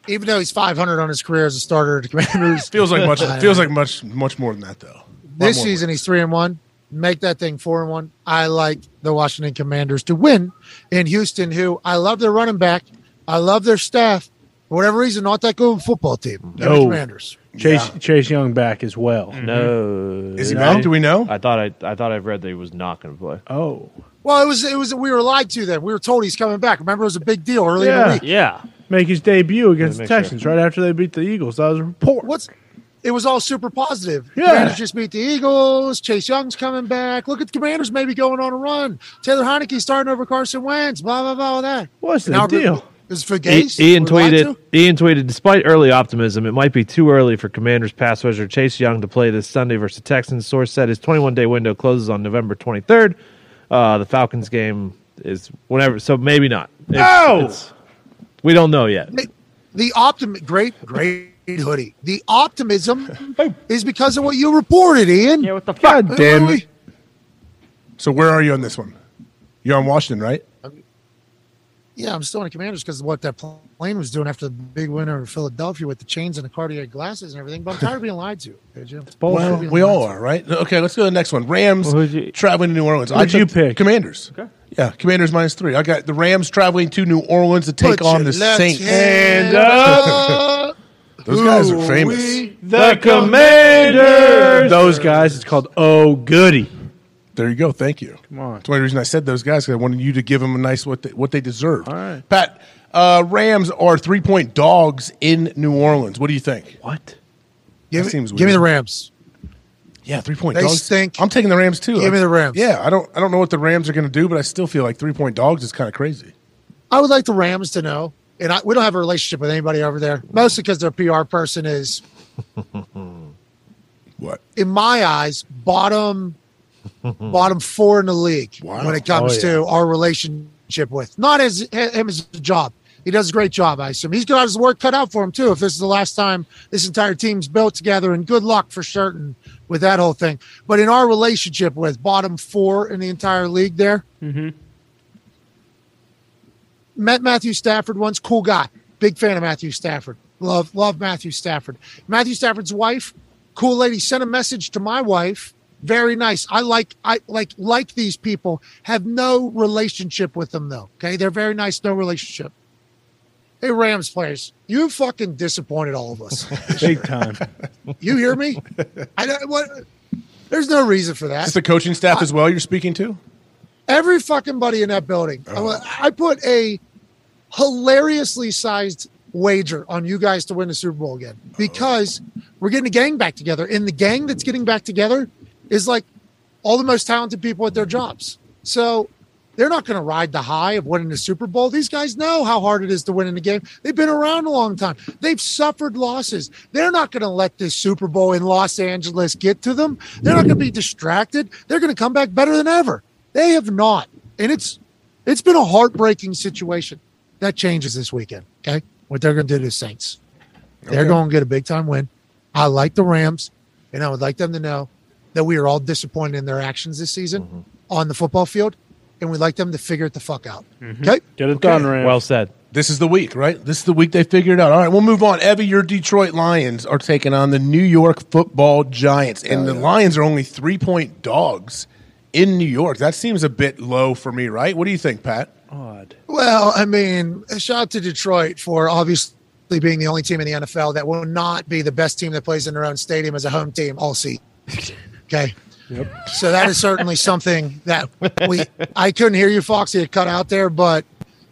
[SPEAKER 8] Even though he's 500 on his career as a starter at the Commanders,
[SPEAKER 1] Feels like much. feels like much. Much more than that though.
[SPEAKER 8] this
[SPEAKER 1] more
[SPEAKER 8] season he's three and one. Make that thing four and one. I like the Washington Commanders to win in Houston, who I love their running back. I love their staff. For whatever reason, not that good of a football team. Give me
[SPEAKER 3] No.
[SPEAKER 8] Commanders.
[SPEAKER 3] Chase Chase Young back as well.
[SPEAKER 4] Mm-hmm. No,
[SPEAKER 1] Mm-hmm. Is he back? Do we know?
[SPEAKER 4] I thought I, I thought I've read that he was not going to play.
[SPEAKER 3] Oh.
[SPEAKER 8] Well, it was it was we were lied to then. We were told he's coming back. Remember, it was a big deal early in
[SPEAKER 3] Yeah.
[SPEAKER 8] the week.
[SPEAKER 2] Yeah.
[SPEAKER 3] Make his debut against the
[SPEAKER 4] make sure.
[SPEAKER 3] Texans right after they beat the Eagles. That was a report.
[SPEAKER 8] What's it was all super positive.
[SPEAKER 3] Yeah.
[SPEAKER 8] Commanders just beat the Eagles. Chase Young's coming back. Look at the Commanders maybe going on a run. Taylor Heineke starting over Carson Wentz. Blah blah blah. All that.
[SPEAKER 3] What's the
[SPEAKER 8] Now,
[SPEAKER 3] deal?
[SPEAKER 8] Is
[SPEAKER 4] I-
[SPEAKER 8] Fagase?
[SPEAKER 4] Ian
[SPEAKER 8] we lied
[SPEAKER 4] tweeted.
[SPEAKER 8] to?
[SPEAKER 4] Ian tweeted. Despite early optimism, it might be too early for Commanders pass rusher Chase Young to play this Sunday versus the Texans. Source said his 21-day window closes on November 23rd. Uh, the Falcons game is whenever, so maybe not. It's-
[SPEAKER 3] No!
[SPEAKER 4] it's- we don't know yet.
[SPEAKER 8] the optim great great hoodie. The optimism is because of what you reported, Ian.
[SPEAKER 2] Yeah. What the fuck?
[SPEAKER 3] God damn it.
[SPEAKER 1] So where are you on this one? You're on Washington, right?
[SPEAKER 8] Yeah, I'm still in the Commanders because of what that pl- plane was doing after the big win over Philadelphia with the chains and the Cartier glasses and everything. But I'm tired of being lied to. okay, Jim? Tired
[SPEAKER 1] Well,
[SPEAKER 8] of being
[SPEAKER 1] we
[SPEAKER 8] lied
[SPEAKER 1] all
[SPEAKER 8] to.
[SPEAKER 1] are, right? Okay, let's go to the next one. Rams
[SPEAKER 4] Well, who'd you-
[SPEAKER 1] traveling to New Orleans.
[SPEAKER 3] Who'd
[SPEAKER 1] I
[SPEAKER 3] you
[SPEAKER 1] took
[SPEAKER 3] pick?
[SPEAKER 1] Commanders. Okay. Yeah, Commanders minus three. I got the Rams traveling to New Orleans to take
[SPEAKER 8] Put
[SPEAKER 1] on
[SPEAKER 8] your
[SPEAKER 1] the
[SPEAKER 8] left
[SPEAKER 1] Saints.
[SPEAKER 8] hand
[SPEAKER 3] And up.
[SPEAKER 8] up.
[SPEAKER 1] Those guys are famous.
[SPEAKER 8] Ooh-wee.
[SPEAKER 4] The Commanders.
[SPEAKER 3] Those guys, it's called Oh Goody.
[SPEAKER 1] There you go. Thank you. Come
[SPEAKER 3] on.
[SPEAKER 1] That's one reason I said those guys because I wanted you to give them a nice what they, what they deserve. All
[SPEAKER 3] right.
[SPEAKER 1] Pat, uh, Rams are three point dogs in New Orleans. What do you think?
[SPEAKER 4] What?
[SPEAKER 8] Give,
[SPEAKER 1] That seems
[SPEAKER 8] me- give me
[SPEAKER 1] weird.
[SPEAKER 8] the Rams.
[SPEAKER 1] Yeah, three point
[SPEAKER 8] They
[SPEAKER 1] dogs.
[SPEAKER 8] stink.
[SPEAKER 1] I'm taking the Rams too.
[SPEAKER 8] Give me the Rams.
[SPEAKER 1] Yeah, I don't I don't know what the Rams are going to do, but I still feel like three point dogs is kind of crazy.
[SPEAKER 8] I would like the Rams to know, and I, we don't have a relationship with anybody over there, mostly because their PR person is
[SPEAKER 1] What?
[SPEAKER 8] in my eyes, bottom bottom four in the league
[SPEAKER 1] Wow.
[SPEAKER 8] when it comes
[SPEAKER 3] Oh, yeah.
[SPEAKER 8] to our relationship with. Not as hi- him as a job. He does a great job, I assume. He's got his work cut out for him too. If this is the last time this entire team's built together, and good luck for certain with that whole thing. But in our relationship with bottom four in the entire league, there met Matthew Stafford once. Cool guy. Big fan of Matthew Stafford. Love, love Matthew Stafford. Matthew Stafford's wife, cool lady, sent a message to my wife. Very nice. I like, I like, like these people. Have no relationship with them though. Okay, they're very nice. No relationship. Hey Rams players, you fucking disappointed all of us.
[SPEAKER 3] Big time.
[SPEAKER 8] You hear me? I don't what. There's no reason for
[SPEAKER 1] Is
[SPEAKER 8] that.
[SPEAKER 1] this the coaching staff as well you're speaking to?
[SPEAKER 8] Every fucking buddy in that building. I wa- I put a hilariously sized wager on you guys to win the Super Bowl again because we're getting a gang back together. And the gang that's getting back together is like all the most talented people at their jobs. So they're not going to ride the high of winning the Super Bowl. These guys know how hard it is to win in the game. They've been around a long time. They've suffered losses. They're not going to let this Super Bowl in Los Angeles get to them. They're not going to be distracted. They're going to come back better than ever. They have not. And it's it's been a heartbreaking situation. That changes this weekend. Okay. What they're going to do to the Saints. They're
[SPEAKER 1] Okay.
[SPEAKER 8] going to get a big time win. I like the Rams, and I would like them to know that we are all disappointed in their actions this season on the football field, and we'd like them to figure it the fuck out. Mm-hmm. Okay.
[SPEAKER 3] Mm-hmm. Get it done, Rams.
[SPEAKER 4] Well said.
[SPEAKER 1] This is the week, right? This is the week they figured it out. All right, we'll move on. Evie, your Detroit Lions are taking on the New York Football Giants, and
[SPEAKER 8] Oh,
[SPEAKER 1] the Lions are only three point dogs in New York. That seems a bit low for me, right? What do you think, Pat?
[SPEAKER 3] Odd.
[SPEAKER 8] Well, I mean, a shout out to Detroit for obviously being the only team in the NFL that will not be the best team that plays in their own stadium as a home team all season. Okay. So that is certainly something that we I couldn't hear you, Foxy, it cut out there, but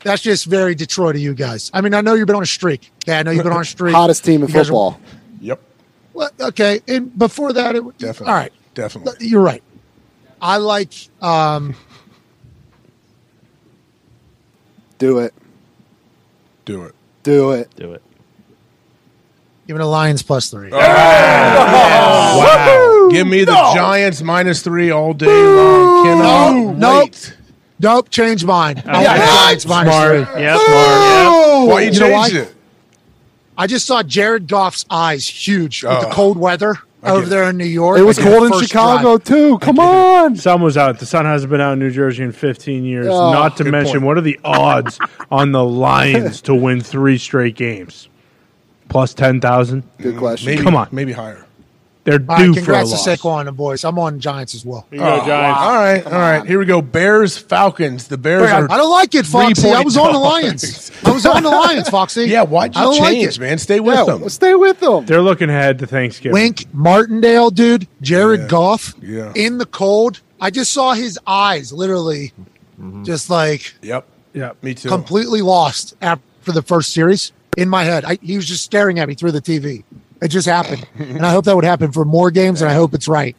[SPEAKER 8] that's just very Detroit of you guys. I mean, I know you've been on a streak. Okay, I know you've been on a streak.
[SPEAKER 6] Hottest team in
[SPEAKER 8] You guys are-
[SPEAKER 6] football.
[SPEAKER 1] Yep,
[SPEAKER 8] Well, okay, and before that, it
[SPEAKER 1] definitely.
[SPEAKER 8] All right,
[SPEAKER 1] definitely.
[SPEAKER 8] you're right. I like um,
[SPEAKER 6] Do it.
[SPEAKER 1] Do it.
[SPEAKER 6] Do it.
[SPEAKER 4] Do it.
[SPEAKER 8] even a Lions plus three.
[SPEAKER 1] Oh, Wow. Give me the Giants minus three all day long. Cannot
[SPEAKER 8] No.
[SPEAKER 1] wait.
[SPEAKER 8] Nope, change mine. I like Giants minus three.
[SPEAKER 2] Yep.
[SPEAKER 1] Why
[SPEAKER 2] Smart.
[SPEAKER 1] you
[SPEAKER 8] You know
[SPEAKER 1] changed
[SPEAKER 8] why?
[SPEAKER 1] it?
[SPEAKER 8] I just saw Jared Goff's eyes huge with
[SPEAKER 1] Oh.
[SPEAKER 8] the cold weather
[SPEAKER 1] I get
[SPEAKER 8] over
[SPEAKER 1] it.
[SPEAKER 8] there in New York.
[SPEAKER 6] It was
[SPEAKER 8] Like, the
[SPEAKER 6] cold in
[SPEAKER 8] first
[SPEAKER 6] Chicago too. Come on.
[SPEAKER 3] Sun was out. The sun hasn't been out in New Jersey in 15 years.
[SPEAKER 6] Oh,
[SPEAKER 3] Not to
[SPEAKER 1] good
[SPEAKER 3] mention,
[SPEAKER 1] point.
[SPEAKER 3] what are the odds on the Lions to win three straight games? Plus 10,000?
[SPEAKER 6] Good question.
[SPEAKER 1] Maybe,
[SPEAKER 3] Come on.
[SPEAKER 1] maybe higher.
[SPEAKER 3] They're
[SPEAKER 8] drive. All
[SPEAKER 3] due
[SPEAKER 8] right,
[SPEAKER 3] for a
[SPEAKER 8] congrats to
[SPEAKER 3] loss.
[SPEAKER 8] Saquon and the boys. I'm on Giants as well.
[SPEAKER 10] You go,
[SPEAKER 1] Oh,
[SPEAKER 10] Giants.
[SPEAKER 1] All right, all right. Here we go. Bears, Falcons. The Bears
[SPEAKER 8] I
[SPEAKER 1] are.
[SPEAKER 8] don't like it, Foxy.
[SPEAKER 1] Three-point
[SPEAKER 8] I was on the
[SPEAKER 1] dogs.
[SPEAKER 8] Lions. I was on the Lions, Foxy.
[SPEAKER 1] yeah, why'd you
[SPEAKER 8] I don't like
[SPEAKER 1] change,
[SPEAKER 8] it.
[SPEAKER 1] man? Stay with
[SPEAKER 6] Yeah,
[SPEAKER 1] them.
[SPEAKER 6] stay with them.
[SPEAKER 3] They're looking ahead to Thanksgiving.
[SPEAKER 8] Wink Martindale, dude. Jared
[SPEAKER 1] Yeah.
[SPEAKER 8] Goff
[SPEAKER 1] Yeah.
[SPEAKER 8] in the cold. I just saw his eyes literally just like
[SPEAKER 1] Mm-hmm. Yep.
[SPEAKER 3] Yeah.
[SPEAKER 1] Me too.
[SPEAKER 8] completely lost after the first series in my head. I, he was just staring at me through the TV. It just happened. and I hope that would happen for more games, and I hope it's right.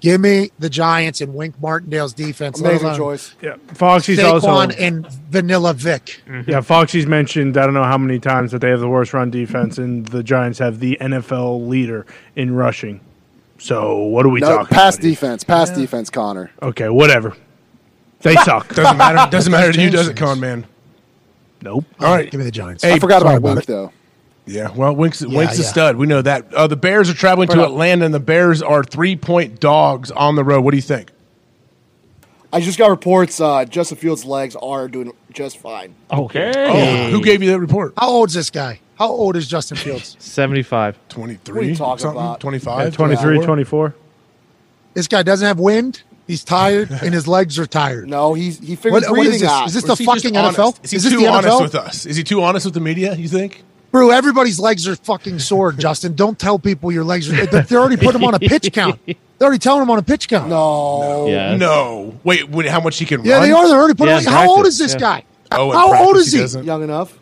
[SPEAKER 8] Give me the Giants and Wink Martindale's defense. let
[SPEAKER 6] Amazing
[SPEAKER 8] alone
[SPEAKER 6] choice.
[SPEAKER 3] Yeah. Foxy's
[SPEAKER 8] Saquon
[SPEAKER 3] also.
[SPEAKER 8] and Vanilla Vic.
[SPEAKER 3] Mm-hmm. Yeah, Foxy's mentioned I don't know how many times that they have the worst run defense, and the Giants have the NFL leader in rushing. So what are we
[SPEAKER 6] No,
[SPEAKER 3] talking?
[SPEAKER 6] pass
[SPEAKER 3] about here?
[SPEAKER 6] defense. Pass defense, Connor.
[SPEAKER 3] Okay, whatever. They suck.
[SPEAKER 1] Doesn't matter. Doesn't matter to you, does it,
[SPEAKER 8] Change
[SPEAKER 1] con man?
[SPEAKER 3] nope.
[SPEAKER 1] All right.
[SPEAKER 8] Give me the Giants.
[SPEAKER 1] Hey,
[SPEAKER 6] I forgot
[SPEAKER 8] sorry
[SPEAKER 6] about
[SPEAKER 8] about
[SPEAKER 6] Wink though.
[SPEAKER 1] Yeah, well, Wink's, Wink's a
[SPEAKER 8] yeah.
[SPEAKER 1] stud. We know that. Uh, the Bears are traveling to
[SPEAKER 6] Right.
[SPEAKER 1] Atlanta, and the Bears are three point dogs on the road. What do you think?
[SPEAKER 6] I just got reports. Uh, Justin Fields' legs are doing just fine.
[SPEAKER 4] Okay.
[SPEAKER 1] Oh, who gave you that report?
[SPEAKER 8] How old's this guy? How old is Justin Fields?
[SPEAKER 4] 75.
[SPEAKER 1] 23.
[SPEAKER 6] What are you talking
[SPEAKER 1] something?
[SPEAKER 6] about?
[SPEAKER 1] 25.
[SPEAKER 3] 23,
[SPEAKER 1] 24?
[SPEAKER 3] 24.
[SPEAKER 8] this guy doesn't have wind. He's tired, and his legs are tired.
[SPEAKER 6] No, he's he figured
[SPEAKER 8] What- what
[SPEAKER 6] breathing
[SPEAKER 8] is this?
[SPEAKER 6] out.
[SPEAKER 8] Is this
[SPEAKER 1] Or
[SPEAKER 8] the
[SPEAKER 1] is he just
[SPEAKER 8] fucking
[SPEAKER 1] honest?
[SPEAKER 8] NFL?
[SPEAKER 1] Is he
[SPEAKER 8] Is this
[SPEAKER 1] too
[SPEAKER 8] the
[SPEAKER 1] honest
[SPEAKER 8] NFL?
[SPEAKER 1] with us? Is he too honest with the media, you think?
[SPEAKER 8] Bro, everybody's legs are fucking sore, Justin. Don't tell people your legs are. They they already put him on a pitch count. They're already telling him on a pitch count.
[SPEAKER 6] no.
[SPEAKER 4] Yeah.
[SPEAKER 1] No. Wait, wait, how much he can
[SPEAKER 8] Yeah,
[SPEAKER 1] run?
[SPEAKER 8] they are. They're already put
[SPEAKER 4] Yeah,
[SPEAKER 8] him
[SPEAKER 4] in
[SPEAKER 8] on. How old
[SPEAKER 4] practice,
[SPEAKER 8] is this
[SPEAKER 4] yeah.
[SPEAKER 8] guy?
[SPEAKER 1] Oh, in
[SPEAKER 8] how old
[SPEAKER 1] practice
[SPEAKER 8] is
[SPEAKER 1] he
[SPEAKER 8] he?
[SPEAKER 1] doesn't.
[SPEAKER 6] Young enough.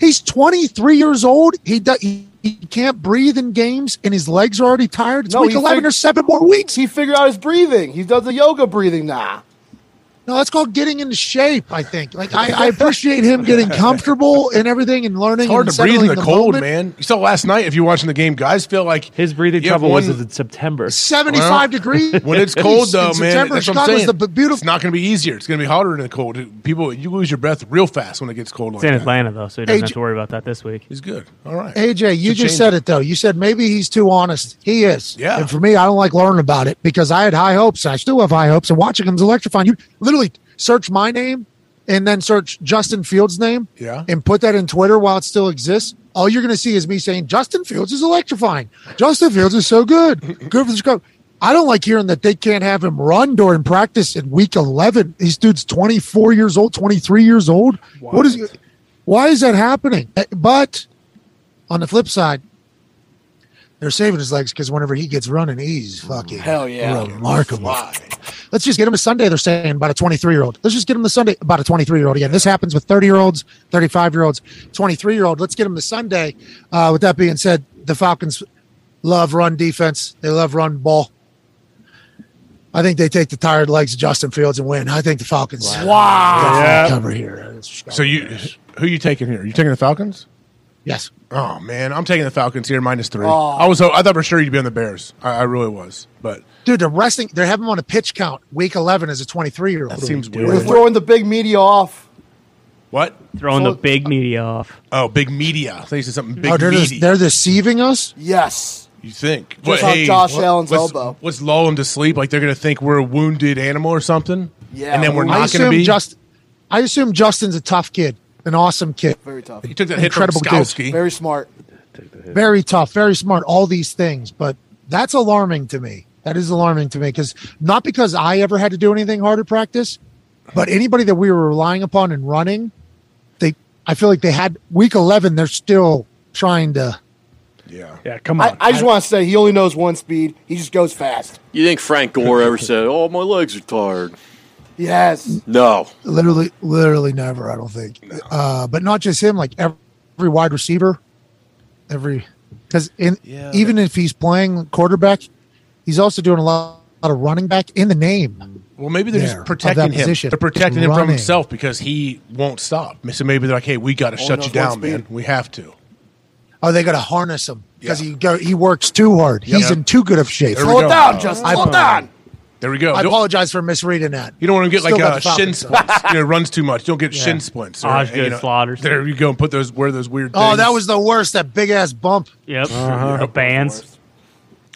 [SPEAKER 8] He's 23 years old. He, do, he he can't breathe in games, and his legs are already tired. It's
[SPEAKER 6] No,
[SPEAKER 8] week
[SPEAKER 6] he
[SPEAKER 8] 11.
[SPEAKER 6] fig-
[SPEAKER 8] There's seven more weeks.
[SPEAKER 6] He figured out his breathing. He does the yoga breathing now.
[SPEAKER 8] No, that's called getting into shape. I think. Like I, I appreciate him getting comfortable and everything, and learning.
[SPEAKER 1] It's hard
[SPEAKER 8] and
[SPEAKER 1] to breathe in
[SPEAKER 8] settling
[SPEAKER 1] the, cold,
[SPEAKER 8] moment.
[SPEAKER 1] man. You saw last night, if you're watching the game, guys feel like
[SPEAKER 4] His breathing
[SPEAKER 1] you have
[SPEAKER 4] trouble was
[SPEAKER 1] one-
[SPEAKER 4] in September.
[SPEAKER 8] 75
[SPEAKER 1] Well,
[SPEAKER 8] degrees.
[SPEAKER 1] when it's cold,
[SPEAKER 8] in
[SPEAKER 1] though, man.
[SPEAKER 8] September,
[SPEAKER 1] That's what I'm
[SPEAKER 8] Chicago's
[SPEAKER 1] saying.
[SPEAKER 8] the b- beautiful.
[SPEAKER 1] It's not going to be easier. It's going to be hotter in the cold. People, you lose your breath real fast when it gets cold. Like
[SPEAKER 2] It's in
[SPEAKER 1] that.
[SPEAKER 2] Atlanta though, so he doesn't
[SPEAKER 8] Hey,
[SPEAKER 2] have to worry about that this week.
[SPEAKER 1] He's good. All right.
[SPEAKER 8] AJ, you just
[SPEAKER 1] Should change
[SPEAKER 8] said it though. You said maybe he's too honest. He is.
[SPEAKER 1] Yeah.
[SPEAKER 8] And for me, I don't like learning about it because I had high hopes. I still have high hopes. And watching him's electrifying. You literally search my name and then search Justin Fields' name.
[SPEAKER 1] Yeah.
[SPEAKER 8] And put that in Twitter while it still exists. All you're going to see is me saying Justin Fields is electrifying. Justin Fields is so good. Good for the Chicago. I don't like hearing that they can't have him run during practice in week 11. These dude's 24 years old, 23 years old. What is? Eh, Why is that happening? But on the flip side, the They're saving his legs because whenever he gets running, he's fucking
[SPEAKER 6] Hell yeah.
[SPEAKER 8] remarkable. Let's just get him a Sunday. They're saying about a 23 year old. Let's just get him the Sunday about a 23 year old again. This happens with 30 year olds, 35 year olds, 23 year old. Let's get him the Sunday. Uh, with that being said, the Falcons love run defense. They love run ball. I think they take the tired legs of Justin Fields and win. I think the Falcons. Wow. Ah. Cover here.
[SPEAKER 1] So you, who you taking here? You taking the Falcons?
[SPEAKER 8] Yes. Oh.
[SPEAKER 1] Oh man, I'm taking the Falcons here minus three.
[SPEAKER 8] Aw.
[SPEAKER 1] I was I thought for sure you'd be on the Bears. I, I really was, but
[SPEAKER 8] Dude, they're resting. They have him on a pitch count week 11 as a 23 year old.
[SPEAKER 1] that seems
[SPEAKER 7] We're
[SPEAKER 1] weird.
[SPEAKER 7] throwing the big media off.
[SPEAKER 1] What?
[SPEAKER 2] Throwing the big media off.
[SPEAKER 1] Oh, big media. They said something big
[SPEAKER 8] Oh, they're,
[SPEAKER 1] meaty.
[SPEAKER 8] just, they're deceiving us?
[SPEAKER 7] Yes.
[SPEAKER 1] you think? Just
[SPEAKER 7] on Josh Allen's
[SPEAKER 1] what's,
[SPEAKER 7] elbow.
[SPEAKER 1] What's lull them to sleep? Like they're gonna think we're a wounded animal or something.
[SPEAKER 7] Yeah.
[SPEAKER 1] And then we're
[SPEAKER 8] I
[SPEAKER 1] not
[SPEAKER 8] assume
[SPEAKER 1] gonna be.
[SPEAKER 8] Just, I assume Justin's a tough kid, an awesome kid,
[SPEAKER 7] Very tough.
[SPEAKER 1] he took that hit from
[SPEAKER 8] incredible dude.
[SPEAKER 1] Skowski.
[SPEAKER 7] Very smart.
[SPEAKER 8] very tough, very smart, all these things. But that's alarming to me. That is alarming to me because not because I ever had to do anything hard at practice, but anybody that we were relying upon and running, they, I feel like they had week eleven. They're still trying to.
[SPEAKER 1] Yeah.
[SPEAKER 3] Yeah, come
[SPEAKER 7] I,
[SPEAKER 3] on.
[SPEAKER 7] I just want to say he only knows one speed. He just goes fast.
[SPEAKER 5] You think Frank Gore ever said, "Oh, my legs are tired"?
[SPEAKER 7] Yes.
[SPEAKER 5] No.
[SPEAKER 8] literally literally never i don't think uh but not just him like every, every wide receiver every because in even if he's playing quarterback he's also doing a lot, lot of running back in the name
[SPEAKER 1] Well, maybe they're
[SPEAKER 8] There,
[SPEAKER 1] just
[SPEAKER 8] of
[SPEAKER 1] protecting
[SPEAKER 8] that
[SPEAKER 1] him.
[SPEAKER 8] position.
[SPEAKER 1] They're protecting him from
[SPEAKER 8] Running.
[SPEAKER 1] himself because he won't stop. So maybe they're like, "Hey, we got to shut
[SPEAKER 7] knows
[SPEAKER 1] you down,
[SPEAKER 7] one speed.
[SPEAKER 1] man. We have to."
[SPEAKER 8] oh they gotta harness him because
[SPEAKER 1] Yeah.
[SPEAKER 8] he go he works too hard he's in too good of shape
[SPEAKER 1] There we
[SPEAKER 7] Slow
[SPEAKER 1] go.
[SPEAKER 7] it down, Justin.
[SPEAKER 8] I-
[SPEAKER 7] Slow it down.
[SPEAKER 1] There we go.
[SPEAKER 8] i
[SPEAKER 1] Don't-
[SPEAKER 8] apologize for misreading that
[SPEAKER 1] You don't want to get
[SPEAKER 8] Still
[SPEAKER 1] like
[SPEAKER 8] got
[SPEAKER 1] uh,
[SPEAKER 8] the Falcons,
[SPEAKER 1] shin splints. you know, runs too much. Don't get shin splints. or,
[SPEAKER 2] Osgood
[SPEAKER 1] you know,
[SPEAKER 2] slaughters.
[SPEAKER 1] There you go. And put those wear those weird.
[SPEAKER 8] oh
[SPEAKER 1] things.
[SPEAKER 8] that was the worst that big ass bump
[SPEAKER 2] Yep.
[SPEAKER 7] Uh-huh.
[SPEAKER 2] The bands.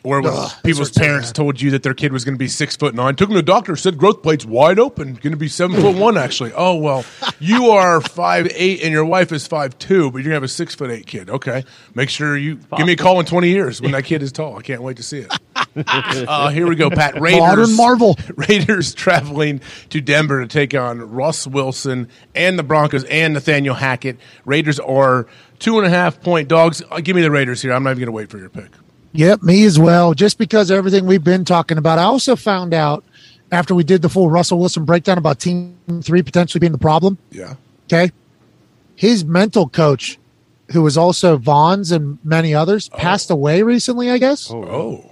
[SPEAKER 1] Or when
[SPEAKER 8] Ugh,
[SPEAKER 1] people's
[SPEAKER 8] that's so
[SPEAKER 1] parents
[SPEAKER 8] bad.
[SPEAKER 1] told you that their kid was going to be six foot nine, took him to the doctor, said growth plates wide open, going to be seven foot one actually. Oh well, you are five eight and your wife is five two, but you're gonna have a six foot eight kid. Okay, make sure you give me a call in twenty years when that kid is tall. I can't wait to see it. uh, here we go, Pat. Raiders,
[SPEAKER 8] Modern Marvel.
[SPEAKER 1] Raiders traveling to Denver to take on Russ Wilson and the Broncos and Nathaniel Hackett. Raiders are two and a half point dogs. Uh, give me the Raiders here. I'm not even going to wait for your pick.
[SPEAKER 8] Yep, me as well. Just because of everything we've been talking about, I also found out after we did the full Russell Wilson breakdown about Team Three potentially being the problem.
[SPEAKER 1] Yeah.
[SPEAKER 8] Okay, his mental coach, who was also Vaughn's and many others, passed away recently. I guess.
[SPEAKER 1] Oh.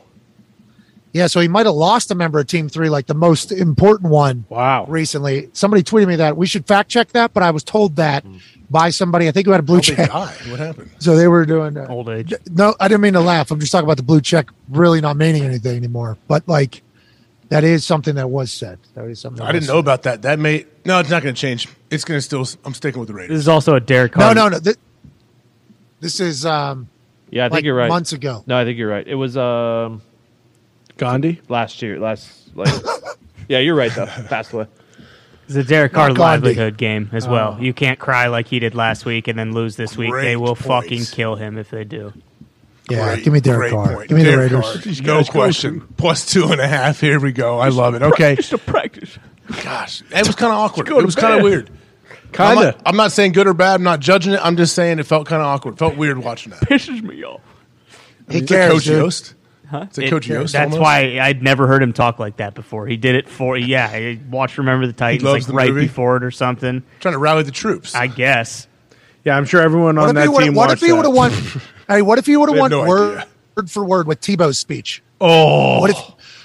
[SPEAKER 8] Yeah, so he might have lost a member of Team Three, like the most important one
[SPEAKER 3] wow.
[SPEAKER 8] recently. Somebody tweeted me that we should fact check that, but I was told that by somebody. I think who had a blue check.
[SPEAKER 1] Hi, what happened?
[SPEAKER 8] So they were doing uh,
[SPEAKER 2] Old age.
[SPEAKER 8] no, I didn't mean to laugh. I'm just talking about the blue check really not meaning anything anymore. But like, that is something that was said. That is something. that
[SPEAKER 1] I didn't
[SPEAKER 8] was
[SPEAKER 1] know about that. That may no, it's not going to change. It's going to still. I'm sticking with the
[SPEAKER 2] This
[SPEAKER 1] Raiders.
[SPEAKER 2] is also a Derek
[SPEAKER 8] said.
[SPEAKER 2] Carr.
[SPEAKER 8] No, no, no. This, this is um,
[SPEAKER 4] Yeah, I think
[SPEAKER 8] like
[SPEAKER 4] you're right.
[SPEAKER 8] months ago.
[SPEAKER 4] No, I think you're right. It was um
[SPEAKER 3] Gandhi?
[SPEAKER 4] last year, last like. yeah, you're right though. Passed away.
[SPEAKER 2] It's a Derek Carr
[SPEAKER 8] Not Gandhi.
[SPEAKER 2] livelihood game as well. You can't cry like he did last week and then lose this week.
[SPEAKER 1] Great
[SPEAKER 2] They will
[SPEAKER 1] point.
[SPEAKER 2] fucking kill him if they do.
[SPEAKER 8] Yeah,
[SPEAKER 1] Great-
[SPEAKER 8] give me Derek
[SPEAKER 1] great
[SPEAKER 8] Carr.
[SPEAKER 1] point.
[SPEAKER 8] Give me
[SPEAKER 1] Derek
[SPEAKER 8] the
[SPEAKER 1] Carr.
[SPEAKER 8] Raiders.
[SPEAKER 1] No question. Plus two and a half. Here we go. I love it. Okay.
[SPEAKER 4] practice.
[SPEAKER 1] Gosh, that was kind of awkward. It
[SPEAKER 4] to
[SPEAKER 1] was kind
[SPEAKER 4] bed.
[SPEAKER 1] of weird. I'm
[SPEAKER 4] Kinda.
[SPEAKER 1] not, I'm not saying good or bad. I'm not judging it. I'm just saying it felt kind of awkward. Felt weird watching that.
[SPEAKER 4] Pisses me off.
[SPEAKER 8] He
[SPEAKER 1] It's a
[SPEAKER 8] cares,
[SPEAKER 1] Coach
[SPEAKER 8] dude.
[SPEAKER 1] Yost. It's a
[SPEAKER 2] It-
[SPEAKER 1] Coach Yost.
[SPEAKER 2] that's why I'd never heard him talk like that before. He did it for yeah. I watched Remember the Titans
[SPEAKER 1] loves
[SPEAKER 2] like
[SPEAKER 1] the
[SPEAKER 2] right
[SPEAKER 1] movie.
[SPEAKER 2] before it or something.
[SPEAKER 1] trying to rally the troops.
[SPEAKER 2] I guess.
[SPEAKER 3] Yeah, I'm sure everyone
[SPEAKER 8] What
[SPEAKER 3] on
[SPEAKER 8] if
[SPEAKER 3] that
[SPEAKER 8] he would
[SPEAKER 3] team
[SPEAKER 8] have? What if
[SPEAKER 3] watched
[SPEAKER 8] he would have
[SPEAKER 3] that.
[SPEAKER 8] won? hey, what if he would have
[SPEAKER 1] They
[SPEAKER 8] won
[SPEAKER 1] had no
[SPEAKER 8] word,
[SPEAKER 1] idea.
[SPEAKER 8] word for word with Tebow's speech?
[SPEAKER 1] oh,
[SPEAKER 8] What if?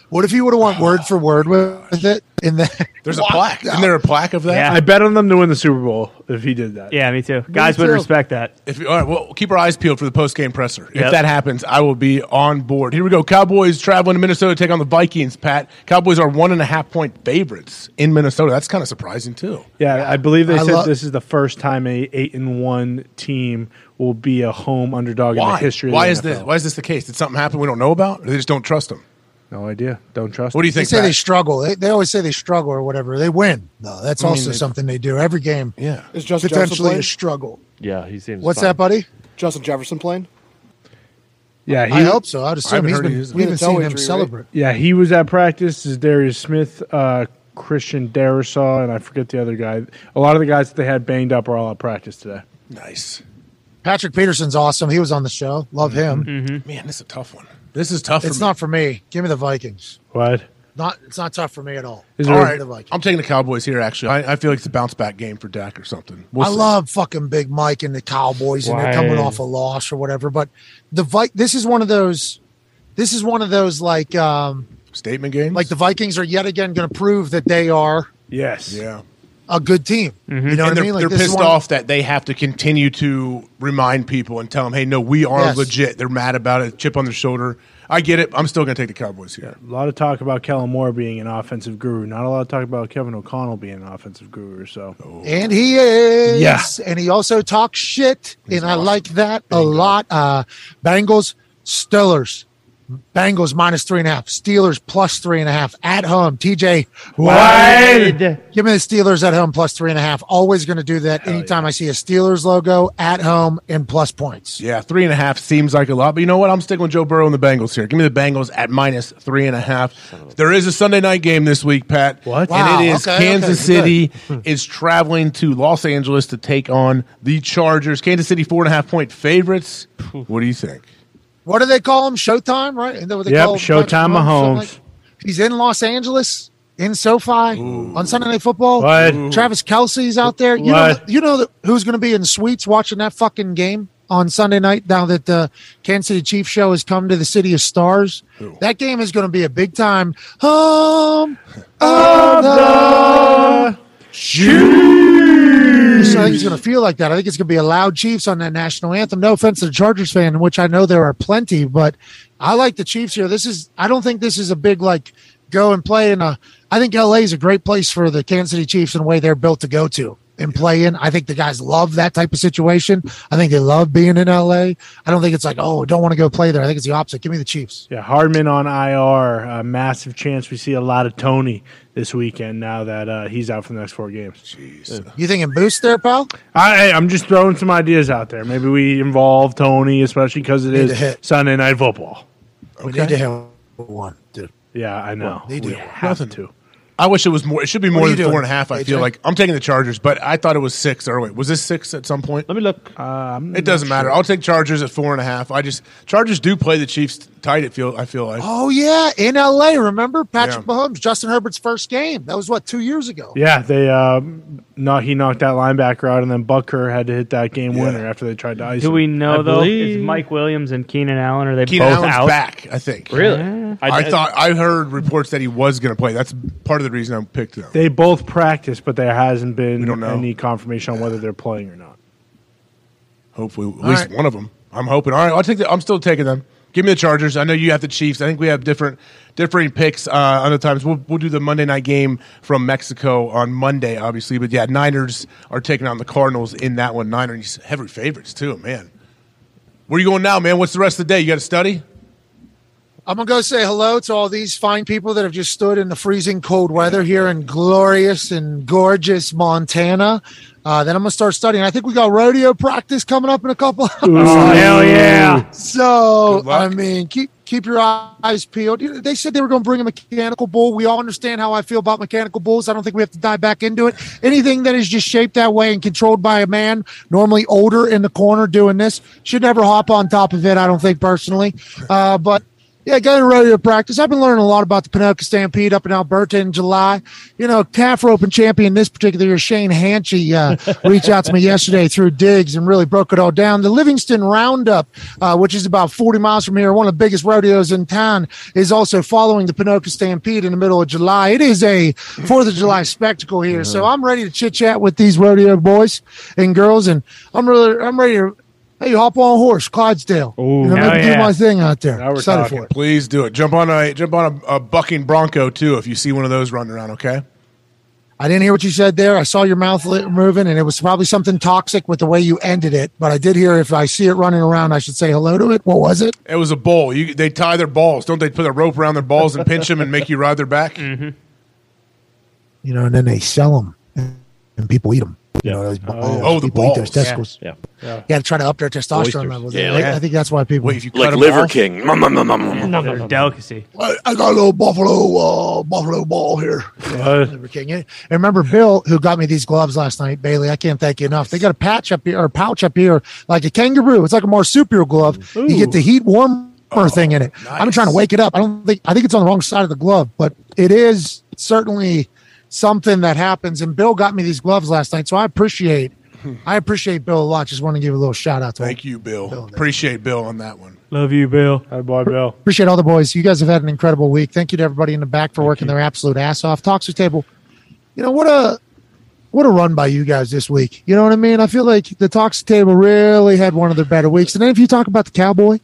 [SPEAKER 8] What if he would have won word for word with, with it? And then
[SPEAKER 1] there's a plaque. Isn't there a plaque of that?
[SPEAKER 2] Yeah.
[SPEAKER 3] I bet on them to win the Super Bowl if he did that.
[SPEAKER 2] Yeah, me too. Guys would
[SPEAKER 8] too.
[SPEAKER 2] respect that.
[SPEAKER 1] If all right, well, keep our eyes peeled for the post game presser. If
[SPEAKER 2] Yep.
[SPEAKER 1] that happens, I will be on board. Here we go. Cowboys traveling to Minnesota to take on the Vikings. Pat, Cowboys are one and a half point favorites in Minnesota. That's kind of surprising too.
[SPEAKER 3] Yeah, I believe they
[SPEAKER 8] I
[SPEAKER 3] said
[SPEAKER 8] love-
[SPEAKER 3] this is the first time a eight and one team will be a home underdog in
[SPEAKER 1] Why?
[SPEAKER 3] the history.
[SPEAKER 1] Why
[SPEAKER 3] of the
[SPEAKER 1] is
[SPEAKER 3] NFL.
[SPEAKER 1] this? Why is this the case? Did something happen we don't know about? Or they just don't trust them.
[SPEAKER 3] No idea. Don't trust.
[SPEAKER 1] What do you
[SPEAKER 8] they
[SPEAKER 1] think?
[SPEAKER 8] say they
[SPEAKER 1] Pat?
[SPEAKER 8] struggle. They, they always say they struggle or whatever. They win. No, that's also something they do every game.
[SPEAKER 1] yeah.
[SPEAKER 7] Is Justin Jefferson
[SPEAKER 8] potentially
[SPEAKER 7] playing?
[SPEAKER 8] a struggle.
[SPEAKER 4] Yeah, he seems.
[SPEAKER 8] What's
[SPEAKER 4] fine.
[SPEAKER 8] that, buddy?
[SPEAKER 7] Justin Jefferson playing?
[SPEAKER 3] Yeah, he,
[SPEAKER 8] I hope so. I'd assume
[SPEAKER 1] haven't
[SPEAKER 8] he's
[SPEAKER 1] heard
[SPEAKER 8] been,
[SPEAKER 1] he is.
[SPEAKER 8] we haven't
[SPEAKER 7] He had a toe
[SPEAKER 8] seen him
[SPEAKER 7] injury,
[SPEAKER 8] celebrate.
[SPEAKER 3] Yeah, he was at practice. Is Darius Smith, uh, Christian Darisaw, and I forget the other guy. A lot of the guys that they had banged up are all at practice today.
[SPEAKER 1] Nice.
[SPEAKER 8] Patrick Peterson's awesome. He was on the show. Love
[SPEAKER 3] Mm-hmm.
[SPEAKER 8] him.
[SPEAKER 2] Mm-hmm.
[SPEAKER 1] Man, this is a tough one. This is tough.
[SPEAKER 8] It's
[SPEAKER 1] for
[SPEAKER 8] not for me. Give me the Vikings.
[SPEAKER 3] What?
[SPEAKER 8] Not. It's not tough for me at all.
[SPEAKER 1] Me.
[SPEAKER 8] Give
[SPEAKER 1] All
[SPEAKER 8] me
[SPEAKER 1] right,
[SPEAKER 8] the Vikings.
[SPEAKER 1] I'm taking the Cowboys here. Actually, I, I feel like it's a bounce back game for Dak or something. We'll
[SPEAKER 8] I
[SPEAKER 1] see.
[SPEAKER 8] love fucking Big Mike and the Cowboys, and they're
[SPEAKER 4] Why?
[SPEAKER 8] coming off a loss or whatever. But the Vi- this is one of those. This is one of those like um,
[SPEAKER 1] statement games.
[SPEAKER 8] like the Vikings are yet again going to prove that they are
[SPEAKER 3] Yes.
[SPEAKER 1] yeah,
[SPEAKER 8] a good team. You know
[SPEAKER 1] Mm-hmm. and
[SPEAKER 8] what I
[SPEAKER 1] they're,
[SPEAKER 8] mean? Like
[SPEAKER 1] they're
[SPEAKER 8] this is
[SPEAKER 1] pissed
[SPEAKER 8] one of-
[SPEAKER 1] off that they have to continue to remind people and tell them, "Hey, no, we are
[SPEAKER 8] Yes.
[SPEAKER 1] legit." They're mad about it. Chip on their shoulder. I get it. I'm still going to take the Cowboys here.
[SPEAKER 3] A lot of talk about Kellen Moore being an offensive guru. Not a lot of talk about Kevin O'Connell being an offensive guru. So
[SPEAKER 8] And he is.
[SPEAKER 3] Yeah.
[SPEAKER 8] And he also talks shit. and I like that a lot. Uh Bengals, Steelers. Bengals minus three and a half. Steelers plus three and a half at home. TJ,
[SPEAKER 4] Wide.
[SPEAKER 8] give me the Steelers at home plus three and a half. Always going to do that anytime I see a Steelers logo at home and plus points.
[SPEAKER 1] Yeah, three and a half seems like a lot, but you know what? I'm sticking with Joe Burrow and the Bengals here. Give me the Bengals at minus three and a half. There is a Sunday night game this week, Pat.
[SPEAKER 4] What?
[SPEAKER 1] And
[SPEAKER 8] Wow,
[SPEAKER 1] it is
[SPEAKER 8] okay, Hmm.
[SPEAKER 1] Kansas
[SPEAKER 8] okay,
[SPEAKER 1] City is traveling to Los Angeles to take on the Chargers. Kansas City four and a half point favorites. What do you think?
[SPEAKER 8] What do they call him? Showtime, right? Isn't that what they
[SPEAKER 3] Yep,
[SPEAKER 8] call him?
[SPEAKER 3] Showtime
[SPEAKER 8] Something
[SPEAKER 3] Mahomes.
[SPEAKER 8] he's in Los Angeles, in SoFi on Sunday Night Football.
[SPEAKER 3] What?
[SPEAKER 8] Travis Kelsey's out there. You know,
[SPEAKER 3] What?
[SPEAKER 8] you know that- who's going to be in suites watching that fucking game on Sunday night. Now that the Kansas City Chiefs show has come to the City of Stars, that game is going to be a big time home of the Chiefs. I think it's going to feel like that. I think it's going to be a loud Chiefs on that national anthem. No offense to the Chargers fan, which I know there are plenty, but I like the Chiefs here. This is I don't think this is a big like go and play in a. I think LA is a great place for the Kansas City Chiefs and the way they're built to go to and play in. I think the guys love that type of situation. I think they love being in LA. I don't think it's like oh don't want to go play there. I think it's the opposite. Give me the Chiefs.
[SPEAKER 3] yeah, Hardman on IR. A massive chance we see a lot of Tony this weekend now that uh, he's out for the next four games.
[SPEAKER 8] You thinking boost there, pal?
[SPEAKER 3] I, I'm just throwing some ideas out there. Maybe we involve Tony, especially because it
[SPEAKER 8] Need to
[SPEAKER 3] is
[SPEAKER 8] hit.
[SPEAKER 3] Sunday night football.
[SPEAKER 8] We need to have one, dude.
[SPEAKER 3] Yeah, I know.
[SPEAKER 8] They do.
[SPEAKER 3] We have to.
[SPEAKER 1] I wish it was more. It should be more
[SPEAKER 8] are you
[SPEAKER 1] than four
[SPEAKER 8] doing,
[SPEAKER 1] and a half. I
[SPEAKER 8] AJ?
[SPEAKER 1] feel like I'm taking the Chargers, but I thought it was six early. Was this six at some point?
[SPEAKER 4] Let me look.
[SPEAKER 3] Uh,
[SPEAKER 1] It doesn't matter. I'll take Chargers at four and a half. I just Chargers do play the Chiefs tight. It feel I feel like
[SPEAKER 8] Oh yeah, in LA. Remember Patrick
[SPEAKER 1] Yeah.
[SPEAKER 8] Mahomes, Justin Herbert's first game. That was what two years ago.
[SPEAKER 3] Yeah, they uh, not he knocked that linebacker out, and then Bucker had to hit that game
[SPEAKER 1] Yeah.
[SPEAKER 3] winner after they tried to ice.
[SPEAKER 2] Do
[SPEAKER 3] him.
[SPEAKER 2] we know
[SPEAKER 4] I
[SPEAKER 2] though?
[SPEAKER 4] believe-
[SPEAKER 2] Is Mike Williams and Keenan Allen are they
[SPEAKER 1] Keenan
[SPEAKER 2] both
[SPEAKER 1] Allen's
[SPEAKER 2] out?
[SPEAKER 1] back. I think.
[SPEAKER 4] really?
[SPEAKER 1] I, thought I heard reports that he was going to play. That's part of the reason I picked them.
[SPEAKER 3] They both practice, but there hasn't
[SPEAKER 1] We don't
[SPEAKER 3] been
[SPEAKER 1] know.
[SPEAKER 3] any confirmation on whether they're playing or not.
[SPEAKER 1] Hopefully, at least
[SPEAKER 8] right.
[SPEAKER 1] one of them. I'm hoping. All right, I'll take. The, I'm still taking them. Give me the Chargers. I know you have the Chiefs. I think we have different differing picks. Uh, other times we'll we'll do the Monday night game from Mexico on Monday, obviously. But yeah, Niners are taking on the Cardinals in that one. Niners heavy favorites too, man. Where you going now, man? What's the rest of the day? You got to study.
[SPEAKER 8] I'm gonna go say hello to all these fine people that have just stood in the freezing cold weather here in glorious and gorgeous Montana. Uh, then I'm gonna start studying. I think we got rodeo practice coming up in a couple.
[SPEAKER 3] hell yeah!
[SPEAKER 8] So
[SPEAKER 1] Good luck.
[SPEAKER 8] I mean, keep keep your eyes peeled. You know, They said they were going to bring a mechanical bull. We all understand how I feel about mechanical bulls. I don't think we have to dive back into it. Anything that is just shaped that way and controlled by a man, normally older in the corner doing this, should never hop on top of it. I don't think personally, uh, but. Yeah, go to rodeo practice. I've been learning a lot about the Pinocchio Stampede up in Alberta in July. You know, calf roping champion this particular year, Shane Hanchy, uh, reached out to me yesterday through digs and really broke it all down. The Livingston Roundup, uh, which is about 40 miles from here, one of the biggest rodeos in town, is also following the Pinocchio Stampede in the middle of July. It is a 4th of July spectacle here. So I'm ready to chit chat with these rodeo boys and girls. And I'm really, I'm ready to, hey, hop on a horse, Clydesdale. you know,
[SPEAKER 2] hell
[SPEAKER 8] let me do
[SPEAKER 2] yeah.
[SPEAKER 8] my thing out there.
[SPEAKER 3] Now we're
[SPEAKER 8] Excited
[SPEAKER 3] talking.
[SPEAKER 8] for it.
[SPEAKER 1] Please do it. Jump on a jump on a, a bucking bronco too if you see one of those running around. Okay.
[SPEAKER 8] I didn't hear what you said there. I saw your mouth li moving, and it was probably something toxic with the way you ended it. But I did hear if I see it running around, I should say hello to it. What Oh, was it?
[SPEAKER 1] It was a bull. You, they tie their balls, don't they? Put a rope around their balls and pinch them and make you
[SPEAKER 3] Mm-hmm.
[SPEAKER 1] ride their back.
[SPEAKER 8] You know, and then they sell them, and people eat them. You know, those balls.
[SPEAKER 1] Oh,
[SPEAKER 8] people
[SPEAKER 1] the
[SPEAKER 8] eat
[SPEAKER 1] balls.
[SPEAKER 8] those testicles.
[SPEAKER 4] Yeah.
[SPEAKER 8] Yeah, to try to up their testosterone
[SPEAKER 4] Oysters.
[SPEAKER 8] levels.
[SPEAKER 5] Yeah,
[SPEAKER 8] I,
[SPEAKER 5] like-
[SPEAKER 8] I think that's why people.
[SPEAKER 1] Wait, if you
[SPEAKER 5] like
[SPEAKER 1] cut 'em
[SPEAKER 5] Liver
[SPEAKER 1] off-
[SPEAKER 5] King. Mm, mm, mm, mm, mm.
[SPEAKER 4] no,
[SPEAKER 2] They're a delicacy.
[SPEAKER 8] I, I got a little buffalo, uh, buffalo ball here. Liver King. And remember Bill, who got me these gloves last night, Bailey. I can't thank you enough. They got a patch up here, or pouch up here, like a kangaroo. It's like a marsupial glove. You get the heat warmer
[SPEAKER 2] Oh,
[SPEAKER 8] thing in it. I've been trying to wake it up. I don't think. I think it's on the wrong side of the glove, but it is certainly something that happens. And Bill got me these gloves last night, so I appreciate. I appreciate Bill a lot. Just want to give a little shout out to him.
[SPEAKER 1] Thank you, Bill. Appreciate Bill on that one.
[SPEAKER 2] Love you, Bill.
[SPEAKER 3] Hi, boy, Bill.
[SPEAKER 8] Appreciate all the boys. You guys have had an incredible week. Thank you to everybody in the back for working their absolute ass off. Talks to table. You know what a what a run by you guys this week. You know what I mean? I feel like the talks to table really had one of their better weeks. And then if you talk about the cowboy,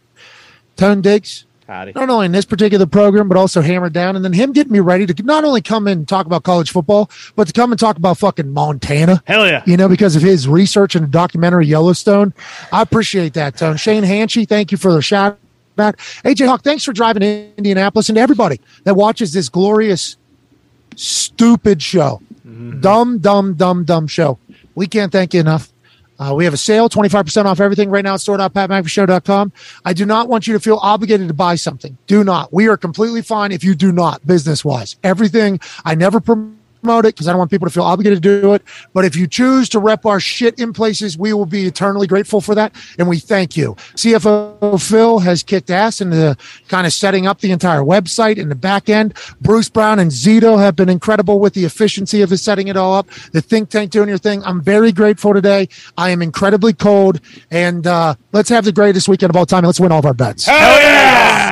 [SPEAKER 8] Tone Diggs,
[SPEAKER 4] Howdy.
[SPEAKER 8] not only in this particular program, but also hammered down, and then him getting me ready to not only come and talk about college football, but to come and talk about fucking Montana.
[SPEAKER 4] Hell yeah.
[SPEAKER 8] You know, because of his research in the documentary Yellowstone. I appreciate that, Tone. Shane Hanshey, thank you for the shout out. AJ Hawk, thanks for driving to Indianapolis and to everybody that watches this glorious, stupid show. Dumb, dumb, dumb, dumb show. We can't thank you enough. Uh, we have a sale, 25% off everything right now at store.patmcafeeshow.com. I do not want you to feel obligated to buy something. Do not. We are completely fine if you do not, business wise. Everything, I never promote it because I don't want people to feel obligated to do it. But if you choose to rep our shit in places, we will be eternally grateful for that. And we thank you. CFO Phil has kicked ass in the kind of setting up the entire website and the back end. Bruce Brown and Zito have been incredible with the efficiency of his setting it all up. The think tank doing your thing. I'm very grateful today. I am incredibly cold. And uh, let's have the greatest weekend of all time. And let's win all of our bets.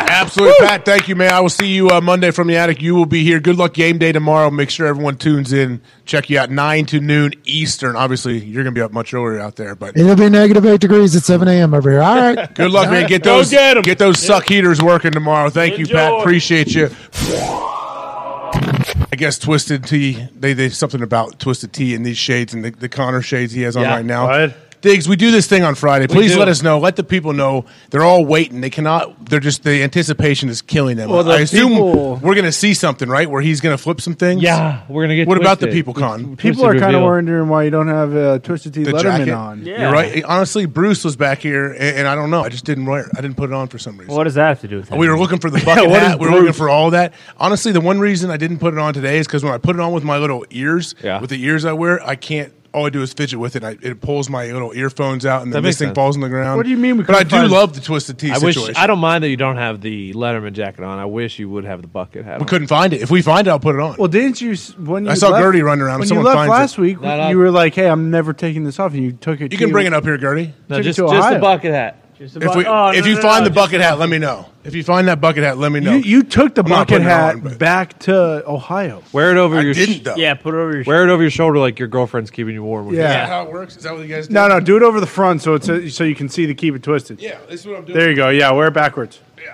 [SPEAKER 1] Absolutely, Pat. Thank you, man. I will see you uh, Monday from the attic. You will be here. Good luck game day tomorrow. Make sure everyone tunes in. Check you out nine to noon Eastern. Obviously, you're going to be up much earlier out there, but
[SPEAKER 8] It'll be negative eight degrees at 7 a.m. over here. All right.
[SPEAKER 1] good luck, man. Get
[SPEAKER 4] Go
[SPEAKER 1] those
[SPEAKER 4] get 'em.
[SPEAKER 1] get, those suck heaters working tomorrow. Thank you, Pat.
[SPEAKER 4] Enjoy.
[SPEAKER 1] Appreciate you. I guess Twisted Tea. They they something about Twisted Tea in these shades and the, the Connor shades he has on
[SPEAKER 4] Yeah,
[SPEAKER 1] right now.
[SPEAKER 3] right.
[SPEAKER 1] Diggs, we do this thing on Friday. Please
[SPEAKER 4] do.
[SPEAKER 1] let us know. Let the people know. They're all waiting. They cannot. They're just the anticipation is killing them.
[SPEAKER 3] Well, the
[SPEAKER 1] I assume
[SPEAKER 3] people-
[SPEAKER 1] we're going to see something, right? Where he's going to flip some things.
[SPEAKER 4] Yeah, we're gonna get.
[SPEAKER 1] What about the
[SPEAKER 4] twisted.
[SPEAKER 1] people con?
[SPEAKER 4] Twisted
[SPEAKER 3] People are kind of
[SPEAKER 4] reveal.
[SPEAKER 3] wondering why you don't have uh, Twisted Tea
[SPEAKER 1] The
[SPEAKER 3] Letterman
[SPEAKER 1] jacket.
[SPEAKER 3] on.
[SPEAKER 1] You're right. Honestly, Bruce was back here, and, and I don't know. I just didn't wear. It. I didn't put it on for some reason.
[SPEAKER 2] What does that have to do with it?
[SPEAKER 1] We were looking for the bucket
[SPEAKER 3] what is
[SPEAKER 1] hat. We were looking for all that. Honestly, the one reason I didn't put it on today is because when I put it on with my little ears,
[SPEAKER 4] Yeah.
[SPEAKER 1] with the ears I wear, I can't. All I do is fidget with it. And I, it pulls my little earphones out, and then
[SPEAKER 4] That
[SPEAKER 1] this
[SPEAKER 4] makes
[SPEAKER 1] thing
[SPEAKER 4] sense.
[SPEAKER 1] falls on the ground.
[SPEAKER 3] What do you mean we
[SPEAKER 1] But I
[SPEAKER 3] couldn't
[SPEAKER 1] do
[SPEAKER 3] find-
[SPEAKER 1] love the twisted tea
[SPEAKER 4] I wish
[SPEAKER 1] situation.
[SPEAKER 4] I don't mind that you don't have the Letterman jacket on. I wish you would have the bucket hat.
[SPEAKER 1] we couldn't find it. If we find it, I'll put it on.
[SPEAKER 3] Well, didn't you s- when you
[SPEAKER 1] I saw
[SPEAKER 3] left,
[SPEAKER 1] Gertie running around.
[SPEAKER 3] When you
[SPEAKER 1] Someone
[SPEAKER 3] left
[SPEAKER 1] finds
[SPEAKER 3] last
[SPEAKER 1] it.
[SPEAKER 3] week,
[SPEAKER 4] No, no.
[SPEAKER 3] you were like, "Hey, I'm never taking this off," and you took it.
[SPEAKER 1] you can bring it up here, Gertie.
[SPEAKER 4] No,
[SPEAKER 3] Took it
[SPEAKER 4] just,
[SPEAKER 3] to
[SPEAKER 4] just the
[SPEAKER 3] Ohio.
[SPEAKER 4] bucket hat.
[SPEAKER 1] If, we,
[SPEAKER 3] Oh,
[SPEAKER 1] if you find the bucket hat, let me know. If you find that bucket hat, let me know.
[SPEAKER 3] You, you took the
[SPEAKER 1] I'm not
[SPEAKER 3] bucket
[SPEAKER 1] putting it
[SPEAKER 3] hat
[SPEAKER 1] on, but-
[SPEAKER 3] back to Ohio.
[SPEAKER 4] Wear it over
[SPEAKER 1] I
[SPEAKER 4] your. sh-
[SPEAKER 1] didn't though.
[SPEAKER 2] yeah, put it over your.
[SPEAKER 4] Wear it over your shoulder like your girlfriend's keeping you warm. when
[SPEAKER 1] Is
[SPEAKER 3] Yeah.
[SPEAKER 1] that how it works? Is that what you guys do?
[SPEAKER 3] No, no, do it over the front so it's a, so you can see the keep it twisted.
[SPEAKER 1] Yeah, this is what I'm doing.
[SPEAKER 3] There you go. Yeah, wear it backwards.
[SPEAKER 1] Yeah.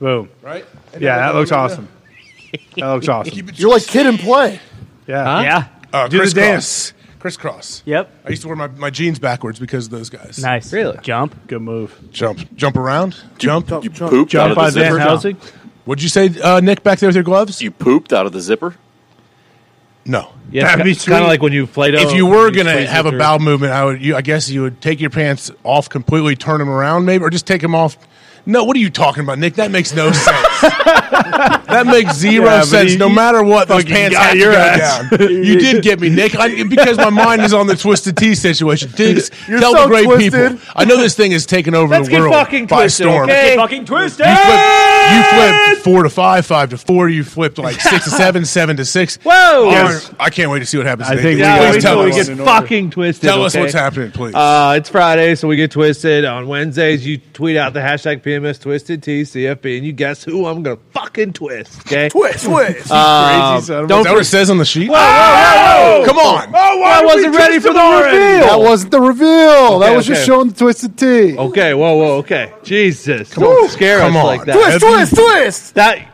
[SPEAKER 3] Boom.
[SPEAKER 1] Right? And
[SPEAKER 3] Yeah,
[SPEAKER 1] then
[SPEAKER 3] that
[SPEAKER 1] let
[SPEAKER 3] looks
[SPEAKER 1] me know.
[SPEAKER 3] awesome. That looks awesome.
[SPEAKER 1] Keep it-
[SPEAKER 7] You're like kid and play.
[SPEAKER 3] Yeah.
[SPEAKER 2] yeah.
[SPEAKER 1] Uh,
[SPEAKER 3] Do the
[SPEAKER 1] crisscross.
[SPEAKER 3] dance.
[SPEAKER 1] Crisscross.
[SPEAKER 2] Yep.
[SPEAKER 1] I used to wear my, my jeans backwards because of those guys.
[SPEAKER 2] Nice.
[SPEAKER 4] Really?
[SPEAKER 2] Jump.
[SPEAKER 3] Good move.
[SPEAKER 1] Jump, jump around, jump.
[SPEAKER 7] Jump, jump.
[SPEAKER 5] Pooped out
[SPEAKER 3] Jump on
[SPEAKER 5] of the
[SPEAKER 3] Van
[SPEAKER 5] zipper.
[SPEAKER 3] Helsing.
[SPEAKER 1] What'd you say, uh, Nick, back there with your gloves?
[SPEAKER 5] You pooped out of the zipper.
[SPEAKER 1] no.
[SPEAKER 4] Yeah,
[SPEAKER 3] That'd be
[SPEAKER 4] kind
[SPEAKER 3] sweet.
[SPEAKER 4] of like when you played.
[SPEAKER 1] If you were gonna have a bowel movement, I would. You, I guess you would take your pants off completely, turn them around, maybe, or just take them off. No, what are you talking about, Nick? That makes no sense. that makes zero
[SPEAKER 3] Yeah, but
[SPEAKER 1] sense.
[SPEAKER 3] you-
[SPEAKER 1] no
[SPEAKER 3] you
[SPEAKER 1] matter what, those
[SPEAKER 3] fucking
[SPEAKER 1] pants
[SPEAKER 3] got
[SPEAKER 1] have to
[SPEAKER 3] your
[SPEAKER 1] go
[SPEAKER 3] ass.
[SPEAKER 1] down. you did get me, Nick, I, because my mind is on the twisted tea situation. Diggs,
[SPEAKER 7] You're
[SPEAKER 1] tell
[SPEAKER 7] so
[SPEAKER 1] the great
[SPEAKER 7] twisted.
[SPEAKER 1] people. I know this thing is taking over
[SPEAKER 4] Let's
[SPEAKER 1] the
[SPEAKER 4] get
[SPEAKER 1] world
[SPEAKER 4] fucking
[SPEAKER 1] by
[SPEAKER 4] twisted,
[SPEAKER 1] storm.
[SPEAKER 4] okay? Hey.
[SPEAKER 2] Fucking twisted.
[SPEAKER 1] You flipped, you flipped four to five, five to four. You flipped like six to seven, seven to six.
[SPEAKER 4] Whoa!
[SPEAKER 1] Yes. I can't wait to see what happens.
[SPEAKER 3] I
[SPEAKER 1] today.
[SPEAKER 3] think
[SPEAKER 1] Please
[SPEAKER 4] Yeah,
[SPEAKER 3] we
[SPEAKER 4] wait
[SPEAKER 1] tell
[SPEAKER 4] till we
[SPEAKER 1] us.
[SPEAKER 4] get fucking twisted.
[SPEAKER 1] Tell us
[SPEAKER 4] okay?
[SPEAKER 1] what's happening, please.
[SPEAKER 4] Uh, it's Friday, so we get twisted. On Wednesdays, you tweet out the hashtag PMS Twisted TCFB, and you guess who I'm gonna fucking twist. Okay.
[SPEAKER 7] Twist, twist.
[SPEAKER 4] Um,
[SPEAKER 3] Crazy son of a-
[SPEAKER 1] Is
[SPEAKER 4] don't
[SPEAKER 1] that what it says on the sheet? Come on.
[SPEAKER 4] I wasn't ready for the reveal.
[SPEAKER 7] That wasn't the reveal. that
[SPEAKER 4] Okay,
[SPEAKER 7] was
[SPEAKER 4] okay.
[SPEAKER 7] just showing the twisted T.
[SPEAKER 4] Okay, whoa, whoa, okay. Jesus. Don't scare us
[SPEAKER 1] Come on.
[SPEAKER 4] like that.
[SPEAKER 7] Twist, twist, twist.
[SPEAKER 4] That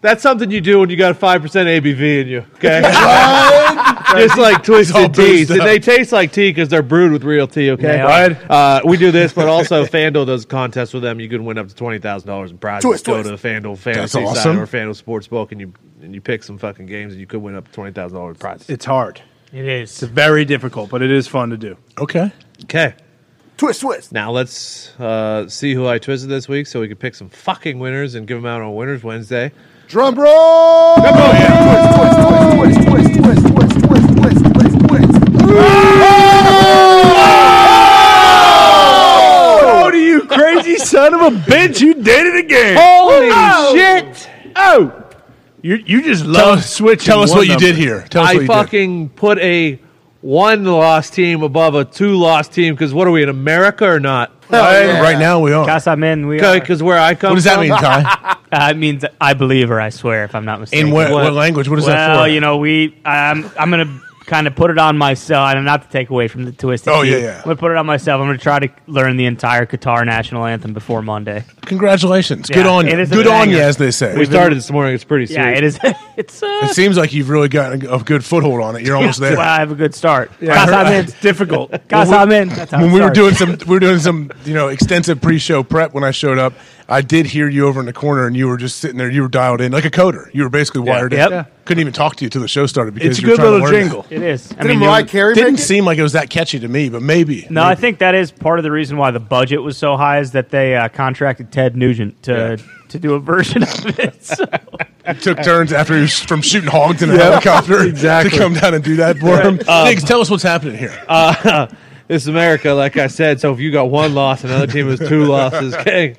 [SPEAKER 4] that's something you do when you got a five percent ABV in you. Okay. Just like twisted
[SPEAKER 1] boozed
[SPEAKER 4] teas, and
[SPEAKER 1] up.
[SPEAKER 4] they taste like tea because they're brewed with real tea. Okay,
[SPEAKER 2] Yeah.
[SPEAKER 4] right? Uh, we do this, but also Fanduel does contests with them. You can win up to twenty thousand dollars in prizes.
[SPEAKER 7] Twist,
[SPEAKER 4] Go
[SPEAKER 7] twist.
[SPEAKER 4] to the Fanduel fantasy
[SPEAKER 1] awesome.
[SPEAKER 4] side or Fanduel Sportsbook, and you and you pick some fucking games, and you could win up to twenty thousand dollars in prizes.
[SPEAKER 3] It's hard.
[SPEAKER 2] It is.
[SPEAKER 3] It's very difficult, but it is fun to do.
[SPEAKER 1] Okay.
[SPEAKER 4] Okay.
[SPEAKER 7] Twist, twist.
[SPEAKER 4] Now let's uh, see who I twisted this week so we can pick some fucking winners and give them out on Winners Wednesday.
[SPEAKER 6] Drum roll!
[SPEAKER 7] Twist, twist, twist, twist, twist, twist, twist, twist.
[SPEAKER 3] Oh, you crazy son of a bitch! You did it again.
[SPEAKER 4] Holy shit!
[SPEAKER 3] Oh, you you just
[SPEAKER 1] Tell
[SPEAKER 3] love
[SPEAKER 1] us,
[SPEAKER 3] switching.
[SPEAKER 1] tell us
[SPEAKER 3] one
[SPEAKER 1] what you
[SPEAKER 3] number.
[SPEAKER 1] did here. Tell us what
[SPEAKER 4] I
[SPEAKER 1] you did.
[SPEAKER 4] fucking put a one loss team above a two loss team because what are we in America or not?
[SPEAKER 1] Hey, Right now we are.
[SPEAKER 2] Casa men, we are.
[SPEAKER 4] Because where I come
[SPEAKER 1] What does that
[SPEAKER 4] from-
[SPEAKER 1] mean, Ty?
[SPEAKER 2] Uh, it means I believe or I swear, if I'm not mistaken.
[SPEAKER 1] In what, what language? What is that for?
[SPEAKER 2] well, you know, we. I'm. I'm gonna kind of put it on myself, and not to take away from the twisted.
[SPEAKER 1] Oh,
[SPEAKER 2] Tea.
[SPEAKER 1] yeah, yeah.
[SPEAKER 2] I'm gonna put it on myself. I'm gonna try to learn the entire Qatar national anthem before Monday.
[SPEAKER 1] Congratulations.
[SPEAKER 2] Yeah,
[SPEAKER 1] good on
[SPEAKER 2] it
[SPEAKER 1] you.
[SPEAKER 2] is a
[SPEAKER 1] Good on you,
[SPEAKER 2] banger.
[SPEAKER 1] as they say.
[SPEAKER 4] We started this morning. It's pretty
[SPEAKER 2] Yeah,
[SPEAKER 4] sweet.
[SPEAKER 2] it is. It's. Uh,
[SPEAKER 1] it seems like you've really gotten a good foothold on it. You're almost there.
[SPEAKER 2] well, I have a good start.
[SPEAKER 1] I heard-
[SPEAKER 2] Casa men.
[SPEAKER 3] It's difficult.
[SPEAKER 2] Casa men. That's how
[SPEAKER 1] when
[SPEAKER 2] it
[SPEAKER 1] we were
[SPEAKER 2] starts.
[SPEAKER 1] doing some we were doing some you know extensive pre-show prep when I showed up, I did hear you over in the corner and you were just sitting there. You were dialed in like a coder. You were basically wired
[SPEAKER 2] Yep.
[SPEAKER 1] in.
[SPEAKER 2] Yeah.
[SPEAKER 1] Couldn't even talk to you till the show started because
[SPEAKER 3] It's a
[SPEAKER 1] you were
[SPEAKER 3] good
[SPEAKER 1] trying to
[SPEAKER 3] little
[SPEAKER 1] learn
[SPEAKER 3] jingle.
[SPEAKER 2] It is. I
[SPEAKER 7] Didn't
[SPEAKER 2] you-
[SPEAKER 7] Mariah Carey
[SPEAKER 1] That. Didn't
[SPEAKER 7] make it?
[SPEAKER 1] seem like it was that catchy to me, but maybe.
[SPEAKER 2] No, I
[SPEAKER 1] maybe.
[SPEAKER 2] think that is part of the reason why the budget was so high is that they uh, contracted Ted Nugent to to do a version of it. So,
[SPEAKER 1] it took turns after he was from shooting hogs in a helicopter
[SPEAKER 4] exactly.
[SPEAKER 1] to come down and do that for him. Diggs, tell us what's happening here.
[SPEAKER 4] Um, Uh, This is America, like I said. So if you got one loss, another team has two losses. Okay,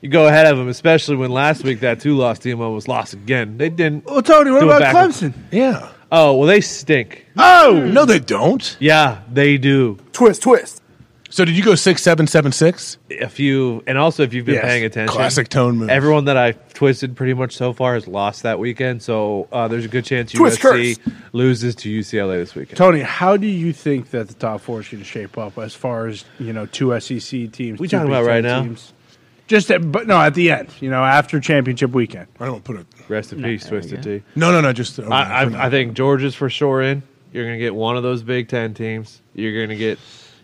[SPEAKER 4] you go ahead of them, especially when last week that two loss team almost lost again. They didn't.
[SPEAKER 1] Oh,
[SPEAKER 3] Well, Tony, what
[SPEAKER 4] Do it
[SPEAKER 3] about
[SPEAKER 4] backwards.
[SPEAKER 3] Clemson?
[SPEAKER 1] yeah.
[SPEAKER 4] Oh well, they stink.
[SPEAKER 1] Oh no, they don't.
[SPEAKER 4] Yeah, they do.
[SPEAKER 7] Twist, twist.
[SPEAKER 1] So did you go six seven seven six?
[SPEAKER 4] If you and also if you've been
[SPEAKER 1] Yes.
[SPEAKER 4] paying attention,
[SPEAKER 1] Classic tone move.
[SPEAKER 4] Everyone that I've twisted pretty much so far has lost that weekend. So uh, there's a good chance
[SPEAKER 7] Twist
[SPEAKER 4] USC loses to UCLA this weekend.
[SPEAKER 3] Tony, how do you think that the top four is going to shape up as far as you know, two SEC teams?
[SPEAKER 4] We
[SPEAKER 3] two
[SPEAKER 4] talking
[SPEAKER 3] Big
[SPEAKER 4] about right
[SPEAKER 3] Ten
[SPEAKER 4] now?
[SPEAKER 3] Teams? Just, at, but no, at the end, you know, after championship weekend.
[SPEAKER 1] I don't want to put it.
[SPEAKER 4] Rest in peace, Twisted T.
[SPEAKER 1] No, no, no. Just oh, no,
[SPEAKER 4] I,
[SPEAKER 1] no.
[SPEAKER 4] I, I think Georgia's for sure in. You're going to get one of those Big Ten teams. You're going to get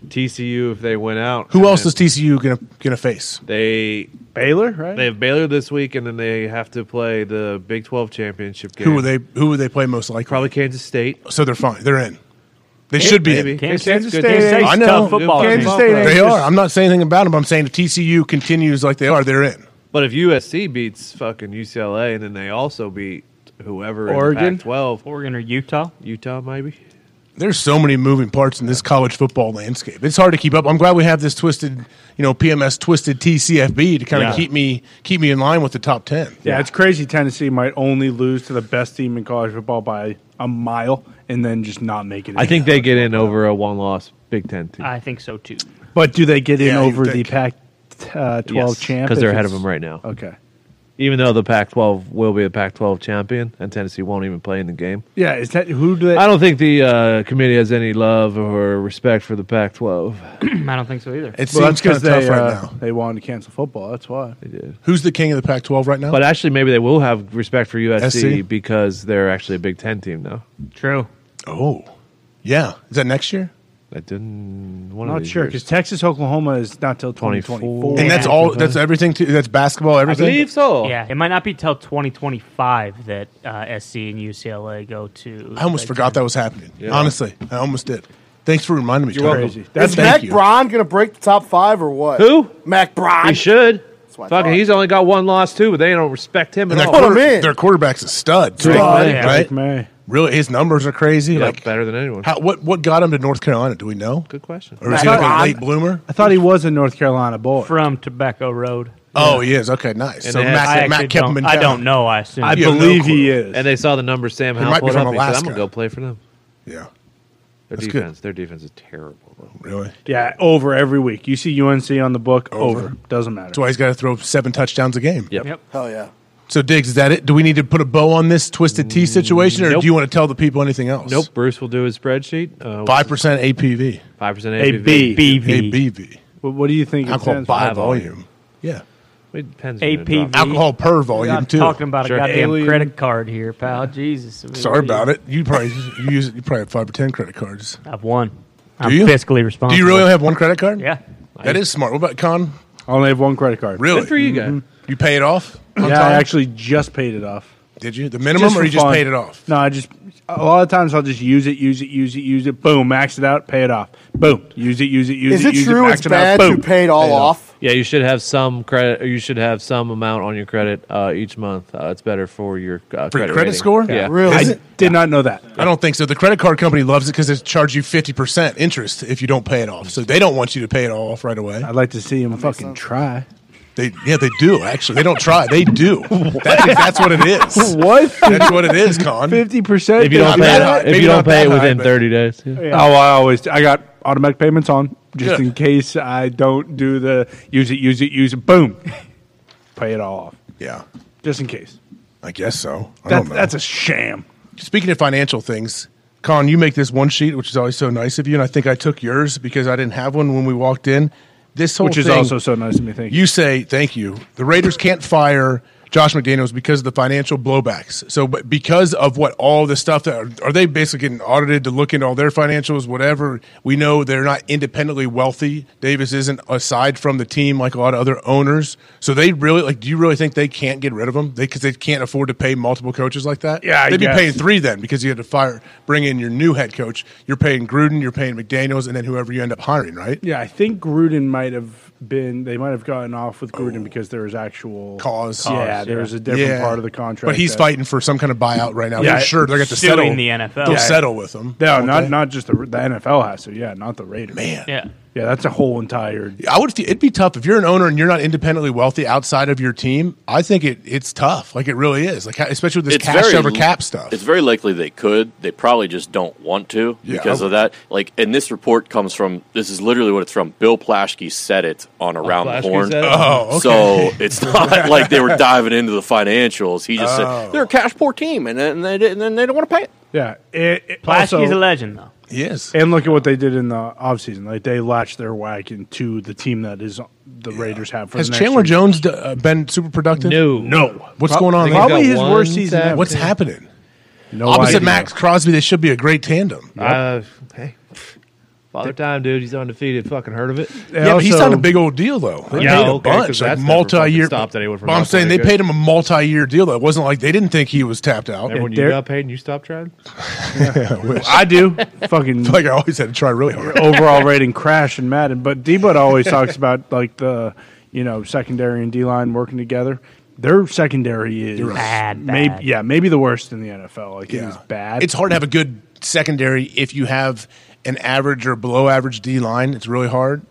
[SPEAKER 4] TCU if they win out.
[SPEAKER 1] Who
[SPEAKER 4] And
[SPEAKER 1] else
[SPEAKER 4] then
[SPEAKER 1] is TCU gonna gonna face?
[SPEAKER 4] they?
[SPEAKER 3] Baylor, right?
[SPEAKER 4] They have Baylor this week, and then they have to play the Big Twelve championship game.
[SPEAKER 1] Who would they who would they play most likely?
[SPEAKER 4] Probably Kansas State.
[SPEAKER 1] So they're fine. They're in. They should be. in.
[SPEAKER 2] Kansas
[SPEAKER 4] Kansas
[SPEAKER 2] State's
[SPEAKER 4] State.
[SPEAKER 2] good. Kansas State's
[SPEAKER 1] I know.
[SPEAKER 2] tough football
[SPEAKER 4] Good
[SPEAKER 3] Kansas
[SPEAKER 2] team.
[SPEAKER 3] State ain't
[SPEAKER 1] They
[SPEAKER 3] just-
[SPEAKER 1] are. I'm not saying anything about them. I'm saying if TCU continues like they are, they're in.
[SPEAKER 4] But if USC beats fucking UCLA, and then they also beat whoever
[SPEAKER 3] Oregon?
[SPEAKER 4] in Twelve,
[SPEAKER 2] Oregon or Utah?
[SPEAKER 4] Utah maybe.
[SPEAKER 1] There's so many moving parts in this college football landscape. It's hard to keep up. I'm glad we have this twisted, you know, PMS twisted TCFB to kind of
[SPEAKER 2] Yeah.
[SPEAKER 1] keep me keep me in line with the top ten.
[SPEAKER 3] Yeah, it's crazy. Tennessee might only lose to the best team in college football by a mile, and then just not make it.
[SPEAKER 4] I
[SPEAKER 3] in.
[SPEAKER 4] think they get in over a one-loss Big Ten team
[SPEAKER 2] I think so too.
[SPEAKER 3] But do they get in
[SPEAKER 1] Yeah, you
[SPEAKER 3] over the uh,
[SPEAKER 1] think.
[SPEAKER 3] Pac-12 champ?
[SPEAKER 4] because
[SPEAKER 3] if
[SPEAKER 4] they're ahead of
[SPEAKER 3] it's-
[SPEAKER 4] them right now.
[SPEAKER 3] Okay.
[SPEAKER 4] Even though the Pac-12 will be a Pac-12 champion, and Tennessee won't even play in the game.
[SPEAKER 3] Yeah, is that who do they?
[SPEAKER 4] I don't think the uh, committee has any love or respect for the Pac-12.
[SPEAKER 2] I don't think so either.
[SPEAKER 1] It
[SPEAKER 3] Well,
[SPEAKER 1] seems
[SPEAKER 3] that's
[SPEAKER 1] kind
[SPEAKER 3] because
[SPEAKER 1] of tough
[SPEAKER 3] they
[SPEAKER 1] right
[SPEAKER 3] uh,
[SPEAKER 1] now.
[SPEAKER 3] they wanted to cancel football. That's why.
[SPEAKER 1] Who's the king of the Pac-12 right now?
[SPEAKER 4] But actually, maybe they will have respect for USC
[SPEAKER 1] SC?
[SPEAKER 4] because they're actually a Big Ten team now.
[SPEAKER 2] True.
[SPEAKER 1] oh, yeah. Is that next year?
[SPEAKER 4] I didn't. One of
[SPEAKER 3] I'm not
[SPEAKER 4] these
[SPEAKER 3] sure
[SPEAKER 4] years.
[SPEAKER 3] because Texas Oklahoma is not till
[SPEAKER 4] 24.
[SPEAKER 3] 2024.
[SPEAKER 1] And that's
[SPEAKER 2] Yeah.
[SPEAKER 1] all. That's everything. Too, that's basketball.
[SPEAKER 4] I
[SPEAKER 1] Everything.
[SPEAKER 4] believe so.
[SPEAKER 2] Yeah, it might not be till 2025 that uh, SC and UCLA go to.
[SPEAKER 1] I almost forgot that was happening. Honestly, I almost did. Thanks for reminding me.
[SPEAKER 4] You're
[SPEAKER 1] Tony.
[SPEAKER 4] welcome.
[SPEAKER 3] Crazy. That's
[SPEAKER 7] Is
[SPEAKER 1] Thank
[SPEAKER 7] Mac
[SPEAKER 1] you.
[SPEAKER 7] Braun going to break the top five or what?
[SPEAKER 4] Who?
[SPEAKER 7] Mac Braun.
[SPEAKER 4] He should.
[SPEAKER 7] what
[SPEAKER 4] Fucking,
[SPEAKER 7] I thought.
[SPEAKER 4] he's only got one loss too, but they don't respect him
[SPEAKER 1] And
[SPEAKER 4] at
[SPEAKER 1] their,
[SPEAKER 4] all.
[SPEAKER 7] quarter-
[SPEAKER 1] quarter-
[SPEAKER 7] Oh, man.
[SPEAKER 1] their quarterback's a stud. too,
[SPEAKER 2] Right. Yeah.
[SPEAKER 1] Right?
[SPEAKER 3] May.
[SPEAKER 1] Really, his numbers are crazy.
[SPEAKER 4] Yeah,
[SPEAKER 1] like
[SPEAKER 4] better than anyone.
[SPEAKER 1] how, what what got him to North Carolina? Do we know?
[SPEAKER 4] Good question.
[SPEAKER 1] Or is he like a late bloomer?
[SPEAKER 3] I thought he was a North Carolina boy.
[SPEAKER 2] from Tobacco Road.
[SPEAKER 1] Oh, he is. Okay, nice. so
[SPEAKER 4] they had-
[SPEAKER 1] Matt,
[SPEAKER 2] I
[SPEAKER 1] Matt
[SPEAKER 2] actually
[SPEAKER 1] kept him
[SPEAKER 2] don't-
[SPEAKER 1] in
[SPEAKER 2] I
[SPEAKER 1] town.
[SPEAKER 2] don't know. I assume.
[SPEAKER 3] I
[SPEAKER 1] You have no
[SPEAKER 3] believe
[SPEAKER 1] clue.
[SPEAKER 3] he is.
[SPEAKER 4] And they saw the number Sam Howell
[SPEAKER 1] might be
[SPEAKER 4] put
[SPEAKER 1] from
[SPEAKER 4] up. He said, "I'm
[SPEAKER 1] Alaska.
[SPEAKER 4] gonna go play for them."
[SPEAKER 1] Yeah,
[SPEAKER 4] Their
[SPEAKER 1] That's good.
[SPEAKER 4] defense. Their defense is terrible. though.
[SPEAKER 1] really.
[SPEAKER 3] yeah, over every week. You see UNC on the book. Over.
[SPEAKER 1] Over.
[SPEAKER 3] Doesn't matter.
[SPEAKER 1] That's why he's got to throw seven touchdowns a game.
[SPEAKER 4] Yep.
[SPEAKER 2] Yep.
[SPEAKER 7] Hell yeah.
[SPEAKER 1] So Diggs, is that it? Do we need to put a bow on this twisted T situation, or
[SPEAKER 4] Nope.
[SPEAKER 1] do you want to tell the people anything else?
[SPEAKER 4] Nope. Bruce will do his spreadsheet. Uh,
[SPEAKER 1] Five percent APV,
[SPEAKER 4] Five percent
[SPEAKER 3] A
[SPEAKER 4] ABV.
[SPEAKER 3] B.
[SPEAKER 2] BV.
[SPEAKER 1] ABV,
[SPEAKER 3] What, what do you think? It
[SPEAKER 1] alcohol
[SPEAKER 3] stands
[SPEAKER 1] by
[SPEAKER 3] for?
[SPEAKER 1] volume. Yeah,
[SPEAKER 4] It depends. on
[SPEAKER 2] APV.
[SPEAKER 4] your job.
[SPEAKER 1] alcohol per volume
[SPEAKER 2] I'm
[SPEAKER 1] too.
[SPEAKER 2] talking about
[SPEAKER 4] Sure.
[SPEAKER 2] a goddamn
[SPEAKER 3] Alien.
[SPEAKER 2] credit card here, pal. Jesus. I mean,
[SPEAKER 1] Sorry
[SPEAKER 2] what do you-
[SPEAKER 1] about it. You probably you use you probably have five or ten credit cards.
[SPEAKER 2] I've won. I'm
[SPEAKER 1] you?
[SPEAKER 2] fiscally responsible.
[SPEAKER 1] Do you really only have one credit card?
[SPEAKER 2] Yeah.
[SPEAKER 1] That is smart. What about Con?
[SPEAKER 3] I only have one credit card.
[SPEAKER 1] Really?
[SPEAKER 4] Good for you guys.
[SPEAKER 1] You pay it off?
[SPEAKER 3] Yeah, I actually just paid it off.
[SPEAKER 1] Did you the minimum, or
[SPEAKER 3] for
[SPEAKER 1] you just
[SPEAKER 3] fun.
[SPEAKER 1] paid it off?
[SPEAKER 3] No, I just a lot of times I'll just use it, use it, use it, use it. Boom, max it out, pay it off. Boom, use it, use it, use
[SPEAKER 7] Is
[SPEAKER 3] it.
[SPEAKER 7] it
[SPEAKER 3] use
[SPEAKER 7] true
[SPEAKER 3] it,
[SPEAKER 7] it's
[SPEAKER 3] max
[SPEAKER 7] bad
[SPEAKER 3] it out,
[SPEAKER 7] to
[SPEAKER 3] boom.
[SPEAKER 7] pay it all off?
[SPEAKER 4] Yeah, you should have some credit. Or you should have some amount on your credit uh, each month. Uh, it's better for your uh,
[SPEAKER 1] For your
[SPEAKER 4] credit,
[SPEAKER 1] credit
[SPEAKER 4] rating.
[SPEAKER 1] score?
[SPEAKER 4] Yeah,
[SPEAKER 7] Really?
[SPEAKER 3] I did not know that.
[SPEAKER 1] I don't think so. The credit card company loves it because they charge you fifty percent interest if you don't pay it off. So they don't want you to pay it all off right away.
[SPEAKER 3] I'd like to see him fucking try.
[SPEAKER 1] They yeah, they do actually. They don't try. They do. That's, that's what it is.
[SPEAKER 3] What?
[SPEAKER 1] That's what it is, Con.
[SPEAKER 3] Fifty percent.
[SPEAKER 4] If you don't
[SPEAKER 1] Not
[SPEAKER 4] pay
[SPEAKER 1] that
[SPEAKER 4] it,
[SPEAKER 1] high.
[SPEAKER 4] if
[SPEAKER 1] Maybe
[SPEAKER 4] you don't
[SPEAKER 1] not
[SPEAKER 4] pay
[SPEAKER 1] that
[SPEAKER 4] it
[SPEAKER 1] high,
[SPEAKER 4] within
[SPEAKER 1] but-
[SPEAKER 4] thirty days, yeah.
[SPEAKER 3] Oh, I always I got automatic payments on just
[SPEAKER 1] Yeah.
[SPEAKER 3] in case I don't do the use it, use it, use it. Boom, pay it all off
[SPEAKER 1] Yeah,
[SPEAKER 3] just in case.
[SPEAKER 1] I guess so. I
[SPEAKER 3] That,
[SPEAKER 1] don't know.
[SPEAKER 3] that's a sham.
[SPEAKER 1] Speaking of financial things, Con, you make this one sheet, which is always so nice of you, and I think I took yours because I didn't have one when we walked in. This whole
[SPEAKER 3] Which is
[SPEAKER 1] thing-
[SPEAKER 3] also so nice of me. Thank you.
[SPEAKER 1] you say thank you. The Raiders can't fire Josh McDaniels because of the financial blowbacks. So, but because of what all the stuff that are, are they basically getting audited to look into all their financials, whatever. We know they're not independently wealthy. Davis isn't aside from the team like a lot of other owners. So they really like. Do you really think they can't get rid of him? They because they can't afford to pay multiple coaches like that.
[SPEAKER 3] Yeah, I
[SPEAKER 1] they'd
[SPEAKER 3] guess.
[SPEAKER 1] be paying three then because you had to fire, bring in your new head coach. You're paying Gruden, you're paying McDaniels, and then whoever you end up hiring, right?
[SPEAKER 3] Yeah, I think Gruden might have been. They might have gotten off with
[SPEAKER 4] Oh.
[SPEAKER 3] Gruden because there was actual
[SPEAKER 1] Cause.
[SPEAKER 3] Yeah,
[SPEAKER 1] Cause,
[SPEAKER 3] there was a different part of the contract.
[SPEAKER 1] But he's
[SPEAKER 3] that-
[SPEAKER 1] fighting for some kind of buyout right now.
[SPEAKER 3] Yeah,
[SPEAKER 1] they're sure they're going to
[SPEAKER 2] suing
[SPEAKER 1] settle
[SPEAKER 2] the NFL.
[SPEAKER 1] They'll
[SPEAKER 2] Yeah.
[SPEAKER 1] settle with him.
[SPEAKER 3] No,
[SPEAKER 1] won't
[SPEAKER 3] not
[SPEAKER 1] they?
[SPEAKER 3] not just the, the NFL has to. Yeah, not the Raiders.
[SPEAKER 1] man.
[SPEAKER 2] Yeah.
[SPEAKER 3] Yeah, that's a whole entire.
[SPEAKER 1] I would. It'd be tough if you're an owner and you're not independently wealthy outside of your team. I think it it's tough. Like it really is. Like especially with this cash over cap stuff.
[SPEAKER 5] It's very likely they could. They probably just don't want to
[SPEAKER 1] Yeah,
[SPEAKER 5] because
[SPEAKER 1] I-
[SPEAKER 5] of that. Like, and this report comes from this is literally what it's from. Bill Plashke said it on Around
[SPEAKER 4] Plashke
[SPEAKER 5] the Horn.
[SPEAKER 4] said it?
[SPEAKER 1] Oh, okay.
[SPEAKER 5] So it's not like they were diving into the financials. He just
[SPEAKER 1] Oh.
[SPEAKER 5] said they're a cash poor team, and then they, and then they don't want to pay it.
[SPEAKER 3] Yeah, it, it-
[SPEAKER 2] Plasky's
[SPEAKER 3] also-
[SPEAKER 2] a legend, though.
[SPEAKER 1] yes.
[SPEAKER 3] And look at what they did in the offseason. Like they latched their wagon to the team that is the Raiders have for
[SPEAKER 1] Has
[SPEAKER 3] the next
[SPEAKER 1] Chandler
[SPEAKER 3] year.
[SPEAKER 1] Jones d- uh, been super productive?
[SPEAKER 4] No.
[SPEAKER 1] No. What's going on?
[SPEAKER 4] He's got
[SPEAKER 3] Probably his
[SPEAKER 4] one
[SPEAKER 3] worst season
[SPEAKER 4] sack.
[SPEAKER 3] ever.
[SPEAKER 1] What's happening?
[SPEAKER 3] No
[SPEAKER 1] Opposite
[SPEAKER 3] idea.
[SPEAKER 1] Max Crosby, they should be a great tandem.
[SPEAKER 4] Uh, hey, father time, dude. He's undefeated. Fucking heard of it.
[SPEAKER 3] They
[SPEAKER 1] yeah, but he
[SPEAKER 3] also-
[SPEAKER 1] signed a big old deal though. They
[SPEAKER 4] Yeah,
[SPEAKER 1] paid a
[SPEAKER 4] okay, 'cause
[SPEAKER 1] bunch, like
[SPEAKER 4] that's never fucking
[SPEAKER 1] multi-year.
[SPEAKER 4] stopped anyone from
[SPEAKER 1] But I'm
[SPEAKER 4] not
[SPEAKER 1] saying they
[SPEAKER 4] playing good.
[SPEAKER 1] paid him a multi-year deal. Though it wasn't like they didn't think he was tapped out.
[SPEAKER 4] Remember when you
[SPEAKER 3] Derek-
[SPEAKER 4] got paid and you stopped trying?
[SPEAKER 3] I do. Fucking
[SPEAKER 1] Like I always had to try really hard.
[SPEAKER 3] overall rating crash and Madden. But D Bud always talks about like the you know secondary and D line working together. Their secondary is
[SPEAKER 2] Bad,
[SPEAKER 3] Maybe,
[SPEAKER 2] bad.
[SPEAKER 3] yeah, maybe the worst in the NFL. Like it
[SPEAKER 1] Yeah.
[SPEAKER 3] is bad.
[SPEAKER 1] It's hard to have a good secondary if you have an average or below average D line. It's really hard.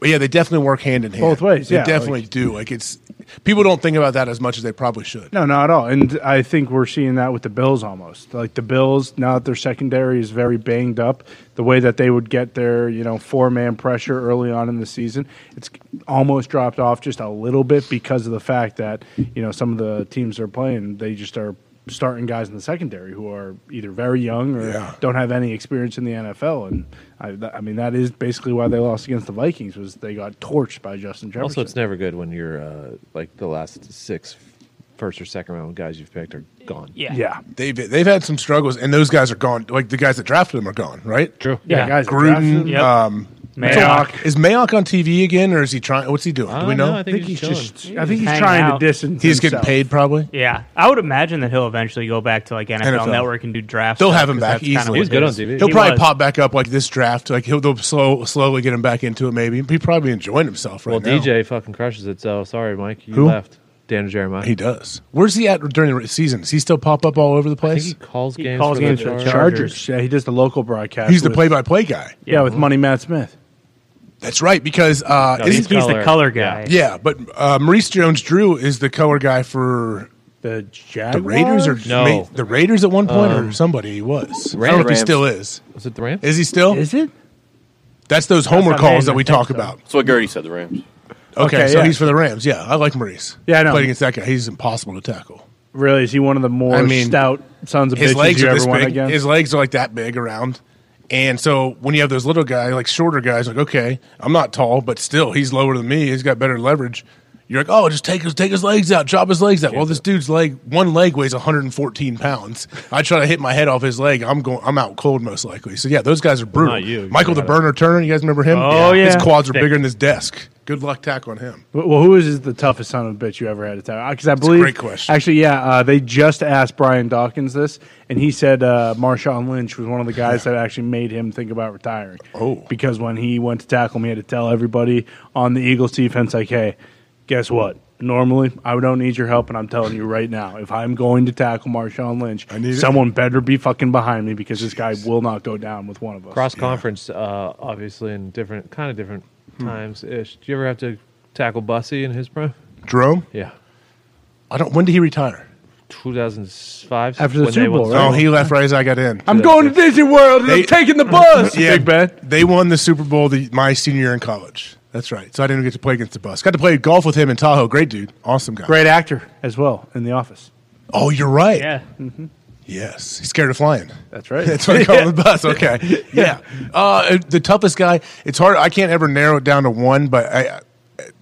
[SPEAKER 1] But yeah, they definitely work hand in hand.
[SPEAKER 3] Both ways,
[SPEAKER 1] They
[SPEAKER 3] yeah,
[SPEAKER 1] definitely do. Like it's people don't think about that as much as they probably should.
[SPEAKER 3] No, not at all. And I think we're seeing that with the Bills almost. Like the Bills, now that their secondary is very banged up, the way that they would get their, you know, four man pressure early on in the season, it's almost dropped off just a little bit because of the fact that, you know, some of the teams they're playing, they just are starting guys in the secondary who are either very young or
[SPEAKER 1] Yeah.
[SPEAKER 3] don't have any experience in the NFL. And I, th- I mean, that is basically why they lost against the Vikings was they got torched by Justin Jefferson.
[SPEAKER 4] Also, it's never good when you're uh, like the last six, first or second round guys you've picked are gone.
[SPEAKER 2] Yeah.
[SPEAKER 3] yeah.
[SPEAKER 1] They've they've had some struggles, and those guys are gone. Like the guys that drafted them are gone, right?
[SPEAKER 4] True.
[SPEAKER 3] Yeah,
[SPEAKER 2] Yeah.
[SPEAKER 3] guys.
[SPEAKER 1] Gruden.
[SPEAKER 2] Yep.
[SPEAKER 1] Um,
[SPEAKER 2] Mayock.
[SPEAKER 1] Is Mayock on TV again, or is he trying? What's he doing? Do we know?
[SPEAKER 4] I think, he's,
[SPEAKER 3] just. I think he's
[SPEAKER 2] hanging
[SPEAKER 3] trying
[SPEAKER 2] out.
[SPEAKER 3] to distance.
[SPEAKER 1] He's getting
[SPEAKER 3] himself.
[SPEAKER 1] paid probably.
[SPEAKER 2] Yeah. I would imagine that he'll eventually go back to like NFL,
[SPEAKER 1] NFL.
[SPEAKER 2] Network and do drafts.
[SPEAKER 1] They'll have him back easily.
[SPEAKER 4] He was good on TV.
[SPEAKER 1] He'll
[SPEAKER 2] He
[SPEAKER 1] probably
[SPEAKER 2] was.
[SPEAKER 1] pop back up like this draft. Like he'll they'll slow, slowly get him back into it. Maybe he probably enjoying himself right
[SPEAKER 4] Well,
[SPEAKER 1] now.
[SPEAKER 4] DJ fucking crushes it. So sorry, Mike, you
[SPEAKER 1] Who?
[SPEAKER 4] left. Dan Jeremiah.
[SPEAKER 1] He does. Where's he at during the season? Does he still pop up all over the
[SPEAKER 4] I think he
[SPEAKER 1] place?
[SPEAKER 4] calls games.
[SPEAKER 2] calls
[SPEAKER 4] for
[SPEAKER 2] games
[SPEAKER 4] the
[SPEAKER 2] for the
[SPEAKER 4] Chargers.
[SPEAKER 2] Chargers.
[SPEAKER 3] Chargers. Yeah, he does the local broadcast.
[SPEAKER 1] He's the
[SPEAKER 3] with-
[SPEAKER 1] play-by-play guy.
[SPEAKER 3] Yeah, with Money Matt Smith.
[SPEAKER 1] That's right, because uh,
[SPEAKER 4] No,
[SPEAKER 1] isn't-
[SPEAKER 2] He's, the
[SPEAKER 4] Color.
[SPEAKER 2] color
[SPEAKER 4] Yeah.
[SPEAKER 2] guy.
[SPEAKER 1] yeah, but uh, Maurice Jones-Drew is the color guy for
[SPEAKER 3] The Jaguars.
[SPEAKER 1] the Raiders or
[SPEAKER 4] No. Um,
[SPEAKER 1] ma- the Raiders at one point or somebody he was. I don't know if he
[SPEAKER 5] Rams.
[SPEAKER 1] still is.
[SPEAKER 4] Was it the Rams?
[SPEAKER 1] Is he still?
[SPEAKER 3] is it?
[SPEAKER 1] That's those Homer
[SPEAKER 2] what I
[SPEAKER 1] calls
[SPEAKER 2] mean,
[SPEAKER 1] that
[SPEAKER 2] I
[SPEAKER 1] we
[SPEAKER 2] think
[SPEAKER 1] talk
[SPEAKER 2] so.
[SPEAKER 1] about.
[SPEAKER 5] That's what Gertie said. The Rams.
[SPEAKER 1] Okay,
[SPEAKER 3] Okay,
[SPEAKER 1] so
[SPEAKER 3] yeah.
[SPEAKER 1] he's for the Rams. Yeah, I like Maurice.
[SPEAKER 3] Yeah, I know.
[SPEAKER 1] Played against that guy, he's impossible to tackle.
[SPEAKER 3] Really? Is he one of the more
[SPEAKER 1] I mean,
[SPEAKER 3] stout sons of
[SPEAKER 1] his
[SPEAKER 3] bitches
[SPEAKER 1] legs
[SPEAKER 3] you
[SPEAKER 1] are
[SPEAKER 3] ever
[SPEAKER 1] this
[SPEAKER 3] went
[SPEAKER 1] big.
[SPEAKER 3] against?
[SPEAKER 1] His legs are like that big around. And so when you have those little guys, like shorter guys, like okay, I'm not tall, but still he's lower than me. He's got better leverage. You're like, oh, just take his take his legs out, chop his legs out. Well, this dude's leg, one leg weighs 114 pounds. I try to hit my head off his leg. I'm going, I'm out cold most likely. So yeah, those guys are brutal.
[SPEAKER 4] not you. You
[SPEAKER 1] Michael the
[SPEAKER 4] gotta-
[SPEAKER 1] Burner Turner, you guys remember him?
[SPEAKER 2] Oh, yeah.
[SPEAKER 1] his quads are
[SPEAKER 2] Thick.
[SPEAKER 1] bigger than his desk. Good luck tackling him.
[SPEAKER 3] Well, well, who is the toughest son of a bitch you ever had to tackle? Because I
[SPEAKER 1] a
[SPEAKER 3] believe
[SPEAKER 1] great question.
[SPEAKER 3] Actually, yeah, uh, they just asked Brian Dawkins this, and he said uh, Marshawn Lynch was one of the guys that actually made him think about retiring.
[SPEAKER 1] Oh.
[SPEAKER 3] because when he went to tackle me, he had to tell everybody on the Eagles defense, like, "Hey, guess what? Normally, I don't need your help, and I'm telling you right now, if I'm going to tackle Marshawn Lynch,
[SPEAKER 1] I need it.
[SPEAKER 3] someone better be fucking behind me because this guy will not go down with one of us."
[SPEAKER 4] Cross conference, uh, obviously, in different kind of different
[SPEAKER 3] Hmm.
[SPEAKER 4] times ish. Do you ever have to tackle Bussy in his prime?
[SPEAKER 1] Jerome,
[SPEAKER 4] Yeah,
[SPEAKER 1] I don't. When did he retire?
[SPEAKER 4] 2005
[SPEAKER 3] After the
[SPEAKER 4] when
[SPEAKER 3] Super
[SPEAKER 4] they won
[SPEAKER 3] Bowl,
[SPEAKER 4] the
[SPEAKER 3] right?
[SPEAKER 1] Oh, he left right as I got in.
[SPEAKER 3] I'm going to Disney World and
[SPEAKER 1] They-
[SPEAKER 3] I'm taking the bus.
[SPEAKER 1] Yeah,
[SPEAKER 3] Big Ben.
[SPEAKER 1] They won the Super Bowl the, my senior year in college. That's right. So I didn't get to play against the bus. Got to play golf with him in Tahoe. Great dude. Awesome guy.
[SPEAKER 3] Great actor as well in The Office.
[SPEAKER 1] Oh, you're right.
[SPEAKER 2] Yeah.
[SPEAKER 1] Yes. He's scared of flying.
[SPEAKER 3] Mm-hmm. That's right.
[SPEAKER 1] That's what I call him the bus. Okay. Yeah. Uh, the toughest guy. It's hard. I can't ever narrow it down to one, but I, uh,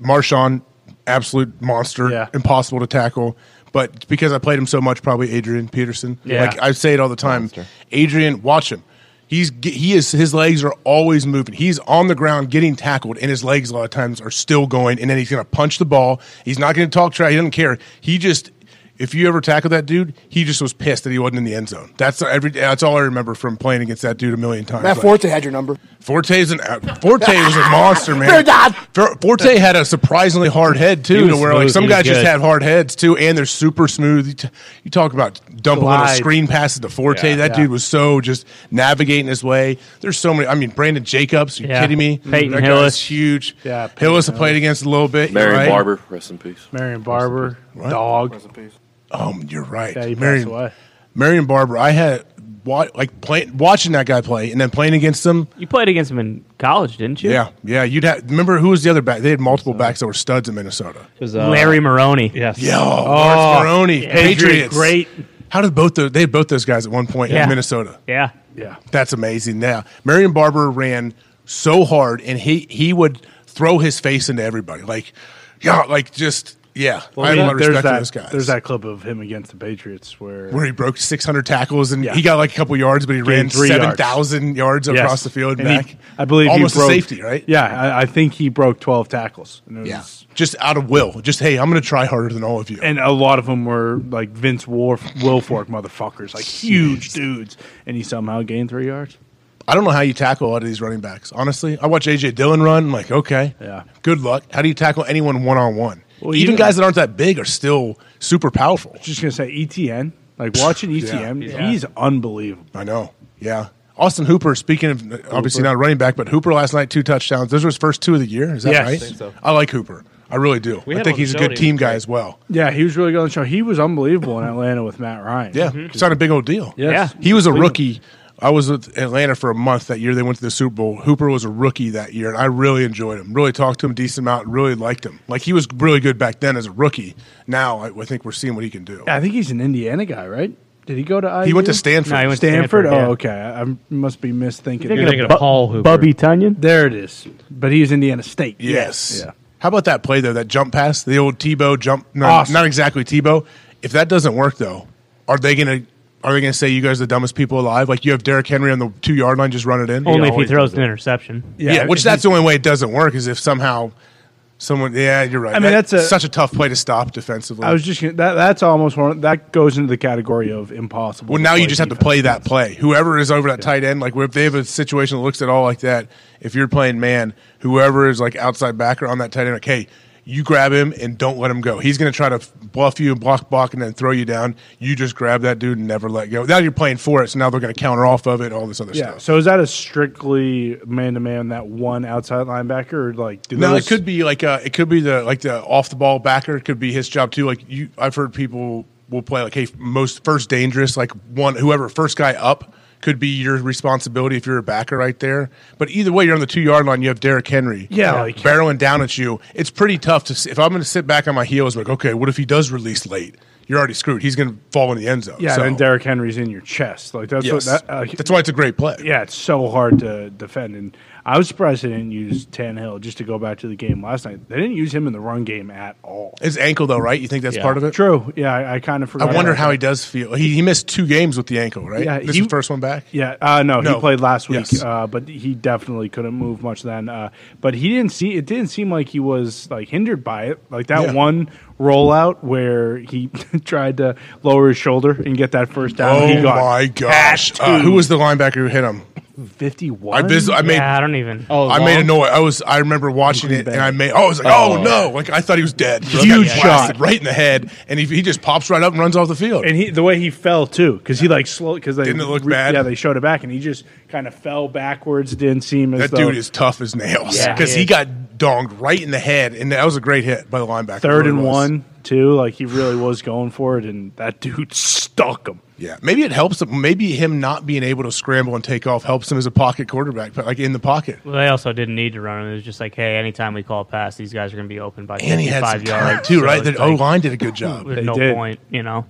[SPEAKER 1] Marshawn, absolute monster.
[SPEAKER 3] Yeah.
[SPEAKER 1] Impossible to tackle. But because I played him so much, probably Adrian Peterson.
[SPEAKER 2] Yeah.
[SPEAKER 1] Like I say it all the time. Adrian, watch him. He's ge- he is his legs are always moving. He's on the ground getting tackled, and his legs a lot of times are still going. And then he's going to punch the ball. He's not going to talk trash. He doesn't care. He just if you ever tackle that dude, he just was pissed that he wasn't in the end zone. That's every. That's all I remember from playing against that dude a million times.
[SPEAKER 7] Matt
[SPEAKER 1] Like,
[SPEAKER 7] Forte had your number.
[SPEAKER 1] Forte's an uh, Forte was a monster, man. For- Forte had a surprisingly hard head too, to
[SPEAKER 2] was
[SPEAKER 1] where like
[SPEAKER 2] smooth.
[SPEAKER 1] some
[SPEAKER 2] He
[SPEAKER 1] guys
[SPEAKER 2] was
[SPEAKER 1] just
[SPEAKER 2] good.
[SPEAKER 1] had hard heads too, and they're super smooth. You, t- you talk about dumping little
[SPEAKER 3] Glide.
[SPEAKER 1] screen passes to Forte.
[SPEAKER 4] Yeah.
[SPEAKER 1] that dude was so just navigating his way. There's so many. I mean, Brandon Jacobs. you
[SPEAKER 2] Yeah.
[SPEAKER 1] kidding me?
[SPEAKER 2] Peyton
[SPEAKER 1] that guy was
[SPEAKER 2] Hillis.
[SPEAKER 1] huge.
[SPEAKER 3] Yeah, Peyton
[SPEAKER 1] Hillis I played against a little bit. you're
[SPEAKER 5] Marion
[SPEAKER 1] right.
[SPEAKER 5] Barber, rest in peace.
[SPEAKER 3] Marion Barber,
[SPEAKER 1] What?
[SPEAKER 3] dog.
[SPEAKER 7] Rest in peace.
[SPEAKER 1] Oh, you're right.
[SPEAKER 3] Yeah, he passed
[SPEAKER 1] Marion-
[SPEAKER 3] away.
[SPEAKER 1] Marion Barber. I had wa- like play, watching that guy play, and then playing against him.
[SPEAKER 2] You played against him in college, didn't you?
[SPEAKER 1] Yeah, yeah. You'd have, remember who was the other back? They had multiple backs that were studs in Minnesota.
[SPEAKER 4] It was, uh,
[SPEAKER 2] Larry Maroney.
[SPEAKER 4] Yes.
[SPEAKER 1] Yeah, oh, Mark Maroney, Patriots.
[SPEAKER 3] Great.
[SPEAKER 1] How did both those, they had both those guys at one point
[SPEAKER 2] Yeah.
[SPEAKER 1] in Minnesota?
[SPEAKER 2] Yeah.
[SPEAKER 3] Yeah.
[SPEAKER 1] That's amazing. Now Marion Barber ran so hard, and he he would throw his face into everybody. Like, yeah, like just yeah. I have a lot of
[SPEAKER 3] there's
[SPEAKER 1] respect for
[SPEAKER 3] that,
[SPEAKER 1] those guys.
[SPEAKER 3] there's that clip of him against the Patriots where,
[SPEAKER 1] where he broke 600 tackles and
[SPEAKER 3] Yeah.
[SPEAKER 1] he got like a couple yards, but he ran
[SPEAKER 3] three yards.
[SPEAKER 1] 7,000 yards
[SPEAKER 3] Yes.
[SPEAKER 1] across the field
[SPEAKER 3] And
[SPEAKER 1] and
[SPEAKER 3] he-
[SPEAKER 1] back.
[SPEAKER 3] I believe he
[SPEAKER 1] almost a
[SPEAKER 3] broke-
[SPEAKER 1] safety, right?
[SPEAKER 3] Yeah, I, I think he broke 12 tackles. And, it
[SPEAKER 1] yeah,
[SPEAKER 3] was-
[SPEAKER 1] just out of will. Just hey, I'm going to try harder than all of you.
[SPEAKER 3] and a lot of them were like Vince Warf, Wilfork motherfuckers, like huge dudes, and he somehow gained three yards.
[SPEAKER 1] I don't know how you tackle a lot of these running backs. Honestly, I watch AJ Dillon run. I'm like, okay,
[SPEAKER 3] Yeah.
[SPEAKER 1] good luck. How do you tackle anyone one on one?
[SPEAKER 3] Well,
[SPEAKER 1] Even
[SPEAKER 3] you-
[SPEAKER 1] guys that aren't that big are still super powerful.
[SPEAKER 3] Just gonna say ETN, like watching ETN,
[SPEAKER 2] Yeah.
[SPEAKER 3] he's unbelievable.
[SPEAKER 1] I know. Yeah. Austin Hooper, speaking of obviously not a running back, but Hooper last night, two touchdowns. Those were his first two of the year. Is that
[SPEAKER 3] Yes.
[SPEAKER 1] right?
[SPEAKER 3] I think
[SPEAKER 4] so.
[SPEAKER 1] I like Hooper. I really do.
[SPEAKER 4] We
[SPEAKER 1] I
[SPEAKER 4] had
[SPEAKER 1] think
[SPEAKER 4] him on
[SPEAKER 1] he's a
[SPEAKER 4] the show
[SPEAKER 1] good
[SPEAKER 4] and he
[SPEAKER 1] team
[SPEAKER 4] was
[SPEAKER 1] guy
[SPEAKER 4] great.
[SPEAKER 1] as well.
[SPEAKER 3] Yeah, he was really good on the show. He was unbelievable in Atlanta with Matt Ryan.
[SPEAKER 1] Yeah. It's not Mm-hmm. a big old deal.
[SPEAKER 3] Mm-hmm. Yes.
[SPEAKER 2] Yeah.
[SPEAKER 1] He was a rookie. I was with Atlanta for a month that year. They went to the Super Bowl. Hooper was a rookie that year, and I really enjoyed him. Really talked to him a decent amount. Really liked him. Like he was really good back then as a rookie. Now I, I think we're seeing what he can do.
[SPEAKER 3] I think he's an Indiana guy, right? Did he go to IU?
[SPEAKER 1] He went to Stanford.
[SPEAKER 2] No, he went to
[SPEAKER 3] Stanford.
[SPEAKER 2] Stanford. yeah.
[SPEAKER 3] Oh, okay. I, I must be misthinking.
[SPEAKER 4] You're thinking of Paul Hooper.
[SPEAKER 2] Bubby Tunyon.
[SPEAKER 3] There it is. But he's Indiana State.
[SPEAKER 1] yes.
[SPEAKER 3] Yeah.
[SPEAKER 1] How about that play though? That jump pass, the old Tebow jump. No,
[SPEAKER 3] Awesome.
[SPEAKER 1] not exactly Tebow. If that doesn't work though, are they gonna? Are they going to say you guys are the dumbest people alive? Like you have Derrick Henry on the two yard line, just run it in.
[SPEAKER 2] Only if he
[SPEAKER 4] always
[SPEAKER 2] throws
[SPEAKER 4] does
[SPEAKER 2] an interception.
[SPEAKER 1] Yeah, which
[SPEAKER 3] if
[SPEAKER 1] that's the only way it doesn't work is if somehow someone. Yeah, you're right.
[SPEAKER 3] I mean, that's a-
[SPEAKER 1] such a tough play to stop defensively.
[SPEAKER 3] I was just gonna, that. That's almost one. That goes into the category of impossible.
[SPEAKER 1] well,
[SPEAKER 3] to
[SPEAKER 1] now you
[SPEAKER 3] play
[SPEAKER 1] just have to
[SPEAKER 3] defense.
[SPEAKER 1] play that play. Whoever is over that tight end, like if they have a situation that looks at all like that, if you're playing man, whoever is like outside backer on that tight end, like hey. You grab him and don't let him go. He's going to try to f- bluff you and block, block, and then throw you down. You just grab that dude and never let go. Now you're playing for it, so now they're going to counter off of it and all this other
[SPEAKER 3] Yeah.
[SPEAKER 1] stuff.
[SPEAKER 3] So is that a strictly man to man that one outside linebacker or like? Do
[SPEAKER 1] No,
[SPEAKER 3] those-
[SPEAKER 1] it could be like uh, it could be the like the off the ball backer. It could be his job too. Like you, I've heard people will play like hey, most first dangerous like one whoever first guy up could be your responsibility if you're a backer right there. But either way, you're on the two yard line. You have Derrick Henry,
[SPEAKER 3] Yeah, like-
[SPEAKER 1] barreling down at you. It's pretty tough to s- if I'm going to sit back on my heels. Like okay, what if he does release late? You're already screwed. He's going to fall in the end zone.
[SPEAKER 3] Yeah.
[SPEAKER 1] so,
[SPEAKER 3] And then Derrick Henry's in your chest. Like that's
[SPEAKER 1] yes.
[SPEAKER 3] what that. Uh,
[SPEAKER 1] that's why it's a great play.
[SPEAKER 3] yeah, it's so hard to defend, and I was surprised they didn't use Tannehill just to go back to the game last night. They didn't use him in the run game at all.
[SPEAKER 1] His ankle, though, right? You think that's part of it?
[SPEAKER 3] True. Yeah, I, I kind of forgot.
[SPEAKER 1] I wonder
[SPEAKER 3] about
[SPEAKER 1] how
[SPEAKER 3] that.
[SPEAKER 1] he does feel. He, he missed two games with the ankle, right?
[SPEAKER 3] Yeah,
[SPEAKER 1] this is
[SPEAKER 3] he-
[SPEAKER 1] the first one back.
[SPEAKER 3] Yeah, uh, no,
[SPEAKER 1] No.
[SPEAKER 3] he played last week,
[SPEAKER 1] Yes.
[SPEAKER 3] uh, but he definitely couldn't move much then. Uh, but he didn't see it. Didn't seem like he was like hindered by it. Like that
[SPEAKER 1] Yeah.
[SPEAKER 3] one rollout where he tried to lower his shoulder and get that first down. he
[SPEAKER 1] oh
[SPEAKER 3] got
[SPEAKER 1] my gosh! Uh, who was the linebacker who hit him? I
[SPEAKER 3] fifty-one?
[SPEAKER 1] vis- I made
[SPEAKER 2] yeah, I don't even.
[SPEAKER 4] Oh,
[SPEAKER 1] I made a noise. I was I remember watching it and I made oh I was like oh,
[SPEAKER 4] Oh.
[SPEAKER 1] no like I thought he was dead. He
[SPEAKER 3] Huge
[SPEAKER 1] got blasted
[SPEAKER 3] shot.
[SPEAKER 1] right in the head and he, he just pops right up and runs off the field.
[SPEAKER 3] and he the way he fell too because he like slow because they
[SPEAKER 1] Didn't it look bad?
[SPEAKER 3] Yeah, they showed it back and he just kind of fell backwards. It didn't seem as
[SPEAKER 1] that
[SPEAKER 3] though
[SPEAKER 1] dude is tough as nails
[SPEAKER 3] Yeah.
[SPEAKER 1] because he got donged right in the head and that was a great hit by the linebacker.
[SPEAKER 3] third
[SPEAKER 1] Really
[SPEAKER 3] and
[SPEAKER 1] was.
[SPEAKER 3] one too. Like he really was going for it, and that dude stuck him.
[SPEAKER 1] Yeah, maybe it helps him. Maybe him not being able to scramble and take off helps him as a pocket quarterback, but like in the pocket.
[SPEAKER 2] Well, they also didn't need to run him. It was just like, hey, anytime we call a pass, these guys are going to be open by
[SPEAKER 1] And he had some
[SPEAKER 2] 55
[SPEAKER 1] time
[SPEAKER 2] yards
[SPEAKER 1] too,
[SPEAKER 2] So
[SPEAKER 1] right?
[SPEAKER 2] it's
[SPEAKER 1] The
[SPEAKER 2] like,
[SPEAKER 1] O line did a good job.
[SPEAKER 2] There's
[SPEAKER 3] They
[SPEAKER 2] no
[SPEAKER 3] did.
[SPEAKER 2] point, you know.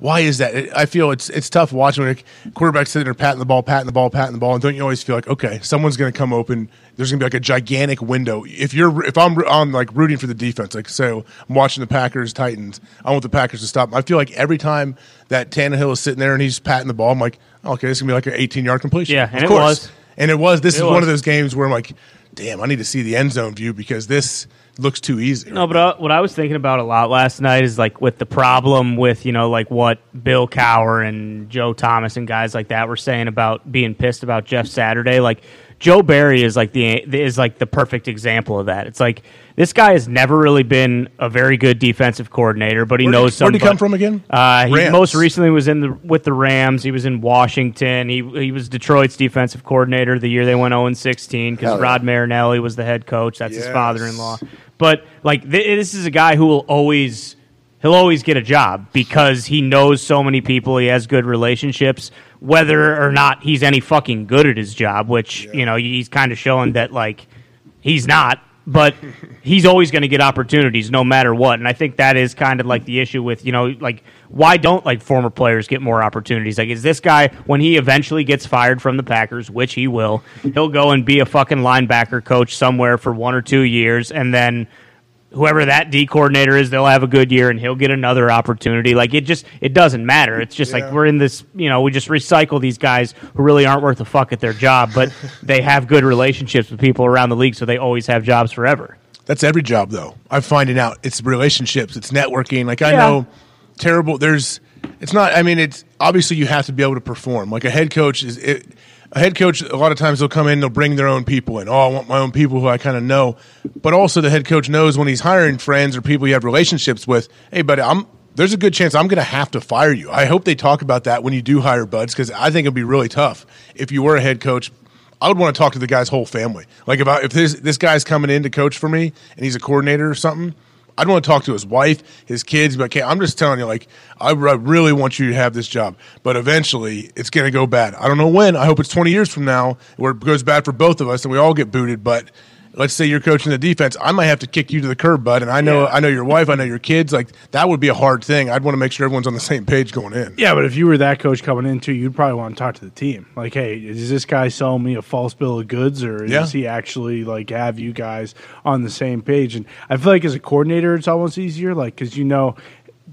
[SPEAKER 1] Why is that? It- I feel it's it's tough watching when a quarterback sitting there patting the ball, patting the ball, patting the ball, and don't you always feel like okay, someone's going to come open? There's going to be like a gigantic window. If you're if I'm I'm like rooting for the defense, like so I'm watching the Packers Titans. I want the Packers to stop. 'em. I feel like every time that Tannehill is sitting there and he's patting the ball, I'm like, oh, okay, this is going to be like an 18 yard completion.
[SPEAKER 2] Yeah, and it was.
[SPEAKER 1] and it was. This is
[SPEAKER 2] It
[SPEAKER 1] one
[SPEAKER 2] was.
[SPEAKER 1] of those games where I'm like, damn, I need to see the end zone view because this looks too easy.
[SPEAKER 2] No, but uh, what I was thinking about a lot last night is like with the problem with you know like what Bill Cower and Joe Thomas and guys like that were saying about being pissed about Jeff Saturday. Like Joe Barry is like the is like the perfect example of that. It's like this guy has never really been a very good defensive coordinator, but he
[SPEAKER 1] Where'd he-
[SPEAKER 2] knows.
[SPEAKER 1] where'd he
[SPEAKER 2] somebody-
[SPEAKER 1] come from again?
[SPEAKER 2] Uh, he
[SPEAKER 1] Rams.
[SPEAKER 2] most recently was in the with the Rams. He was in Washington. He he was Detroit's defensive coordinator the year they went 0 16 because
[SPEAKER 6] Hell yeah.
[SPEAKER 2] Rod Marinelli was the head coach. That's his
[SPEAKER 1] Yes.
[SPEAKER 2] father-in-law. But like th- this is a guy who will always he'll always get a job because he knows so many people. He has good relationships, whether or not he's any fucking good at his job. Which you know he's kind of showing that like he's not. But he's always going to get opportunities no matter what. And I think that is kind of like the issue with, you know, like, why don't like former players get more opportunities? Like, is this guy, when he eventually gets fired from the Packers, which he will, he'll go and be a fucking linebacker coach somewhere for one or two years. And then whoever that D coordinator is, they'll have a good year and he'll get another opportunity. Like, it just, it doesn't matter. It's just like we're in this, you know, we just recycle these guys who really aren't worth a fuck at their job, but they have good relationships with people around the league, so they always have jobs forever.
[SPEAKER 1] That's every job, though. I'm finding out it's relationships, it's networking. Like I
[SPEAKER 2] Yeah.
[SPEAKER 1] know, terrible. There's, it's not. I mean, it's obviously you have to be able to perform. Like a head coach is. It, a head coach, a lot of times they'll come in, they'll bring their own people in. Oh, I want my own people who I kind of know. But also, the head coach knows when he's hiring friends or people you have relationships with. Hey, buddy, I'm. There's a good chance I'm going to have to fire you. I hope they talk about that when you do hire buds because I think it'd be really tough if you were a head coach. I would want to talk to the guy's whole family. Like if I, if this this guy's coming in to coach for me and he's a coordinator or something, I'd want to talk to his wife, his kids. But okay, I'm just telling you, like I, I really want you to have this job, but eventually it's going to go bad. I don't know when. I hope it's 20 years from now where it goes bad for both of us and we all get booted. But let's say you're coaching the defense, I might have to kick you to the curb, bud. And I know I know your wife, I know your kids. Like that would be a hard thing. I'd want to make sure everyone's on the same page going in.
[SPEAKER 3] Yeah, but if you were that coach coming in too, you'd probably want to talk to the team. Like, hey, is this guy selling me a false bill of goods, or
[SPEAKER 1] Yeah.
[SPEAKER 3] is he actually like have you guys on the same page? And I feel like as a coordinator, it's almost easier, like because you know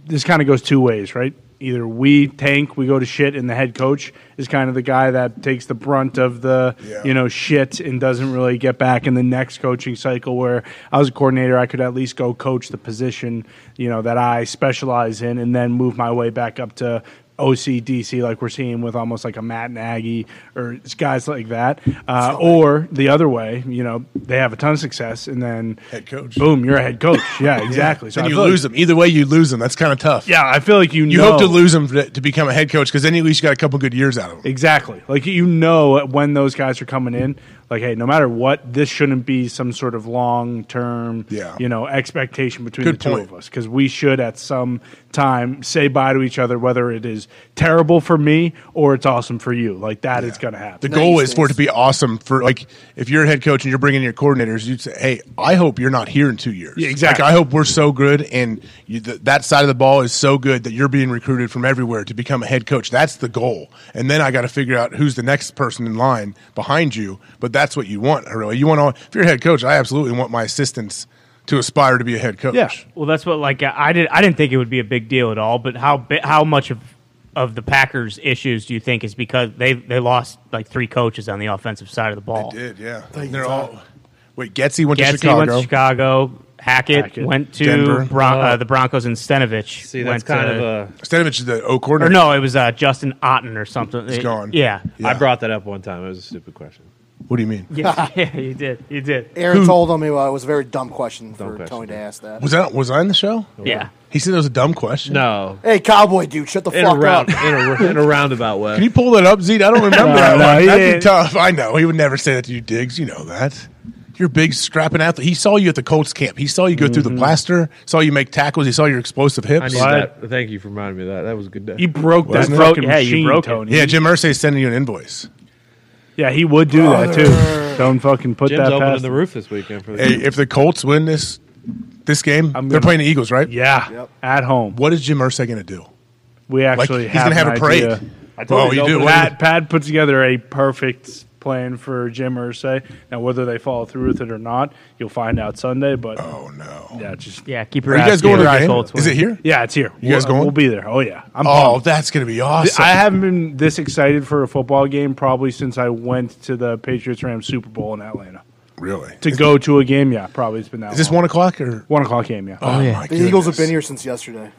[SPEAKER 3] this kind of goes two ways, right? Either we tank, we go to shit, and the head coach is kind of the guy that takes the brunt of the
[SPEAKER 1] Yeah.
[SPEAKER 3] you know shit and doesn't really get back in the next coaching cycle. Where I was a coordinator, I could at least go coach the position you know that I specialize in, and then move my way back up to OCDC, like we're seeing with almost like a Matt Nagy or guys like that. Uh, or the other way, you know, they have a ton of success, and then
[SPEAKER 1] Head coach.
[SPEAKER 3] boom, you're a head coach. Yeah, exactly.
[SPEAKER 1] then
[SPEAKER 3] I
[SPEAKER 1] you
[SPEAKER 3] feel like-
[SPEAKER 1] lose them. Either way, you lose them. That's kind of tough.
[SPEAKER 3] yeah, I feel like you
[SPEAKER 1] You
[SPEAKER 3] know.
[SPEAKER 1] hope to lose him to, to become a head coach because then at least you got a couple good years out of him.
[SPEAKER 3] Exactly. Like you know when those guys are coming in, like hey, no matter what, this shouldn't be some sort of long term,
[SPEAKER 1] Yeah.
[SPEAKER 3] you know, expectation between
[SPEAKER 1] Good
[SPEAKER 3] the two
[SPEAKER 1] point.
[SPEAKER 3] of us because we should at some time say bye to each other, whether it is terrible for me or it's awesome for you. Like that is going to
[SPEAKER 1] The
[SPEAKER 3] happen.
[SPEAKER 1] goal is for it to be awesome. For like, if you're a head coach and you're bringing your coordinators, you'd say, "Hey, I hope you're not here in two years.
[SPEAKER 3] Yeah, exactly.
[SPEAKER 1] Like, I hope we're so good, and you, th- that side of the ball is so good that you're being recruited from everywhere to become a head coach. That's the goal. And then I got to figure out who's the next person in line behind you. But that's what you want. Really, you want all. If you're a head coach, I absolutely want my assistants to aspire to be a head coach.
[SPEAKER 2] Yeah. Well, that's what like I did. I didn't think it would be a big deal at all. But how bi- how much of of the Packers' issues do you think is because they they lost like three coaches on the offensive side of the ball?
[SPEAKER 1] They did, yeah. They're all. Wait, Getzey went to
[SPEAKER 2] Getsy
[SPEAKER 1] Chicago.
[SPEAKER 2] went to Chicago. Hackett,
[SPEAKER 1] Hackett.
[SPEAKER 2] went
[SPEAKER 1] Denver.
[SPEAKER 2] to Bron- uh, the Broncos and Stenovich.
[SPEAKER 1] See,
[SPEAKER 4] Oh. that's
[SPEAKER 2] went
[SPEAKER 4] kind
[SPEAKER 2] to,
[SPEAKER 4] of a-
[SPEAKER 1] Stanovich is the O
[SPEAKER 2] or
[SPEAKER 1] coordinator.
[SPEAKER 2] no, it was uh, Justin Otten or something.
[SPEAKER 1] He's
[SPEAKER 2] It-
[SPEAKER 1] gone.
[SPEAKER 2] Yeah.
[SPEAKER 4] I brought that up one time. It was a stupid question.
[SPEAKER 1] What do you mean?
[SPEAKER 2] yeah, yeah, you did. You did.
[SPEAKER 7] Aaron told him uh, it was a very dumb question for
[SPEAKER 1] question,
[SPEAKER 7] Tony to ask that.
[SPEAKER 1] Was that was I in the show?
[SPEAKER 2] Yeah.
[SPEAKER 1] He said it was a dumb question.
[SPEAKER 4] No.
[SPEAKER 7] Hey, cowboy dude, shut the
[SPEAKER 4] In a,
[SPEAKER 7] fuck
[SPEAKER 4] round,
[SPEAKER 7] up.
[SPEAKER 4] in, a, in a roundabout way.
[SPEAKER 1] Can you pull that up, Zeke? I don't remember
[SPEAKER 4] No,
[SPEAKER 1] that.
[SPEAKER 4] no,
[SPEAKER 1] one.
[SPEAKER 4] he
[SPEAKER 1] That'd be
[SPEAKER 4] didn't.
[SPEAKER 1] tough. I know. He would never say that to you, Diggs. You know that. You're a big strapping athlete. He saw you at the Colts camp. He saw you go through the plaster. Saw you make tackles. He saw your explosive hips.
[SPEAKER 4] I need that. Thank you for reminding me of that. That was a good day.
[SPEAKER 3] You broke that
[SPEAKER 1] Wasn't it?
[SPEAKER 3] fucking Yeah, you machine, broke it. Tony.
[SPEAKER 1] Yeah, Jim Irsay's sending you an invoice.
[SPEAKER 3] Yeah, he would do that too. Don't fucking put
[SPEAKER 1] Jim's
[SPEAKER 3] that
[SPEAKER 1] opening
[SPEAKER 3] past
[SPEAKER 1] the
[SPEAKER 3] him.
[SPEAKER 4] roof this weekend for the
[SPEAKER 1] Hey, if the Colts win this this game, they're
[SPEAKER 3] gonna-
[SPEAKER 1] playing the Eagles, right?
[SPEAKER 3] Yeah, at home.
[SPEAKER 1] What is Jim Irsay going to do?
[SPEAKER 3] We actually
[SPEAKER 1] he's
[SPEAKER 3] have
[SPEAKER 1] gonna have
[SPEAKER 3] an
[SPEAKER 1] a parade.
[SPEAKER 3] idea.
[SPEAKER 1] I told Well, you, you do. open it
[SPEAKER 3] Pat,
[SPEAKER 1] up.
[SPEAKER 3] Pat put together a perfect plan for Jim Irsay. Now, whether they follow through with it or not, you'll find out Sunday. But oh
[SPEAKER 1] no,
[SPEAKER 3] yeah, just
[SPEAKER 2] yeah, keep your Are you eyes guys
[SPEAKER 1] going to peeled. the game? Colts Is win. it here?
[SPEAKER 3] Yeah, it's here.
[SPEAKER 1] You guys
[SPEAKER 3] We'll-
[SPEAKER 1] going?
[SPEAKER 3] We'll be there. Oh yeah, I'm.
[SPEAKER 1] oh,
[SPEAKER 3] pumped.
[SPEAKER 1] that's going to be awesome.
[SPEAKER 3] I haven't been this excited for a football game probably since I went to the Patriots Rams Super Bowl in Atlanta.
[SPEAKER 1] really.
[SPEAKER 3] To go to a game, yeah, probably it's been that.
[SPEAKER 1] Is this
[SPEAKER 3] long.
[SPEAKER 1] one o'clock or
[SPEAKER 3] one o'clock game? Yeah.
[SPEAKER 1] Oh, yeah. my
[SPEAKER 7] The Eagles have been here since yesterday.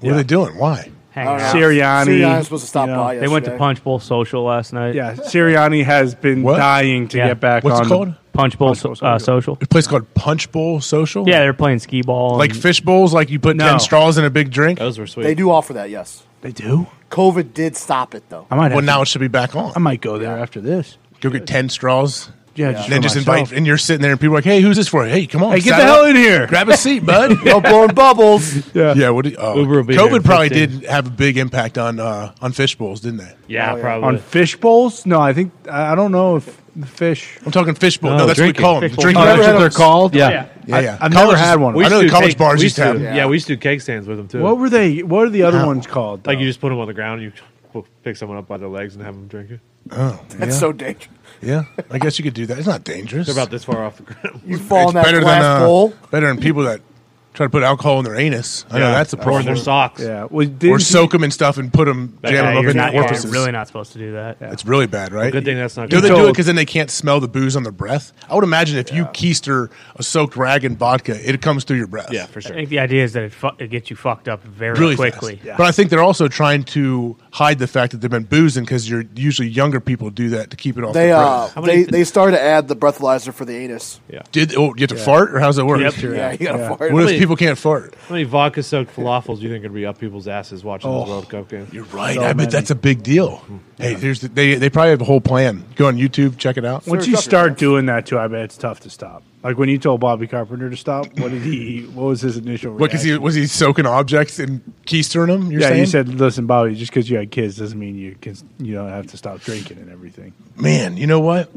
[SPEAKER 1] What are they doing? Why?
[SPEAKER 2] Hang
[SPEAKER 7] I
[SPEAKER 2] on.
[SPEAKER 7] don't know.
[SPEAKER 3] Sirianni,
[SPEAKER 7] Sirianni's supposed to stop
[SPEAKER 3] you know,
[SPEAKER 7] by.
[SPEAKER 2] They went to
[SPEAKER 7] yesterday.
[SPEAKER 2] Punch Bowl Social last night.
[SPEAKER 3] Yeah, Sirianni has been dying to
[SPEAKER 2] Yeah.
[SPEAKER 3] get back.
[SPEAKER 1] What's it
[SPEAKER 3] on
[SPEAKER 1] called?
[SPEAKER 2] Punch Bowl so- uh, Social.
[SPEAKER 1] A place called Punch Bowl Social.
[SPEAKER 2] Yeah, they're playing skee ball.
[SPEAKER 1] like
[SPEAKER 2] and-
[SPEAKER 1] fish bowls, like you put
[SPEAKER 2] No.
[SPEAKER 1] ten straws in a big drink.
[SPEAKER 4] Those were sweet.
[SPEAKER 7] They do offer that, yes.
[SPEAKER 3] They do.
[SPEAKER 7] COVID did stop it though.
[SPEAKER 1] well, now it should be back on. I
[SPEAKER 3] might go there after this.
[SPEAKER 1] Go get ten straws.
[SPEAKER 3] Yeah,
[SPEAKER 1] and
[SPEAKER 3] just
[SPEAKER 1] then
[SPEAKER 3] for
[SPEAKER 1] just
[SPEAKER 3] myself.
[SPEAKER 1] invite, and you're sitting there, and people are like, "Hey, who's this for? Hey, come on,
[SPEAKER 3] Hey, get
[SPEAKER 1] sat
[SPEAKER 3] the hell
[SPEAKER 1] up.
[SPEAKER 3] in here.
[SPEAKER 1] grab a seat, bud.
[SPEAKER 7] No blowing bubbles.
[SPEAKER 3] Yeah,
[SPEAKER 1] yeah. What? do you- Oh,
[SPEAKER 4] Uber will be here
[SPEAKER 1] COVID
[SPEAKER 4] in
[SPEAKER 1] probably
[SPEAKER 4] 15.
[SPEAKER 1] did have a big impact on uh, on fish bowls, didn't they?
[SPEAKER 7] Oh,
[SPEAKER 4] Yeah, probably.
[SPEAKER 3] on fish bowls? No, I think I I don't know if the fish.
[SPEAKER 1] I'm talking fish bowl. No, that's what we call them. Drinking
[SPEAKER 4] Oh, that's
[SPEAKER 1] bowl.
[SPEAKER 4] what they're called? Yeah.
[SPEAKER 3] Yeah.
[SPEAKER 1] Yeah, yeah.
[SPEAKER 3] I- I've
[SPEAKER 1] College
[SPEAKER 3] never had
[SPEAKER 1] is-
[SPEAKER 3] one.
[SPEAKER 1] We I know
[SPEAKER 4] used to
[SPEAKER 1] the
[SPEAKER 4] do
[SPEAKER 1] college
[SPEAKER 4] cake-
[SPEAKER 1] bars
[SPEAKER 4] we
[SPEAKER 1] used to have
[SPEAKER 4] Yeah.
[SPEAKER 1] them.
[SPEAKER 4] we used to do keg stands with them too.
[SPEAKER 3] What were they? What are the other ones called?
[SPEAKER 4] like you
[SPEAKER 3] though?
[SPEAKER 4] just put them on the ground, and you p- pick someone up by the legs and have them drink it.
[SPEAKER 1] Oh,
[SPEAKER 7] That's
[SPEAKER 1] yeah.
[SPEAKER 7] so dangerous.
[SPEAKER 1] Yeah, I guess you could do that. It's not dangerous.
[SPEAKER 4] They're about this far off the ground.
[SPEAKER 7] You fall in that
[SPEAKER 1] better
[SPEAKER 7] glass
[SPEAKER 1] than uh,
[SPEAKER 7] bowl.
[SPEAKER 1] better than people that try to put alcohol in their anus. I know
[SPEAKER 4] Yeah.
[SPEAKER 1] that's a
[SPEAKER 4] Or in
[SPEAKER 1] problem.
[SPEAKER 4] their socks.
[SPEAKER 3] yeah. Well,
[SPEAKER 1] or
[SPEAKER 3] didn't
[SPEAKER 1] soak them in stuff and put them
[SPEAKER 4] Yeah,
[SPEAKER 1] jam
[SPEAKER 2] Yeah,
[SPEAKER 1] them up
[SPEAKER 2] you're
[SPEAKER 1] in
[SPEAKER 2] not,
[SPEAKER 1] their
[SPEAKER 2] yeah,
[SPEAKER 1] orifices.
[SPEAKER 2] you're really not supposed to do that.
[SPEAKER 1] It's really bad, right?
[SPEAKER 4] Good thing that's not
[SPEAKER 1] Do
[SPEAKER 4] good.
[SPEAKER 1] they do it
[SPEAKER 3] So-
[SPEAKER 1] because then they can't smell the booze on their breath? I would imagine if you keister a soaked rag and vodka, it comes through your breath.
[SPEAKER 4] Yeah, for
[SPEAKER 2] I
[SPEAKER 4] sure.
[SPEAKER 2] think the idea is that it, fu- it gets you fucked up very
[SPEAKER 1] really
[SPEAKER 2] quickly.
[SPEAKER 1] fast. But I think they're also trying to hide the fact that they've been boozing because you're usually younger people do that to keep it off.
[SPEAKER 7] They
[SPEAKER 1] their
[SPEAKER 7] uh
[SPEAKER 1] breath.
[SPEAKER 7] they, they started to add the breathalyzer for the anus.
[SPEAKER 1] did. Oh, you have to fart, or how's that work?
[SPEAKER 4] Yep.
[SPEAKER 7] Yeah, you gotta fart.
[SPEAKER 1] What
[SPEAKER 4] How
[SPEAKER 1] if
[SPEAKER 4] many-
[SPEAKER 1] people can't fart?
[SPEAKER 4] How many vodka soaked falafels do you think would be up people's asses watching
[SPEAKER 1] Oh.
[SPEAKER 4] those World Cup games?
[SPEAKER 1] You're right.
[SPEAKER 3] So
[SPEAKER 1] I bet
[SPEAKER 3] many.
[SPEAKER 1] that's a big deal.
[SPEAKER 7] Hmm.
[SPEAKER 1] Hey, there's the, they they probably have a whole plan. Go on YouTube, check it out.
[SPEAKER 3] Once
[SPEAKER 7] Sir
[SPEAKER 3] you
[SPEAKER 7] Tucker,
[SPEAKER 3] start doing that too, I bet it's tough to stop. Like when you told Bobby Carpenter to stop, what did he? What was his initial
[SPEAKER 1] What? Because
[SPEAKER 3] reaction?
[SPEAKER 1] he was he soaking objects and keistering them. You're
[SPEAKER 3] yeah,
[SPEAKER 1] saying?
[SPEAKER 3] you said, "Listen, Bobby, just because you had kids doesn't mean you can, you don't have to stop drinking and everything."
[SPEAKER 1] man, you know what?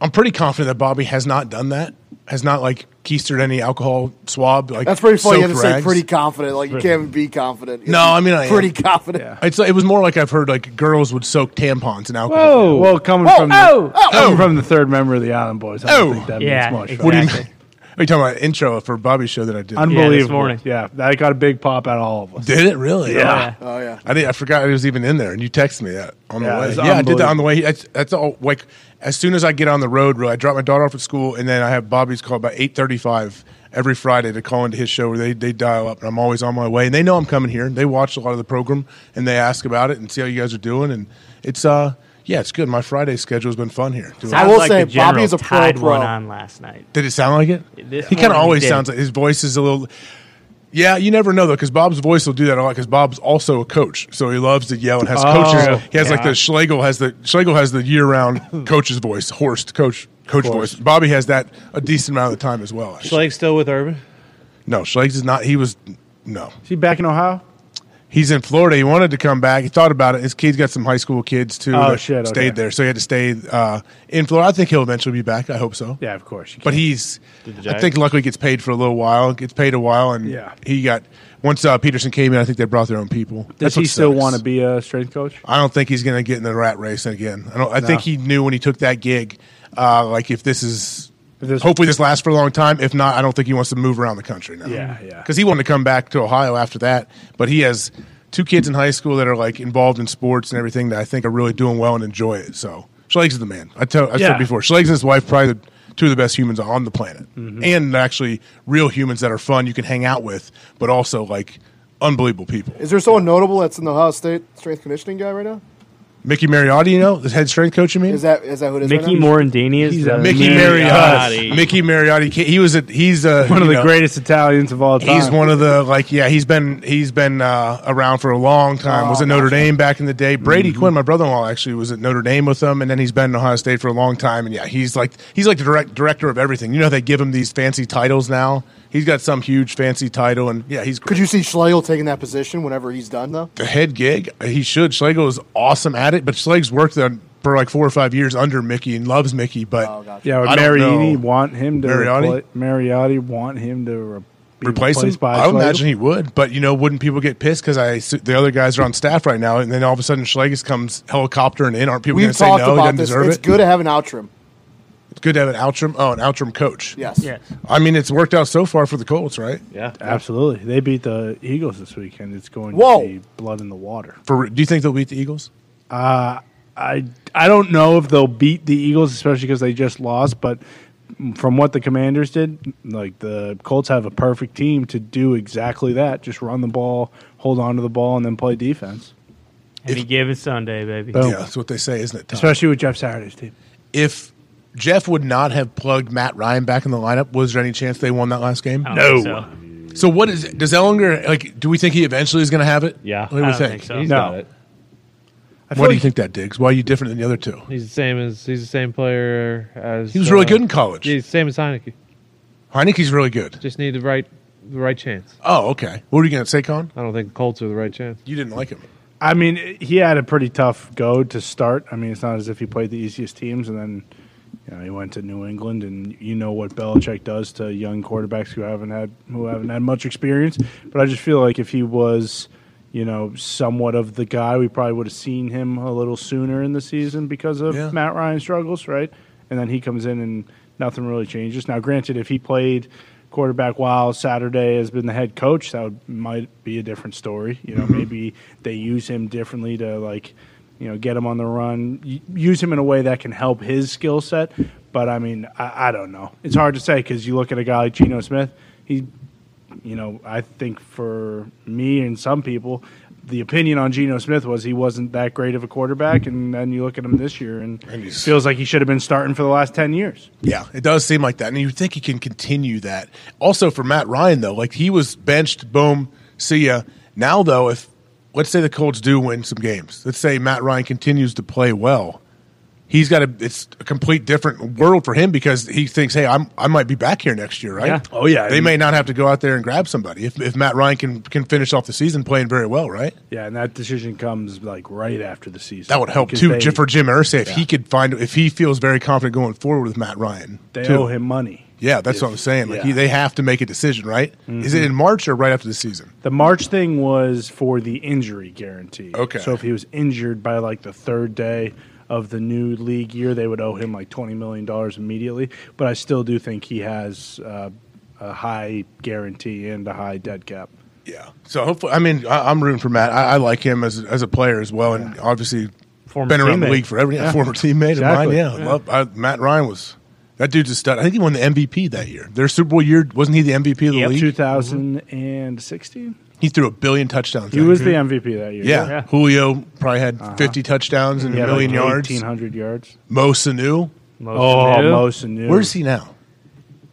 [SPEAKER 1] I'm pretty confident that Bobby has not done that. Has not like keistered any alcohol swab. Like
[SPEAKER 7] That's pretty funny. You have to
[SPEAKER 1] soaked
[SPEAKER 7] say
[SPEAKER 1] rags.
[SPEAKER 7] pretty confident. Like you can't even be confident.
[SPEAKER 1] No, I mean I am.
[SPEAKER 7] pretty confident.
[SPEAKER 1] It's it was more like I've heard like girls would soak tampons in alcohol.
[SPEAKER 4] Whoa!
[SPEAKER 3] Well, coming
[SPEAKER 7] Whoa,
[SPEAKER 3] from
[SPEAKER 7] oh,
[SPEAKER 3] the, coming from the third member of the Island Boys, I don't
[SPEAKER 1] Oh.
[SPEAKER 3] think that
[SPEAKER 2] Yeah,
[SPEAKER 3] means much.
[SPEAKER 1] What do you mean?
[SPEAKER 2] Exactly.
[SPEAKER 1] Are you talking about intro for Bobby's show that I did?
[SPEAKER 3] Unbelievable.
[SPEAKER 2] Yeah, this morning.
[SPEAKER 3] Yeah, that got a big pop out of all of us.
[SPEAKER 1] did it really?
[SPEAKER 3] Yeah.
[SPEAKER 7] Oh yeah.
[SPEAKER 1] I did. I forgot it was even in there, and you texted me that on
[SPEAKER 3] Yeah,
[SPEAKER 1] the way.
[SPEAKER 3] it's
[SPEAKER 1] Yeah, I did that on the way. That's, that's all. Like as soon as I get on the road, really, I drop my daughter off at school, and then I have Bobby's call about eight thirty-five every Friday to call into his show where they, they dial up, and I'm always on my way, and they know I'm coming here. They watch a lot of the program, and they ask about it and see how you guys are doing, and it's uh yeah, it's good. My Friday schedule's been fun here. Doing-
[SPEAKER 7] I will
[SPEAKER 2] like
[SPEAKER 7] say,
[SPEAKER 2] the general
[SPEAKER 7] Bobby is a pro
[SPEAKER 2] tied
[SPEAKER 7] pro.
[SPEAKER 2] one on last night.
[SPEAKER 1] Did it sound like it?
[SPEAKER 2] This
[SPEAKER 1] he kind of
[SPEAKER 2] morning he
[SPEAKER 1] always
[SPEAKER 2] did.
[SPEAKER 1] sounds like his voice is a little. Yeah, you never know though, because Bob's voice will do that a lot. Because Bob's also a coach, so he loves to yell and has
[SPEAKER 3] Oh,
[SPEAKER 1] coaches. He has like
[SPEAKER 4] yeah.
[SPEAKER 1] the Schlegel has the Schlegel has the year round coach's voice, Horst coach coach voice. Bobby has that a decent amount of the time as well. actually.
[SPEAKER 4] Schleg's still with Urban.
[SPEAKER 1] no, Schlegel is not. He was no.
[SPEAKER 3] Is he back in Ohio?
[SPEAKER 1] He's in Florida. He wanted to come back. He thought about it. His kid's got some high school kids too.
[SPEAKER 3] Oh,
[SPEAKER 1] that
[SPEAKER 3] shit, okay.
[SPEAKER 1] Stayed there, so he had to stay uh, in Florida. I think he'll eventually be back. I hope so.
[SPEAKER 3] Yeah, of course. you
[SPEAKER 1] But
[SPEAKER 3] can't.
[SPEAKER 1] he's,
[SPEAKER 4] Did the
[SPEAKER 1] I
[SPEAKER 4] Giants-
[SPEAKER 1] think, luckily gets paid for a little while. Gets paid a while, and
[SPEAKER 3] Yeah.
[SPEAKER 1] he got once uh, Peterson came in. I think they brought their own people.
[SPEAKER 3] does
[SPEAKER 1] That's
[SPEAKER 3] he
[SPEAKER 1] what
[SPEAKER 3] still
[SPEAKER 1] sucks.
[SPEAKER 3] want to be a strength coach?
[SPEAKER 1] I don't think he's going to get in the rat race again. I don't. I think he knew when he took that gig, uh, like if this is.
[SPEAKER 3] If this-
[SPEAKER 1] hopefully this lasts for a long time. If not, I don't think he wants to move around the country now.
[SPEAKER 3] Yeah, yeah.
[SPEAKER 1] Because he wanted to come back to Ohio after that, but he has two kids in high school that are like involved in sports and everything that I think are really doing well and enjoy it. So Schlegel's the man. I tell I
[SPEAKER 3] Yeah.
[SPEAKER 1] said before, Schlegel's and his wife probably the, two of the best humans on the planet, and actually real humans that are fun you can hang out with, but also like unbelievable people.
[SPEAKER 7] Is there someone notable that's in the Ohio State strength conditioning guy right now?
[SPEAKER 1] Mickey Mariotti, you know, the head strength coach. You mean
[SPEAKER 7] Is that is that who it is?
[SPEAKER 2] Mickey
[SPEAKER 7] right now?
[SPEAKER 2] Morandini is the
[SPEAKER 1] Mickey
[SPEAKER 5] Mariotti.
[SPEAKER 1] Mariotti. Mickey Mariotti. He was a, he's a,
[SPEAKER 3] One
[SPEAKER 1] you
[SPEAKER 3] of the
[SPEAKER 1] know,
[SPEAKER 3] greatest Italians of all time.
[SPEAKER 1] He's one of the like yeah he's been he's been uh, around for a long time.
[SPEAKER 3] Oh,
[SPEAKER 1] was at Notre Dame back in the day.
[SPEAKER 3] Mm-hmm.
[SPEAKER 1] Brady Quinn, my brother-in-law, actually was at Notre Dame with him, and then he's been in Ohio State for a long time. And yeah, he's like he's like the direct director of everything. You know they give him these fancy titles now. He's got some huge fancy title, and yeah, he's
[SPEAKER 7] Could
[SPEAKER 1] great.
[SPEAKER 7] you see Schlegel taking that position whenever he's done though?
[SPEAKER 1] the head gig. He should. Schlegel is awesome at it, but Schlegel's worked on for like four or five years under Mickey and loves Mickey. But
[SPEAKER 7] Oh, gotcha.
[SPEAKER 3] yeah, would
[SPEAKER 1] I don't
[SPEAKER 3] Mariotti
[SPEAKER 1] know.
[SPEAKER 3] want him to
[SPEAKER 1] Mariotti?
[SPEAKER 3] repli- Mariotti want him to re- be
[SPEAKER 1] replace him?
[SPEAKER 3] replaced by
[SPEAKER 1] I would
[SPEAKER 3] Schlegel?
[SPEAKER 1] imagine he would, but you know, wouldn't people get pissed because I assu- the other guys are on staff right now, and then all of a sudden Schlegels comes helicoptering in? Aren't people going
[SPEAKER 7] We've
[SPEAKER 1] to say
[SPEAKER 7] talked
[SPEAKER 1] no? He
[SPEAKER 7] about
[SPEAKER 1] doesn't
[SPEAKER 7] this.
[SPEAKER 1] deserve
[SPEAKER 7] It's
[SPEAKER 1] it.
[SPEAKER 7] good to have an outram.
[SPEAKER 1] It's good to have an Outram. Oh, an Outram coach.
[SPEAKER 7] Yes.
[SPEAKER 2] Yes.
[SPEAKER 1] I mean, it's worked out so far for the Colts, right?
[SPEAKER 4] Yeah.
[SPEAKER 3] Absolutely. They beat the Eagles this weekend. It's going
[SPEAKER 7] Whoa.
[SPEAKER 3] to be blood in the water.
[SPEAKER 1] For do you think they'll beat the Eagles?
[SPEAKER 3] Uh, I I don't know if they'll beat the Eagles, especially because they just lost. But from what the Commanders did, like the Colts have a perfect team to do exactly that: just run the ball, hold on to the ball, and then play defense.
[SPEAKER 2] Any given Sunday, baby.
[SPEAKER 3] Boom.
[SPEAKER 1] Yeah, that's what they say, isn't it? Tom?
[SPEAKER 3] Especially with Jeff Saturday's team.
[SPEAKER 1] if Jeff would not have plugged Matt Ryan back in the lineup, was there any chance they won that last game?
[SPEAKER 2] I don't think so.
[SPEAKER 1] So what is does Ellinger like? Do we think he eventually is going to have it?
[SPEAKER 4] Yeah.
[SPEAKER 1] What do we
[SPEAKER 2] I don't
[SPEAKER 1] think?
[SPEAKER 2] think so.
[SPEAKER 4] He's
[SPEAKER 3] No.
[SPEAKER 4] got it.
[SPEAKER 3] I
[SPEAKER 1] What do
[SPEAKER 3] like
[SPEAKER 1] you think that Diggs? Why are you different than the other two?
[SPEAKER 4] He's the same as he's the same player as
[SPEAKER 1] He was really
[SPEAKER 4] uh,
[SPEAKER 1] good in college.
[SPEAKER 4] He's the same as Heineke.
[SPEAKER 1] Heineke's really good.
[SPEAKER 4] Just need the right the right chance.
[SPEAKER 1] Oh, okay. What were you going to say, Con?
[SPEAKER 4] I don't think the Colts are the right chance.
[SPEAKER 1] You didn't like him.
[SPEAKER 3] I mean, he had a pretty tough go to start. I mean, it's not as if he played the easiest teams, and then you know he went to New England, and you know what Belichick does to young quarterbacks who haven't had who haven't had much experience. But I just feel like if he was, you know, somewhat of the guy, we probably would have seen him a little sooner in the season because of
[SPEAKER 1] Yeah.
[SPEAKER 3] Matt Ryan struggles, right? And then he comes in and nothing really changes. Now, granted, if he played quarterback while Saturday has been the head coach, that would, might be a different story. You know, maybe they use him differently to like, you know, get him on the run, y- use him in a way that can help his skill set. But I mean, I, I don't know. It's hard to say because you look at a guy like Geno Smith, he you know, I think for me and some people, the opinion on Geno Smith was he wasn't that great of a quarterback, and then you look at him this year and,
[SPEAKER 1] And he's-
[SPEAKER 3] feels like he should have been starting for the last ten years.
[SPEAKER 1] Yeah, it does seem like that, and you would think he can continue that. Also, for Matt Ryan though, like he was benched, boom, see ya. Now though, if let's say the Colts do win some games, let's say Matt Ryan continues to play well, he's got a it's a complete different world for him because he thinks, hey, I'm I might be back here next year, right?
[SPEAKER 2] Yeah.
[SPEAKER 3] Oh, yeah.
[SPEAKER 1] they may not have to go out there and grab somebody if if Matt Ryan can can finish off the season playing very well, right?
[SPEAKER 3] Yeah, and that decision comes like right after the season.
[SPEAKER 1] That would help
[SPEAKER 3] Because
[SPEAKER 1] too
[SPEAKER 3] They,
[SPEAKER 1] J- for Jim Irsay if he could find if he feels very confident going forward with Matt Ryan.
[SPEAKER 3] they
[SPEAKER 1] too.
[SPEAKER 3] owe him money.
[SPEAKER 1] Yeah, that's what I'm saying. Like
[SPEAKER 3] yeah. Mm-hmm.
[SPEAKER 1] he, they have to make a decision, right? Is it in March or right after the season?
[SPEAKER 3] The March thing was for the injury guarantee.
[SPEAKER 1] Okay.
[SPEAKER 3] So if he was injured by like the third day of the new league year, they would owe him like twenty million dollars immediately. But I still do think he has uh, a high guarantee and a high dead cap.
[SPEAKER 1] Yeah. So hopefully, I mean, I, I'm rooting for Matt. I, I like him as as a player as well, and obviously
[SPEAKER 2] Former
[SPEAKER 1] been around
[SPEAKER 2] teammate.
[SPEAKER 1] the league forever. Yeah, former teammate
[SPEAKER 3] Exactly.
[SPEAKER 1] of mine. Yeah, Love, I, Matt Ryan was that dude's a stud. I think he won the MVP that year. Their Super Bowl year wasn't he the MVP of the
[SPEAKER 2] Yep.
[SPEAKER 1] league? Mm-hmm.
[SPEAKER 3] 2016.
[SPEAKER 1] He threw a billion touchdowns.
[SPEAKER 3] He
[SPEAKER 1] that
[SPEAKER 3] was
[SPEAKER 1] year.
[SPEAKER 3] the MVP that year. Uh-huh.
[SPEAKER 1] Yeah.
[SPEAKER 2] Yeah.
[SPEAKER 1] Julio probably had 50 touchdowns and
[SPEAKER 3] He
[SPEAKER 1] a
[SPEAKER 3] had like
[SPEAKER 1] million yards.
[SPEAKER 3] 1,800 yards.
[SPEAKER 1] Mo Sanu,
[SPEAKER 2] Most
[SPEAKER 3] Oh,
[SPEAKER 2] new.
[SPEAKER 3] Mo Sanu.
[SPEAKER 1] where's he now?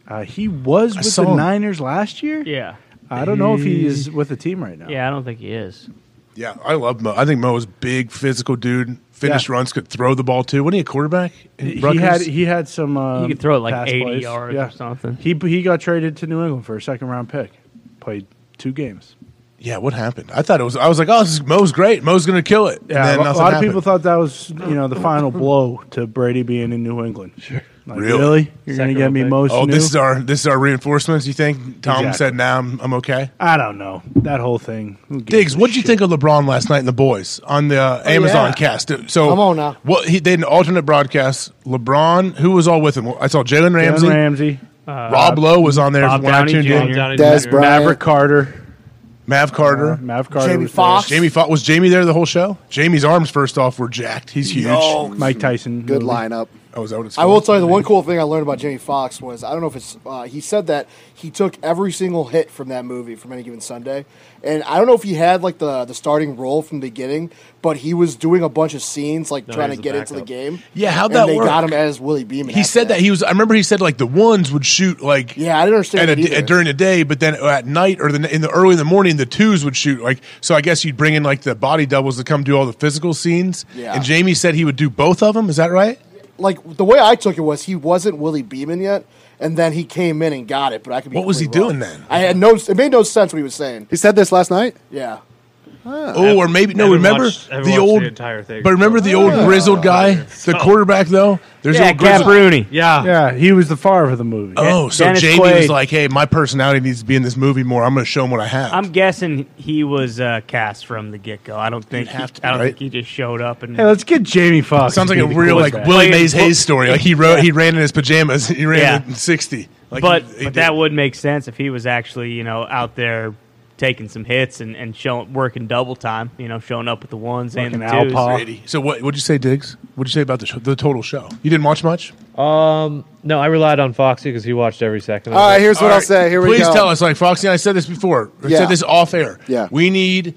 [SPEAKER 3] Uh, he was with
[SPEAKER 1] saw
[SPEAKER 3] the
[SPEAKER 1] him.
[SPEAKER 3] Niners last year.
[SPEAKER 2] Yeah.
[SPEAKER 3] I don't know if he is with the team right now.
[SPEAKER 2] Yeah, I don't think he is.
[SPEAKER 1] Yeah, I love Mo. I think Mo is a big, physical dude. Finish
[SPEAKER 3] Yeah.
[SPEAKER 1] runs, could throw the ball too. Wasn't he a quarterback? in
[SPEAKER 3] He
[SPEAKER 1] Rutgers?
[SPEAKER 3] had he had some. Um,
[SPEAKER 2] could throw it like
[SPEAKER 3] pass
[SPEAKER 2] 80
[SPEAKER 3] plays.
[SPEAKER 2] yards or something.
[SPEAKER 3] He he got traded to New England for a second round pick. Played two games.
[SPEAKER 1] yeah, what happened? I thought it was. I was like, oh, this is, Mo's great. Mo's gonna kill it.
[SPEAKER 3] Yeah, a, lo- a lot of people thought that was you know the final blow to Brady being in New England. Sure. Like, really?
[SPEAKER 1] Really?
[SPEAKER 3] You're going to get me most
[SPEAKER 1] Oh, this is our this is our reinforcements. You think Tom
[SPEAKER 3] Exactly.
[SPEAKER 1] said, "Now I'm, I'm okay."
[SPEAKER 3] I don't know that whole thing. Who gives
[SPEAKER 1] Diggs,
[SPEAKER 3] a
[SPEAKER 1] what did you
[SPEAKER 3] shit?
[SPEAKER 1] think of LeBron last night and the boys on the uh, Amazon
[SPEAKER 6] Oh, yeah.
[SPEAKER 1] cast? So
[SPEAKER 6] Come on now.
[SPEAKER 1] what he they did an alternate broadcast. LeBron, who was all with him? I saw Jalen
[SPEAKER 3] Jalen
[SPEAKER 1] Ramsey,
[SPEAKER 3] Ramsey, Uh,
[SPEAKER 1] Rob Lowe was on there
[SPEAKER 2] Uh, Bob
[SPEAKER 1] when I
[SPEAKER 2] Downey
[SPEAKER 1] tuned
[SPEAKER 2] Jr.
[SPEAKER 1] in.
[SPEAKER 6] Des
[SPEAKER 4] Jr.
[SPEAKER 6] Bryant.
[SPEAKER 3] Maverick Carter,
[SPEAKER 1] Mav Carter,
[SPEAKER 3] uh, Mav Carter,
[SPEAKER 7] Jamie
[SPEAKER 3] was there.
[SPEAKER 7] Foxx.
[SPEAKER 1] Jamie Foxx. Was Jamie there the whole show? Jamie's arms, first off, were jacked. He's huge.
[SPEAKER 7] No.
[SPEAKER 3] Mike Tyson.
[SPEAKER 6] Good
[SPEAKER 3] movie.
[SPEAKER 6] lineup.
[SPEAKER 1] Oh, is that what it's
[SPEAKER 7] I will
[SPEAKER 1] called?
[SPEAKER 7] tell you the one cool thing I learned about Jamie Foxx was I don't know if it's uh, he said that he took every single hit from that movie from any given Sunday, and I don't know if he had like the the starting role from the beginning, but he was doing a bunch of scenes like trying
[SPEAKER 4] he's
[SPEAKER 7] to
[SPEAKER 4] the
[SPEAKER 7] get into the
[SPEAKER 4] backup.
[SPEAKER 7] game.
[SPEAKER 1] Yeah, how'd
[SPEAKER 7] and
[SPEAKER 1] that
[SPEAKER 7] They
[SPEAKER 1] work?
[SPEAKER 7] got him as Willie Beeman.
[SPEAKER 1] He
[SPEAKER 7] after
[SPEAKER 1] said that he was. I remember he said like the ones would shoot like
[SPEAKER 7] Yeah, I didn't
[SPEAKER 1] at
[SPEAKER 7] understand
[SPEAKER 1] a,
[SPEAKER 7] it either.
[SPEAKER 1] at- during the day, but then at night or the, in the early in the morning, the twos would shoot. Like so, I guess you'd bring in like the body doubles to come do all the physical scenes.
[SPEAKER 7] Yeah.
[SPEAKER 1] And Jamie said he would do both of them. Is that right?
[SPEAKER 7] like the way I took it was he wasn't Willie Beeman yet, and then he came in and got it. But I could be
[SPEAKER 1] What was he
[SPEAKER 7] completely wrong.
[SPEAKER 1] doing then?
[SPEAKER 7] I had no. It made no sense what he was saying.
[SPEAKER 6] He said this last night.
[SPEAKER 7] Yeah,
[SPEAKER 1] Oh, or maybe no.
[SPEAKER 4] haven't
[SPEAKER 1] Remember
[SPEAKER 4] watched- haven't
[SPEAKER 1] the
[SPEAKER 4] watched the
[SPEAKER 1] old
[SPEAKER 4] entire thing.
[SPEAKER 1] But remember the old grizzled guy, the quarterback though. There's the
[SPEAKER 2] Yeah,
[SPEAKER 1] old grizzled-
[SPEAKER 2] Caproni.
[SPEAKER 4] Yeah.
[SPEAKER 3] Yeah, he was the Favre of the movie.
[SPEAKER 1] Oh, so
[SPEAKER 2] Dennis
[SPEAKER 1] Jamie
[SPEAKER 2] Quaid.
[SPEAKER 1] was like, "Hey, my personality needs to be in this movie more. I'm going to show him what I have."
[SPEAKER 2] I'm guessing he was uh, cast from the get go. I don't think
[SPEAKER 1] have to
[SPEAKER 2] he, I don't
[SPEAKER 1] be,
[SPEAKER 2] think he just showed up and
[SPEAKER 3] Hey, let's get Jamie Foxx.
[SPEAKER 1] Sounds
[SPEAKER 3] to
[SPEAKER 1] like a
[SPEAKER 3] be the
[SPEAKER 1] real like
[SPEAKER 3] quarterback.
[SPEAKER 1] Willie
[SPEAKER 2] Playing-
[SPEAKER 1] Mays Hayes story. Like he wrote, he ran in his pajamas. He ran
[SPEAKER 2] Yeah.
[SPEAKER 1] in sixty. Like
[SPEAKER 2] but
[SPEAKER 1] he- he
[SPEAKER 2] but
[SPEAKER 1] did.
[SPEAKER 2] that would make sense if he was actually you know out there taking some hits and and showing working double time. You know, showing up with the ones and the
[SPEAKER 3] Fucking
[SPEAKER 2] twos.
[SPEAKER 3] Alpa.
[SPEAKER 1] Brady. So what? What'd you say, Diggs? What'd you say about the show, the total show? You didn't watch much.
[SPEAKER 4] Um, No, I relied on Foxy because he watched every second. Of
[SPEAKER 6] All right,
[SPEAKER 4] it.
[SPEAKER 6] here's what
[SPEAKER 1] All
[SPEAKER 6] I'll
[SPEAKER 1] right.
[SPEAKER 6] say. Here we
[SPEAKER 1] Please
[SPEAKER 6] go.
[SPEAKER 1] tell us, like Foxy and I said this before. I
[SPEAKER 6] Yeah.
[SPEAKER 1] said this off air.
[SPEAKER 6] Yeah.
[SPEAKER 1] We need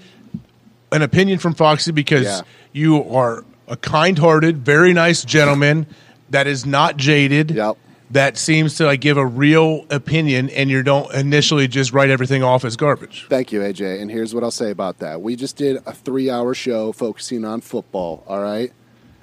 [SPEAKER 1] an opinion from Foxy because
[SPEAKER 6] Yeah.
[SPEAKER 1] you are a kind hearted, very nice gentleman that is not jaded.
[SPEAKER 6] Yep.
[SPEAKER 1] That seems to like give a real opinion, and you don't initially just write everything off as garbage.
[SPEAKER 6] Thank you, AJ. And here's what I'll say about that. We just did a three hour show focusing on football, all right?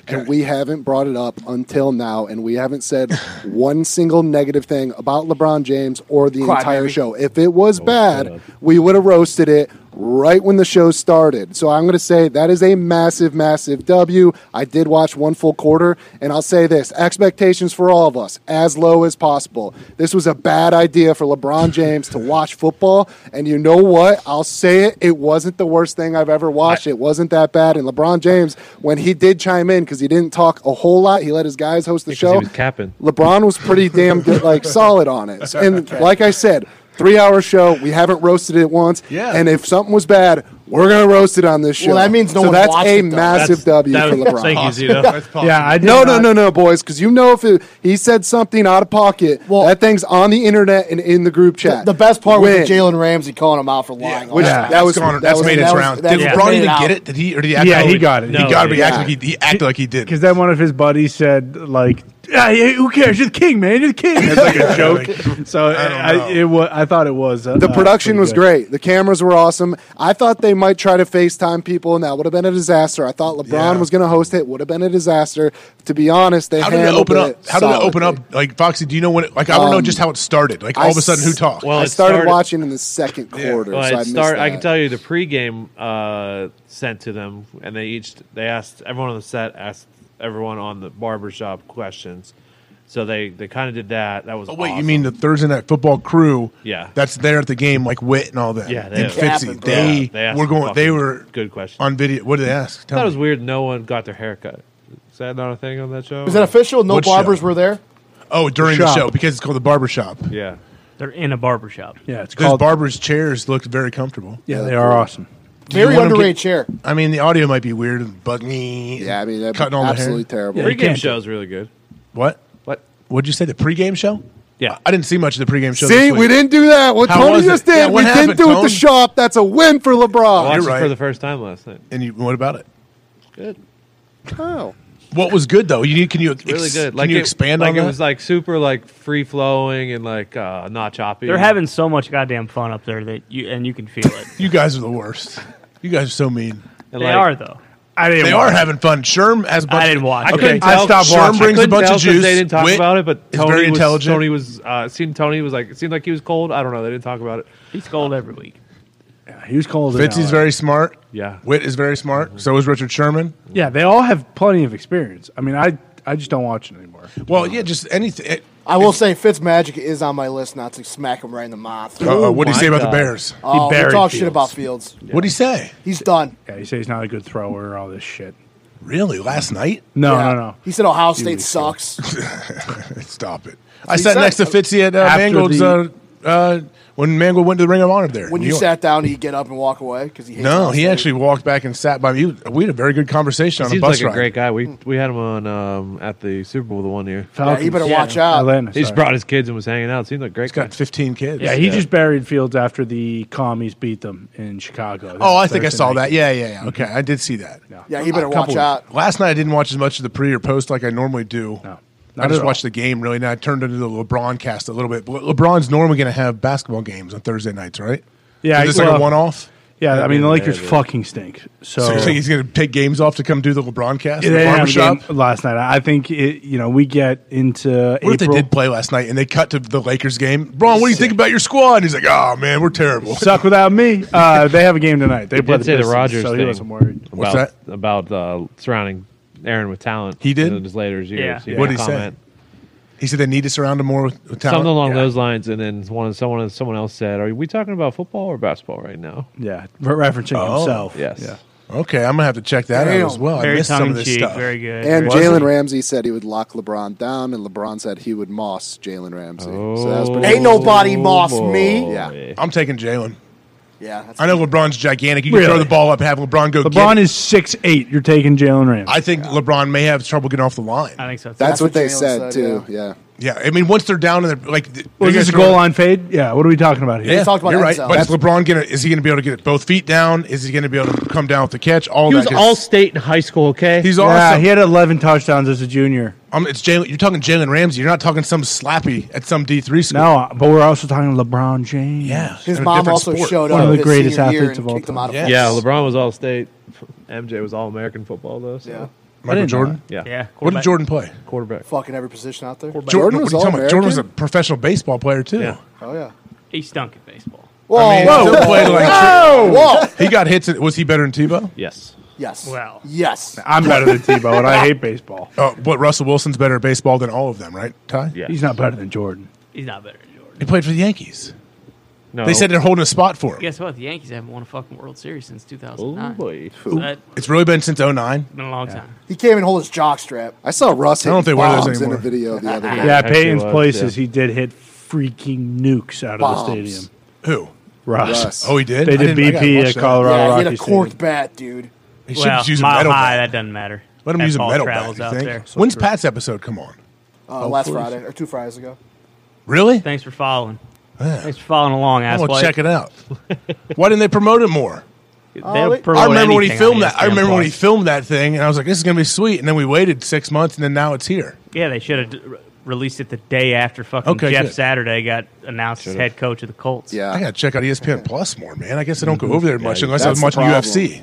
[SPEAKER 6] And we haven't brought it up until now, and we haven't said one single negative thing about LeBron James or the
[SPEAKER 7] Crybaby.
[SPEAKER 6] entire show. If it was
[SPEAKER 4] Oh, shut up.
[SPEAKER 6] bad, we would have roasted it right when the show started. So I'm going to say that is a massive, massive W. I did watch one full quarter, and I'll say this expectations for all of us as low as possible. This was a bad idea for LeBron James to watch football, and you know what? I'll say it. It wasn't the worst thing I've ever watched. It wasn't that bad. And LeBron James, when he did chime in, because he didn't talk a whole lot, he let his guys host the
[SPEAKER 4] Because
[SPEAKER 6] show.
[SPEAKER 4] he was capping.
[SPEAKER 6] LeBron was pretty damn good, like solid on it. And like I said, three hour show. We haven't roasted it once.
[SPEAKER 1] Yeah.
[SPEAKER 6] And if something was bad, we're gonna roast it on this show.
[SPEAKER 7] Well, that means no
[SPEAKER 6] so
[SPEAKER 7] one
[SPEAKER 6] that's
[SPEAKER 7] watched
[SPEAKER 6] a
[SPEAKER 7] it, though.
[SPEAKER 6] massive W
[SPEAKER 4] that
[SPEAKER 6] for
[SPEAKER 4] was-
[SPEAKER 6] LeBron.
[SPEAKER 4] Thank you, Zito.
[SPEAKER 3] Yeah, I did
[SPEAKER 6] No, no,
[SPEAKER 3] not-
[SPEAKER 6] no, no, boys, because you know if it, he said something out of pocket,
[SPEAKER 7] Well-
[SPEAKER 6] that thing's on the internet and in the group chat.
[SPEAKER 7] the best part
[SPEAKER 6] When?
[SPEAKER 7] was Jalen Ramsey calling him out for lying.
[SPEAKER 6] which-
[SPEAKER 7] Like,
[SPEAKER 6] that
[SPEAKER 1] That's
[SPEAKER 6] was-
[SPEAKER 1] gone-
[SPEAKER 6] that
[SPEAKER 1] that's
[SPEAKER 6] was-
[SPEAKER 1] made
[SPEAKER 7] that
[SPEAKER 1] its
[SPEAKER 7] was-
[SPEAKER 1] round.
[SPEAKER 7] that
[SPEAKER 1] Did
[SPEAKER 7] was
[SPEAKER 1] LeBron
[SPEAKER 7] made
[SPEAKER 1] even
[SPEAKER 7] out.
[SPEAKER 1] get it? Did he or did he act?
[SPEAKER 3] Yeah,
[SPEAKER 1] like
[SPEAKER 3] he got it.
[SPEAKER 1] He
[SPEAKER 4] No,
[SPEAKER 1] got it. but He
[SPEAKER 4] yeah.
[SPEAKER 1] acted like he, he acted like he did.
[SPEAKER 3] Because then one of his buddies said, like, "Ah, yeah, who cares? You're the king, man. You're the king. That's like a joke. So
[SPEAKER 1] I don't
[SPEAKER 3] I,
[SPEAKER 1] know.
[SPEAKER 3] I, it was, I thought it was. Uh,
[SPEAKER 6] The
[SPEAKER 3] uh,
[SPEAKER 6] production
[SPEAKER 3] pretty
[SPEAKER 6] was
[SPEAKER 3] good.
[SPEAKER 6] great. The cameras were awesome. I thought they might try to FaceTime people, and that would have been a disaster. I thought LeBron
[SPEAKER 1] Yeah.
[SPEAKER 6] was going to host it. Would have been a disaster. To be honest, they
[SPEAKER 1] how did it
[SPEAKER 6] handled
[SPEAKER 1] open up? How did it open
[SPEAKER 6] solidly.
[SPEAKER 1] up? Like Foxy, do you know when? It, like I don't know
[SPEAKER 6] Um,
[SPEAKER 1] just how it started. Like all
[SPEAKER 6] I
[SPEAKER 1] of a sudden, who
[SPEAKER 6] s-
[SPEAKER 1] talked?
[SPEAKER 4] Well,
[SPEAKER 6] I
[SPEAKER 4] it
[SPEAKER 6] started,
[SPEAKER 4] started-
[SPEAKER 6] watching in the second quarter,
[SPEAKER 4] Well,
[SPEAKER 6] so I
[SPEAKER 4] I,
[SPEAKER 6] missed
[SPEAKER 4] start,
[SPEAKER 6] that.
[SPEAKER 4] I can tell you the pregame uh, sent to them, and they each they asked everyone on the set asked everyone on the barbershop questions. So they they kind of did that. That was
[SPEAKER 1] Oh wait, you
[SPEAKER 4] awesome.
[SPEAKER 1] mean the Thursday night football crew?
[SPEAKER 4] Yeah.
[SPEAKER 1] that's there at the game, like Wit and all that.
[SPEAKER 4] Yeah, they-
[SPEAKER 1] and Fitzy.
[SPEAKER 7] Happened, bro.
[SPEAKER 1] They,
[SPEAKER 4] Yeah, they asked
[SPEAKER 1] were
[SPEAKER 4] some
[SPEAKER 1] going. They
[SPEAKER 4] fucking
[SPEAKER 1] were
[SPEAKER 4] good question.
[SPEAKER 1] on video. What did they ask?
[SPEAKER 4] I
[SPEAKER 1] Tell
[SPEAKER 4] thought it was
[SPEAKER 1] me.
[SPEAKER 4] weird. No one got their haircut. Is that not a thing on that show?
[SPEAKER 7] Was that official? No
[SPEAKER 1] Which
[SPEAKER 7] barbers
[SPEAKER 1] show?
[SPEAKER 7] were there.
[SPEAKER 1] Oh, during
[SPEAKER 3] The
[SPEAKER 1] the,
[SPEAKER 3] shop.
[SPEAKER 1] show because it's called the barber shop.
[SPEAKER 4] Yeah.
[SPEAKER 2] They're in a barbershop.
[SPEAKER 3] Yeah, it's
[SPEAKER 1] Those
[SPEAKER 3] called.
[SPEAKER 1] barbers' chairs looked very comfortable.
[SPEAKER 3] yeah, they are awesome.
[SPEAKER 1] you
[SPEAKER 7] Very
[SPEAKER 1] want 'em to-
[SPEAKER 7] underrated chair.
[SPEAKER 1] I mean, the audio might be weird and buggy.
[SPEAKER 6] Yeah, I mean, that'd be
[SPEAKER 1] cutting all
[SPEAKER 6] absolutely
[SPEAKER 1] the hair.
[SPEAKER 6] terrible.
[SPEAKER 3] Yeah. you
[SPEAKER 4] Pregame
[SPEAKER 3] can't
[SPEAKER 4] show is really good.
[SPEAKER 1] What?
[SPEAKER 4] What?
[SPEAKER 1] What'd you say? The pregame show?
[SPEAKER 4] Yeah.
[SPEAKER 1] I didn't see much of the pregame show.
[SPEAKER 6] See,
[SPEAKER 1] this week.
[SPEAKER 6] we didn't do that. What
[SPEAKER 1] How
[SPEAKER 6] Tony
[SPEAKER 1] was
[SPEAKER 6] just
[SPEAKER 1] it?
[SPEAKER 6] did,
[SPEAKER 1] Yeah,
[SPEAKER 6] we
[SPEAKER 1] what
[SPEAKER 6] didn't
[SPEAKER 1] happened,
[SPEAKER 6] do at
[SPEAKER 1] Tony?
[SPEAKER 6] the shop. That's a win for
[SPEAKER 4] I
[SPEAKER 6] LeBron.
[SPEAKER 4] watched
[SPEAKER 1] Oh, you're
[SPEAKER 4] it
[SPEAKER 1] right.
[SPEAKER 4] for the first time last night.
[SPEAKER 1] And you, what about it?
[SPEAKER 4] Good.
[SPEAKER 1] Oh. What was good though? You need- can you ex-
[SPEAKER 4] Really good.
[SPEAKER 1] Can
[SPEAKER 4] Like
[SPEAKER 1] you
[SPEAKER 4] it-
[SPEAKER 1] expand
[SPEAKER 4] like
[SPEAKER 1] on
[SPEAKER 4] it
[SPEAKER 1] that?
[SPEAKER 4] was like super like free flowing and like uh not choppy.
[SPEAKER 2] They're having so much goddamn fun up there that you and you can feel it.
[SPEAKER 1] you guys are the worst. You guys are so mean.
[SPEAKER 4] and
[SPEAKER 2] they
[SPEAKER 4] like,
[SPEAKER 2] are though.
[SPEAKER 3] I didn't
[SPEAKER 1] They
[SPEAKER 3] watch
[SPEAKER 1] are
[SPEAKER 3] it.
[SPEAKER 1] having fun. Sherm has a bunch
[SPEAKER 2] I
[SPEAKER 1] of-
[SPEAKER 2] didn't watch.
[SPEAKER 4] I
[SPEAKER 2] it.
[SPEAKER 4] couldn't
[SPEAKER 3] I
[SPEAKER 4] tell.
[SPEAKER 3] stopped
[SPEAKER 1] Sherm
[SPEAKER 3] watching.
[SPEAKER 1] brings a
[SPEAKER 4] couldn't
[SPEAKER 1] bunch
[SPEAKER 4] tell
[SPEAKER 1] of
[SPEAKER 4] 'cause
[SPEAKER 1] juice.
[SPEAKER 4] They didn't talk
[SPEAKER 1] Wit
[SPEAKER 4] about it, but
[SPEAKER 1] is
[SPEAKER 4] Tony
[SPEAKER 1] very intelligent.
[SPEAKER 4] Was, Tony was uh, it seemed Tony was like it seemed like he was cold. I don't know. They didn't talk about it.
[SPEAKER 2] He's cold every week.
[SPEAKER 3] He was called.
[SPEAKER 1] Fitzy's very smart.
[SPEAKER 4] Yeah.
[SPEAKER 1] Witt is very smart. So is Richard Sherman.
[SPEAKER 3] Yeah, they all have plenty of experience. I mean, I I just don't watch it anymore.
[SPEAKER 1] Well, yeah, just anything. It,
[SPEAKER 7] I will say Fitz Magic is on my list not to smack him right in the mouth.
[SPEAKER 1] Uh-oh, Uh, what'd he say about the Bears? He
[SPEAKER 7] Oh, he
[SPEAKER 3] buried
[SPEAKER 7] talked shit
[SPEAKER 3] Fields.
[SPEAKER 7] about Fields.
[SPEAKER 1] What'd he say?
[SPEAKER 7] He's done.
[SPEAKER 3] Yeah, you say he's not a good thrower. All this shit.
[SPEAKER 1] Really? Last night?
[SPEAKER 3] No,
[SPEAKER 7] Yeah.
[SPEAKER 3] no, no.
[SPEAKER 7] He said Ohio State sucks.
[SPEAKER 1] Stop it. I
[SPEAKER 7] he
[SPEAKER 1] sat
[SPEAKER 7] said.
[SPEAKER 1] next to Fitzy at uh,
[SPEAKER 3] After
[SPEAKER 1] Mangold's
[SPEAKER 3] the-
[SPEAKER 1] uh, uh, when Mangold went to the Ring of Honor there.
[SPEAKER 7] When you
[SPEAKER 1] in New York.
[SPEAKER 7] sat down, he'd get up and walk away because he hates
[SPEAKER 1] No,
[SPEAKER 7] Ohio
[SPEAKER 1] he
[SPEAKER 7] State.
[SPEAKER 1] actually walked back and sat by me. He- We had a very good conversation on a
[SPEAKER 4] Seems
[SPEAKER 1] bus
[SPEAKER 4] like a
[SPEAKER 1] ride.
[SPEAKER 4] great guy. We we had him on um, at the Super Bowl the one year.
[SPEAKER 7] Yeah, you better watch out.
[SPEAKER 3] Atlanta,
[SPEAKER 4] He just
[SPEAKER 3] sorry.
[SPEAKER 4] brought his kids and was hanging out. Seemed like a great
[SPEAKER 1] He's
[SPEAKER 4] guy.
[SPEAKER 1] got 15 kids.
[SPEAKER 3] yeah, he just buried Fields after the commies beat them in Chicago.
[SPEAKER 1] Oh, I think I saw
[SPEAKER 3] Thursday night.
[SPEAKER 1] that. Yeah, yeah, yeah.
[SPEAKER 3] Mm-hmm.
[SPEAKER 1] Okay, I did see that.
[SPEAKER 7] Yeah, he better
[SPEAKER 1] A
[SPEAKER 7] watch
[SPEAKER 1] couple-
[SPEAKER 7] out.
[SPEAKER 1] Last night I didn't watch as much of the pre or post like I normally do.
[SPEAKER 3] No, not
[SPEAKER 1] I
[SPEAKER 3] at
[SPEAKER 1] just
[SPEAKER 3] all.
[SPEAKER 1] watched the game really. Now I turned into the LeBron cast a little bit. Le- LeBron's normally going to have basketball games on Thursday nights, right?
[SPEAKER 3] Yeah,
[SPEAKER 1] is this
[SPEAKER 3] I-
[SPEAKER 1] like a
[SPEAKER 3] well,
[SPEAKER 1] one-off?
[SPEAKER 3] Yeah, I mean the
[SPEAKER 4] Yeah,
[SPEAKER 3] Lakers
[SPEAKER 4] yeah.
[SPEAKER 3] fucking stink. So,
[SPEAKER 1] So you think he's going to take games off to come do the LeBron cast?
[SPEAKER 3] They
[SPEAKER 1] in the
[SPEAKER 3] didn't have a
[SPEAKER 1] barbershop?
[SPEAKER 3] game last night. I think it, you know we get into
[SPEAKER 1] What if
[SPEAKER 3] April.
[SPEAKER 1] they did play last night and they cut to the Lakers game? Braun, what do you think about your squad? And he's like, oh, man, we're terrible.
[SPEAKER 3] Suck without me. Uh, they have a game tonight. They play
[SPEAKER 4] did
[SPEAKER 3] the
[SPEAKER 4] say the
[SPEAKER 3] Pistons,
[SPEAKER 4] Rodgers
[SPEAKER 3] so he
[SPEAKER 4] thing.
[SPEAKER 3] wasn't worried.
[SPEAKER 4] about
[SPEAKER 1] What's that?
[SPEAKER 4] about uh, surrounding Aaron with talent.
[SPEAKER 1] He did?
[SPEAKER 4] in his later years.
[SPEAKER 2] Yeah.
[SPEAKER 4] He made
[SPEAKER 1] What'd
[SPEAKER 4] a
[SPEAKER 1] he say?
[SPEAKER 4] comment.
[SPEAKER 1] He said they need to surround him more with, with talent.
[SPEAKER 4] Something along
[SPEAKER 1] Yeah.
[SPEAKER 4] those lines, and then one someone someone else said, "Are we talking about football or basketball right now?"
[SPEAKER 3] Yeah, re- referencing
[SPEAKER 1] Oh.
[SPEAKER 3] himself.
[SPEAKER 4] Yes.
[SPEAKER 3] Yeah.
[SPEAKER 1] Okay, I'm gonna have to check that
[SPEAKER 7] Damn.
[SPEAKER 1] out as well. I
[SPEAKER 2] Very
[SPEAKER 1] missed some
[SPEAKER 2] tongue
[SPEAKER 1] of
[SPEAKER 2] in
[SPEAKER 1] this
[SPEAKER 2] cheek.
[SPEAKER 1] stuff.
[SPEAKER 2] very good.
[SPEAKER 6] And
[SPEAKER 2] very
[SPEAKER 6] Jalen Ramsey said he would lock LeBron down, and LeBron said he would moss Jalen Ramsey. So that was pretty
[SPEAKER 7] Ain't nobody moss
[SPEAKER 4] Oh, boy.
[SPEAKER 7] me.
[SPEAKER 6] Oh, Yeah.
[SPEAKER 1] I'm taking Jalen.
[SPEAKER 7] Yeah, that's
[SPEAKER 1] I know LeBron's gigantic. You can throw
[SPEAKER 3] Really?
[SPEAKER 1] the ball up, and have LeBron go.
[SPEAKER 3] LeBron
[SPEAKER 1] get it.
[SPEAKER 3] is six eight. You're taking Jalen Ramsey.
[SPEAKER 1] I think LeBron may have trouble getting off the line.
[SPEAKER 2] I think so. too.
[SPEAKER 6] That's,
[SPEAKER 7] That's
[SPEAKER 6] what,
[SPEAKER 7] what
[SPEAKER 6] they
[SPEAKER 7] Jalen
[SPEAKER 6] said,
[SPEAKER 7] said,
[SPEAKER 6] too. Yeah.
[SPEAKER 1] yeah, I mean, once they're down and they're like, th-
[SPEAKER 3] was
[SPEAKER 1] they're
[SPEAKER 3] this a
[SPEAKER 1] gonna
[SPEAKER 3] goal
[SPEAKER 1] throw-
[SPEAKER 3] line fade? Yeah. What are we talking about here?
[SPEAKER 1] Yeah,
[SPEAKER 7] talked about
[SPEAKER 1] you're
[SPEAKER 7] that
[SPEAKER 1] right.
[SPEAKER 7] zone.
[SPEAKER 1] But is LeBron gonna is he gonna be able to get it both feet down? Is he gonna be able to come down with the catch? All
[SPEAKER 4] He
[SPEAKER 1] that.
[SPEAKER 4] was
[SPEAKER 1] 'cause
[SPEAKER 4] all state in high school. Okay,
[SPEAKER 1] He's
[SPEAKER 3] Yeah,
[SPEAKER 1] awesome.
[SPEAKER 3] he had 11 touchdowns as a junior.
[SPEAKER 1] Um, it's Jalen. You're talking Jalen Ramsey. You're not talking some slappy at some D three school.
[SPEAKER 3] No, but we're also talking LeBron James.
[SPEAKER 1] Yeah,
[SPEAKER 7] His
[SPEAKER 1] in a
[SPEAKER 7] mom
[SPEAKER 1] different
[SPEAKER 7] also
[SPEAKER 1] sport.
[SPEAKER 7] showed
[SPEAKER 3] One
[SPEAKER 7] up
[SPEAKER 3] of the
[SPEAKER 7] his
[SPEAKER 3] greatest
[SPEAKER 7] senior year
[SPEAKER 3] athletes
[SPEAKER 7] and
[SPEAKER 3] of all
[SPEAKER 7] kicked him
[SPEAKER 3] time.
[SPEAKER 7] out of
[SPEAKER 1] Yeah.
[SPEAKER 7] football.
[SPEAKER 4] yeah. LeBron was all state. MJ was all American football though. So.
[SPEAKER 7] Yeah.
[SPEAKER 1] Michael Jordan.
[SPEAKER 4] Yeah.
[SPEAKER 2] Yeah.
[SPEAKER 1] What did
[SPEAKER 2] quarterback.
[SPEAKER 1] Jordan play?
[SPEAKER 4] Quarterback.
[SPEAKER 7] Fucking every position out there.
[SPEAKER 1] Jordan,
[SPEAKER 6] Jordan was
[SPEAKER 1] what are you talking about? Jordan was a
[SPEAKER 6] All-American?
[SPEAKER 1] professional baseball player too.
[SPEAKER 4] Yeah.
[SPEAKER 7] Oh yeah.
[SPEAKER 2] He stunk at baseball.
[SPEAKER 7] Whoa,
[SPEAKER 1] I mean, he still played like
[SPEAKER 7] whoa.
[SPEAKER 1] he got hits. at- Was he better than Tebow?
[SPEAKER 4] Yes.
[SPEAKER 7] Yes.
[SPEAKER 2] Well.
[SPEAKER 7] Yes.
[SPEAKER 3] I'm better than Tebow, and I hate baseball.
[SPEAKER 1] Oh, but Russell Wilson's better at baseball than all of them, right? Ty.
[SPEAKER 4] Yeah.
[SPEAKER 3] He's not better than Jordan.
[SPEAKER 2] He's not better than Jordan.
[SPEAKER 1] He played for the Yankees.
[SPEAKER 4] No.
[SPEAKER 1] They said they're holding a spot for him.
[SPEAKER 2] Guess what? The Yankees haven't won a fucking World Series since
[SPEAKER 4] Oh
[SPEAKER 2] 2009.
[SPEAKER 4] boy.
[SPEAKER 2] So that's
[SPEAKER 1] It's really been since 09.
[SPEAKER 2] been a long time.
[SPEAKER 7] He came and hold his jock strap.
[SPEAKER 6] I saw Russ
[SPEAKER 1] I don't
[SPEAKER 6] hitting
[SPEAKER 1] think wear those
[SPEAKER 6] bombs in a
[SPEAKER 1] anymore.
[SPEAKER 6] video the other day.
[SPEAKER 3] Yeah,
[SPEAKER 4] actually
[SPEAKER 3] Peyton's
[SPEAKER 4] was,
[SPEAKER 3] places
[SPEAKER 4] yeah.
[SPEAKER 3] he did hit freaking nukes out of
[SPEAKER 6] Bombs.
[SPEAKER 3] the stadium.
[SPEAKER 1] Who?
[SPEAKER 3] Russ.
[SPEAKER 6] Russ.
[SPEAKER 1] Oh, he did.
[SPEAKER 3] They
[SPEAKER 1] I
[SPEAKER 3] did
[SPEAKER 1] didn't- I gotta
[SPEAKER 3] BP
[SPEAKER 1] watch
[SPEAKER 3] at
[SPEAKER 1] that.
[SPEAKER 3] Colorado
[SPEAKER 7] yeah, he had a
[SPEAKER 3] Rockies.
[SPEAKER 7] corked
[SPEAKER 3] Stadium.
[SPEAKER 7] bat, dude.
[SPEAKER 1] He should
[SPEAKER 2] Well,
[SPEAKER 1] just use a
[SPEAKER 2] mile
[SPEAKER 1] metal
[SPEAKER 2] high,
[SPEAKER 1] bat.
[SPEAKER 2] that doesn't matter.
[SPEAKER 1] Let him
[SPEAKER 2] That
[SPEAKER 1] use a
[SPEAKER 2] ball
[SPEAKER 1] metal bat.
[SPEAKER 2] travels
[SPEAKER 1] You
[SPEAKER 2] out there.
[SPEAKER 1] think? When's Pat's episode come on?
[SPEAKER 7] Uh,
[SPEAKER 1] Oh,
[SPEAKER 7] last Friday or two Fridays ago.
[SPEAKER 1] Really?
[SPEAKER 2] Thanks for following.
[SPEAKER 1] Yeah.
[SPEAKER 2] Thanks for following along,
[SPEAKER 1] I'm
[SPEAKER 2] ass
[SPEAKER 1] gonna check it out. Why didn't they promote it more?
[SPEAKER 2] Oh,
[SPEAKER 1] I remember when he filmed that. I remember when he filmed that thing, and I was like, "This is gonna be sweet." And then we waited six months, and then now it's here.
[SPEAKER 2] Yeah, they should have d- re- released it the day after fucking
[SPEAKER 1] Okay,
[SPEAKER 2] Jeff
[SPEAKER 1] good.
[SPEAKER 2] Saturday got announced as head coach of the Colts.
[SPEAKER 1] I
[SPEAKER 6] Yeah.
[SPEAKER 1] gotta check out E ESPN Plus more, man. I guess I don't go over there much unless I'm
[SPEAKER 6] Mm-hmm. that's the
[SPEAKER 1] watching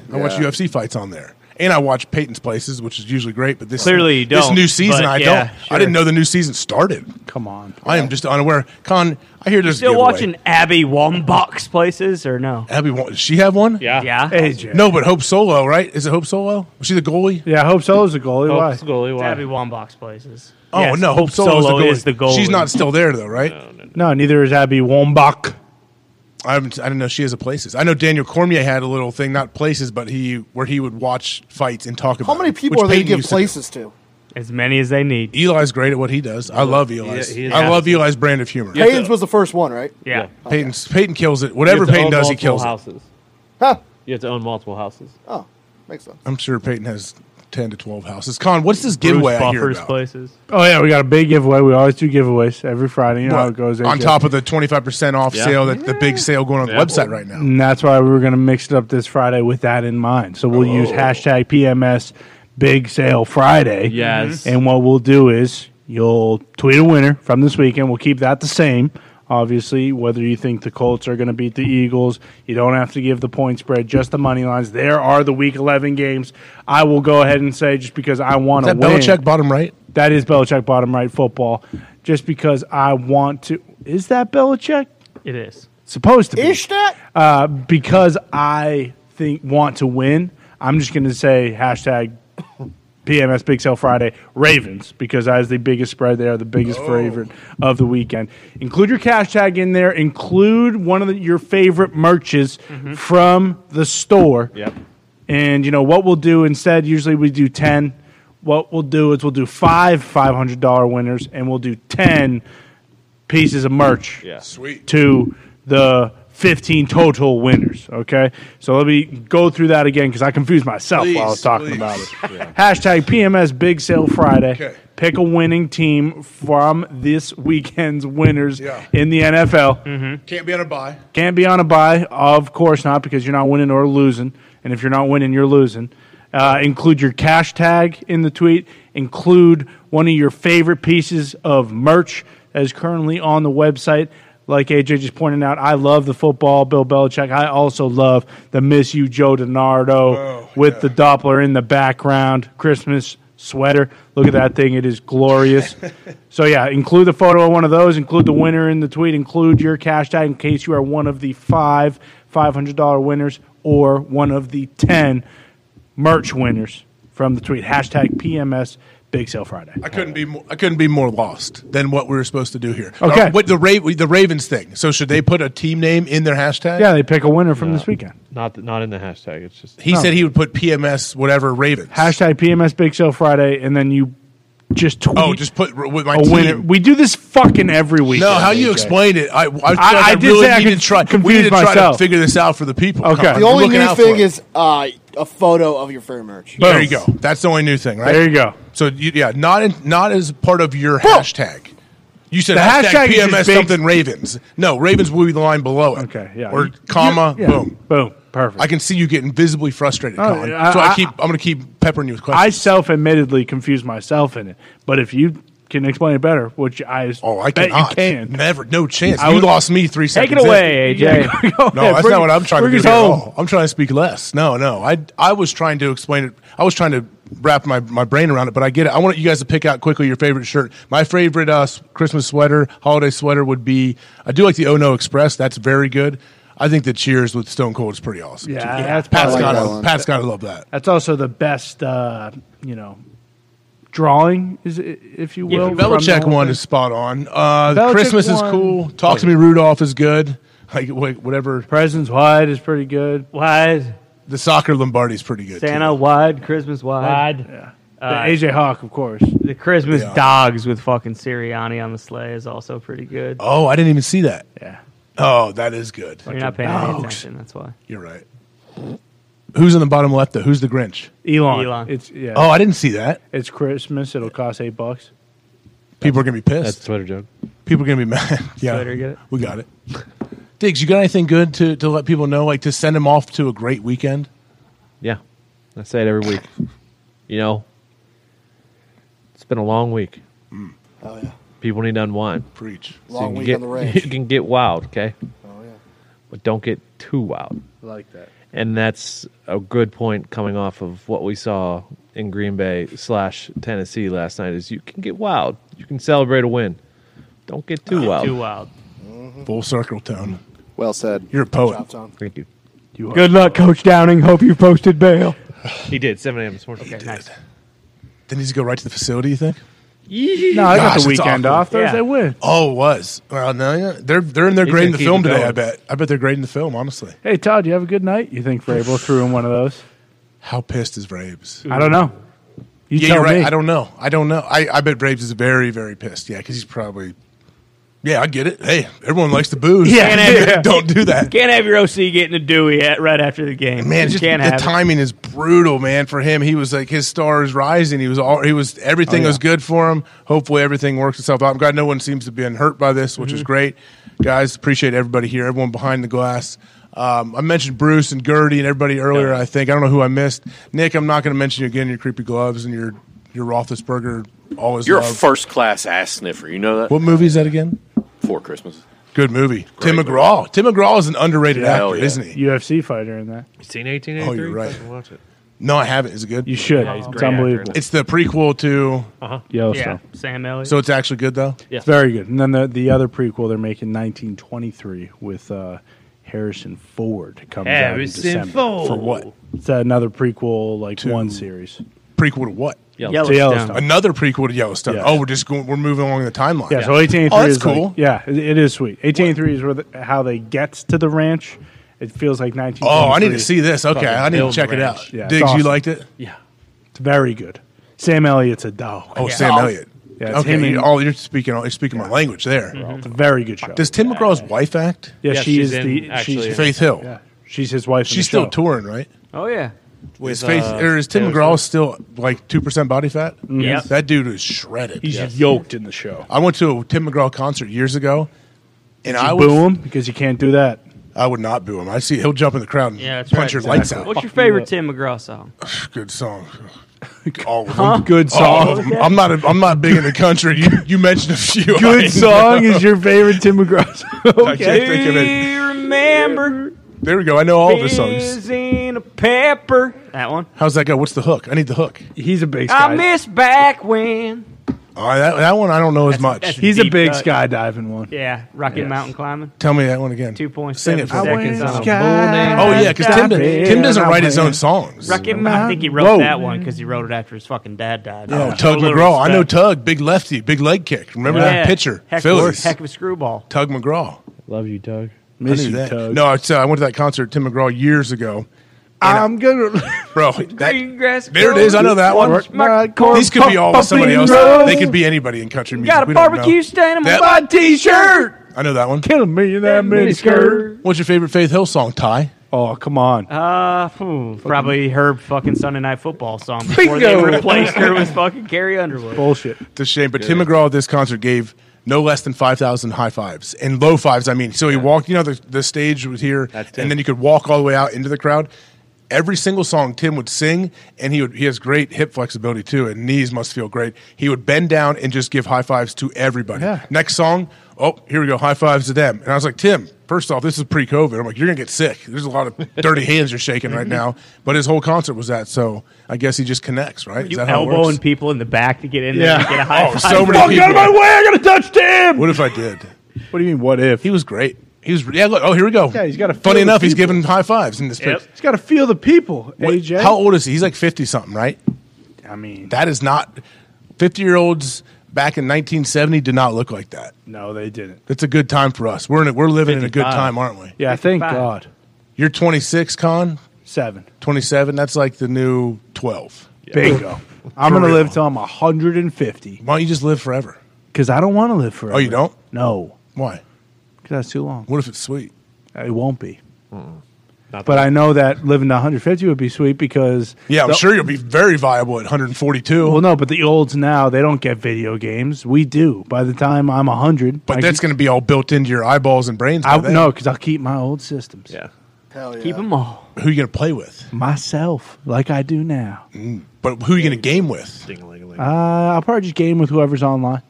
[SPEAKER 6] problem.
[SPEAKER 1] UFC. I watch
[SPEAKER 6] Yeah.
[SPEAKER 1] UFC fights on there, and I watch Peyton's Places, which is usually great. But this
[SPEAKER 2] Clearly you
[SPEAKER 1] this
[SPEAKER 2] don't,
[SPEAKER 1] new season,
[SPEAKER 2] but
[SPEAKER 1] I
[SPEAKER 2] yeah,
[SPEAKER 1] don't. I
[SPEAKER 2] sure.
[SPEAKER 1] didn't know the new season started.
[SPEAKER 3] Come on.
[SPEAKER 1] I am just unaware. Con, I hear there's a
[SPEAKER 2] Still
[SPEAKER 1] giveaway.
[SPEAKER 2] watching Abby Wambach's places or no?
[SPEAKER 1] Abby, wa- does she have one?
[SPEAKER 4] Yeah.
[SPEAKER 2] Yeah.
[SPEAKER 3] AJ.
[SPEAKER 1] No, but Hope Solo, right? Is it Hope Solo? Was she the goalie?
[SPEAKER 3] Yeah, I hope so. Is a goalie.
[SPEAKER 4] Oh,
[SPEAKER 3] Why?
[SPEAKER 4] it's goalie.
[SPEAKER 2] It's
[SPEAKER 4] Why?
[SPEAKER 2] Abby Wambach's places.
[SPEAKER 1] Oh
[SPEAKER 2] Yes,
[SPEAKER 1] no, Hope, Solo, is the goalie. She's not still there though, right?
[SPEAKER 3] No, neither is Abby Wombach.
[SPEAKER 1] I haven't. I didn't know she has a places. I know Daniel Cormier had a little thing, not places, but he where he would watch fights and talk about.
[SPEAKER 7] How many
[SPEAKER 1] it,
[SPEAKER 7] people
[SPEAKER 1] which
[SPEAKER 7] are they
[SPEAKER 1] Peyton
[SPEAKER 7] gonna give
[SPEAKER 1] used to do.
[SPEAKER 7] places to?
[SPEAKER 2] As many as they need.
[SPEAKER 1] Eli's great at what he does. I love Eli's.
[SPEAKER 4] he is
[SPEAKER 1] I love
[SPEAKER 4] awesome.
[SPEAKER 1] Eli's brand of humor.
[SPEAKER 7] Haynes was the first one, right?
[SPEAKER 2] Yeah.
[SPEAKER 1] Peyton's, Peyton kills it.
[SPEAKER 4] You
[SPEAKER 1] Whatever
[SPEAKER 4] have to
[SPEAKER 1] Peyton
[SPEAKER 4] own
[SPEAKER 1] does, he
[SPEAKER 4] multiple
[SPEAKER 1] kills it.
[SPEAKER 4] houses.
[SPEAKER 7] Huh.
[SPEAKER 4] You have to own multiple houses.
[SPEAKER 7] Oh, makes sense.
[SPEAKER 1] I'm sure Peyton has ten to twelve houses. Con, what's this giveaway
[SPEAKER 2] Bruce
[SPEAKER 1] I hear
[SPEAKER 2] Buffer's
[SPEAKER 1] about?
[SPEAKER 2] places.
[SPEAKER 3] Oh yeah, we got a big giveaway. We always do giveaways every Friday. You know how
[SPEAKER 1] What?
[SPEAKER 3] it goes.
[SPEAKER 1] on
[SPEAKER 3] AJ.
[SPEAKER 1] top of the 25% off
[SPEAKER 4] Yeah.
[SPEAKER 1] sale, that the big sale going on the
[SPEAKER 4] Yeah.
[SPEAKER 1] website right now.
[SPEAKER 3] and that's why we were going to mix it up this Friday with that in mind. So we'll use hashtag PMS Big Sale Friday.
[SPEAKER 1] Mm-hmm.
[SPEAKER 4] Yes.
[SPEAKER 3] And what we'll do is you'll tweet a winner from this weekend. We'll keep that the same. Obviously, whether you think the Colts are going to beat the Eagles, you don't have to give the point spread, just the money lines. There are the Week 11 games. I will go ahead and say just because I want
[SPEAKER 1] Is
[SPEAKER 3] to
[SPEAKER 1] that
[SPEAKER 3] win.
[SPEAKER 1] Belichick bottom right?
[SPEAKER 3] That is Belichick bottom right football. Just because I want to. Is that Belichick?
[SPEAKER 2] It is.
[SPEAKER 3] supposed to be.
[SPEAKER 7] Ish that?
[SPEAKER 3] Uh, because I think want to win, I'm just going to say hashtag PMS Big Sale Friday Ravens because that is the biggest spread. They are the biggest favorite of the weekend. Include your cash tag in there. Include one of the, your favorite merches from the store. And you know what we'll do instead? Usually we do ten. What we'll do is we'll do five five hundred dollar winners, and we'll do ten pieces of merch
[SPEAKER 1] Sweet.
[SPEAKER 3] to the 15 total winners. Okay. So let me go through that again because I confused myself while I was
[SPEAKER 1] Please,
[SPEAKER 3] talking
[SPEAKER 1] please.
[SPEAKER 3] about it. Hashtag PMS Big Sale Friday.
[SPEAKER 1] Okay.
[SPEAKER 3] Pick a winning team from this weekend's winners
[SPEAKER 1] Yeah.
[SPEAKER 3] in the NFL.
[SPEAKER 4] Mm-hmm.
[SPEAKER 1] Can't be on a buy.
[SPEAKER 3] Can't be on a buy, of course not, because you're not winning or losing. And if you're not winning, you're losing. Uh, include your cash tag in the tweet. Include one of your favorite pieces of merch that is currently on the website. Like AJ just pointed out, I love the football, Bill Belichick. I also love the Miss You Joe DiNardo
[SPEAKER 1] Oh,
[SPEAKER 3] with
[SPEAKER 1] yeah.
[SPEAKER 3] the Doppler in the background, Christmas sweater. Look at that thing; it is glorious. so yeah, include the photo of one of those. Include the winner in the tweet. Include your cash tag in case you are one of the five five hundred dollar winners or one of the ten merch winners from the tweet. Hashtag PMS Big Sale Friday.
[SPEAKER 1] I couldn't be more, I couldn't be more lost than what we were supposed to do here.
[SPEAKER 3] Okay.
[SPEAKER 1] Uh, what the Ra- the Ravens thing. So should they put a team name in their hashtag?
[SPEAKER 3] Yeah, they pick a winner from this weekend.
[SPEAKER 4] Not not in the hashtag. It's just
[SPEAKER 1] He said he would put PMS whatever Ravens.
[SPEAKER 3] Hashtag PMS Big Sale Friday, and then you just tweet
[SPEAKER 1] oh, just put r- with my
[SPEAKER 3] a
[SPEAKER 1] team.
[SPEAKER 3] winner. We do this fucking every week.
[SPEAKER 1] No, how you explained it? I I, feel like I,
[SPEAKER 3] I did
[SPEAKER 1] really
[SPEAKER 3] say I
[SPEAKER 1] need to
[SPEAKER 3] conf-
[SPEAKER 1] try. We
[SPEAKER 3] confused
[SPEAKER 1] need to try to
[SPEAKER 3] myself.
[SPEAKER 1] figure this out for the people.
[SPEAKER 3] Okay.
[SPEAKER 1] Come on,
[SPEAKER 3] The
[SPEAKER 7] The
[SPEAKER 1] I'm
[SPEAKER 7] only
[SPEAKER 1] looking
[SPEAKER 7] new
[SPEAKER 1] out
[SPEAKER 7] thing
[SPEAKER 1] for it.
[SPEAKER 7] is uh, a photo of your favorite merch.
[SPEAKER 1] there you go. That's the only new thing, right?
[SPEAKER 3] There you go.
[SPEAKER 1] So you, yeah, not in, not as part of your hashtag. You said
[SPEAKER 3] The
[SPEAKER 1] hashtag,
[SPEAKER 3] hashtag is just
[SPEAKER 1] PMS
[SPEAKER 3] big-
[SPEAKER 1] something Ravens. No, Ravens will be the line below it.
[SPEAKER 3] Okay, yeah.
[SPEAKER 1] Or
[SPEAKER 3] You-
[SPEAKER 1] comma
[SPEAKER 3] yeah.
[SPEAKER 1] boom.
[SPEAKER 3] Boom. Perfect.
[SPEAKER 1] I can see you getting visibly frustrated,
[SPEAKER 3] Oh,
[SPEAKER 1] Colin.
[SPEAKER 3] I-
[SPEAKER 1] so I,
[SPEAKER 3] I-
[SPEAKER 1] keep I'm going to keep peppering you with
[SPEAKER 3] I
[SPEAKER 1] questions.
[SPEAKER 3] self admittedly confuse myself in it. But if you can explain it better, which I
[SPEAKER 1] oh, I
[SPEAKER 3] bet
[SPEAKER 1] cannot.
[SPEAKER 3] you can.
[SPEAKER 1] Never, no chance.
[SPEAKER 3] I
[SPEAKER 1] you
[SPEAKER 3] would-
[SPEAKER 1] lost me three
[SPEAKER 2] Take
[SPEAKER 1] seconds.
[SPEAKER 2] it
[SPEAKER 1] in.
[SPEAKER 2] away, AJ.
[SPEAKER 1] No, that's not what I'm trying to do here at all. I'm trying to speak less. No, no. I I was trying to explain it. I was trying to wrap my, my brain around it, but I get it. I want you guys to pick out quickly your favorite shirt. My favorite uh, s- Christmas sweater, holiday sweater would be. I do like the Oh No Express. That's very good. I think the Cheers with Stone Cold is pretty awesome.
[SPEAKER 3] Yeah,
[SPEAKER 1] too.
[SPEAKER 3] that's
[SPEAKER 1] Pat's
[SPEAKER 3] probably-
[SPEAKER 1] gotta
[SPEAKER 6] that one.
[SPEAKER 1] Pat's gotta love that.
[SPEAKER 3] That's also the best, uh, you know, drawing, is it, if you will.
[SPEAKER 1] The
[SPEAKER 3] from the
[SPEAKER 1] Belichick
[SPEAKER 3] whole
[SPEAKER 1] one
[SPEAKER 3] thing.
[SPEAKER 1] is spot on. Uh,
[SPEAKER 3] Belichick
[SPEAKER 1] Christmas is
[SPEAKER 3] one-
[SPEAKER 1] cool. Talk to me, Rudolph is good. Like wait, whatever.
[SPEAKER 3] Presents wide is pretty good.
[SPEAKER 2] wide
[SPEAKER 1] The soccer Lombardi is pretty good. too.
[SPEAKER 2] Santa, wide Christmas, wide.
[SPEAKER 3] the AJ Hawk, of course.
[SPEAKER 2] The Christmas
[SPEAKER 1] Uh, Yeah.
[SPEAKER 2] dogs with fucking Sirianni on the sleigh is also pretty good.
[SPEAKER 1] Oh, I didn't even see that.
[SPEAKER 3] Yeah.
[SPEAKER 1] Oh, that is good.
[SPEAKER 2] You're not paying any
[SPEAKER 3] dogs.
[SPEAKER 2] attention. That's why.
[SPEAKER 1] You're right. Who's in the bottom left though? Who's the Grinch?
[SPEAKER 3] Elon.
[SPEAKER 2] Elon.
[SPEAKER 3] It's yeah.
[SPEAKER 1] Oh, I didn't see that.
[SPEAKER 3] It's Christmas. It'll cost eight bucks.
[SPEAKER 1] People are gonna be
[SPEAKER 4] that's
[SPEAKER 1] pissed.
[SPEAKER 4] Twitter joke.
[SPEAKER 1] People are gonna be mad. yeah,
[SPEAKER 2] Twitter, get it?
[SPEAKER 1] we got it. Diggs, you got anything good to, to let people know? Like to send them off to a great weekend?
[SPEAKER 4] Yeah, I say it every week. You know, it's been a long week.
[SPEAKER 7] Oh, yeah.
[SPEAKER 4] People need to unwind.
[SPEAKER 1] Preach.
[SPEAKER 4] So you
[SPEAKER 7] Long
[SPEAKER 4] can
[SPEAKER 7] week
[SPEAKER 4] get,
[SPEAKER 7] on the range.
[SPEAKER 4] You can get wild, okay?
[SPEAKER 7] Oh, yeah.
[SPEAKER 4] But don't get too wild.
[SPEAKER 3] I like that.
[SPEAKER 4] And that's a good point coming off of what we saw in Green Bay slash Tennessee last night is you can get wild. You can celebrate a win. Don't get too wild.
[SPEAKER 2] Too wild.
[SPEAKER 3] Mm-hmm.
[SPEAKER 1] Full circle tone.
[SPEAKER 6] Well said.
[SPEAKER 1] You're a
[SPEAKER 7] Drop
[SPEAKER 1] poet.
[SPEAKER 7] down.
[SPEAKER 4] Thank you.
[SPEAKER 2] Good luck, Coach Downing. Hope you posted bail.
[SPEAKER 4] He did, 7 a.m. this morning.
[SPEAKER 2] Okay, nice.
[SPEAKER 1] Then he's go right to the facility. You think?
[SPEAKER 3] No, I
[SPEAKER 1] Gosh,
[SPEAKER 3] got
[SPEAKER 1] it's
[SPEAKER 3] the weekend
[SPEAKER 1] awful.
[SPEAKER 3] off.
[SPEAKER 2] Yeah.
[SPEAKER 3] Thursday win.
[SPEAKER 1] Oh, was. Well, no, yeah. They're they're in there
[SPEAKER 4] He's
[SPEAKER 1] grading the
[SPEAKER 4] gonna
[SPEAKER 1] film
[SPEAKER 4] keep it
[SPEAKER 1] today.
[SPEAKER 4] going.
[SPEAKER 1] I bet. I bet they're grading the film. Honestly,
[SPEAKER 3] Hey Todd, you have a good night. You think Vrabel threw in one of those?
[SPEAKER 1] how pissed is Braves?
[SPEAKER 3] I don't know. You
[SPEAKER 1] Yeah,
[SPEAKER 3] tell
[SPEAKER 1] you're right.
[SPEAKER 3] me.
[SPEAKER 1] I don't know. I don't know. I, I bet Braves is very, very pissed. Yeah, because he's probably. Yeah, I get it. Hey, everyone likes the booze.
[SPEAKER 2] Yeah. Yeah.
[SPEAKER 1] don't do that.
[SPEAKER 2] Can't have your OC getting a Dewey at, right after the game.
[SPEAKER 1] Man,
[SPEAKER 2] You
[SPEAKER 1] just
[SPEAKER 2] can't
[SPEAKER 1] the
[SPEAKER 2] have it.
[SPEAKER 1] timing is brutal, man. For him, he was like his star is rising. He was all he was everything was good for him. Hopefully, everything works itself out. I'm glad no one seems to be hurt by this, which is great, guys. Appreciate everybody here, everyone behind the glass. Um, I mentioned Bruce and Gertie and everybody earlier. I think I don't know who I missed. Nick, I'm not going to mention you again. Your creepy gloves and your your Roethlisberger always.
[SPEAKER 5] You're a
[SPEAKER 1] love.
[SPEAKER 5] first class ass sniffer. You know that?
[SPEAKER 1] What movie is that again?
[SPEAKER 5] Before Christmas.
[SPEAKER 1] Good movie. Tim
[SPEAKER 5] movie.
[SPEAKER 1] McGraw. Tim McGraw is an underrated
[SPEAKER 5] hell
[SPEAKER 1] actor,
[SPEAKER 5] yeah.
[SPEAKER 1] isn't he?
[SPEAKER 3] UFC fighter in that.
[SPEAKER 4] You seen 1883?
[SPEAKER 1] Oh, you're right.
[SPEAKER 4] Fucking Watch it.
[SPEAKER 1] No, I haven't. Is it good?
[SPEAKER 3] You should.
[SPEAKER 4] Yeah, he's
[SPEAKER 3] it's
[SPEAKER 4] great actor.
[SPEAKER 3] unbelievable.
[SPEAKER 1] It's the prequel to.
[SPEAKER 3] Yellowstone.
[SPEAKER 2] Sam Elliott.
[SPEAKER 1] So it's actually good though.
[SPEAKER 4] Yeah.
[SPEAKER 3] It's very good. And then the, the other prequel they're making 1923 with uh, Harrison Ford comes
[SPEAKER 4] Harrison
[SPEAKER 3] out in December.
[SPEAKER 4] Ford.
[SPEAKER 1] For what?
[SPEAKER 3] It's another prequel like one series.
[SPEAKER 1] Prequel to what?
[SPEAKER 3] To Yellowstone.
[SPEAKER 1] Another prequel to Yellowstone.
[SPEAKER 3] Yeah.
[SPEAKER 1] Oh, we're just going. We're moving along the timeline.
[SPEAKER 3] Yeah, so 1883
[SPEAKER 1] Oh, that's
[SPEAKER 3] is like-
[SPEAKER 1] cool.
[SPEAKER 3] yeah, it, it is sweet. 1883 is where the, how they gets to the ranch. It feels like 1923.
[SPEAKER 1] Oh, I need to see this. Okay,
[SPEAKER 4] Fucking
[SPEAKER 1] I need to
[SPEAKER 4] Build
[SPEAKER 1] check it
[SPEAKER 4] Ranch.
[SPEAKER 1] out.
[SPEAKER 3] Yeah, it's
[SPEAKER 1] Diggs, you
[SPEAKER 3] awesome.
[SPEAKER 1] liked it?
[SPEAKER 4] Yeah.
[SPEAKER 3] It's very good. Sam Elliott's a dog.
[SPEAKER 1] Oh, Sam
[SPEAKER 7] Oh.
[SPEAKER 1] Elliott.
[SPEAKER 3] Yeah, it's
[SPEAKER 1] okay,
[SPEAKER 3] him and-
[SPEAKER 1] you- oh, you're speaking. You're speaking my language there.
[SPEAKER 3] It's a very good show.
[SPEAKER 1] Does Tim McGraw's wife act?
[SPEAKER 3] yeah,
[SPEAKER 4] Yeah,
[SPEAKER 3] she
[SPEAKER 4] she's in,
[SPEAKER 3] is the
[SPEAKER 4] actually,
[SPEAKER 3] she's,
[SPEAKER 1] Faith Hill.
[SPEAKER 3] yeah, she's his wife. in
[SPEAKER 1] She's
[SPEAKER 3] the
[SPEAKER 1] still
[SPEAKER 3] show.
[SPEAKER 1] touring, right?
[SPEAKER 2] oh yeah.
[SPEAKER 1] Is Faith
[SPEAKER 4] uh,
[SPEAKER 1] or is Tim
[SPEAKER 4] Taylor
[SPEAKER 1] McGraw still like two percent body fat?
[SPEAKER 2] Yep.
[SPEAKER 1] That dude is shredded.
[SPEAKER 3] Mm-hmm. He's yoked in the show.
[SPEAKER 1] I went to a Tim McGraw concert years ago, and I
[SPEAKER 3] You
[SPEAKER 1] would,
[SPEAKER 3] boo him because you can't do that.
[SPEAKER 1] I would not boo him. I see he'll jump in the crowd and
[SPEAKER 2] Yeah, that's
[SPEAKER 1] punch
[SPEAKER 2] right.
[SPEAKER 1] your
[SPEAKER 2] Exactly.
[SPEAKER 1] lights out.
[SPEAKER 2] What's your favorite Tim McGraw song?
[SPEAKER 1] Good song. All of them.
[SPEAKER 3] Good
[SPEAKER 1] All
[SPEAKER 3] song.
[SPEAKER 1] of them. Oh, I'm not. A, I'm not big in the country. You you mentioned a few. I
[SPEAKER 3] Good
[SPEAKER 1] ain't-
[SPEAKER 3] song is your favorite Tim McGraw song.
[SPEAKER 1] I can't think of it.
[SPEAKER 2] Do you remember
[SPEAKER 1] There we go. I know all of his songs.
[SPEAKER 2] is in a pepper. That one.
[SPEAKER 1] How's that go? What's the hook? I need the hook.
[SPEAKER 3] He's a big
[SPEAKER 2] I
[SPEAKER 3] sky.
[SPEAKER 2] miss back when.
[SPEAKER 1] All right, that, that one I don't know as much.
[SPEAKER 2] that's-
[SPEAKER 3] He's a
[SPEAKER 2] Deep
[SPEAKER 3] big
[SPEAKER 2] cut.
[SPEAKER 3] skydiving one.
[SPEAKER 2] Yeah, Rocky Mountain Climbing.
[SPEAKER 1] Tell me that one again.
[SPEAKER 2] Two point
[SPEAKER 1] Sing it
[SPEAKER 2] seven
[SPEAKER 1] for me.
[SPEAKER 2] seconds on a
[SPEAKER 1] Oh yeah, because Tim,
[SPEAKER 3] Skydiving.
[SPEAKER 1] Tim doesn't write his own songs.
[SPEAKER 2] Rocky Mountain. I think he wrote
[SPEAKER 3] Whoa.
[SPEAKER 2] that one because he wrote it after his fucking dad died.
[SPEAKER 1] Oh, Tug McGraw. I know Tug, big lefty, big leg kick. Remember that pitcher?
[SPEAKER 2] Heck, of a-
[SPEAKER 1] Phillies.
[SPEAKER 2] heck of a screwball.
[SPEAKER 1] Tug McGraw.
[SPEAKER 4] Love you, Doug.
[SPEAKER 1] I
[SPEAKER 3] Miss
[SPEAKER 1] knew
[SPEAKER 3] you,
[SPEAKER 1] that.
[SPEAKER 3] Tug.
[SPEAKER 1] No, it's, uh, I went to that concert, Tim McGraw, years ago.
[SPEAKER 3] I'm gonna
[SPEAKER 1] Bro, that,
[SPEAKER 2] Green grass
[SPEAKER 1] there it is. I know that one.
[SPEAKER 3] work my corn.
[SPEAKER 1] These could be all
[SPEAKER 3] pumping
[SPEAKER 1] somebody else.
[SPEAKER 3] road.
[SPEAKER 1] They could be anybody in country music.
[SPEAKER 2] Got a
[SPEAKER 1] We don't know.
[SPEAKER 2] barbecue stain on my
[SPEAKER 1] That-
[SPEAKER 2] body.
[SPEAKER 3] T-shirt.
[SPEAKER 1] I know that one.
[SPEAKER 3] Killing me in that miniskirt.
[SPEAKER 1] What's your favorite Faith Hill song, Ty?
[SPEAKER 3] Oh come on.
[SPEAKER 2] Uh, phew, probably her fucking Sunday Night Football song before they replaced her with fucking Carrie Underwood.
[SPEAKER 3] Bullshit.
[SPEAKER 1] It's a shame. But Tim McGraw at this concert gave no less than 5,000 high fives and low fives, I mean. So he walked, you know, the, the stage was here,
[SPEAKER 4] That's Tim.
[SPEAKER 1] and then you could walk all the way out into the crowd. Every single song Tim would sing, and he would, he has great hip flexibility too, and knees must feel great. He would bend down and just give high fives to everybody.
[SPEAKER 3] Yeah.
[SPEAKER 1] Next song, oh, here we go, high fives to them. And I was like, Tim, first off, this is pre COVID. I'm like, you're going to get sick. There's a lot of dirty hands you're shaking right now. But his whole concert was that, so I guess he just connects, right? Is
[SPEAKER 2] You
[SPEAKER 1] that how it works?
[SPEAKER 2] elbowing people in the back to get in there
[SPEAKER 3] Yeah.
[SPEAKER 2] and get a high
[SPEAKER 1] Oh,
[SPEAKER 2] five.
[SPEAKER 1] so many people.
[SPEAKER 3] way! I gotta touch Tim.
[SPEAKER 1] What if I did?
[SPEAKER 3] What do you mean? What if?
[SPEAKER 1] He was great. He was yeah. Look, oh, here we go.
[SPEAKER 3] Yeah, he's got a
[SPEAKER 1] Funny
[SPEAKER 3] feel
[SPEAKER 1] enough,
[SPEAKER 3] the
[SPEAKER 1] he's
[SPEAKER 3] people.
[SPEAKER 1] giving high fives in this
[SPEAKER 2] Yep.
[SPEAKER 1] picture.
[SPEAKER 3] He's got to feel the people.
[SPEAKER 1] Wait,
[SPEAKER 3] AJ.
[SPEAKER 1] How old is he? He's like fifty something, right?
[SPEAKER 3] I mean,
[SPEAKER 1] That is not fifty year olds back in nineteen seventy did not look like that.
[SPEAKER 3] no, they didn't.
[SPEAKER 1] It's a good time for us. We're in a, we're living in a good
[SPEAKER 2] 55.
[SPEAKER 1] time, aren't we?
[SPEAKER 3] Yeah, thank
[SPEAKER 2] Fifty-five.
[SPEAKER 3] God.
[SPEAKER 1] You're twenty six, Con
[SPEAKER 3] Seven.
[SPEAKER 1] twenty seven. That's like the new twelve.
[SPEAKER 3] Bingo. I'm gonna
[SPEAKER 1] real.
[SPEAKER 3] live till I'm 150
[SPEAKER 1] Why don't you just live forever?
[SPEAKER 3] because I don't want to live forever.
[SPEAKER 1] Oh, you don't?
[SPEAKER 3] No,
[SPEAKER 1] Why?
[SPEAKER 3] because that's too long.
[SPEAKER 1] What if it's sweet?
[SPEAKER 3] It won't be. But I know that living to 150 would be sweet because
[SPEAKER 1] Yeah, I'm
[SPEAKER 3] the-
[SPEAKER 1] sure you'll be very viable at 142.
[SPEAKER 3] Well, no, but the olds now they don't get video games. We do. By the time I'm 100,
[SPEAKER 1] but
[SPEAKER 3] I
[SPEAKER 1] that's
[SPEAKER 3] keep-
[SPEAKER 1] going to be all built into your eyeballs and brains.
[SPEAKER 3] I,
[SPEAKER 1] by then.
[SPEAKER 3] no, because I'll keep my old systems.
[SPEAKER 4] Yeah.
[SPEAKER 7] Hell yeah.
[SPEAKER 2] Keep them all.
[SPEAKER 1] Who you going to play with?
[SPEAKER 3] myself like I do now.
[SPEAKER 1] But who are you going to game with?
[SPEAKER 4] Ding-a-ling-a-ling.
[SPEAKER 3] Uh, I'll probably just game with whoever's online.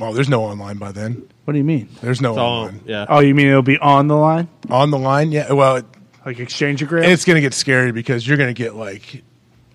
[SPEAKER 1] Oh, there's no online by then.
[SPEAKER 3] What do you mean?
[SPEAKER 1] There's no
[SPEAKER 4] Oh,
[SPEAKER 1] online.
[SPEAKER 4] yeah.
[SPEAKER 3] Oh, you mean it'll be on the line,
[SPEAKER 1] On the line, yeah. Well, it-
[SPEAKER 3] like exchange a grade?
[SPEAKER 1] and it's going to get scary because you're going to get like.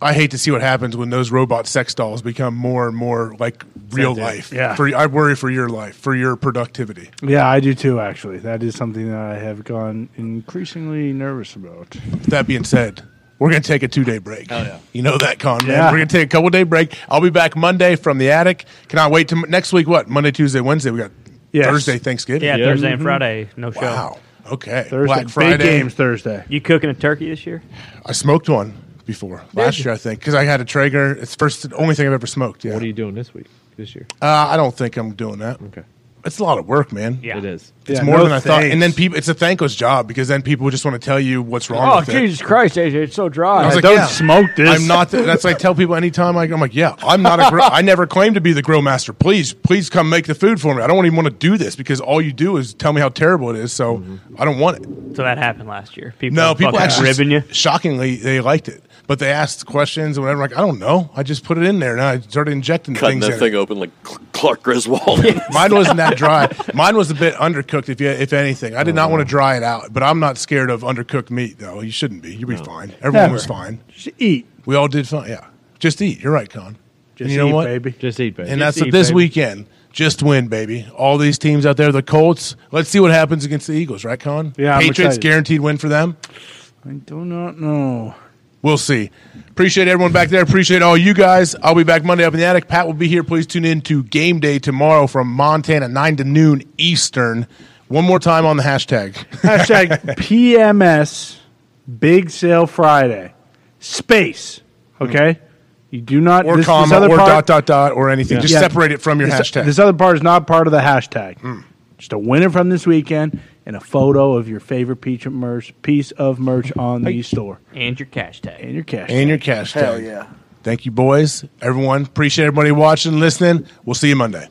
[SPEAKER 1] I hate to see what happens when those robot sex dolls become more and more like real
[SPEAKER 4] dude.
[SPEAKER 1] life.
[SPEAKER 3] Yeah.
[SPEAKER 1] For, I worry for your life, for your productivity.
[SPEAKER 3] yeah, I do too. Actually, that is something that I have gone increasingly nervous about.
[SPEAKER 1] With that being said, we're going to take a two day break. Oh, yeah. You know that, Con, man.
[SPEAKER 3] Yeah.
[SPEAKER 1] We're going to take a couple day break. I'll be back Monday from the attic. Cannot wait to next week. What? Monday, Tuesday, Wednesday. We got
[SPEAKER 3] Yes.
[SPEAKER 1] Thursday, Thanksgiving.
[SPEAKER 2] Yeah,
[SPEAKER 4] Yeah.
[SPEAKER 2] Thursday and Friday, no show.
[SPEAKER 1] Wow. Okay.
[SPEAKER 3] Mm-hmm. Thursday,
[SPEAKER 1] Black Friday.
[SPEAKER 3] big games Thursday.
[SPEAKER 2] You cooking a turkey this year?
[SPEAKER 1] I smoked one before last year, I think, because I had a Traeger. It's first, the only thing I've ever smoked. Yeah,
[SPEAKER 4] What are you doing this week? This year?
[SPEAKER 1] uh, I don't think I'm doing that.
[SPEAKER 4] Okay.
[SPEAKER 1] It's a lot of work, man.
[SPEAKER 2] Yeah.
[SPEAKER 4] It is.
[SPEAKER 1] it's
[SPEAKER 3] Yeah,
[SPEAKER 1] more
[SPEAKER 3] no
[SPEAKER 1] than I thought.
[SPEAKER 3] thanks.
[SPEAKER 1] And then people, it's a thankless job because then people just want to tell you what's wrong.
[SPEAKER 2] Oh
[SPEAKER 1] with it.
[SPEAKER 2] Jesus Christ, AJ, it's so
[SPEAKER 1] I
[SPEAKER 2] dry.
[SPEAKER 1] was like,
[SPEAKER 3] don't
[SPEAKER 1] yeah,
[SPEAKER 3] smoke this.
[SPEAKER 1] I'm not. The, that's like tell people anytime I, I'm like, yeah, I'm not a. Grill, I never claim to be the grill master. Please, please come make the food for me. I don't even want to do this because all you do is tell me how terrible it is. So I don't want it.
[SPEAKER 2] so that happened last year. People
[SPEAKER 1] No,
[SPEAKER 2] were
[SPEAKER 1] people
[SPEAKER 2] fucking
[SPEAKER 1] actually
[SPEAKER 2] ribbing you.
[SPEAKER 1] Shockingly, they liked it. But they asked questions and whatever. Like I don't know. I just put it in there and I started injecting
[SPEAKER 5] Cutting
[SPEAKER 1] things.
[SPEAKER 5] that
[SPEAKER 1] in
[SPEAKER 5] thing open like Cl- Clark Griswold.
[SPEAKER 1] Mine wasn't that dry. Mine was a bit undercooked, if you, if anything. I
[SPEAKER 4] Oh.
[SPEAKER 1] did not want to dry it out, but I'm not scared of undercooked meat, though. You shouldn't be. You'll be fine. Everyone was
[SPEAKER 3] Never.
[SPEAKER 1] fine.
[SPEAKER 3] Just eat.
[SPEAKER 1] We all did fine. Yeah, just eat. You're right, Con.
[SPEAKER 3] Just
[SPEAKER 1] and you know
[SPEAKER 3] eat,
[SPEAKER 1] what?
[SPEAKER 3] baby.
[SPEAKER 4] Just eat, baby.
[SPEAKER 1] And
[SPEAKER 3] Just
[SPEAKER 1] that's what
[SPEAKER 3] eat,
[SPEAKER 1] this
[SPEAKER 3] baby.
[SPEAKER 1] weekend. Just win, baby. All these teams out there, the Colts. Let's see what happens against the Eagles, right, Con?
[SPEAKER 3] Yeah, I'm
[SPEAKER 1] Patriots
[SPEAKER 3] excited.
[SPEAKER 1] guaranteed win for them.
[SPEAKER 3] I do not know.
[SPEAKER 1] We'll see. Appreciate everyone back there. Appreciate all you guys. I'll be back Monday up in the attic. Pat will be here. Please tune in to game day tomorrow from Montana, 9 to noon Eastern. One more time on the hashtag.
[SPEAKER 3] Hashtag PMS Big Sale Friday. Space. Okay? You do not
[SPEAKER 1] Hmm. Or
[SPEAKER 3] this- this
[SPEAKER 1] comma,
[SPEAKER 3] other
[SPEAKER 1] or
[SPEAKER 3] part-
[SPEAKER 1] dot, dot, dot, or anything. Just
[SPEAKER 3] Yeah.
[SPEAKER 1] separate it from your
[SPEAKER 3] this,
[SPEAKER 1] hashtag. Hmm.
[SPEAKER 3] This other part is not part of the hashtag. Just a winner from this weekend and a photo of your favorite piece of merch, piece of merch on the store
[SPEAKER 2] And your cash tag.
[SPEAKER 3] and your cash.
[SPEAKER 1] and your cash tag.
[SPEAKER 7] Hell yeah.
[SPEAKER 1] Thank you, boys. Everyone, appreciate everybody watching, listening. We'll see you Monday.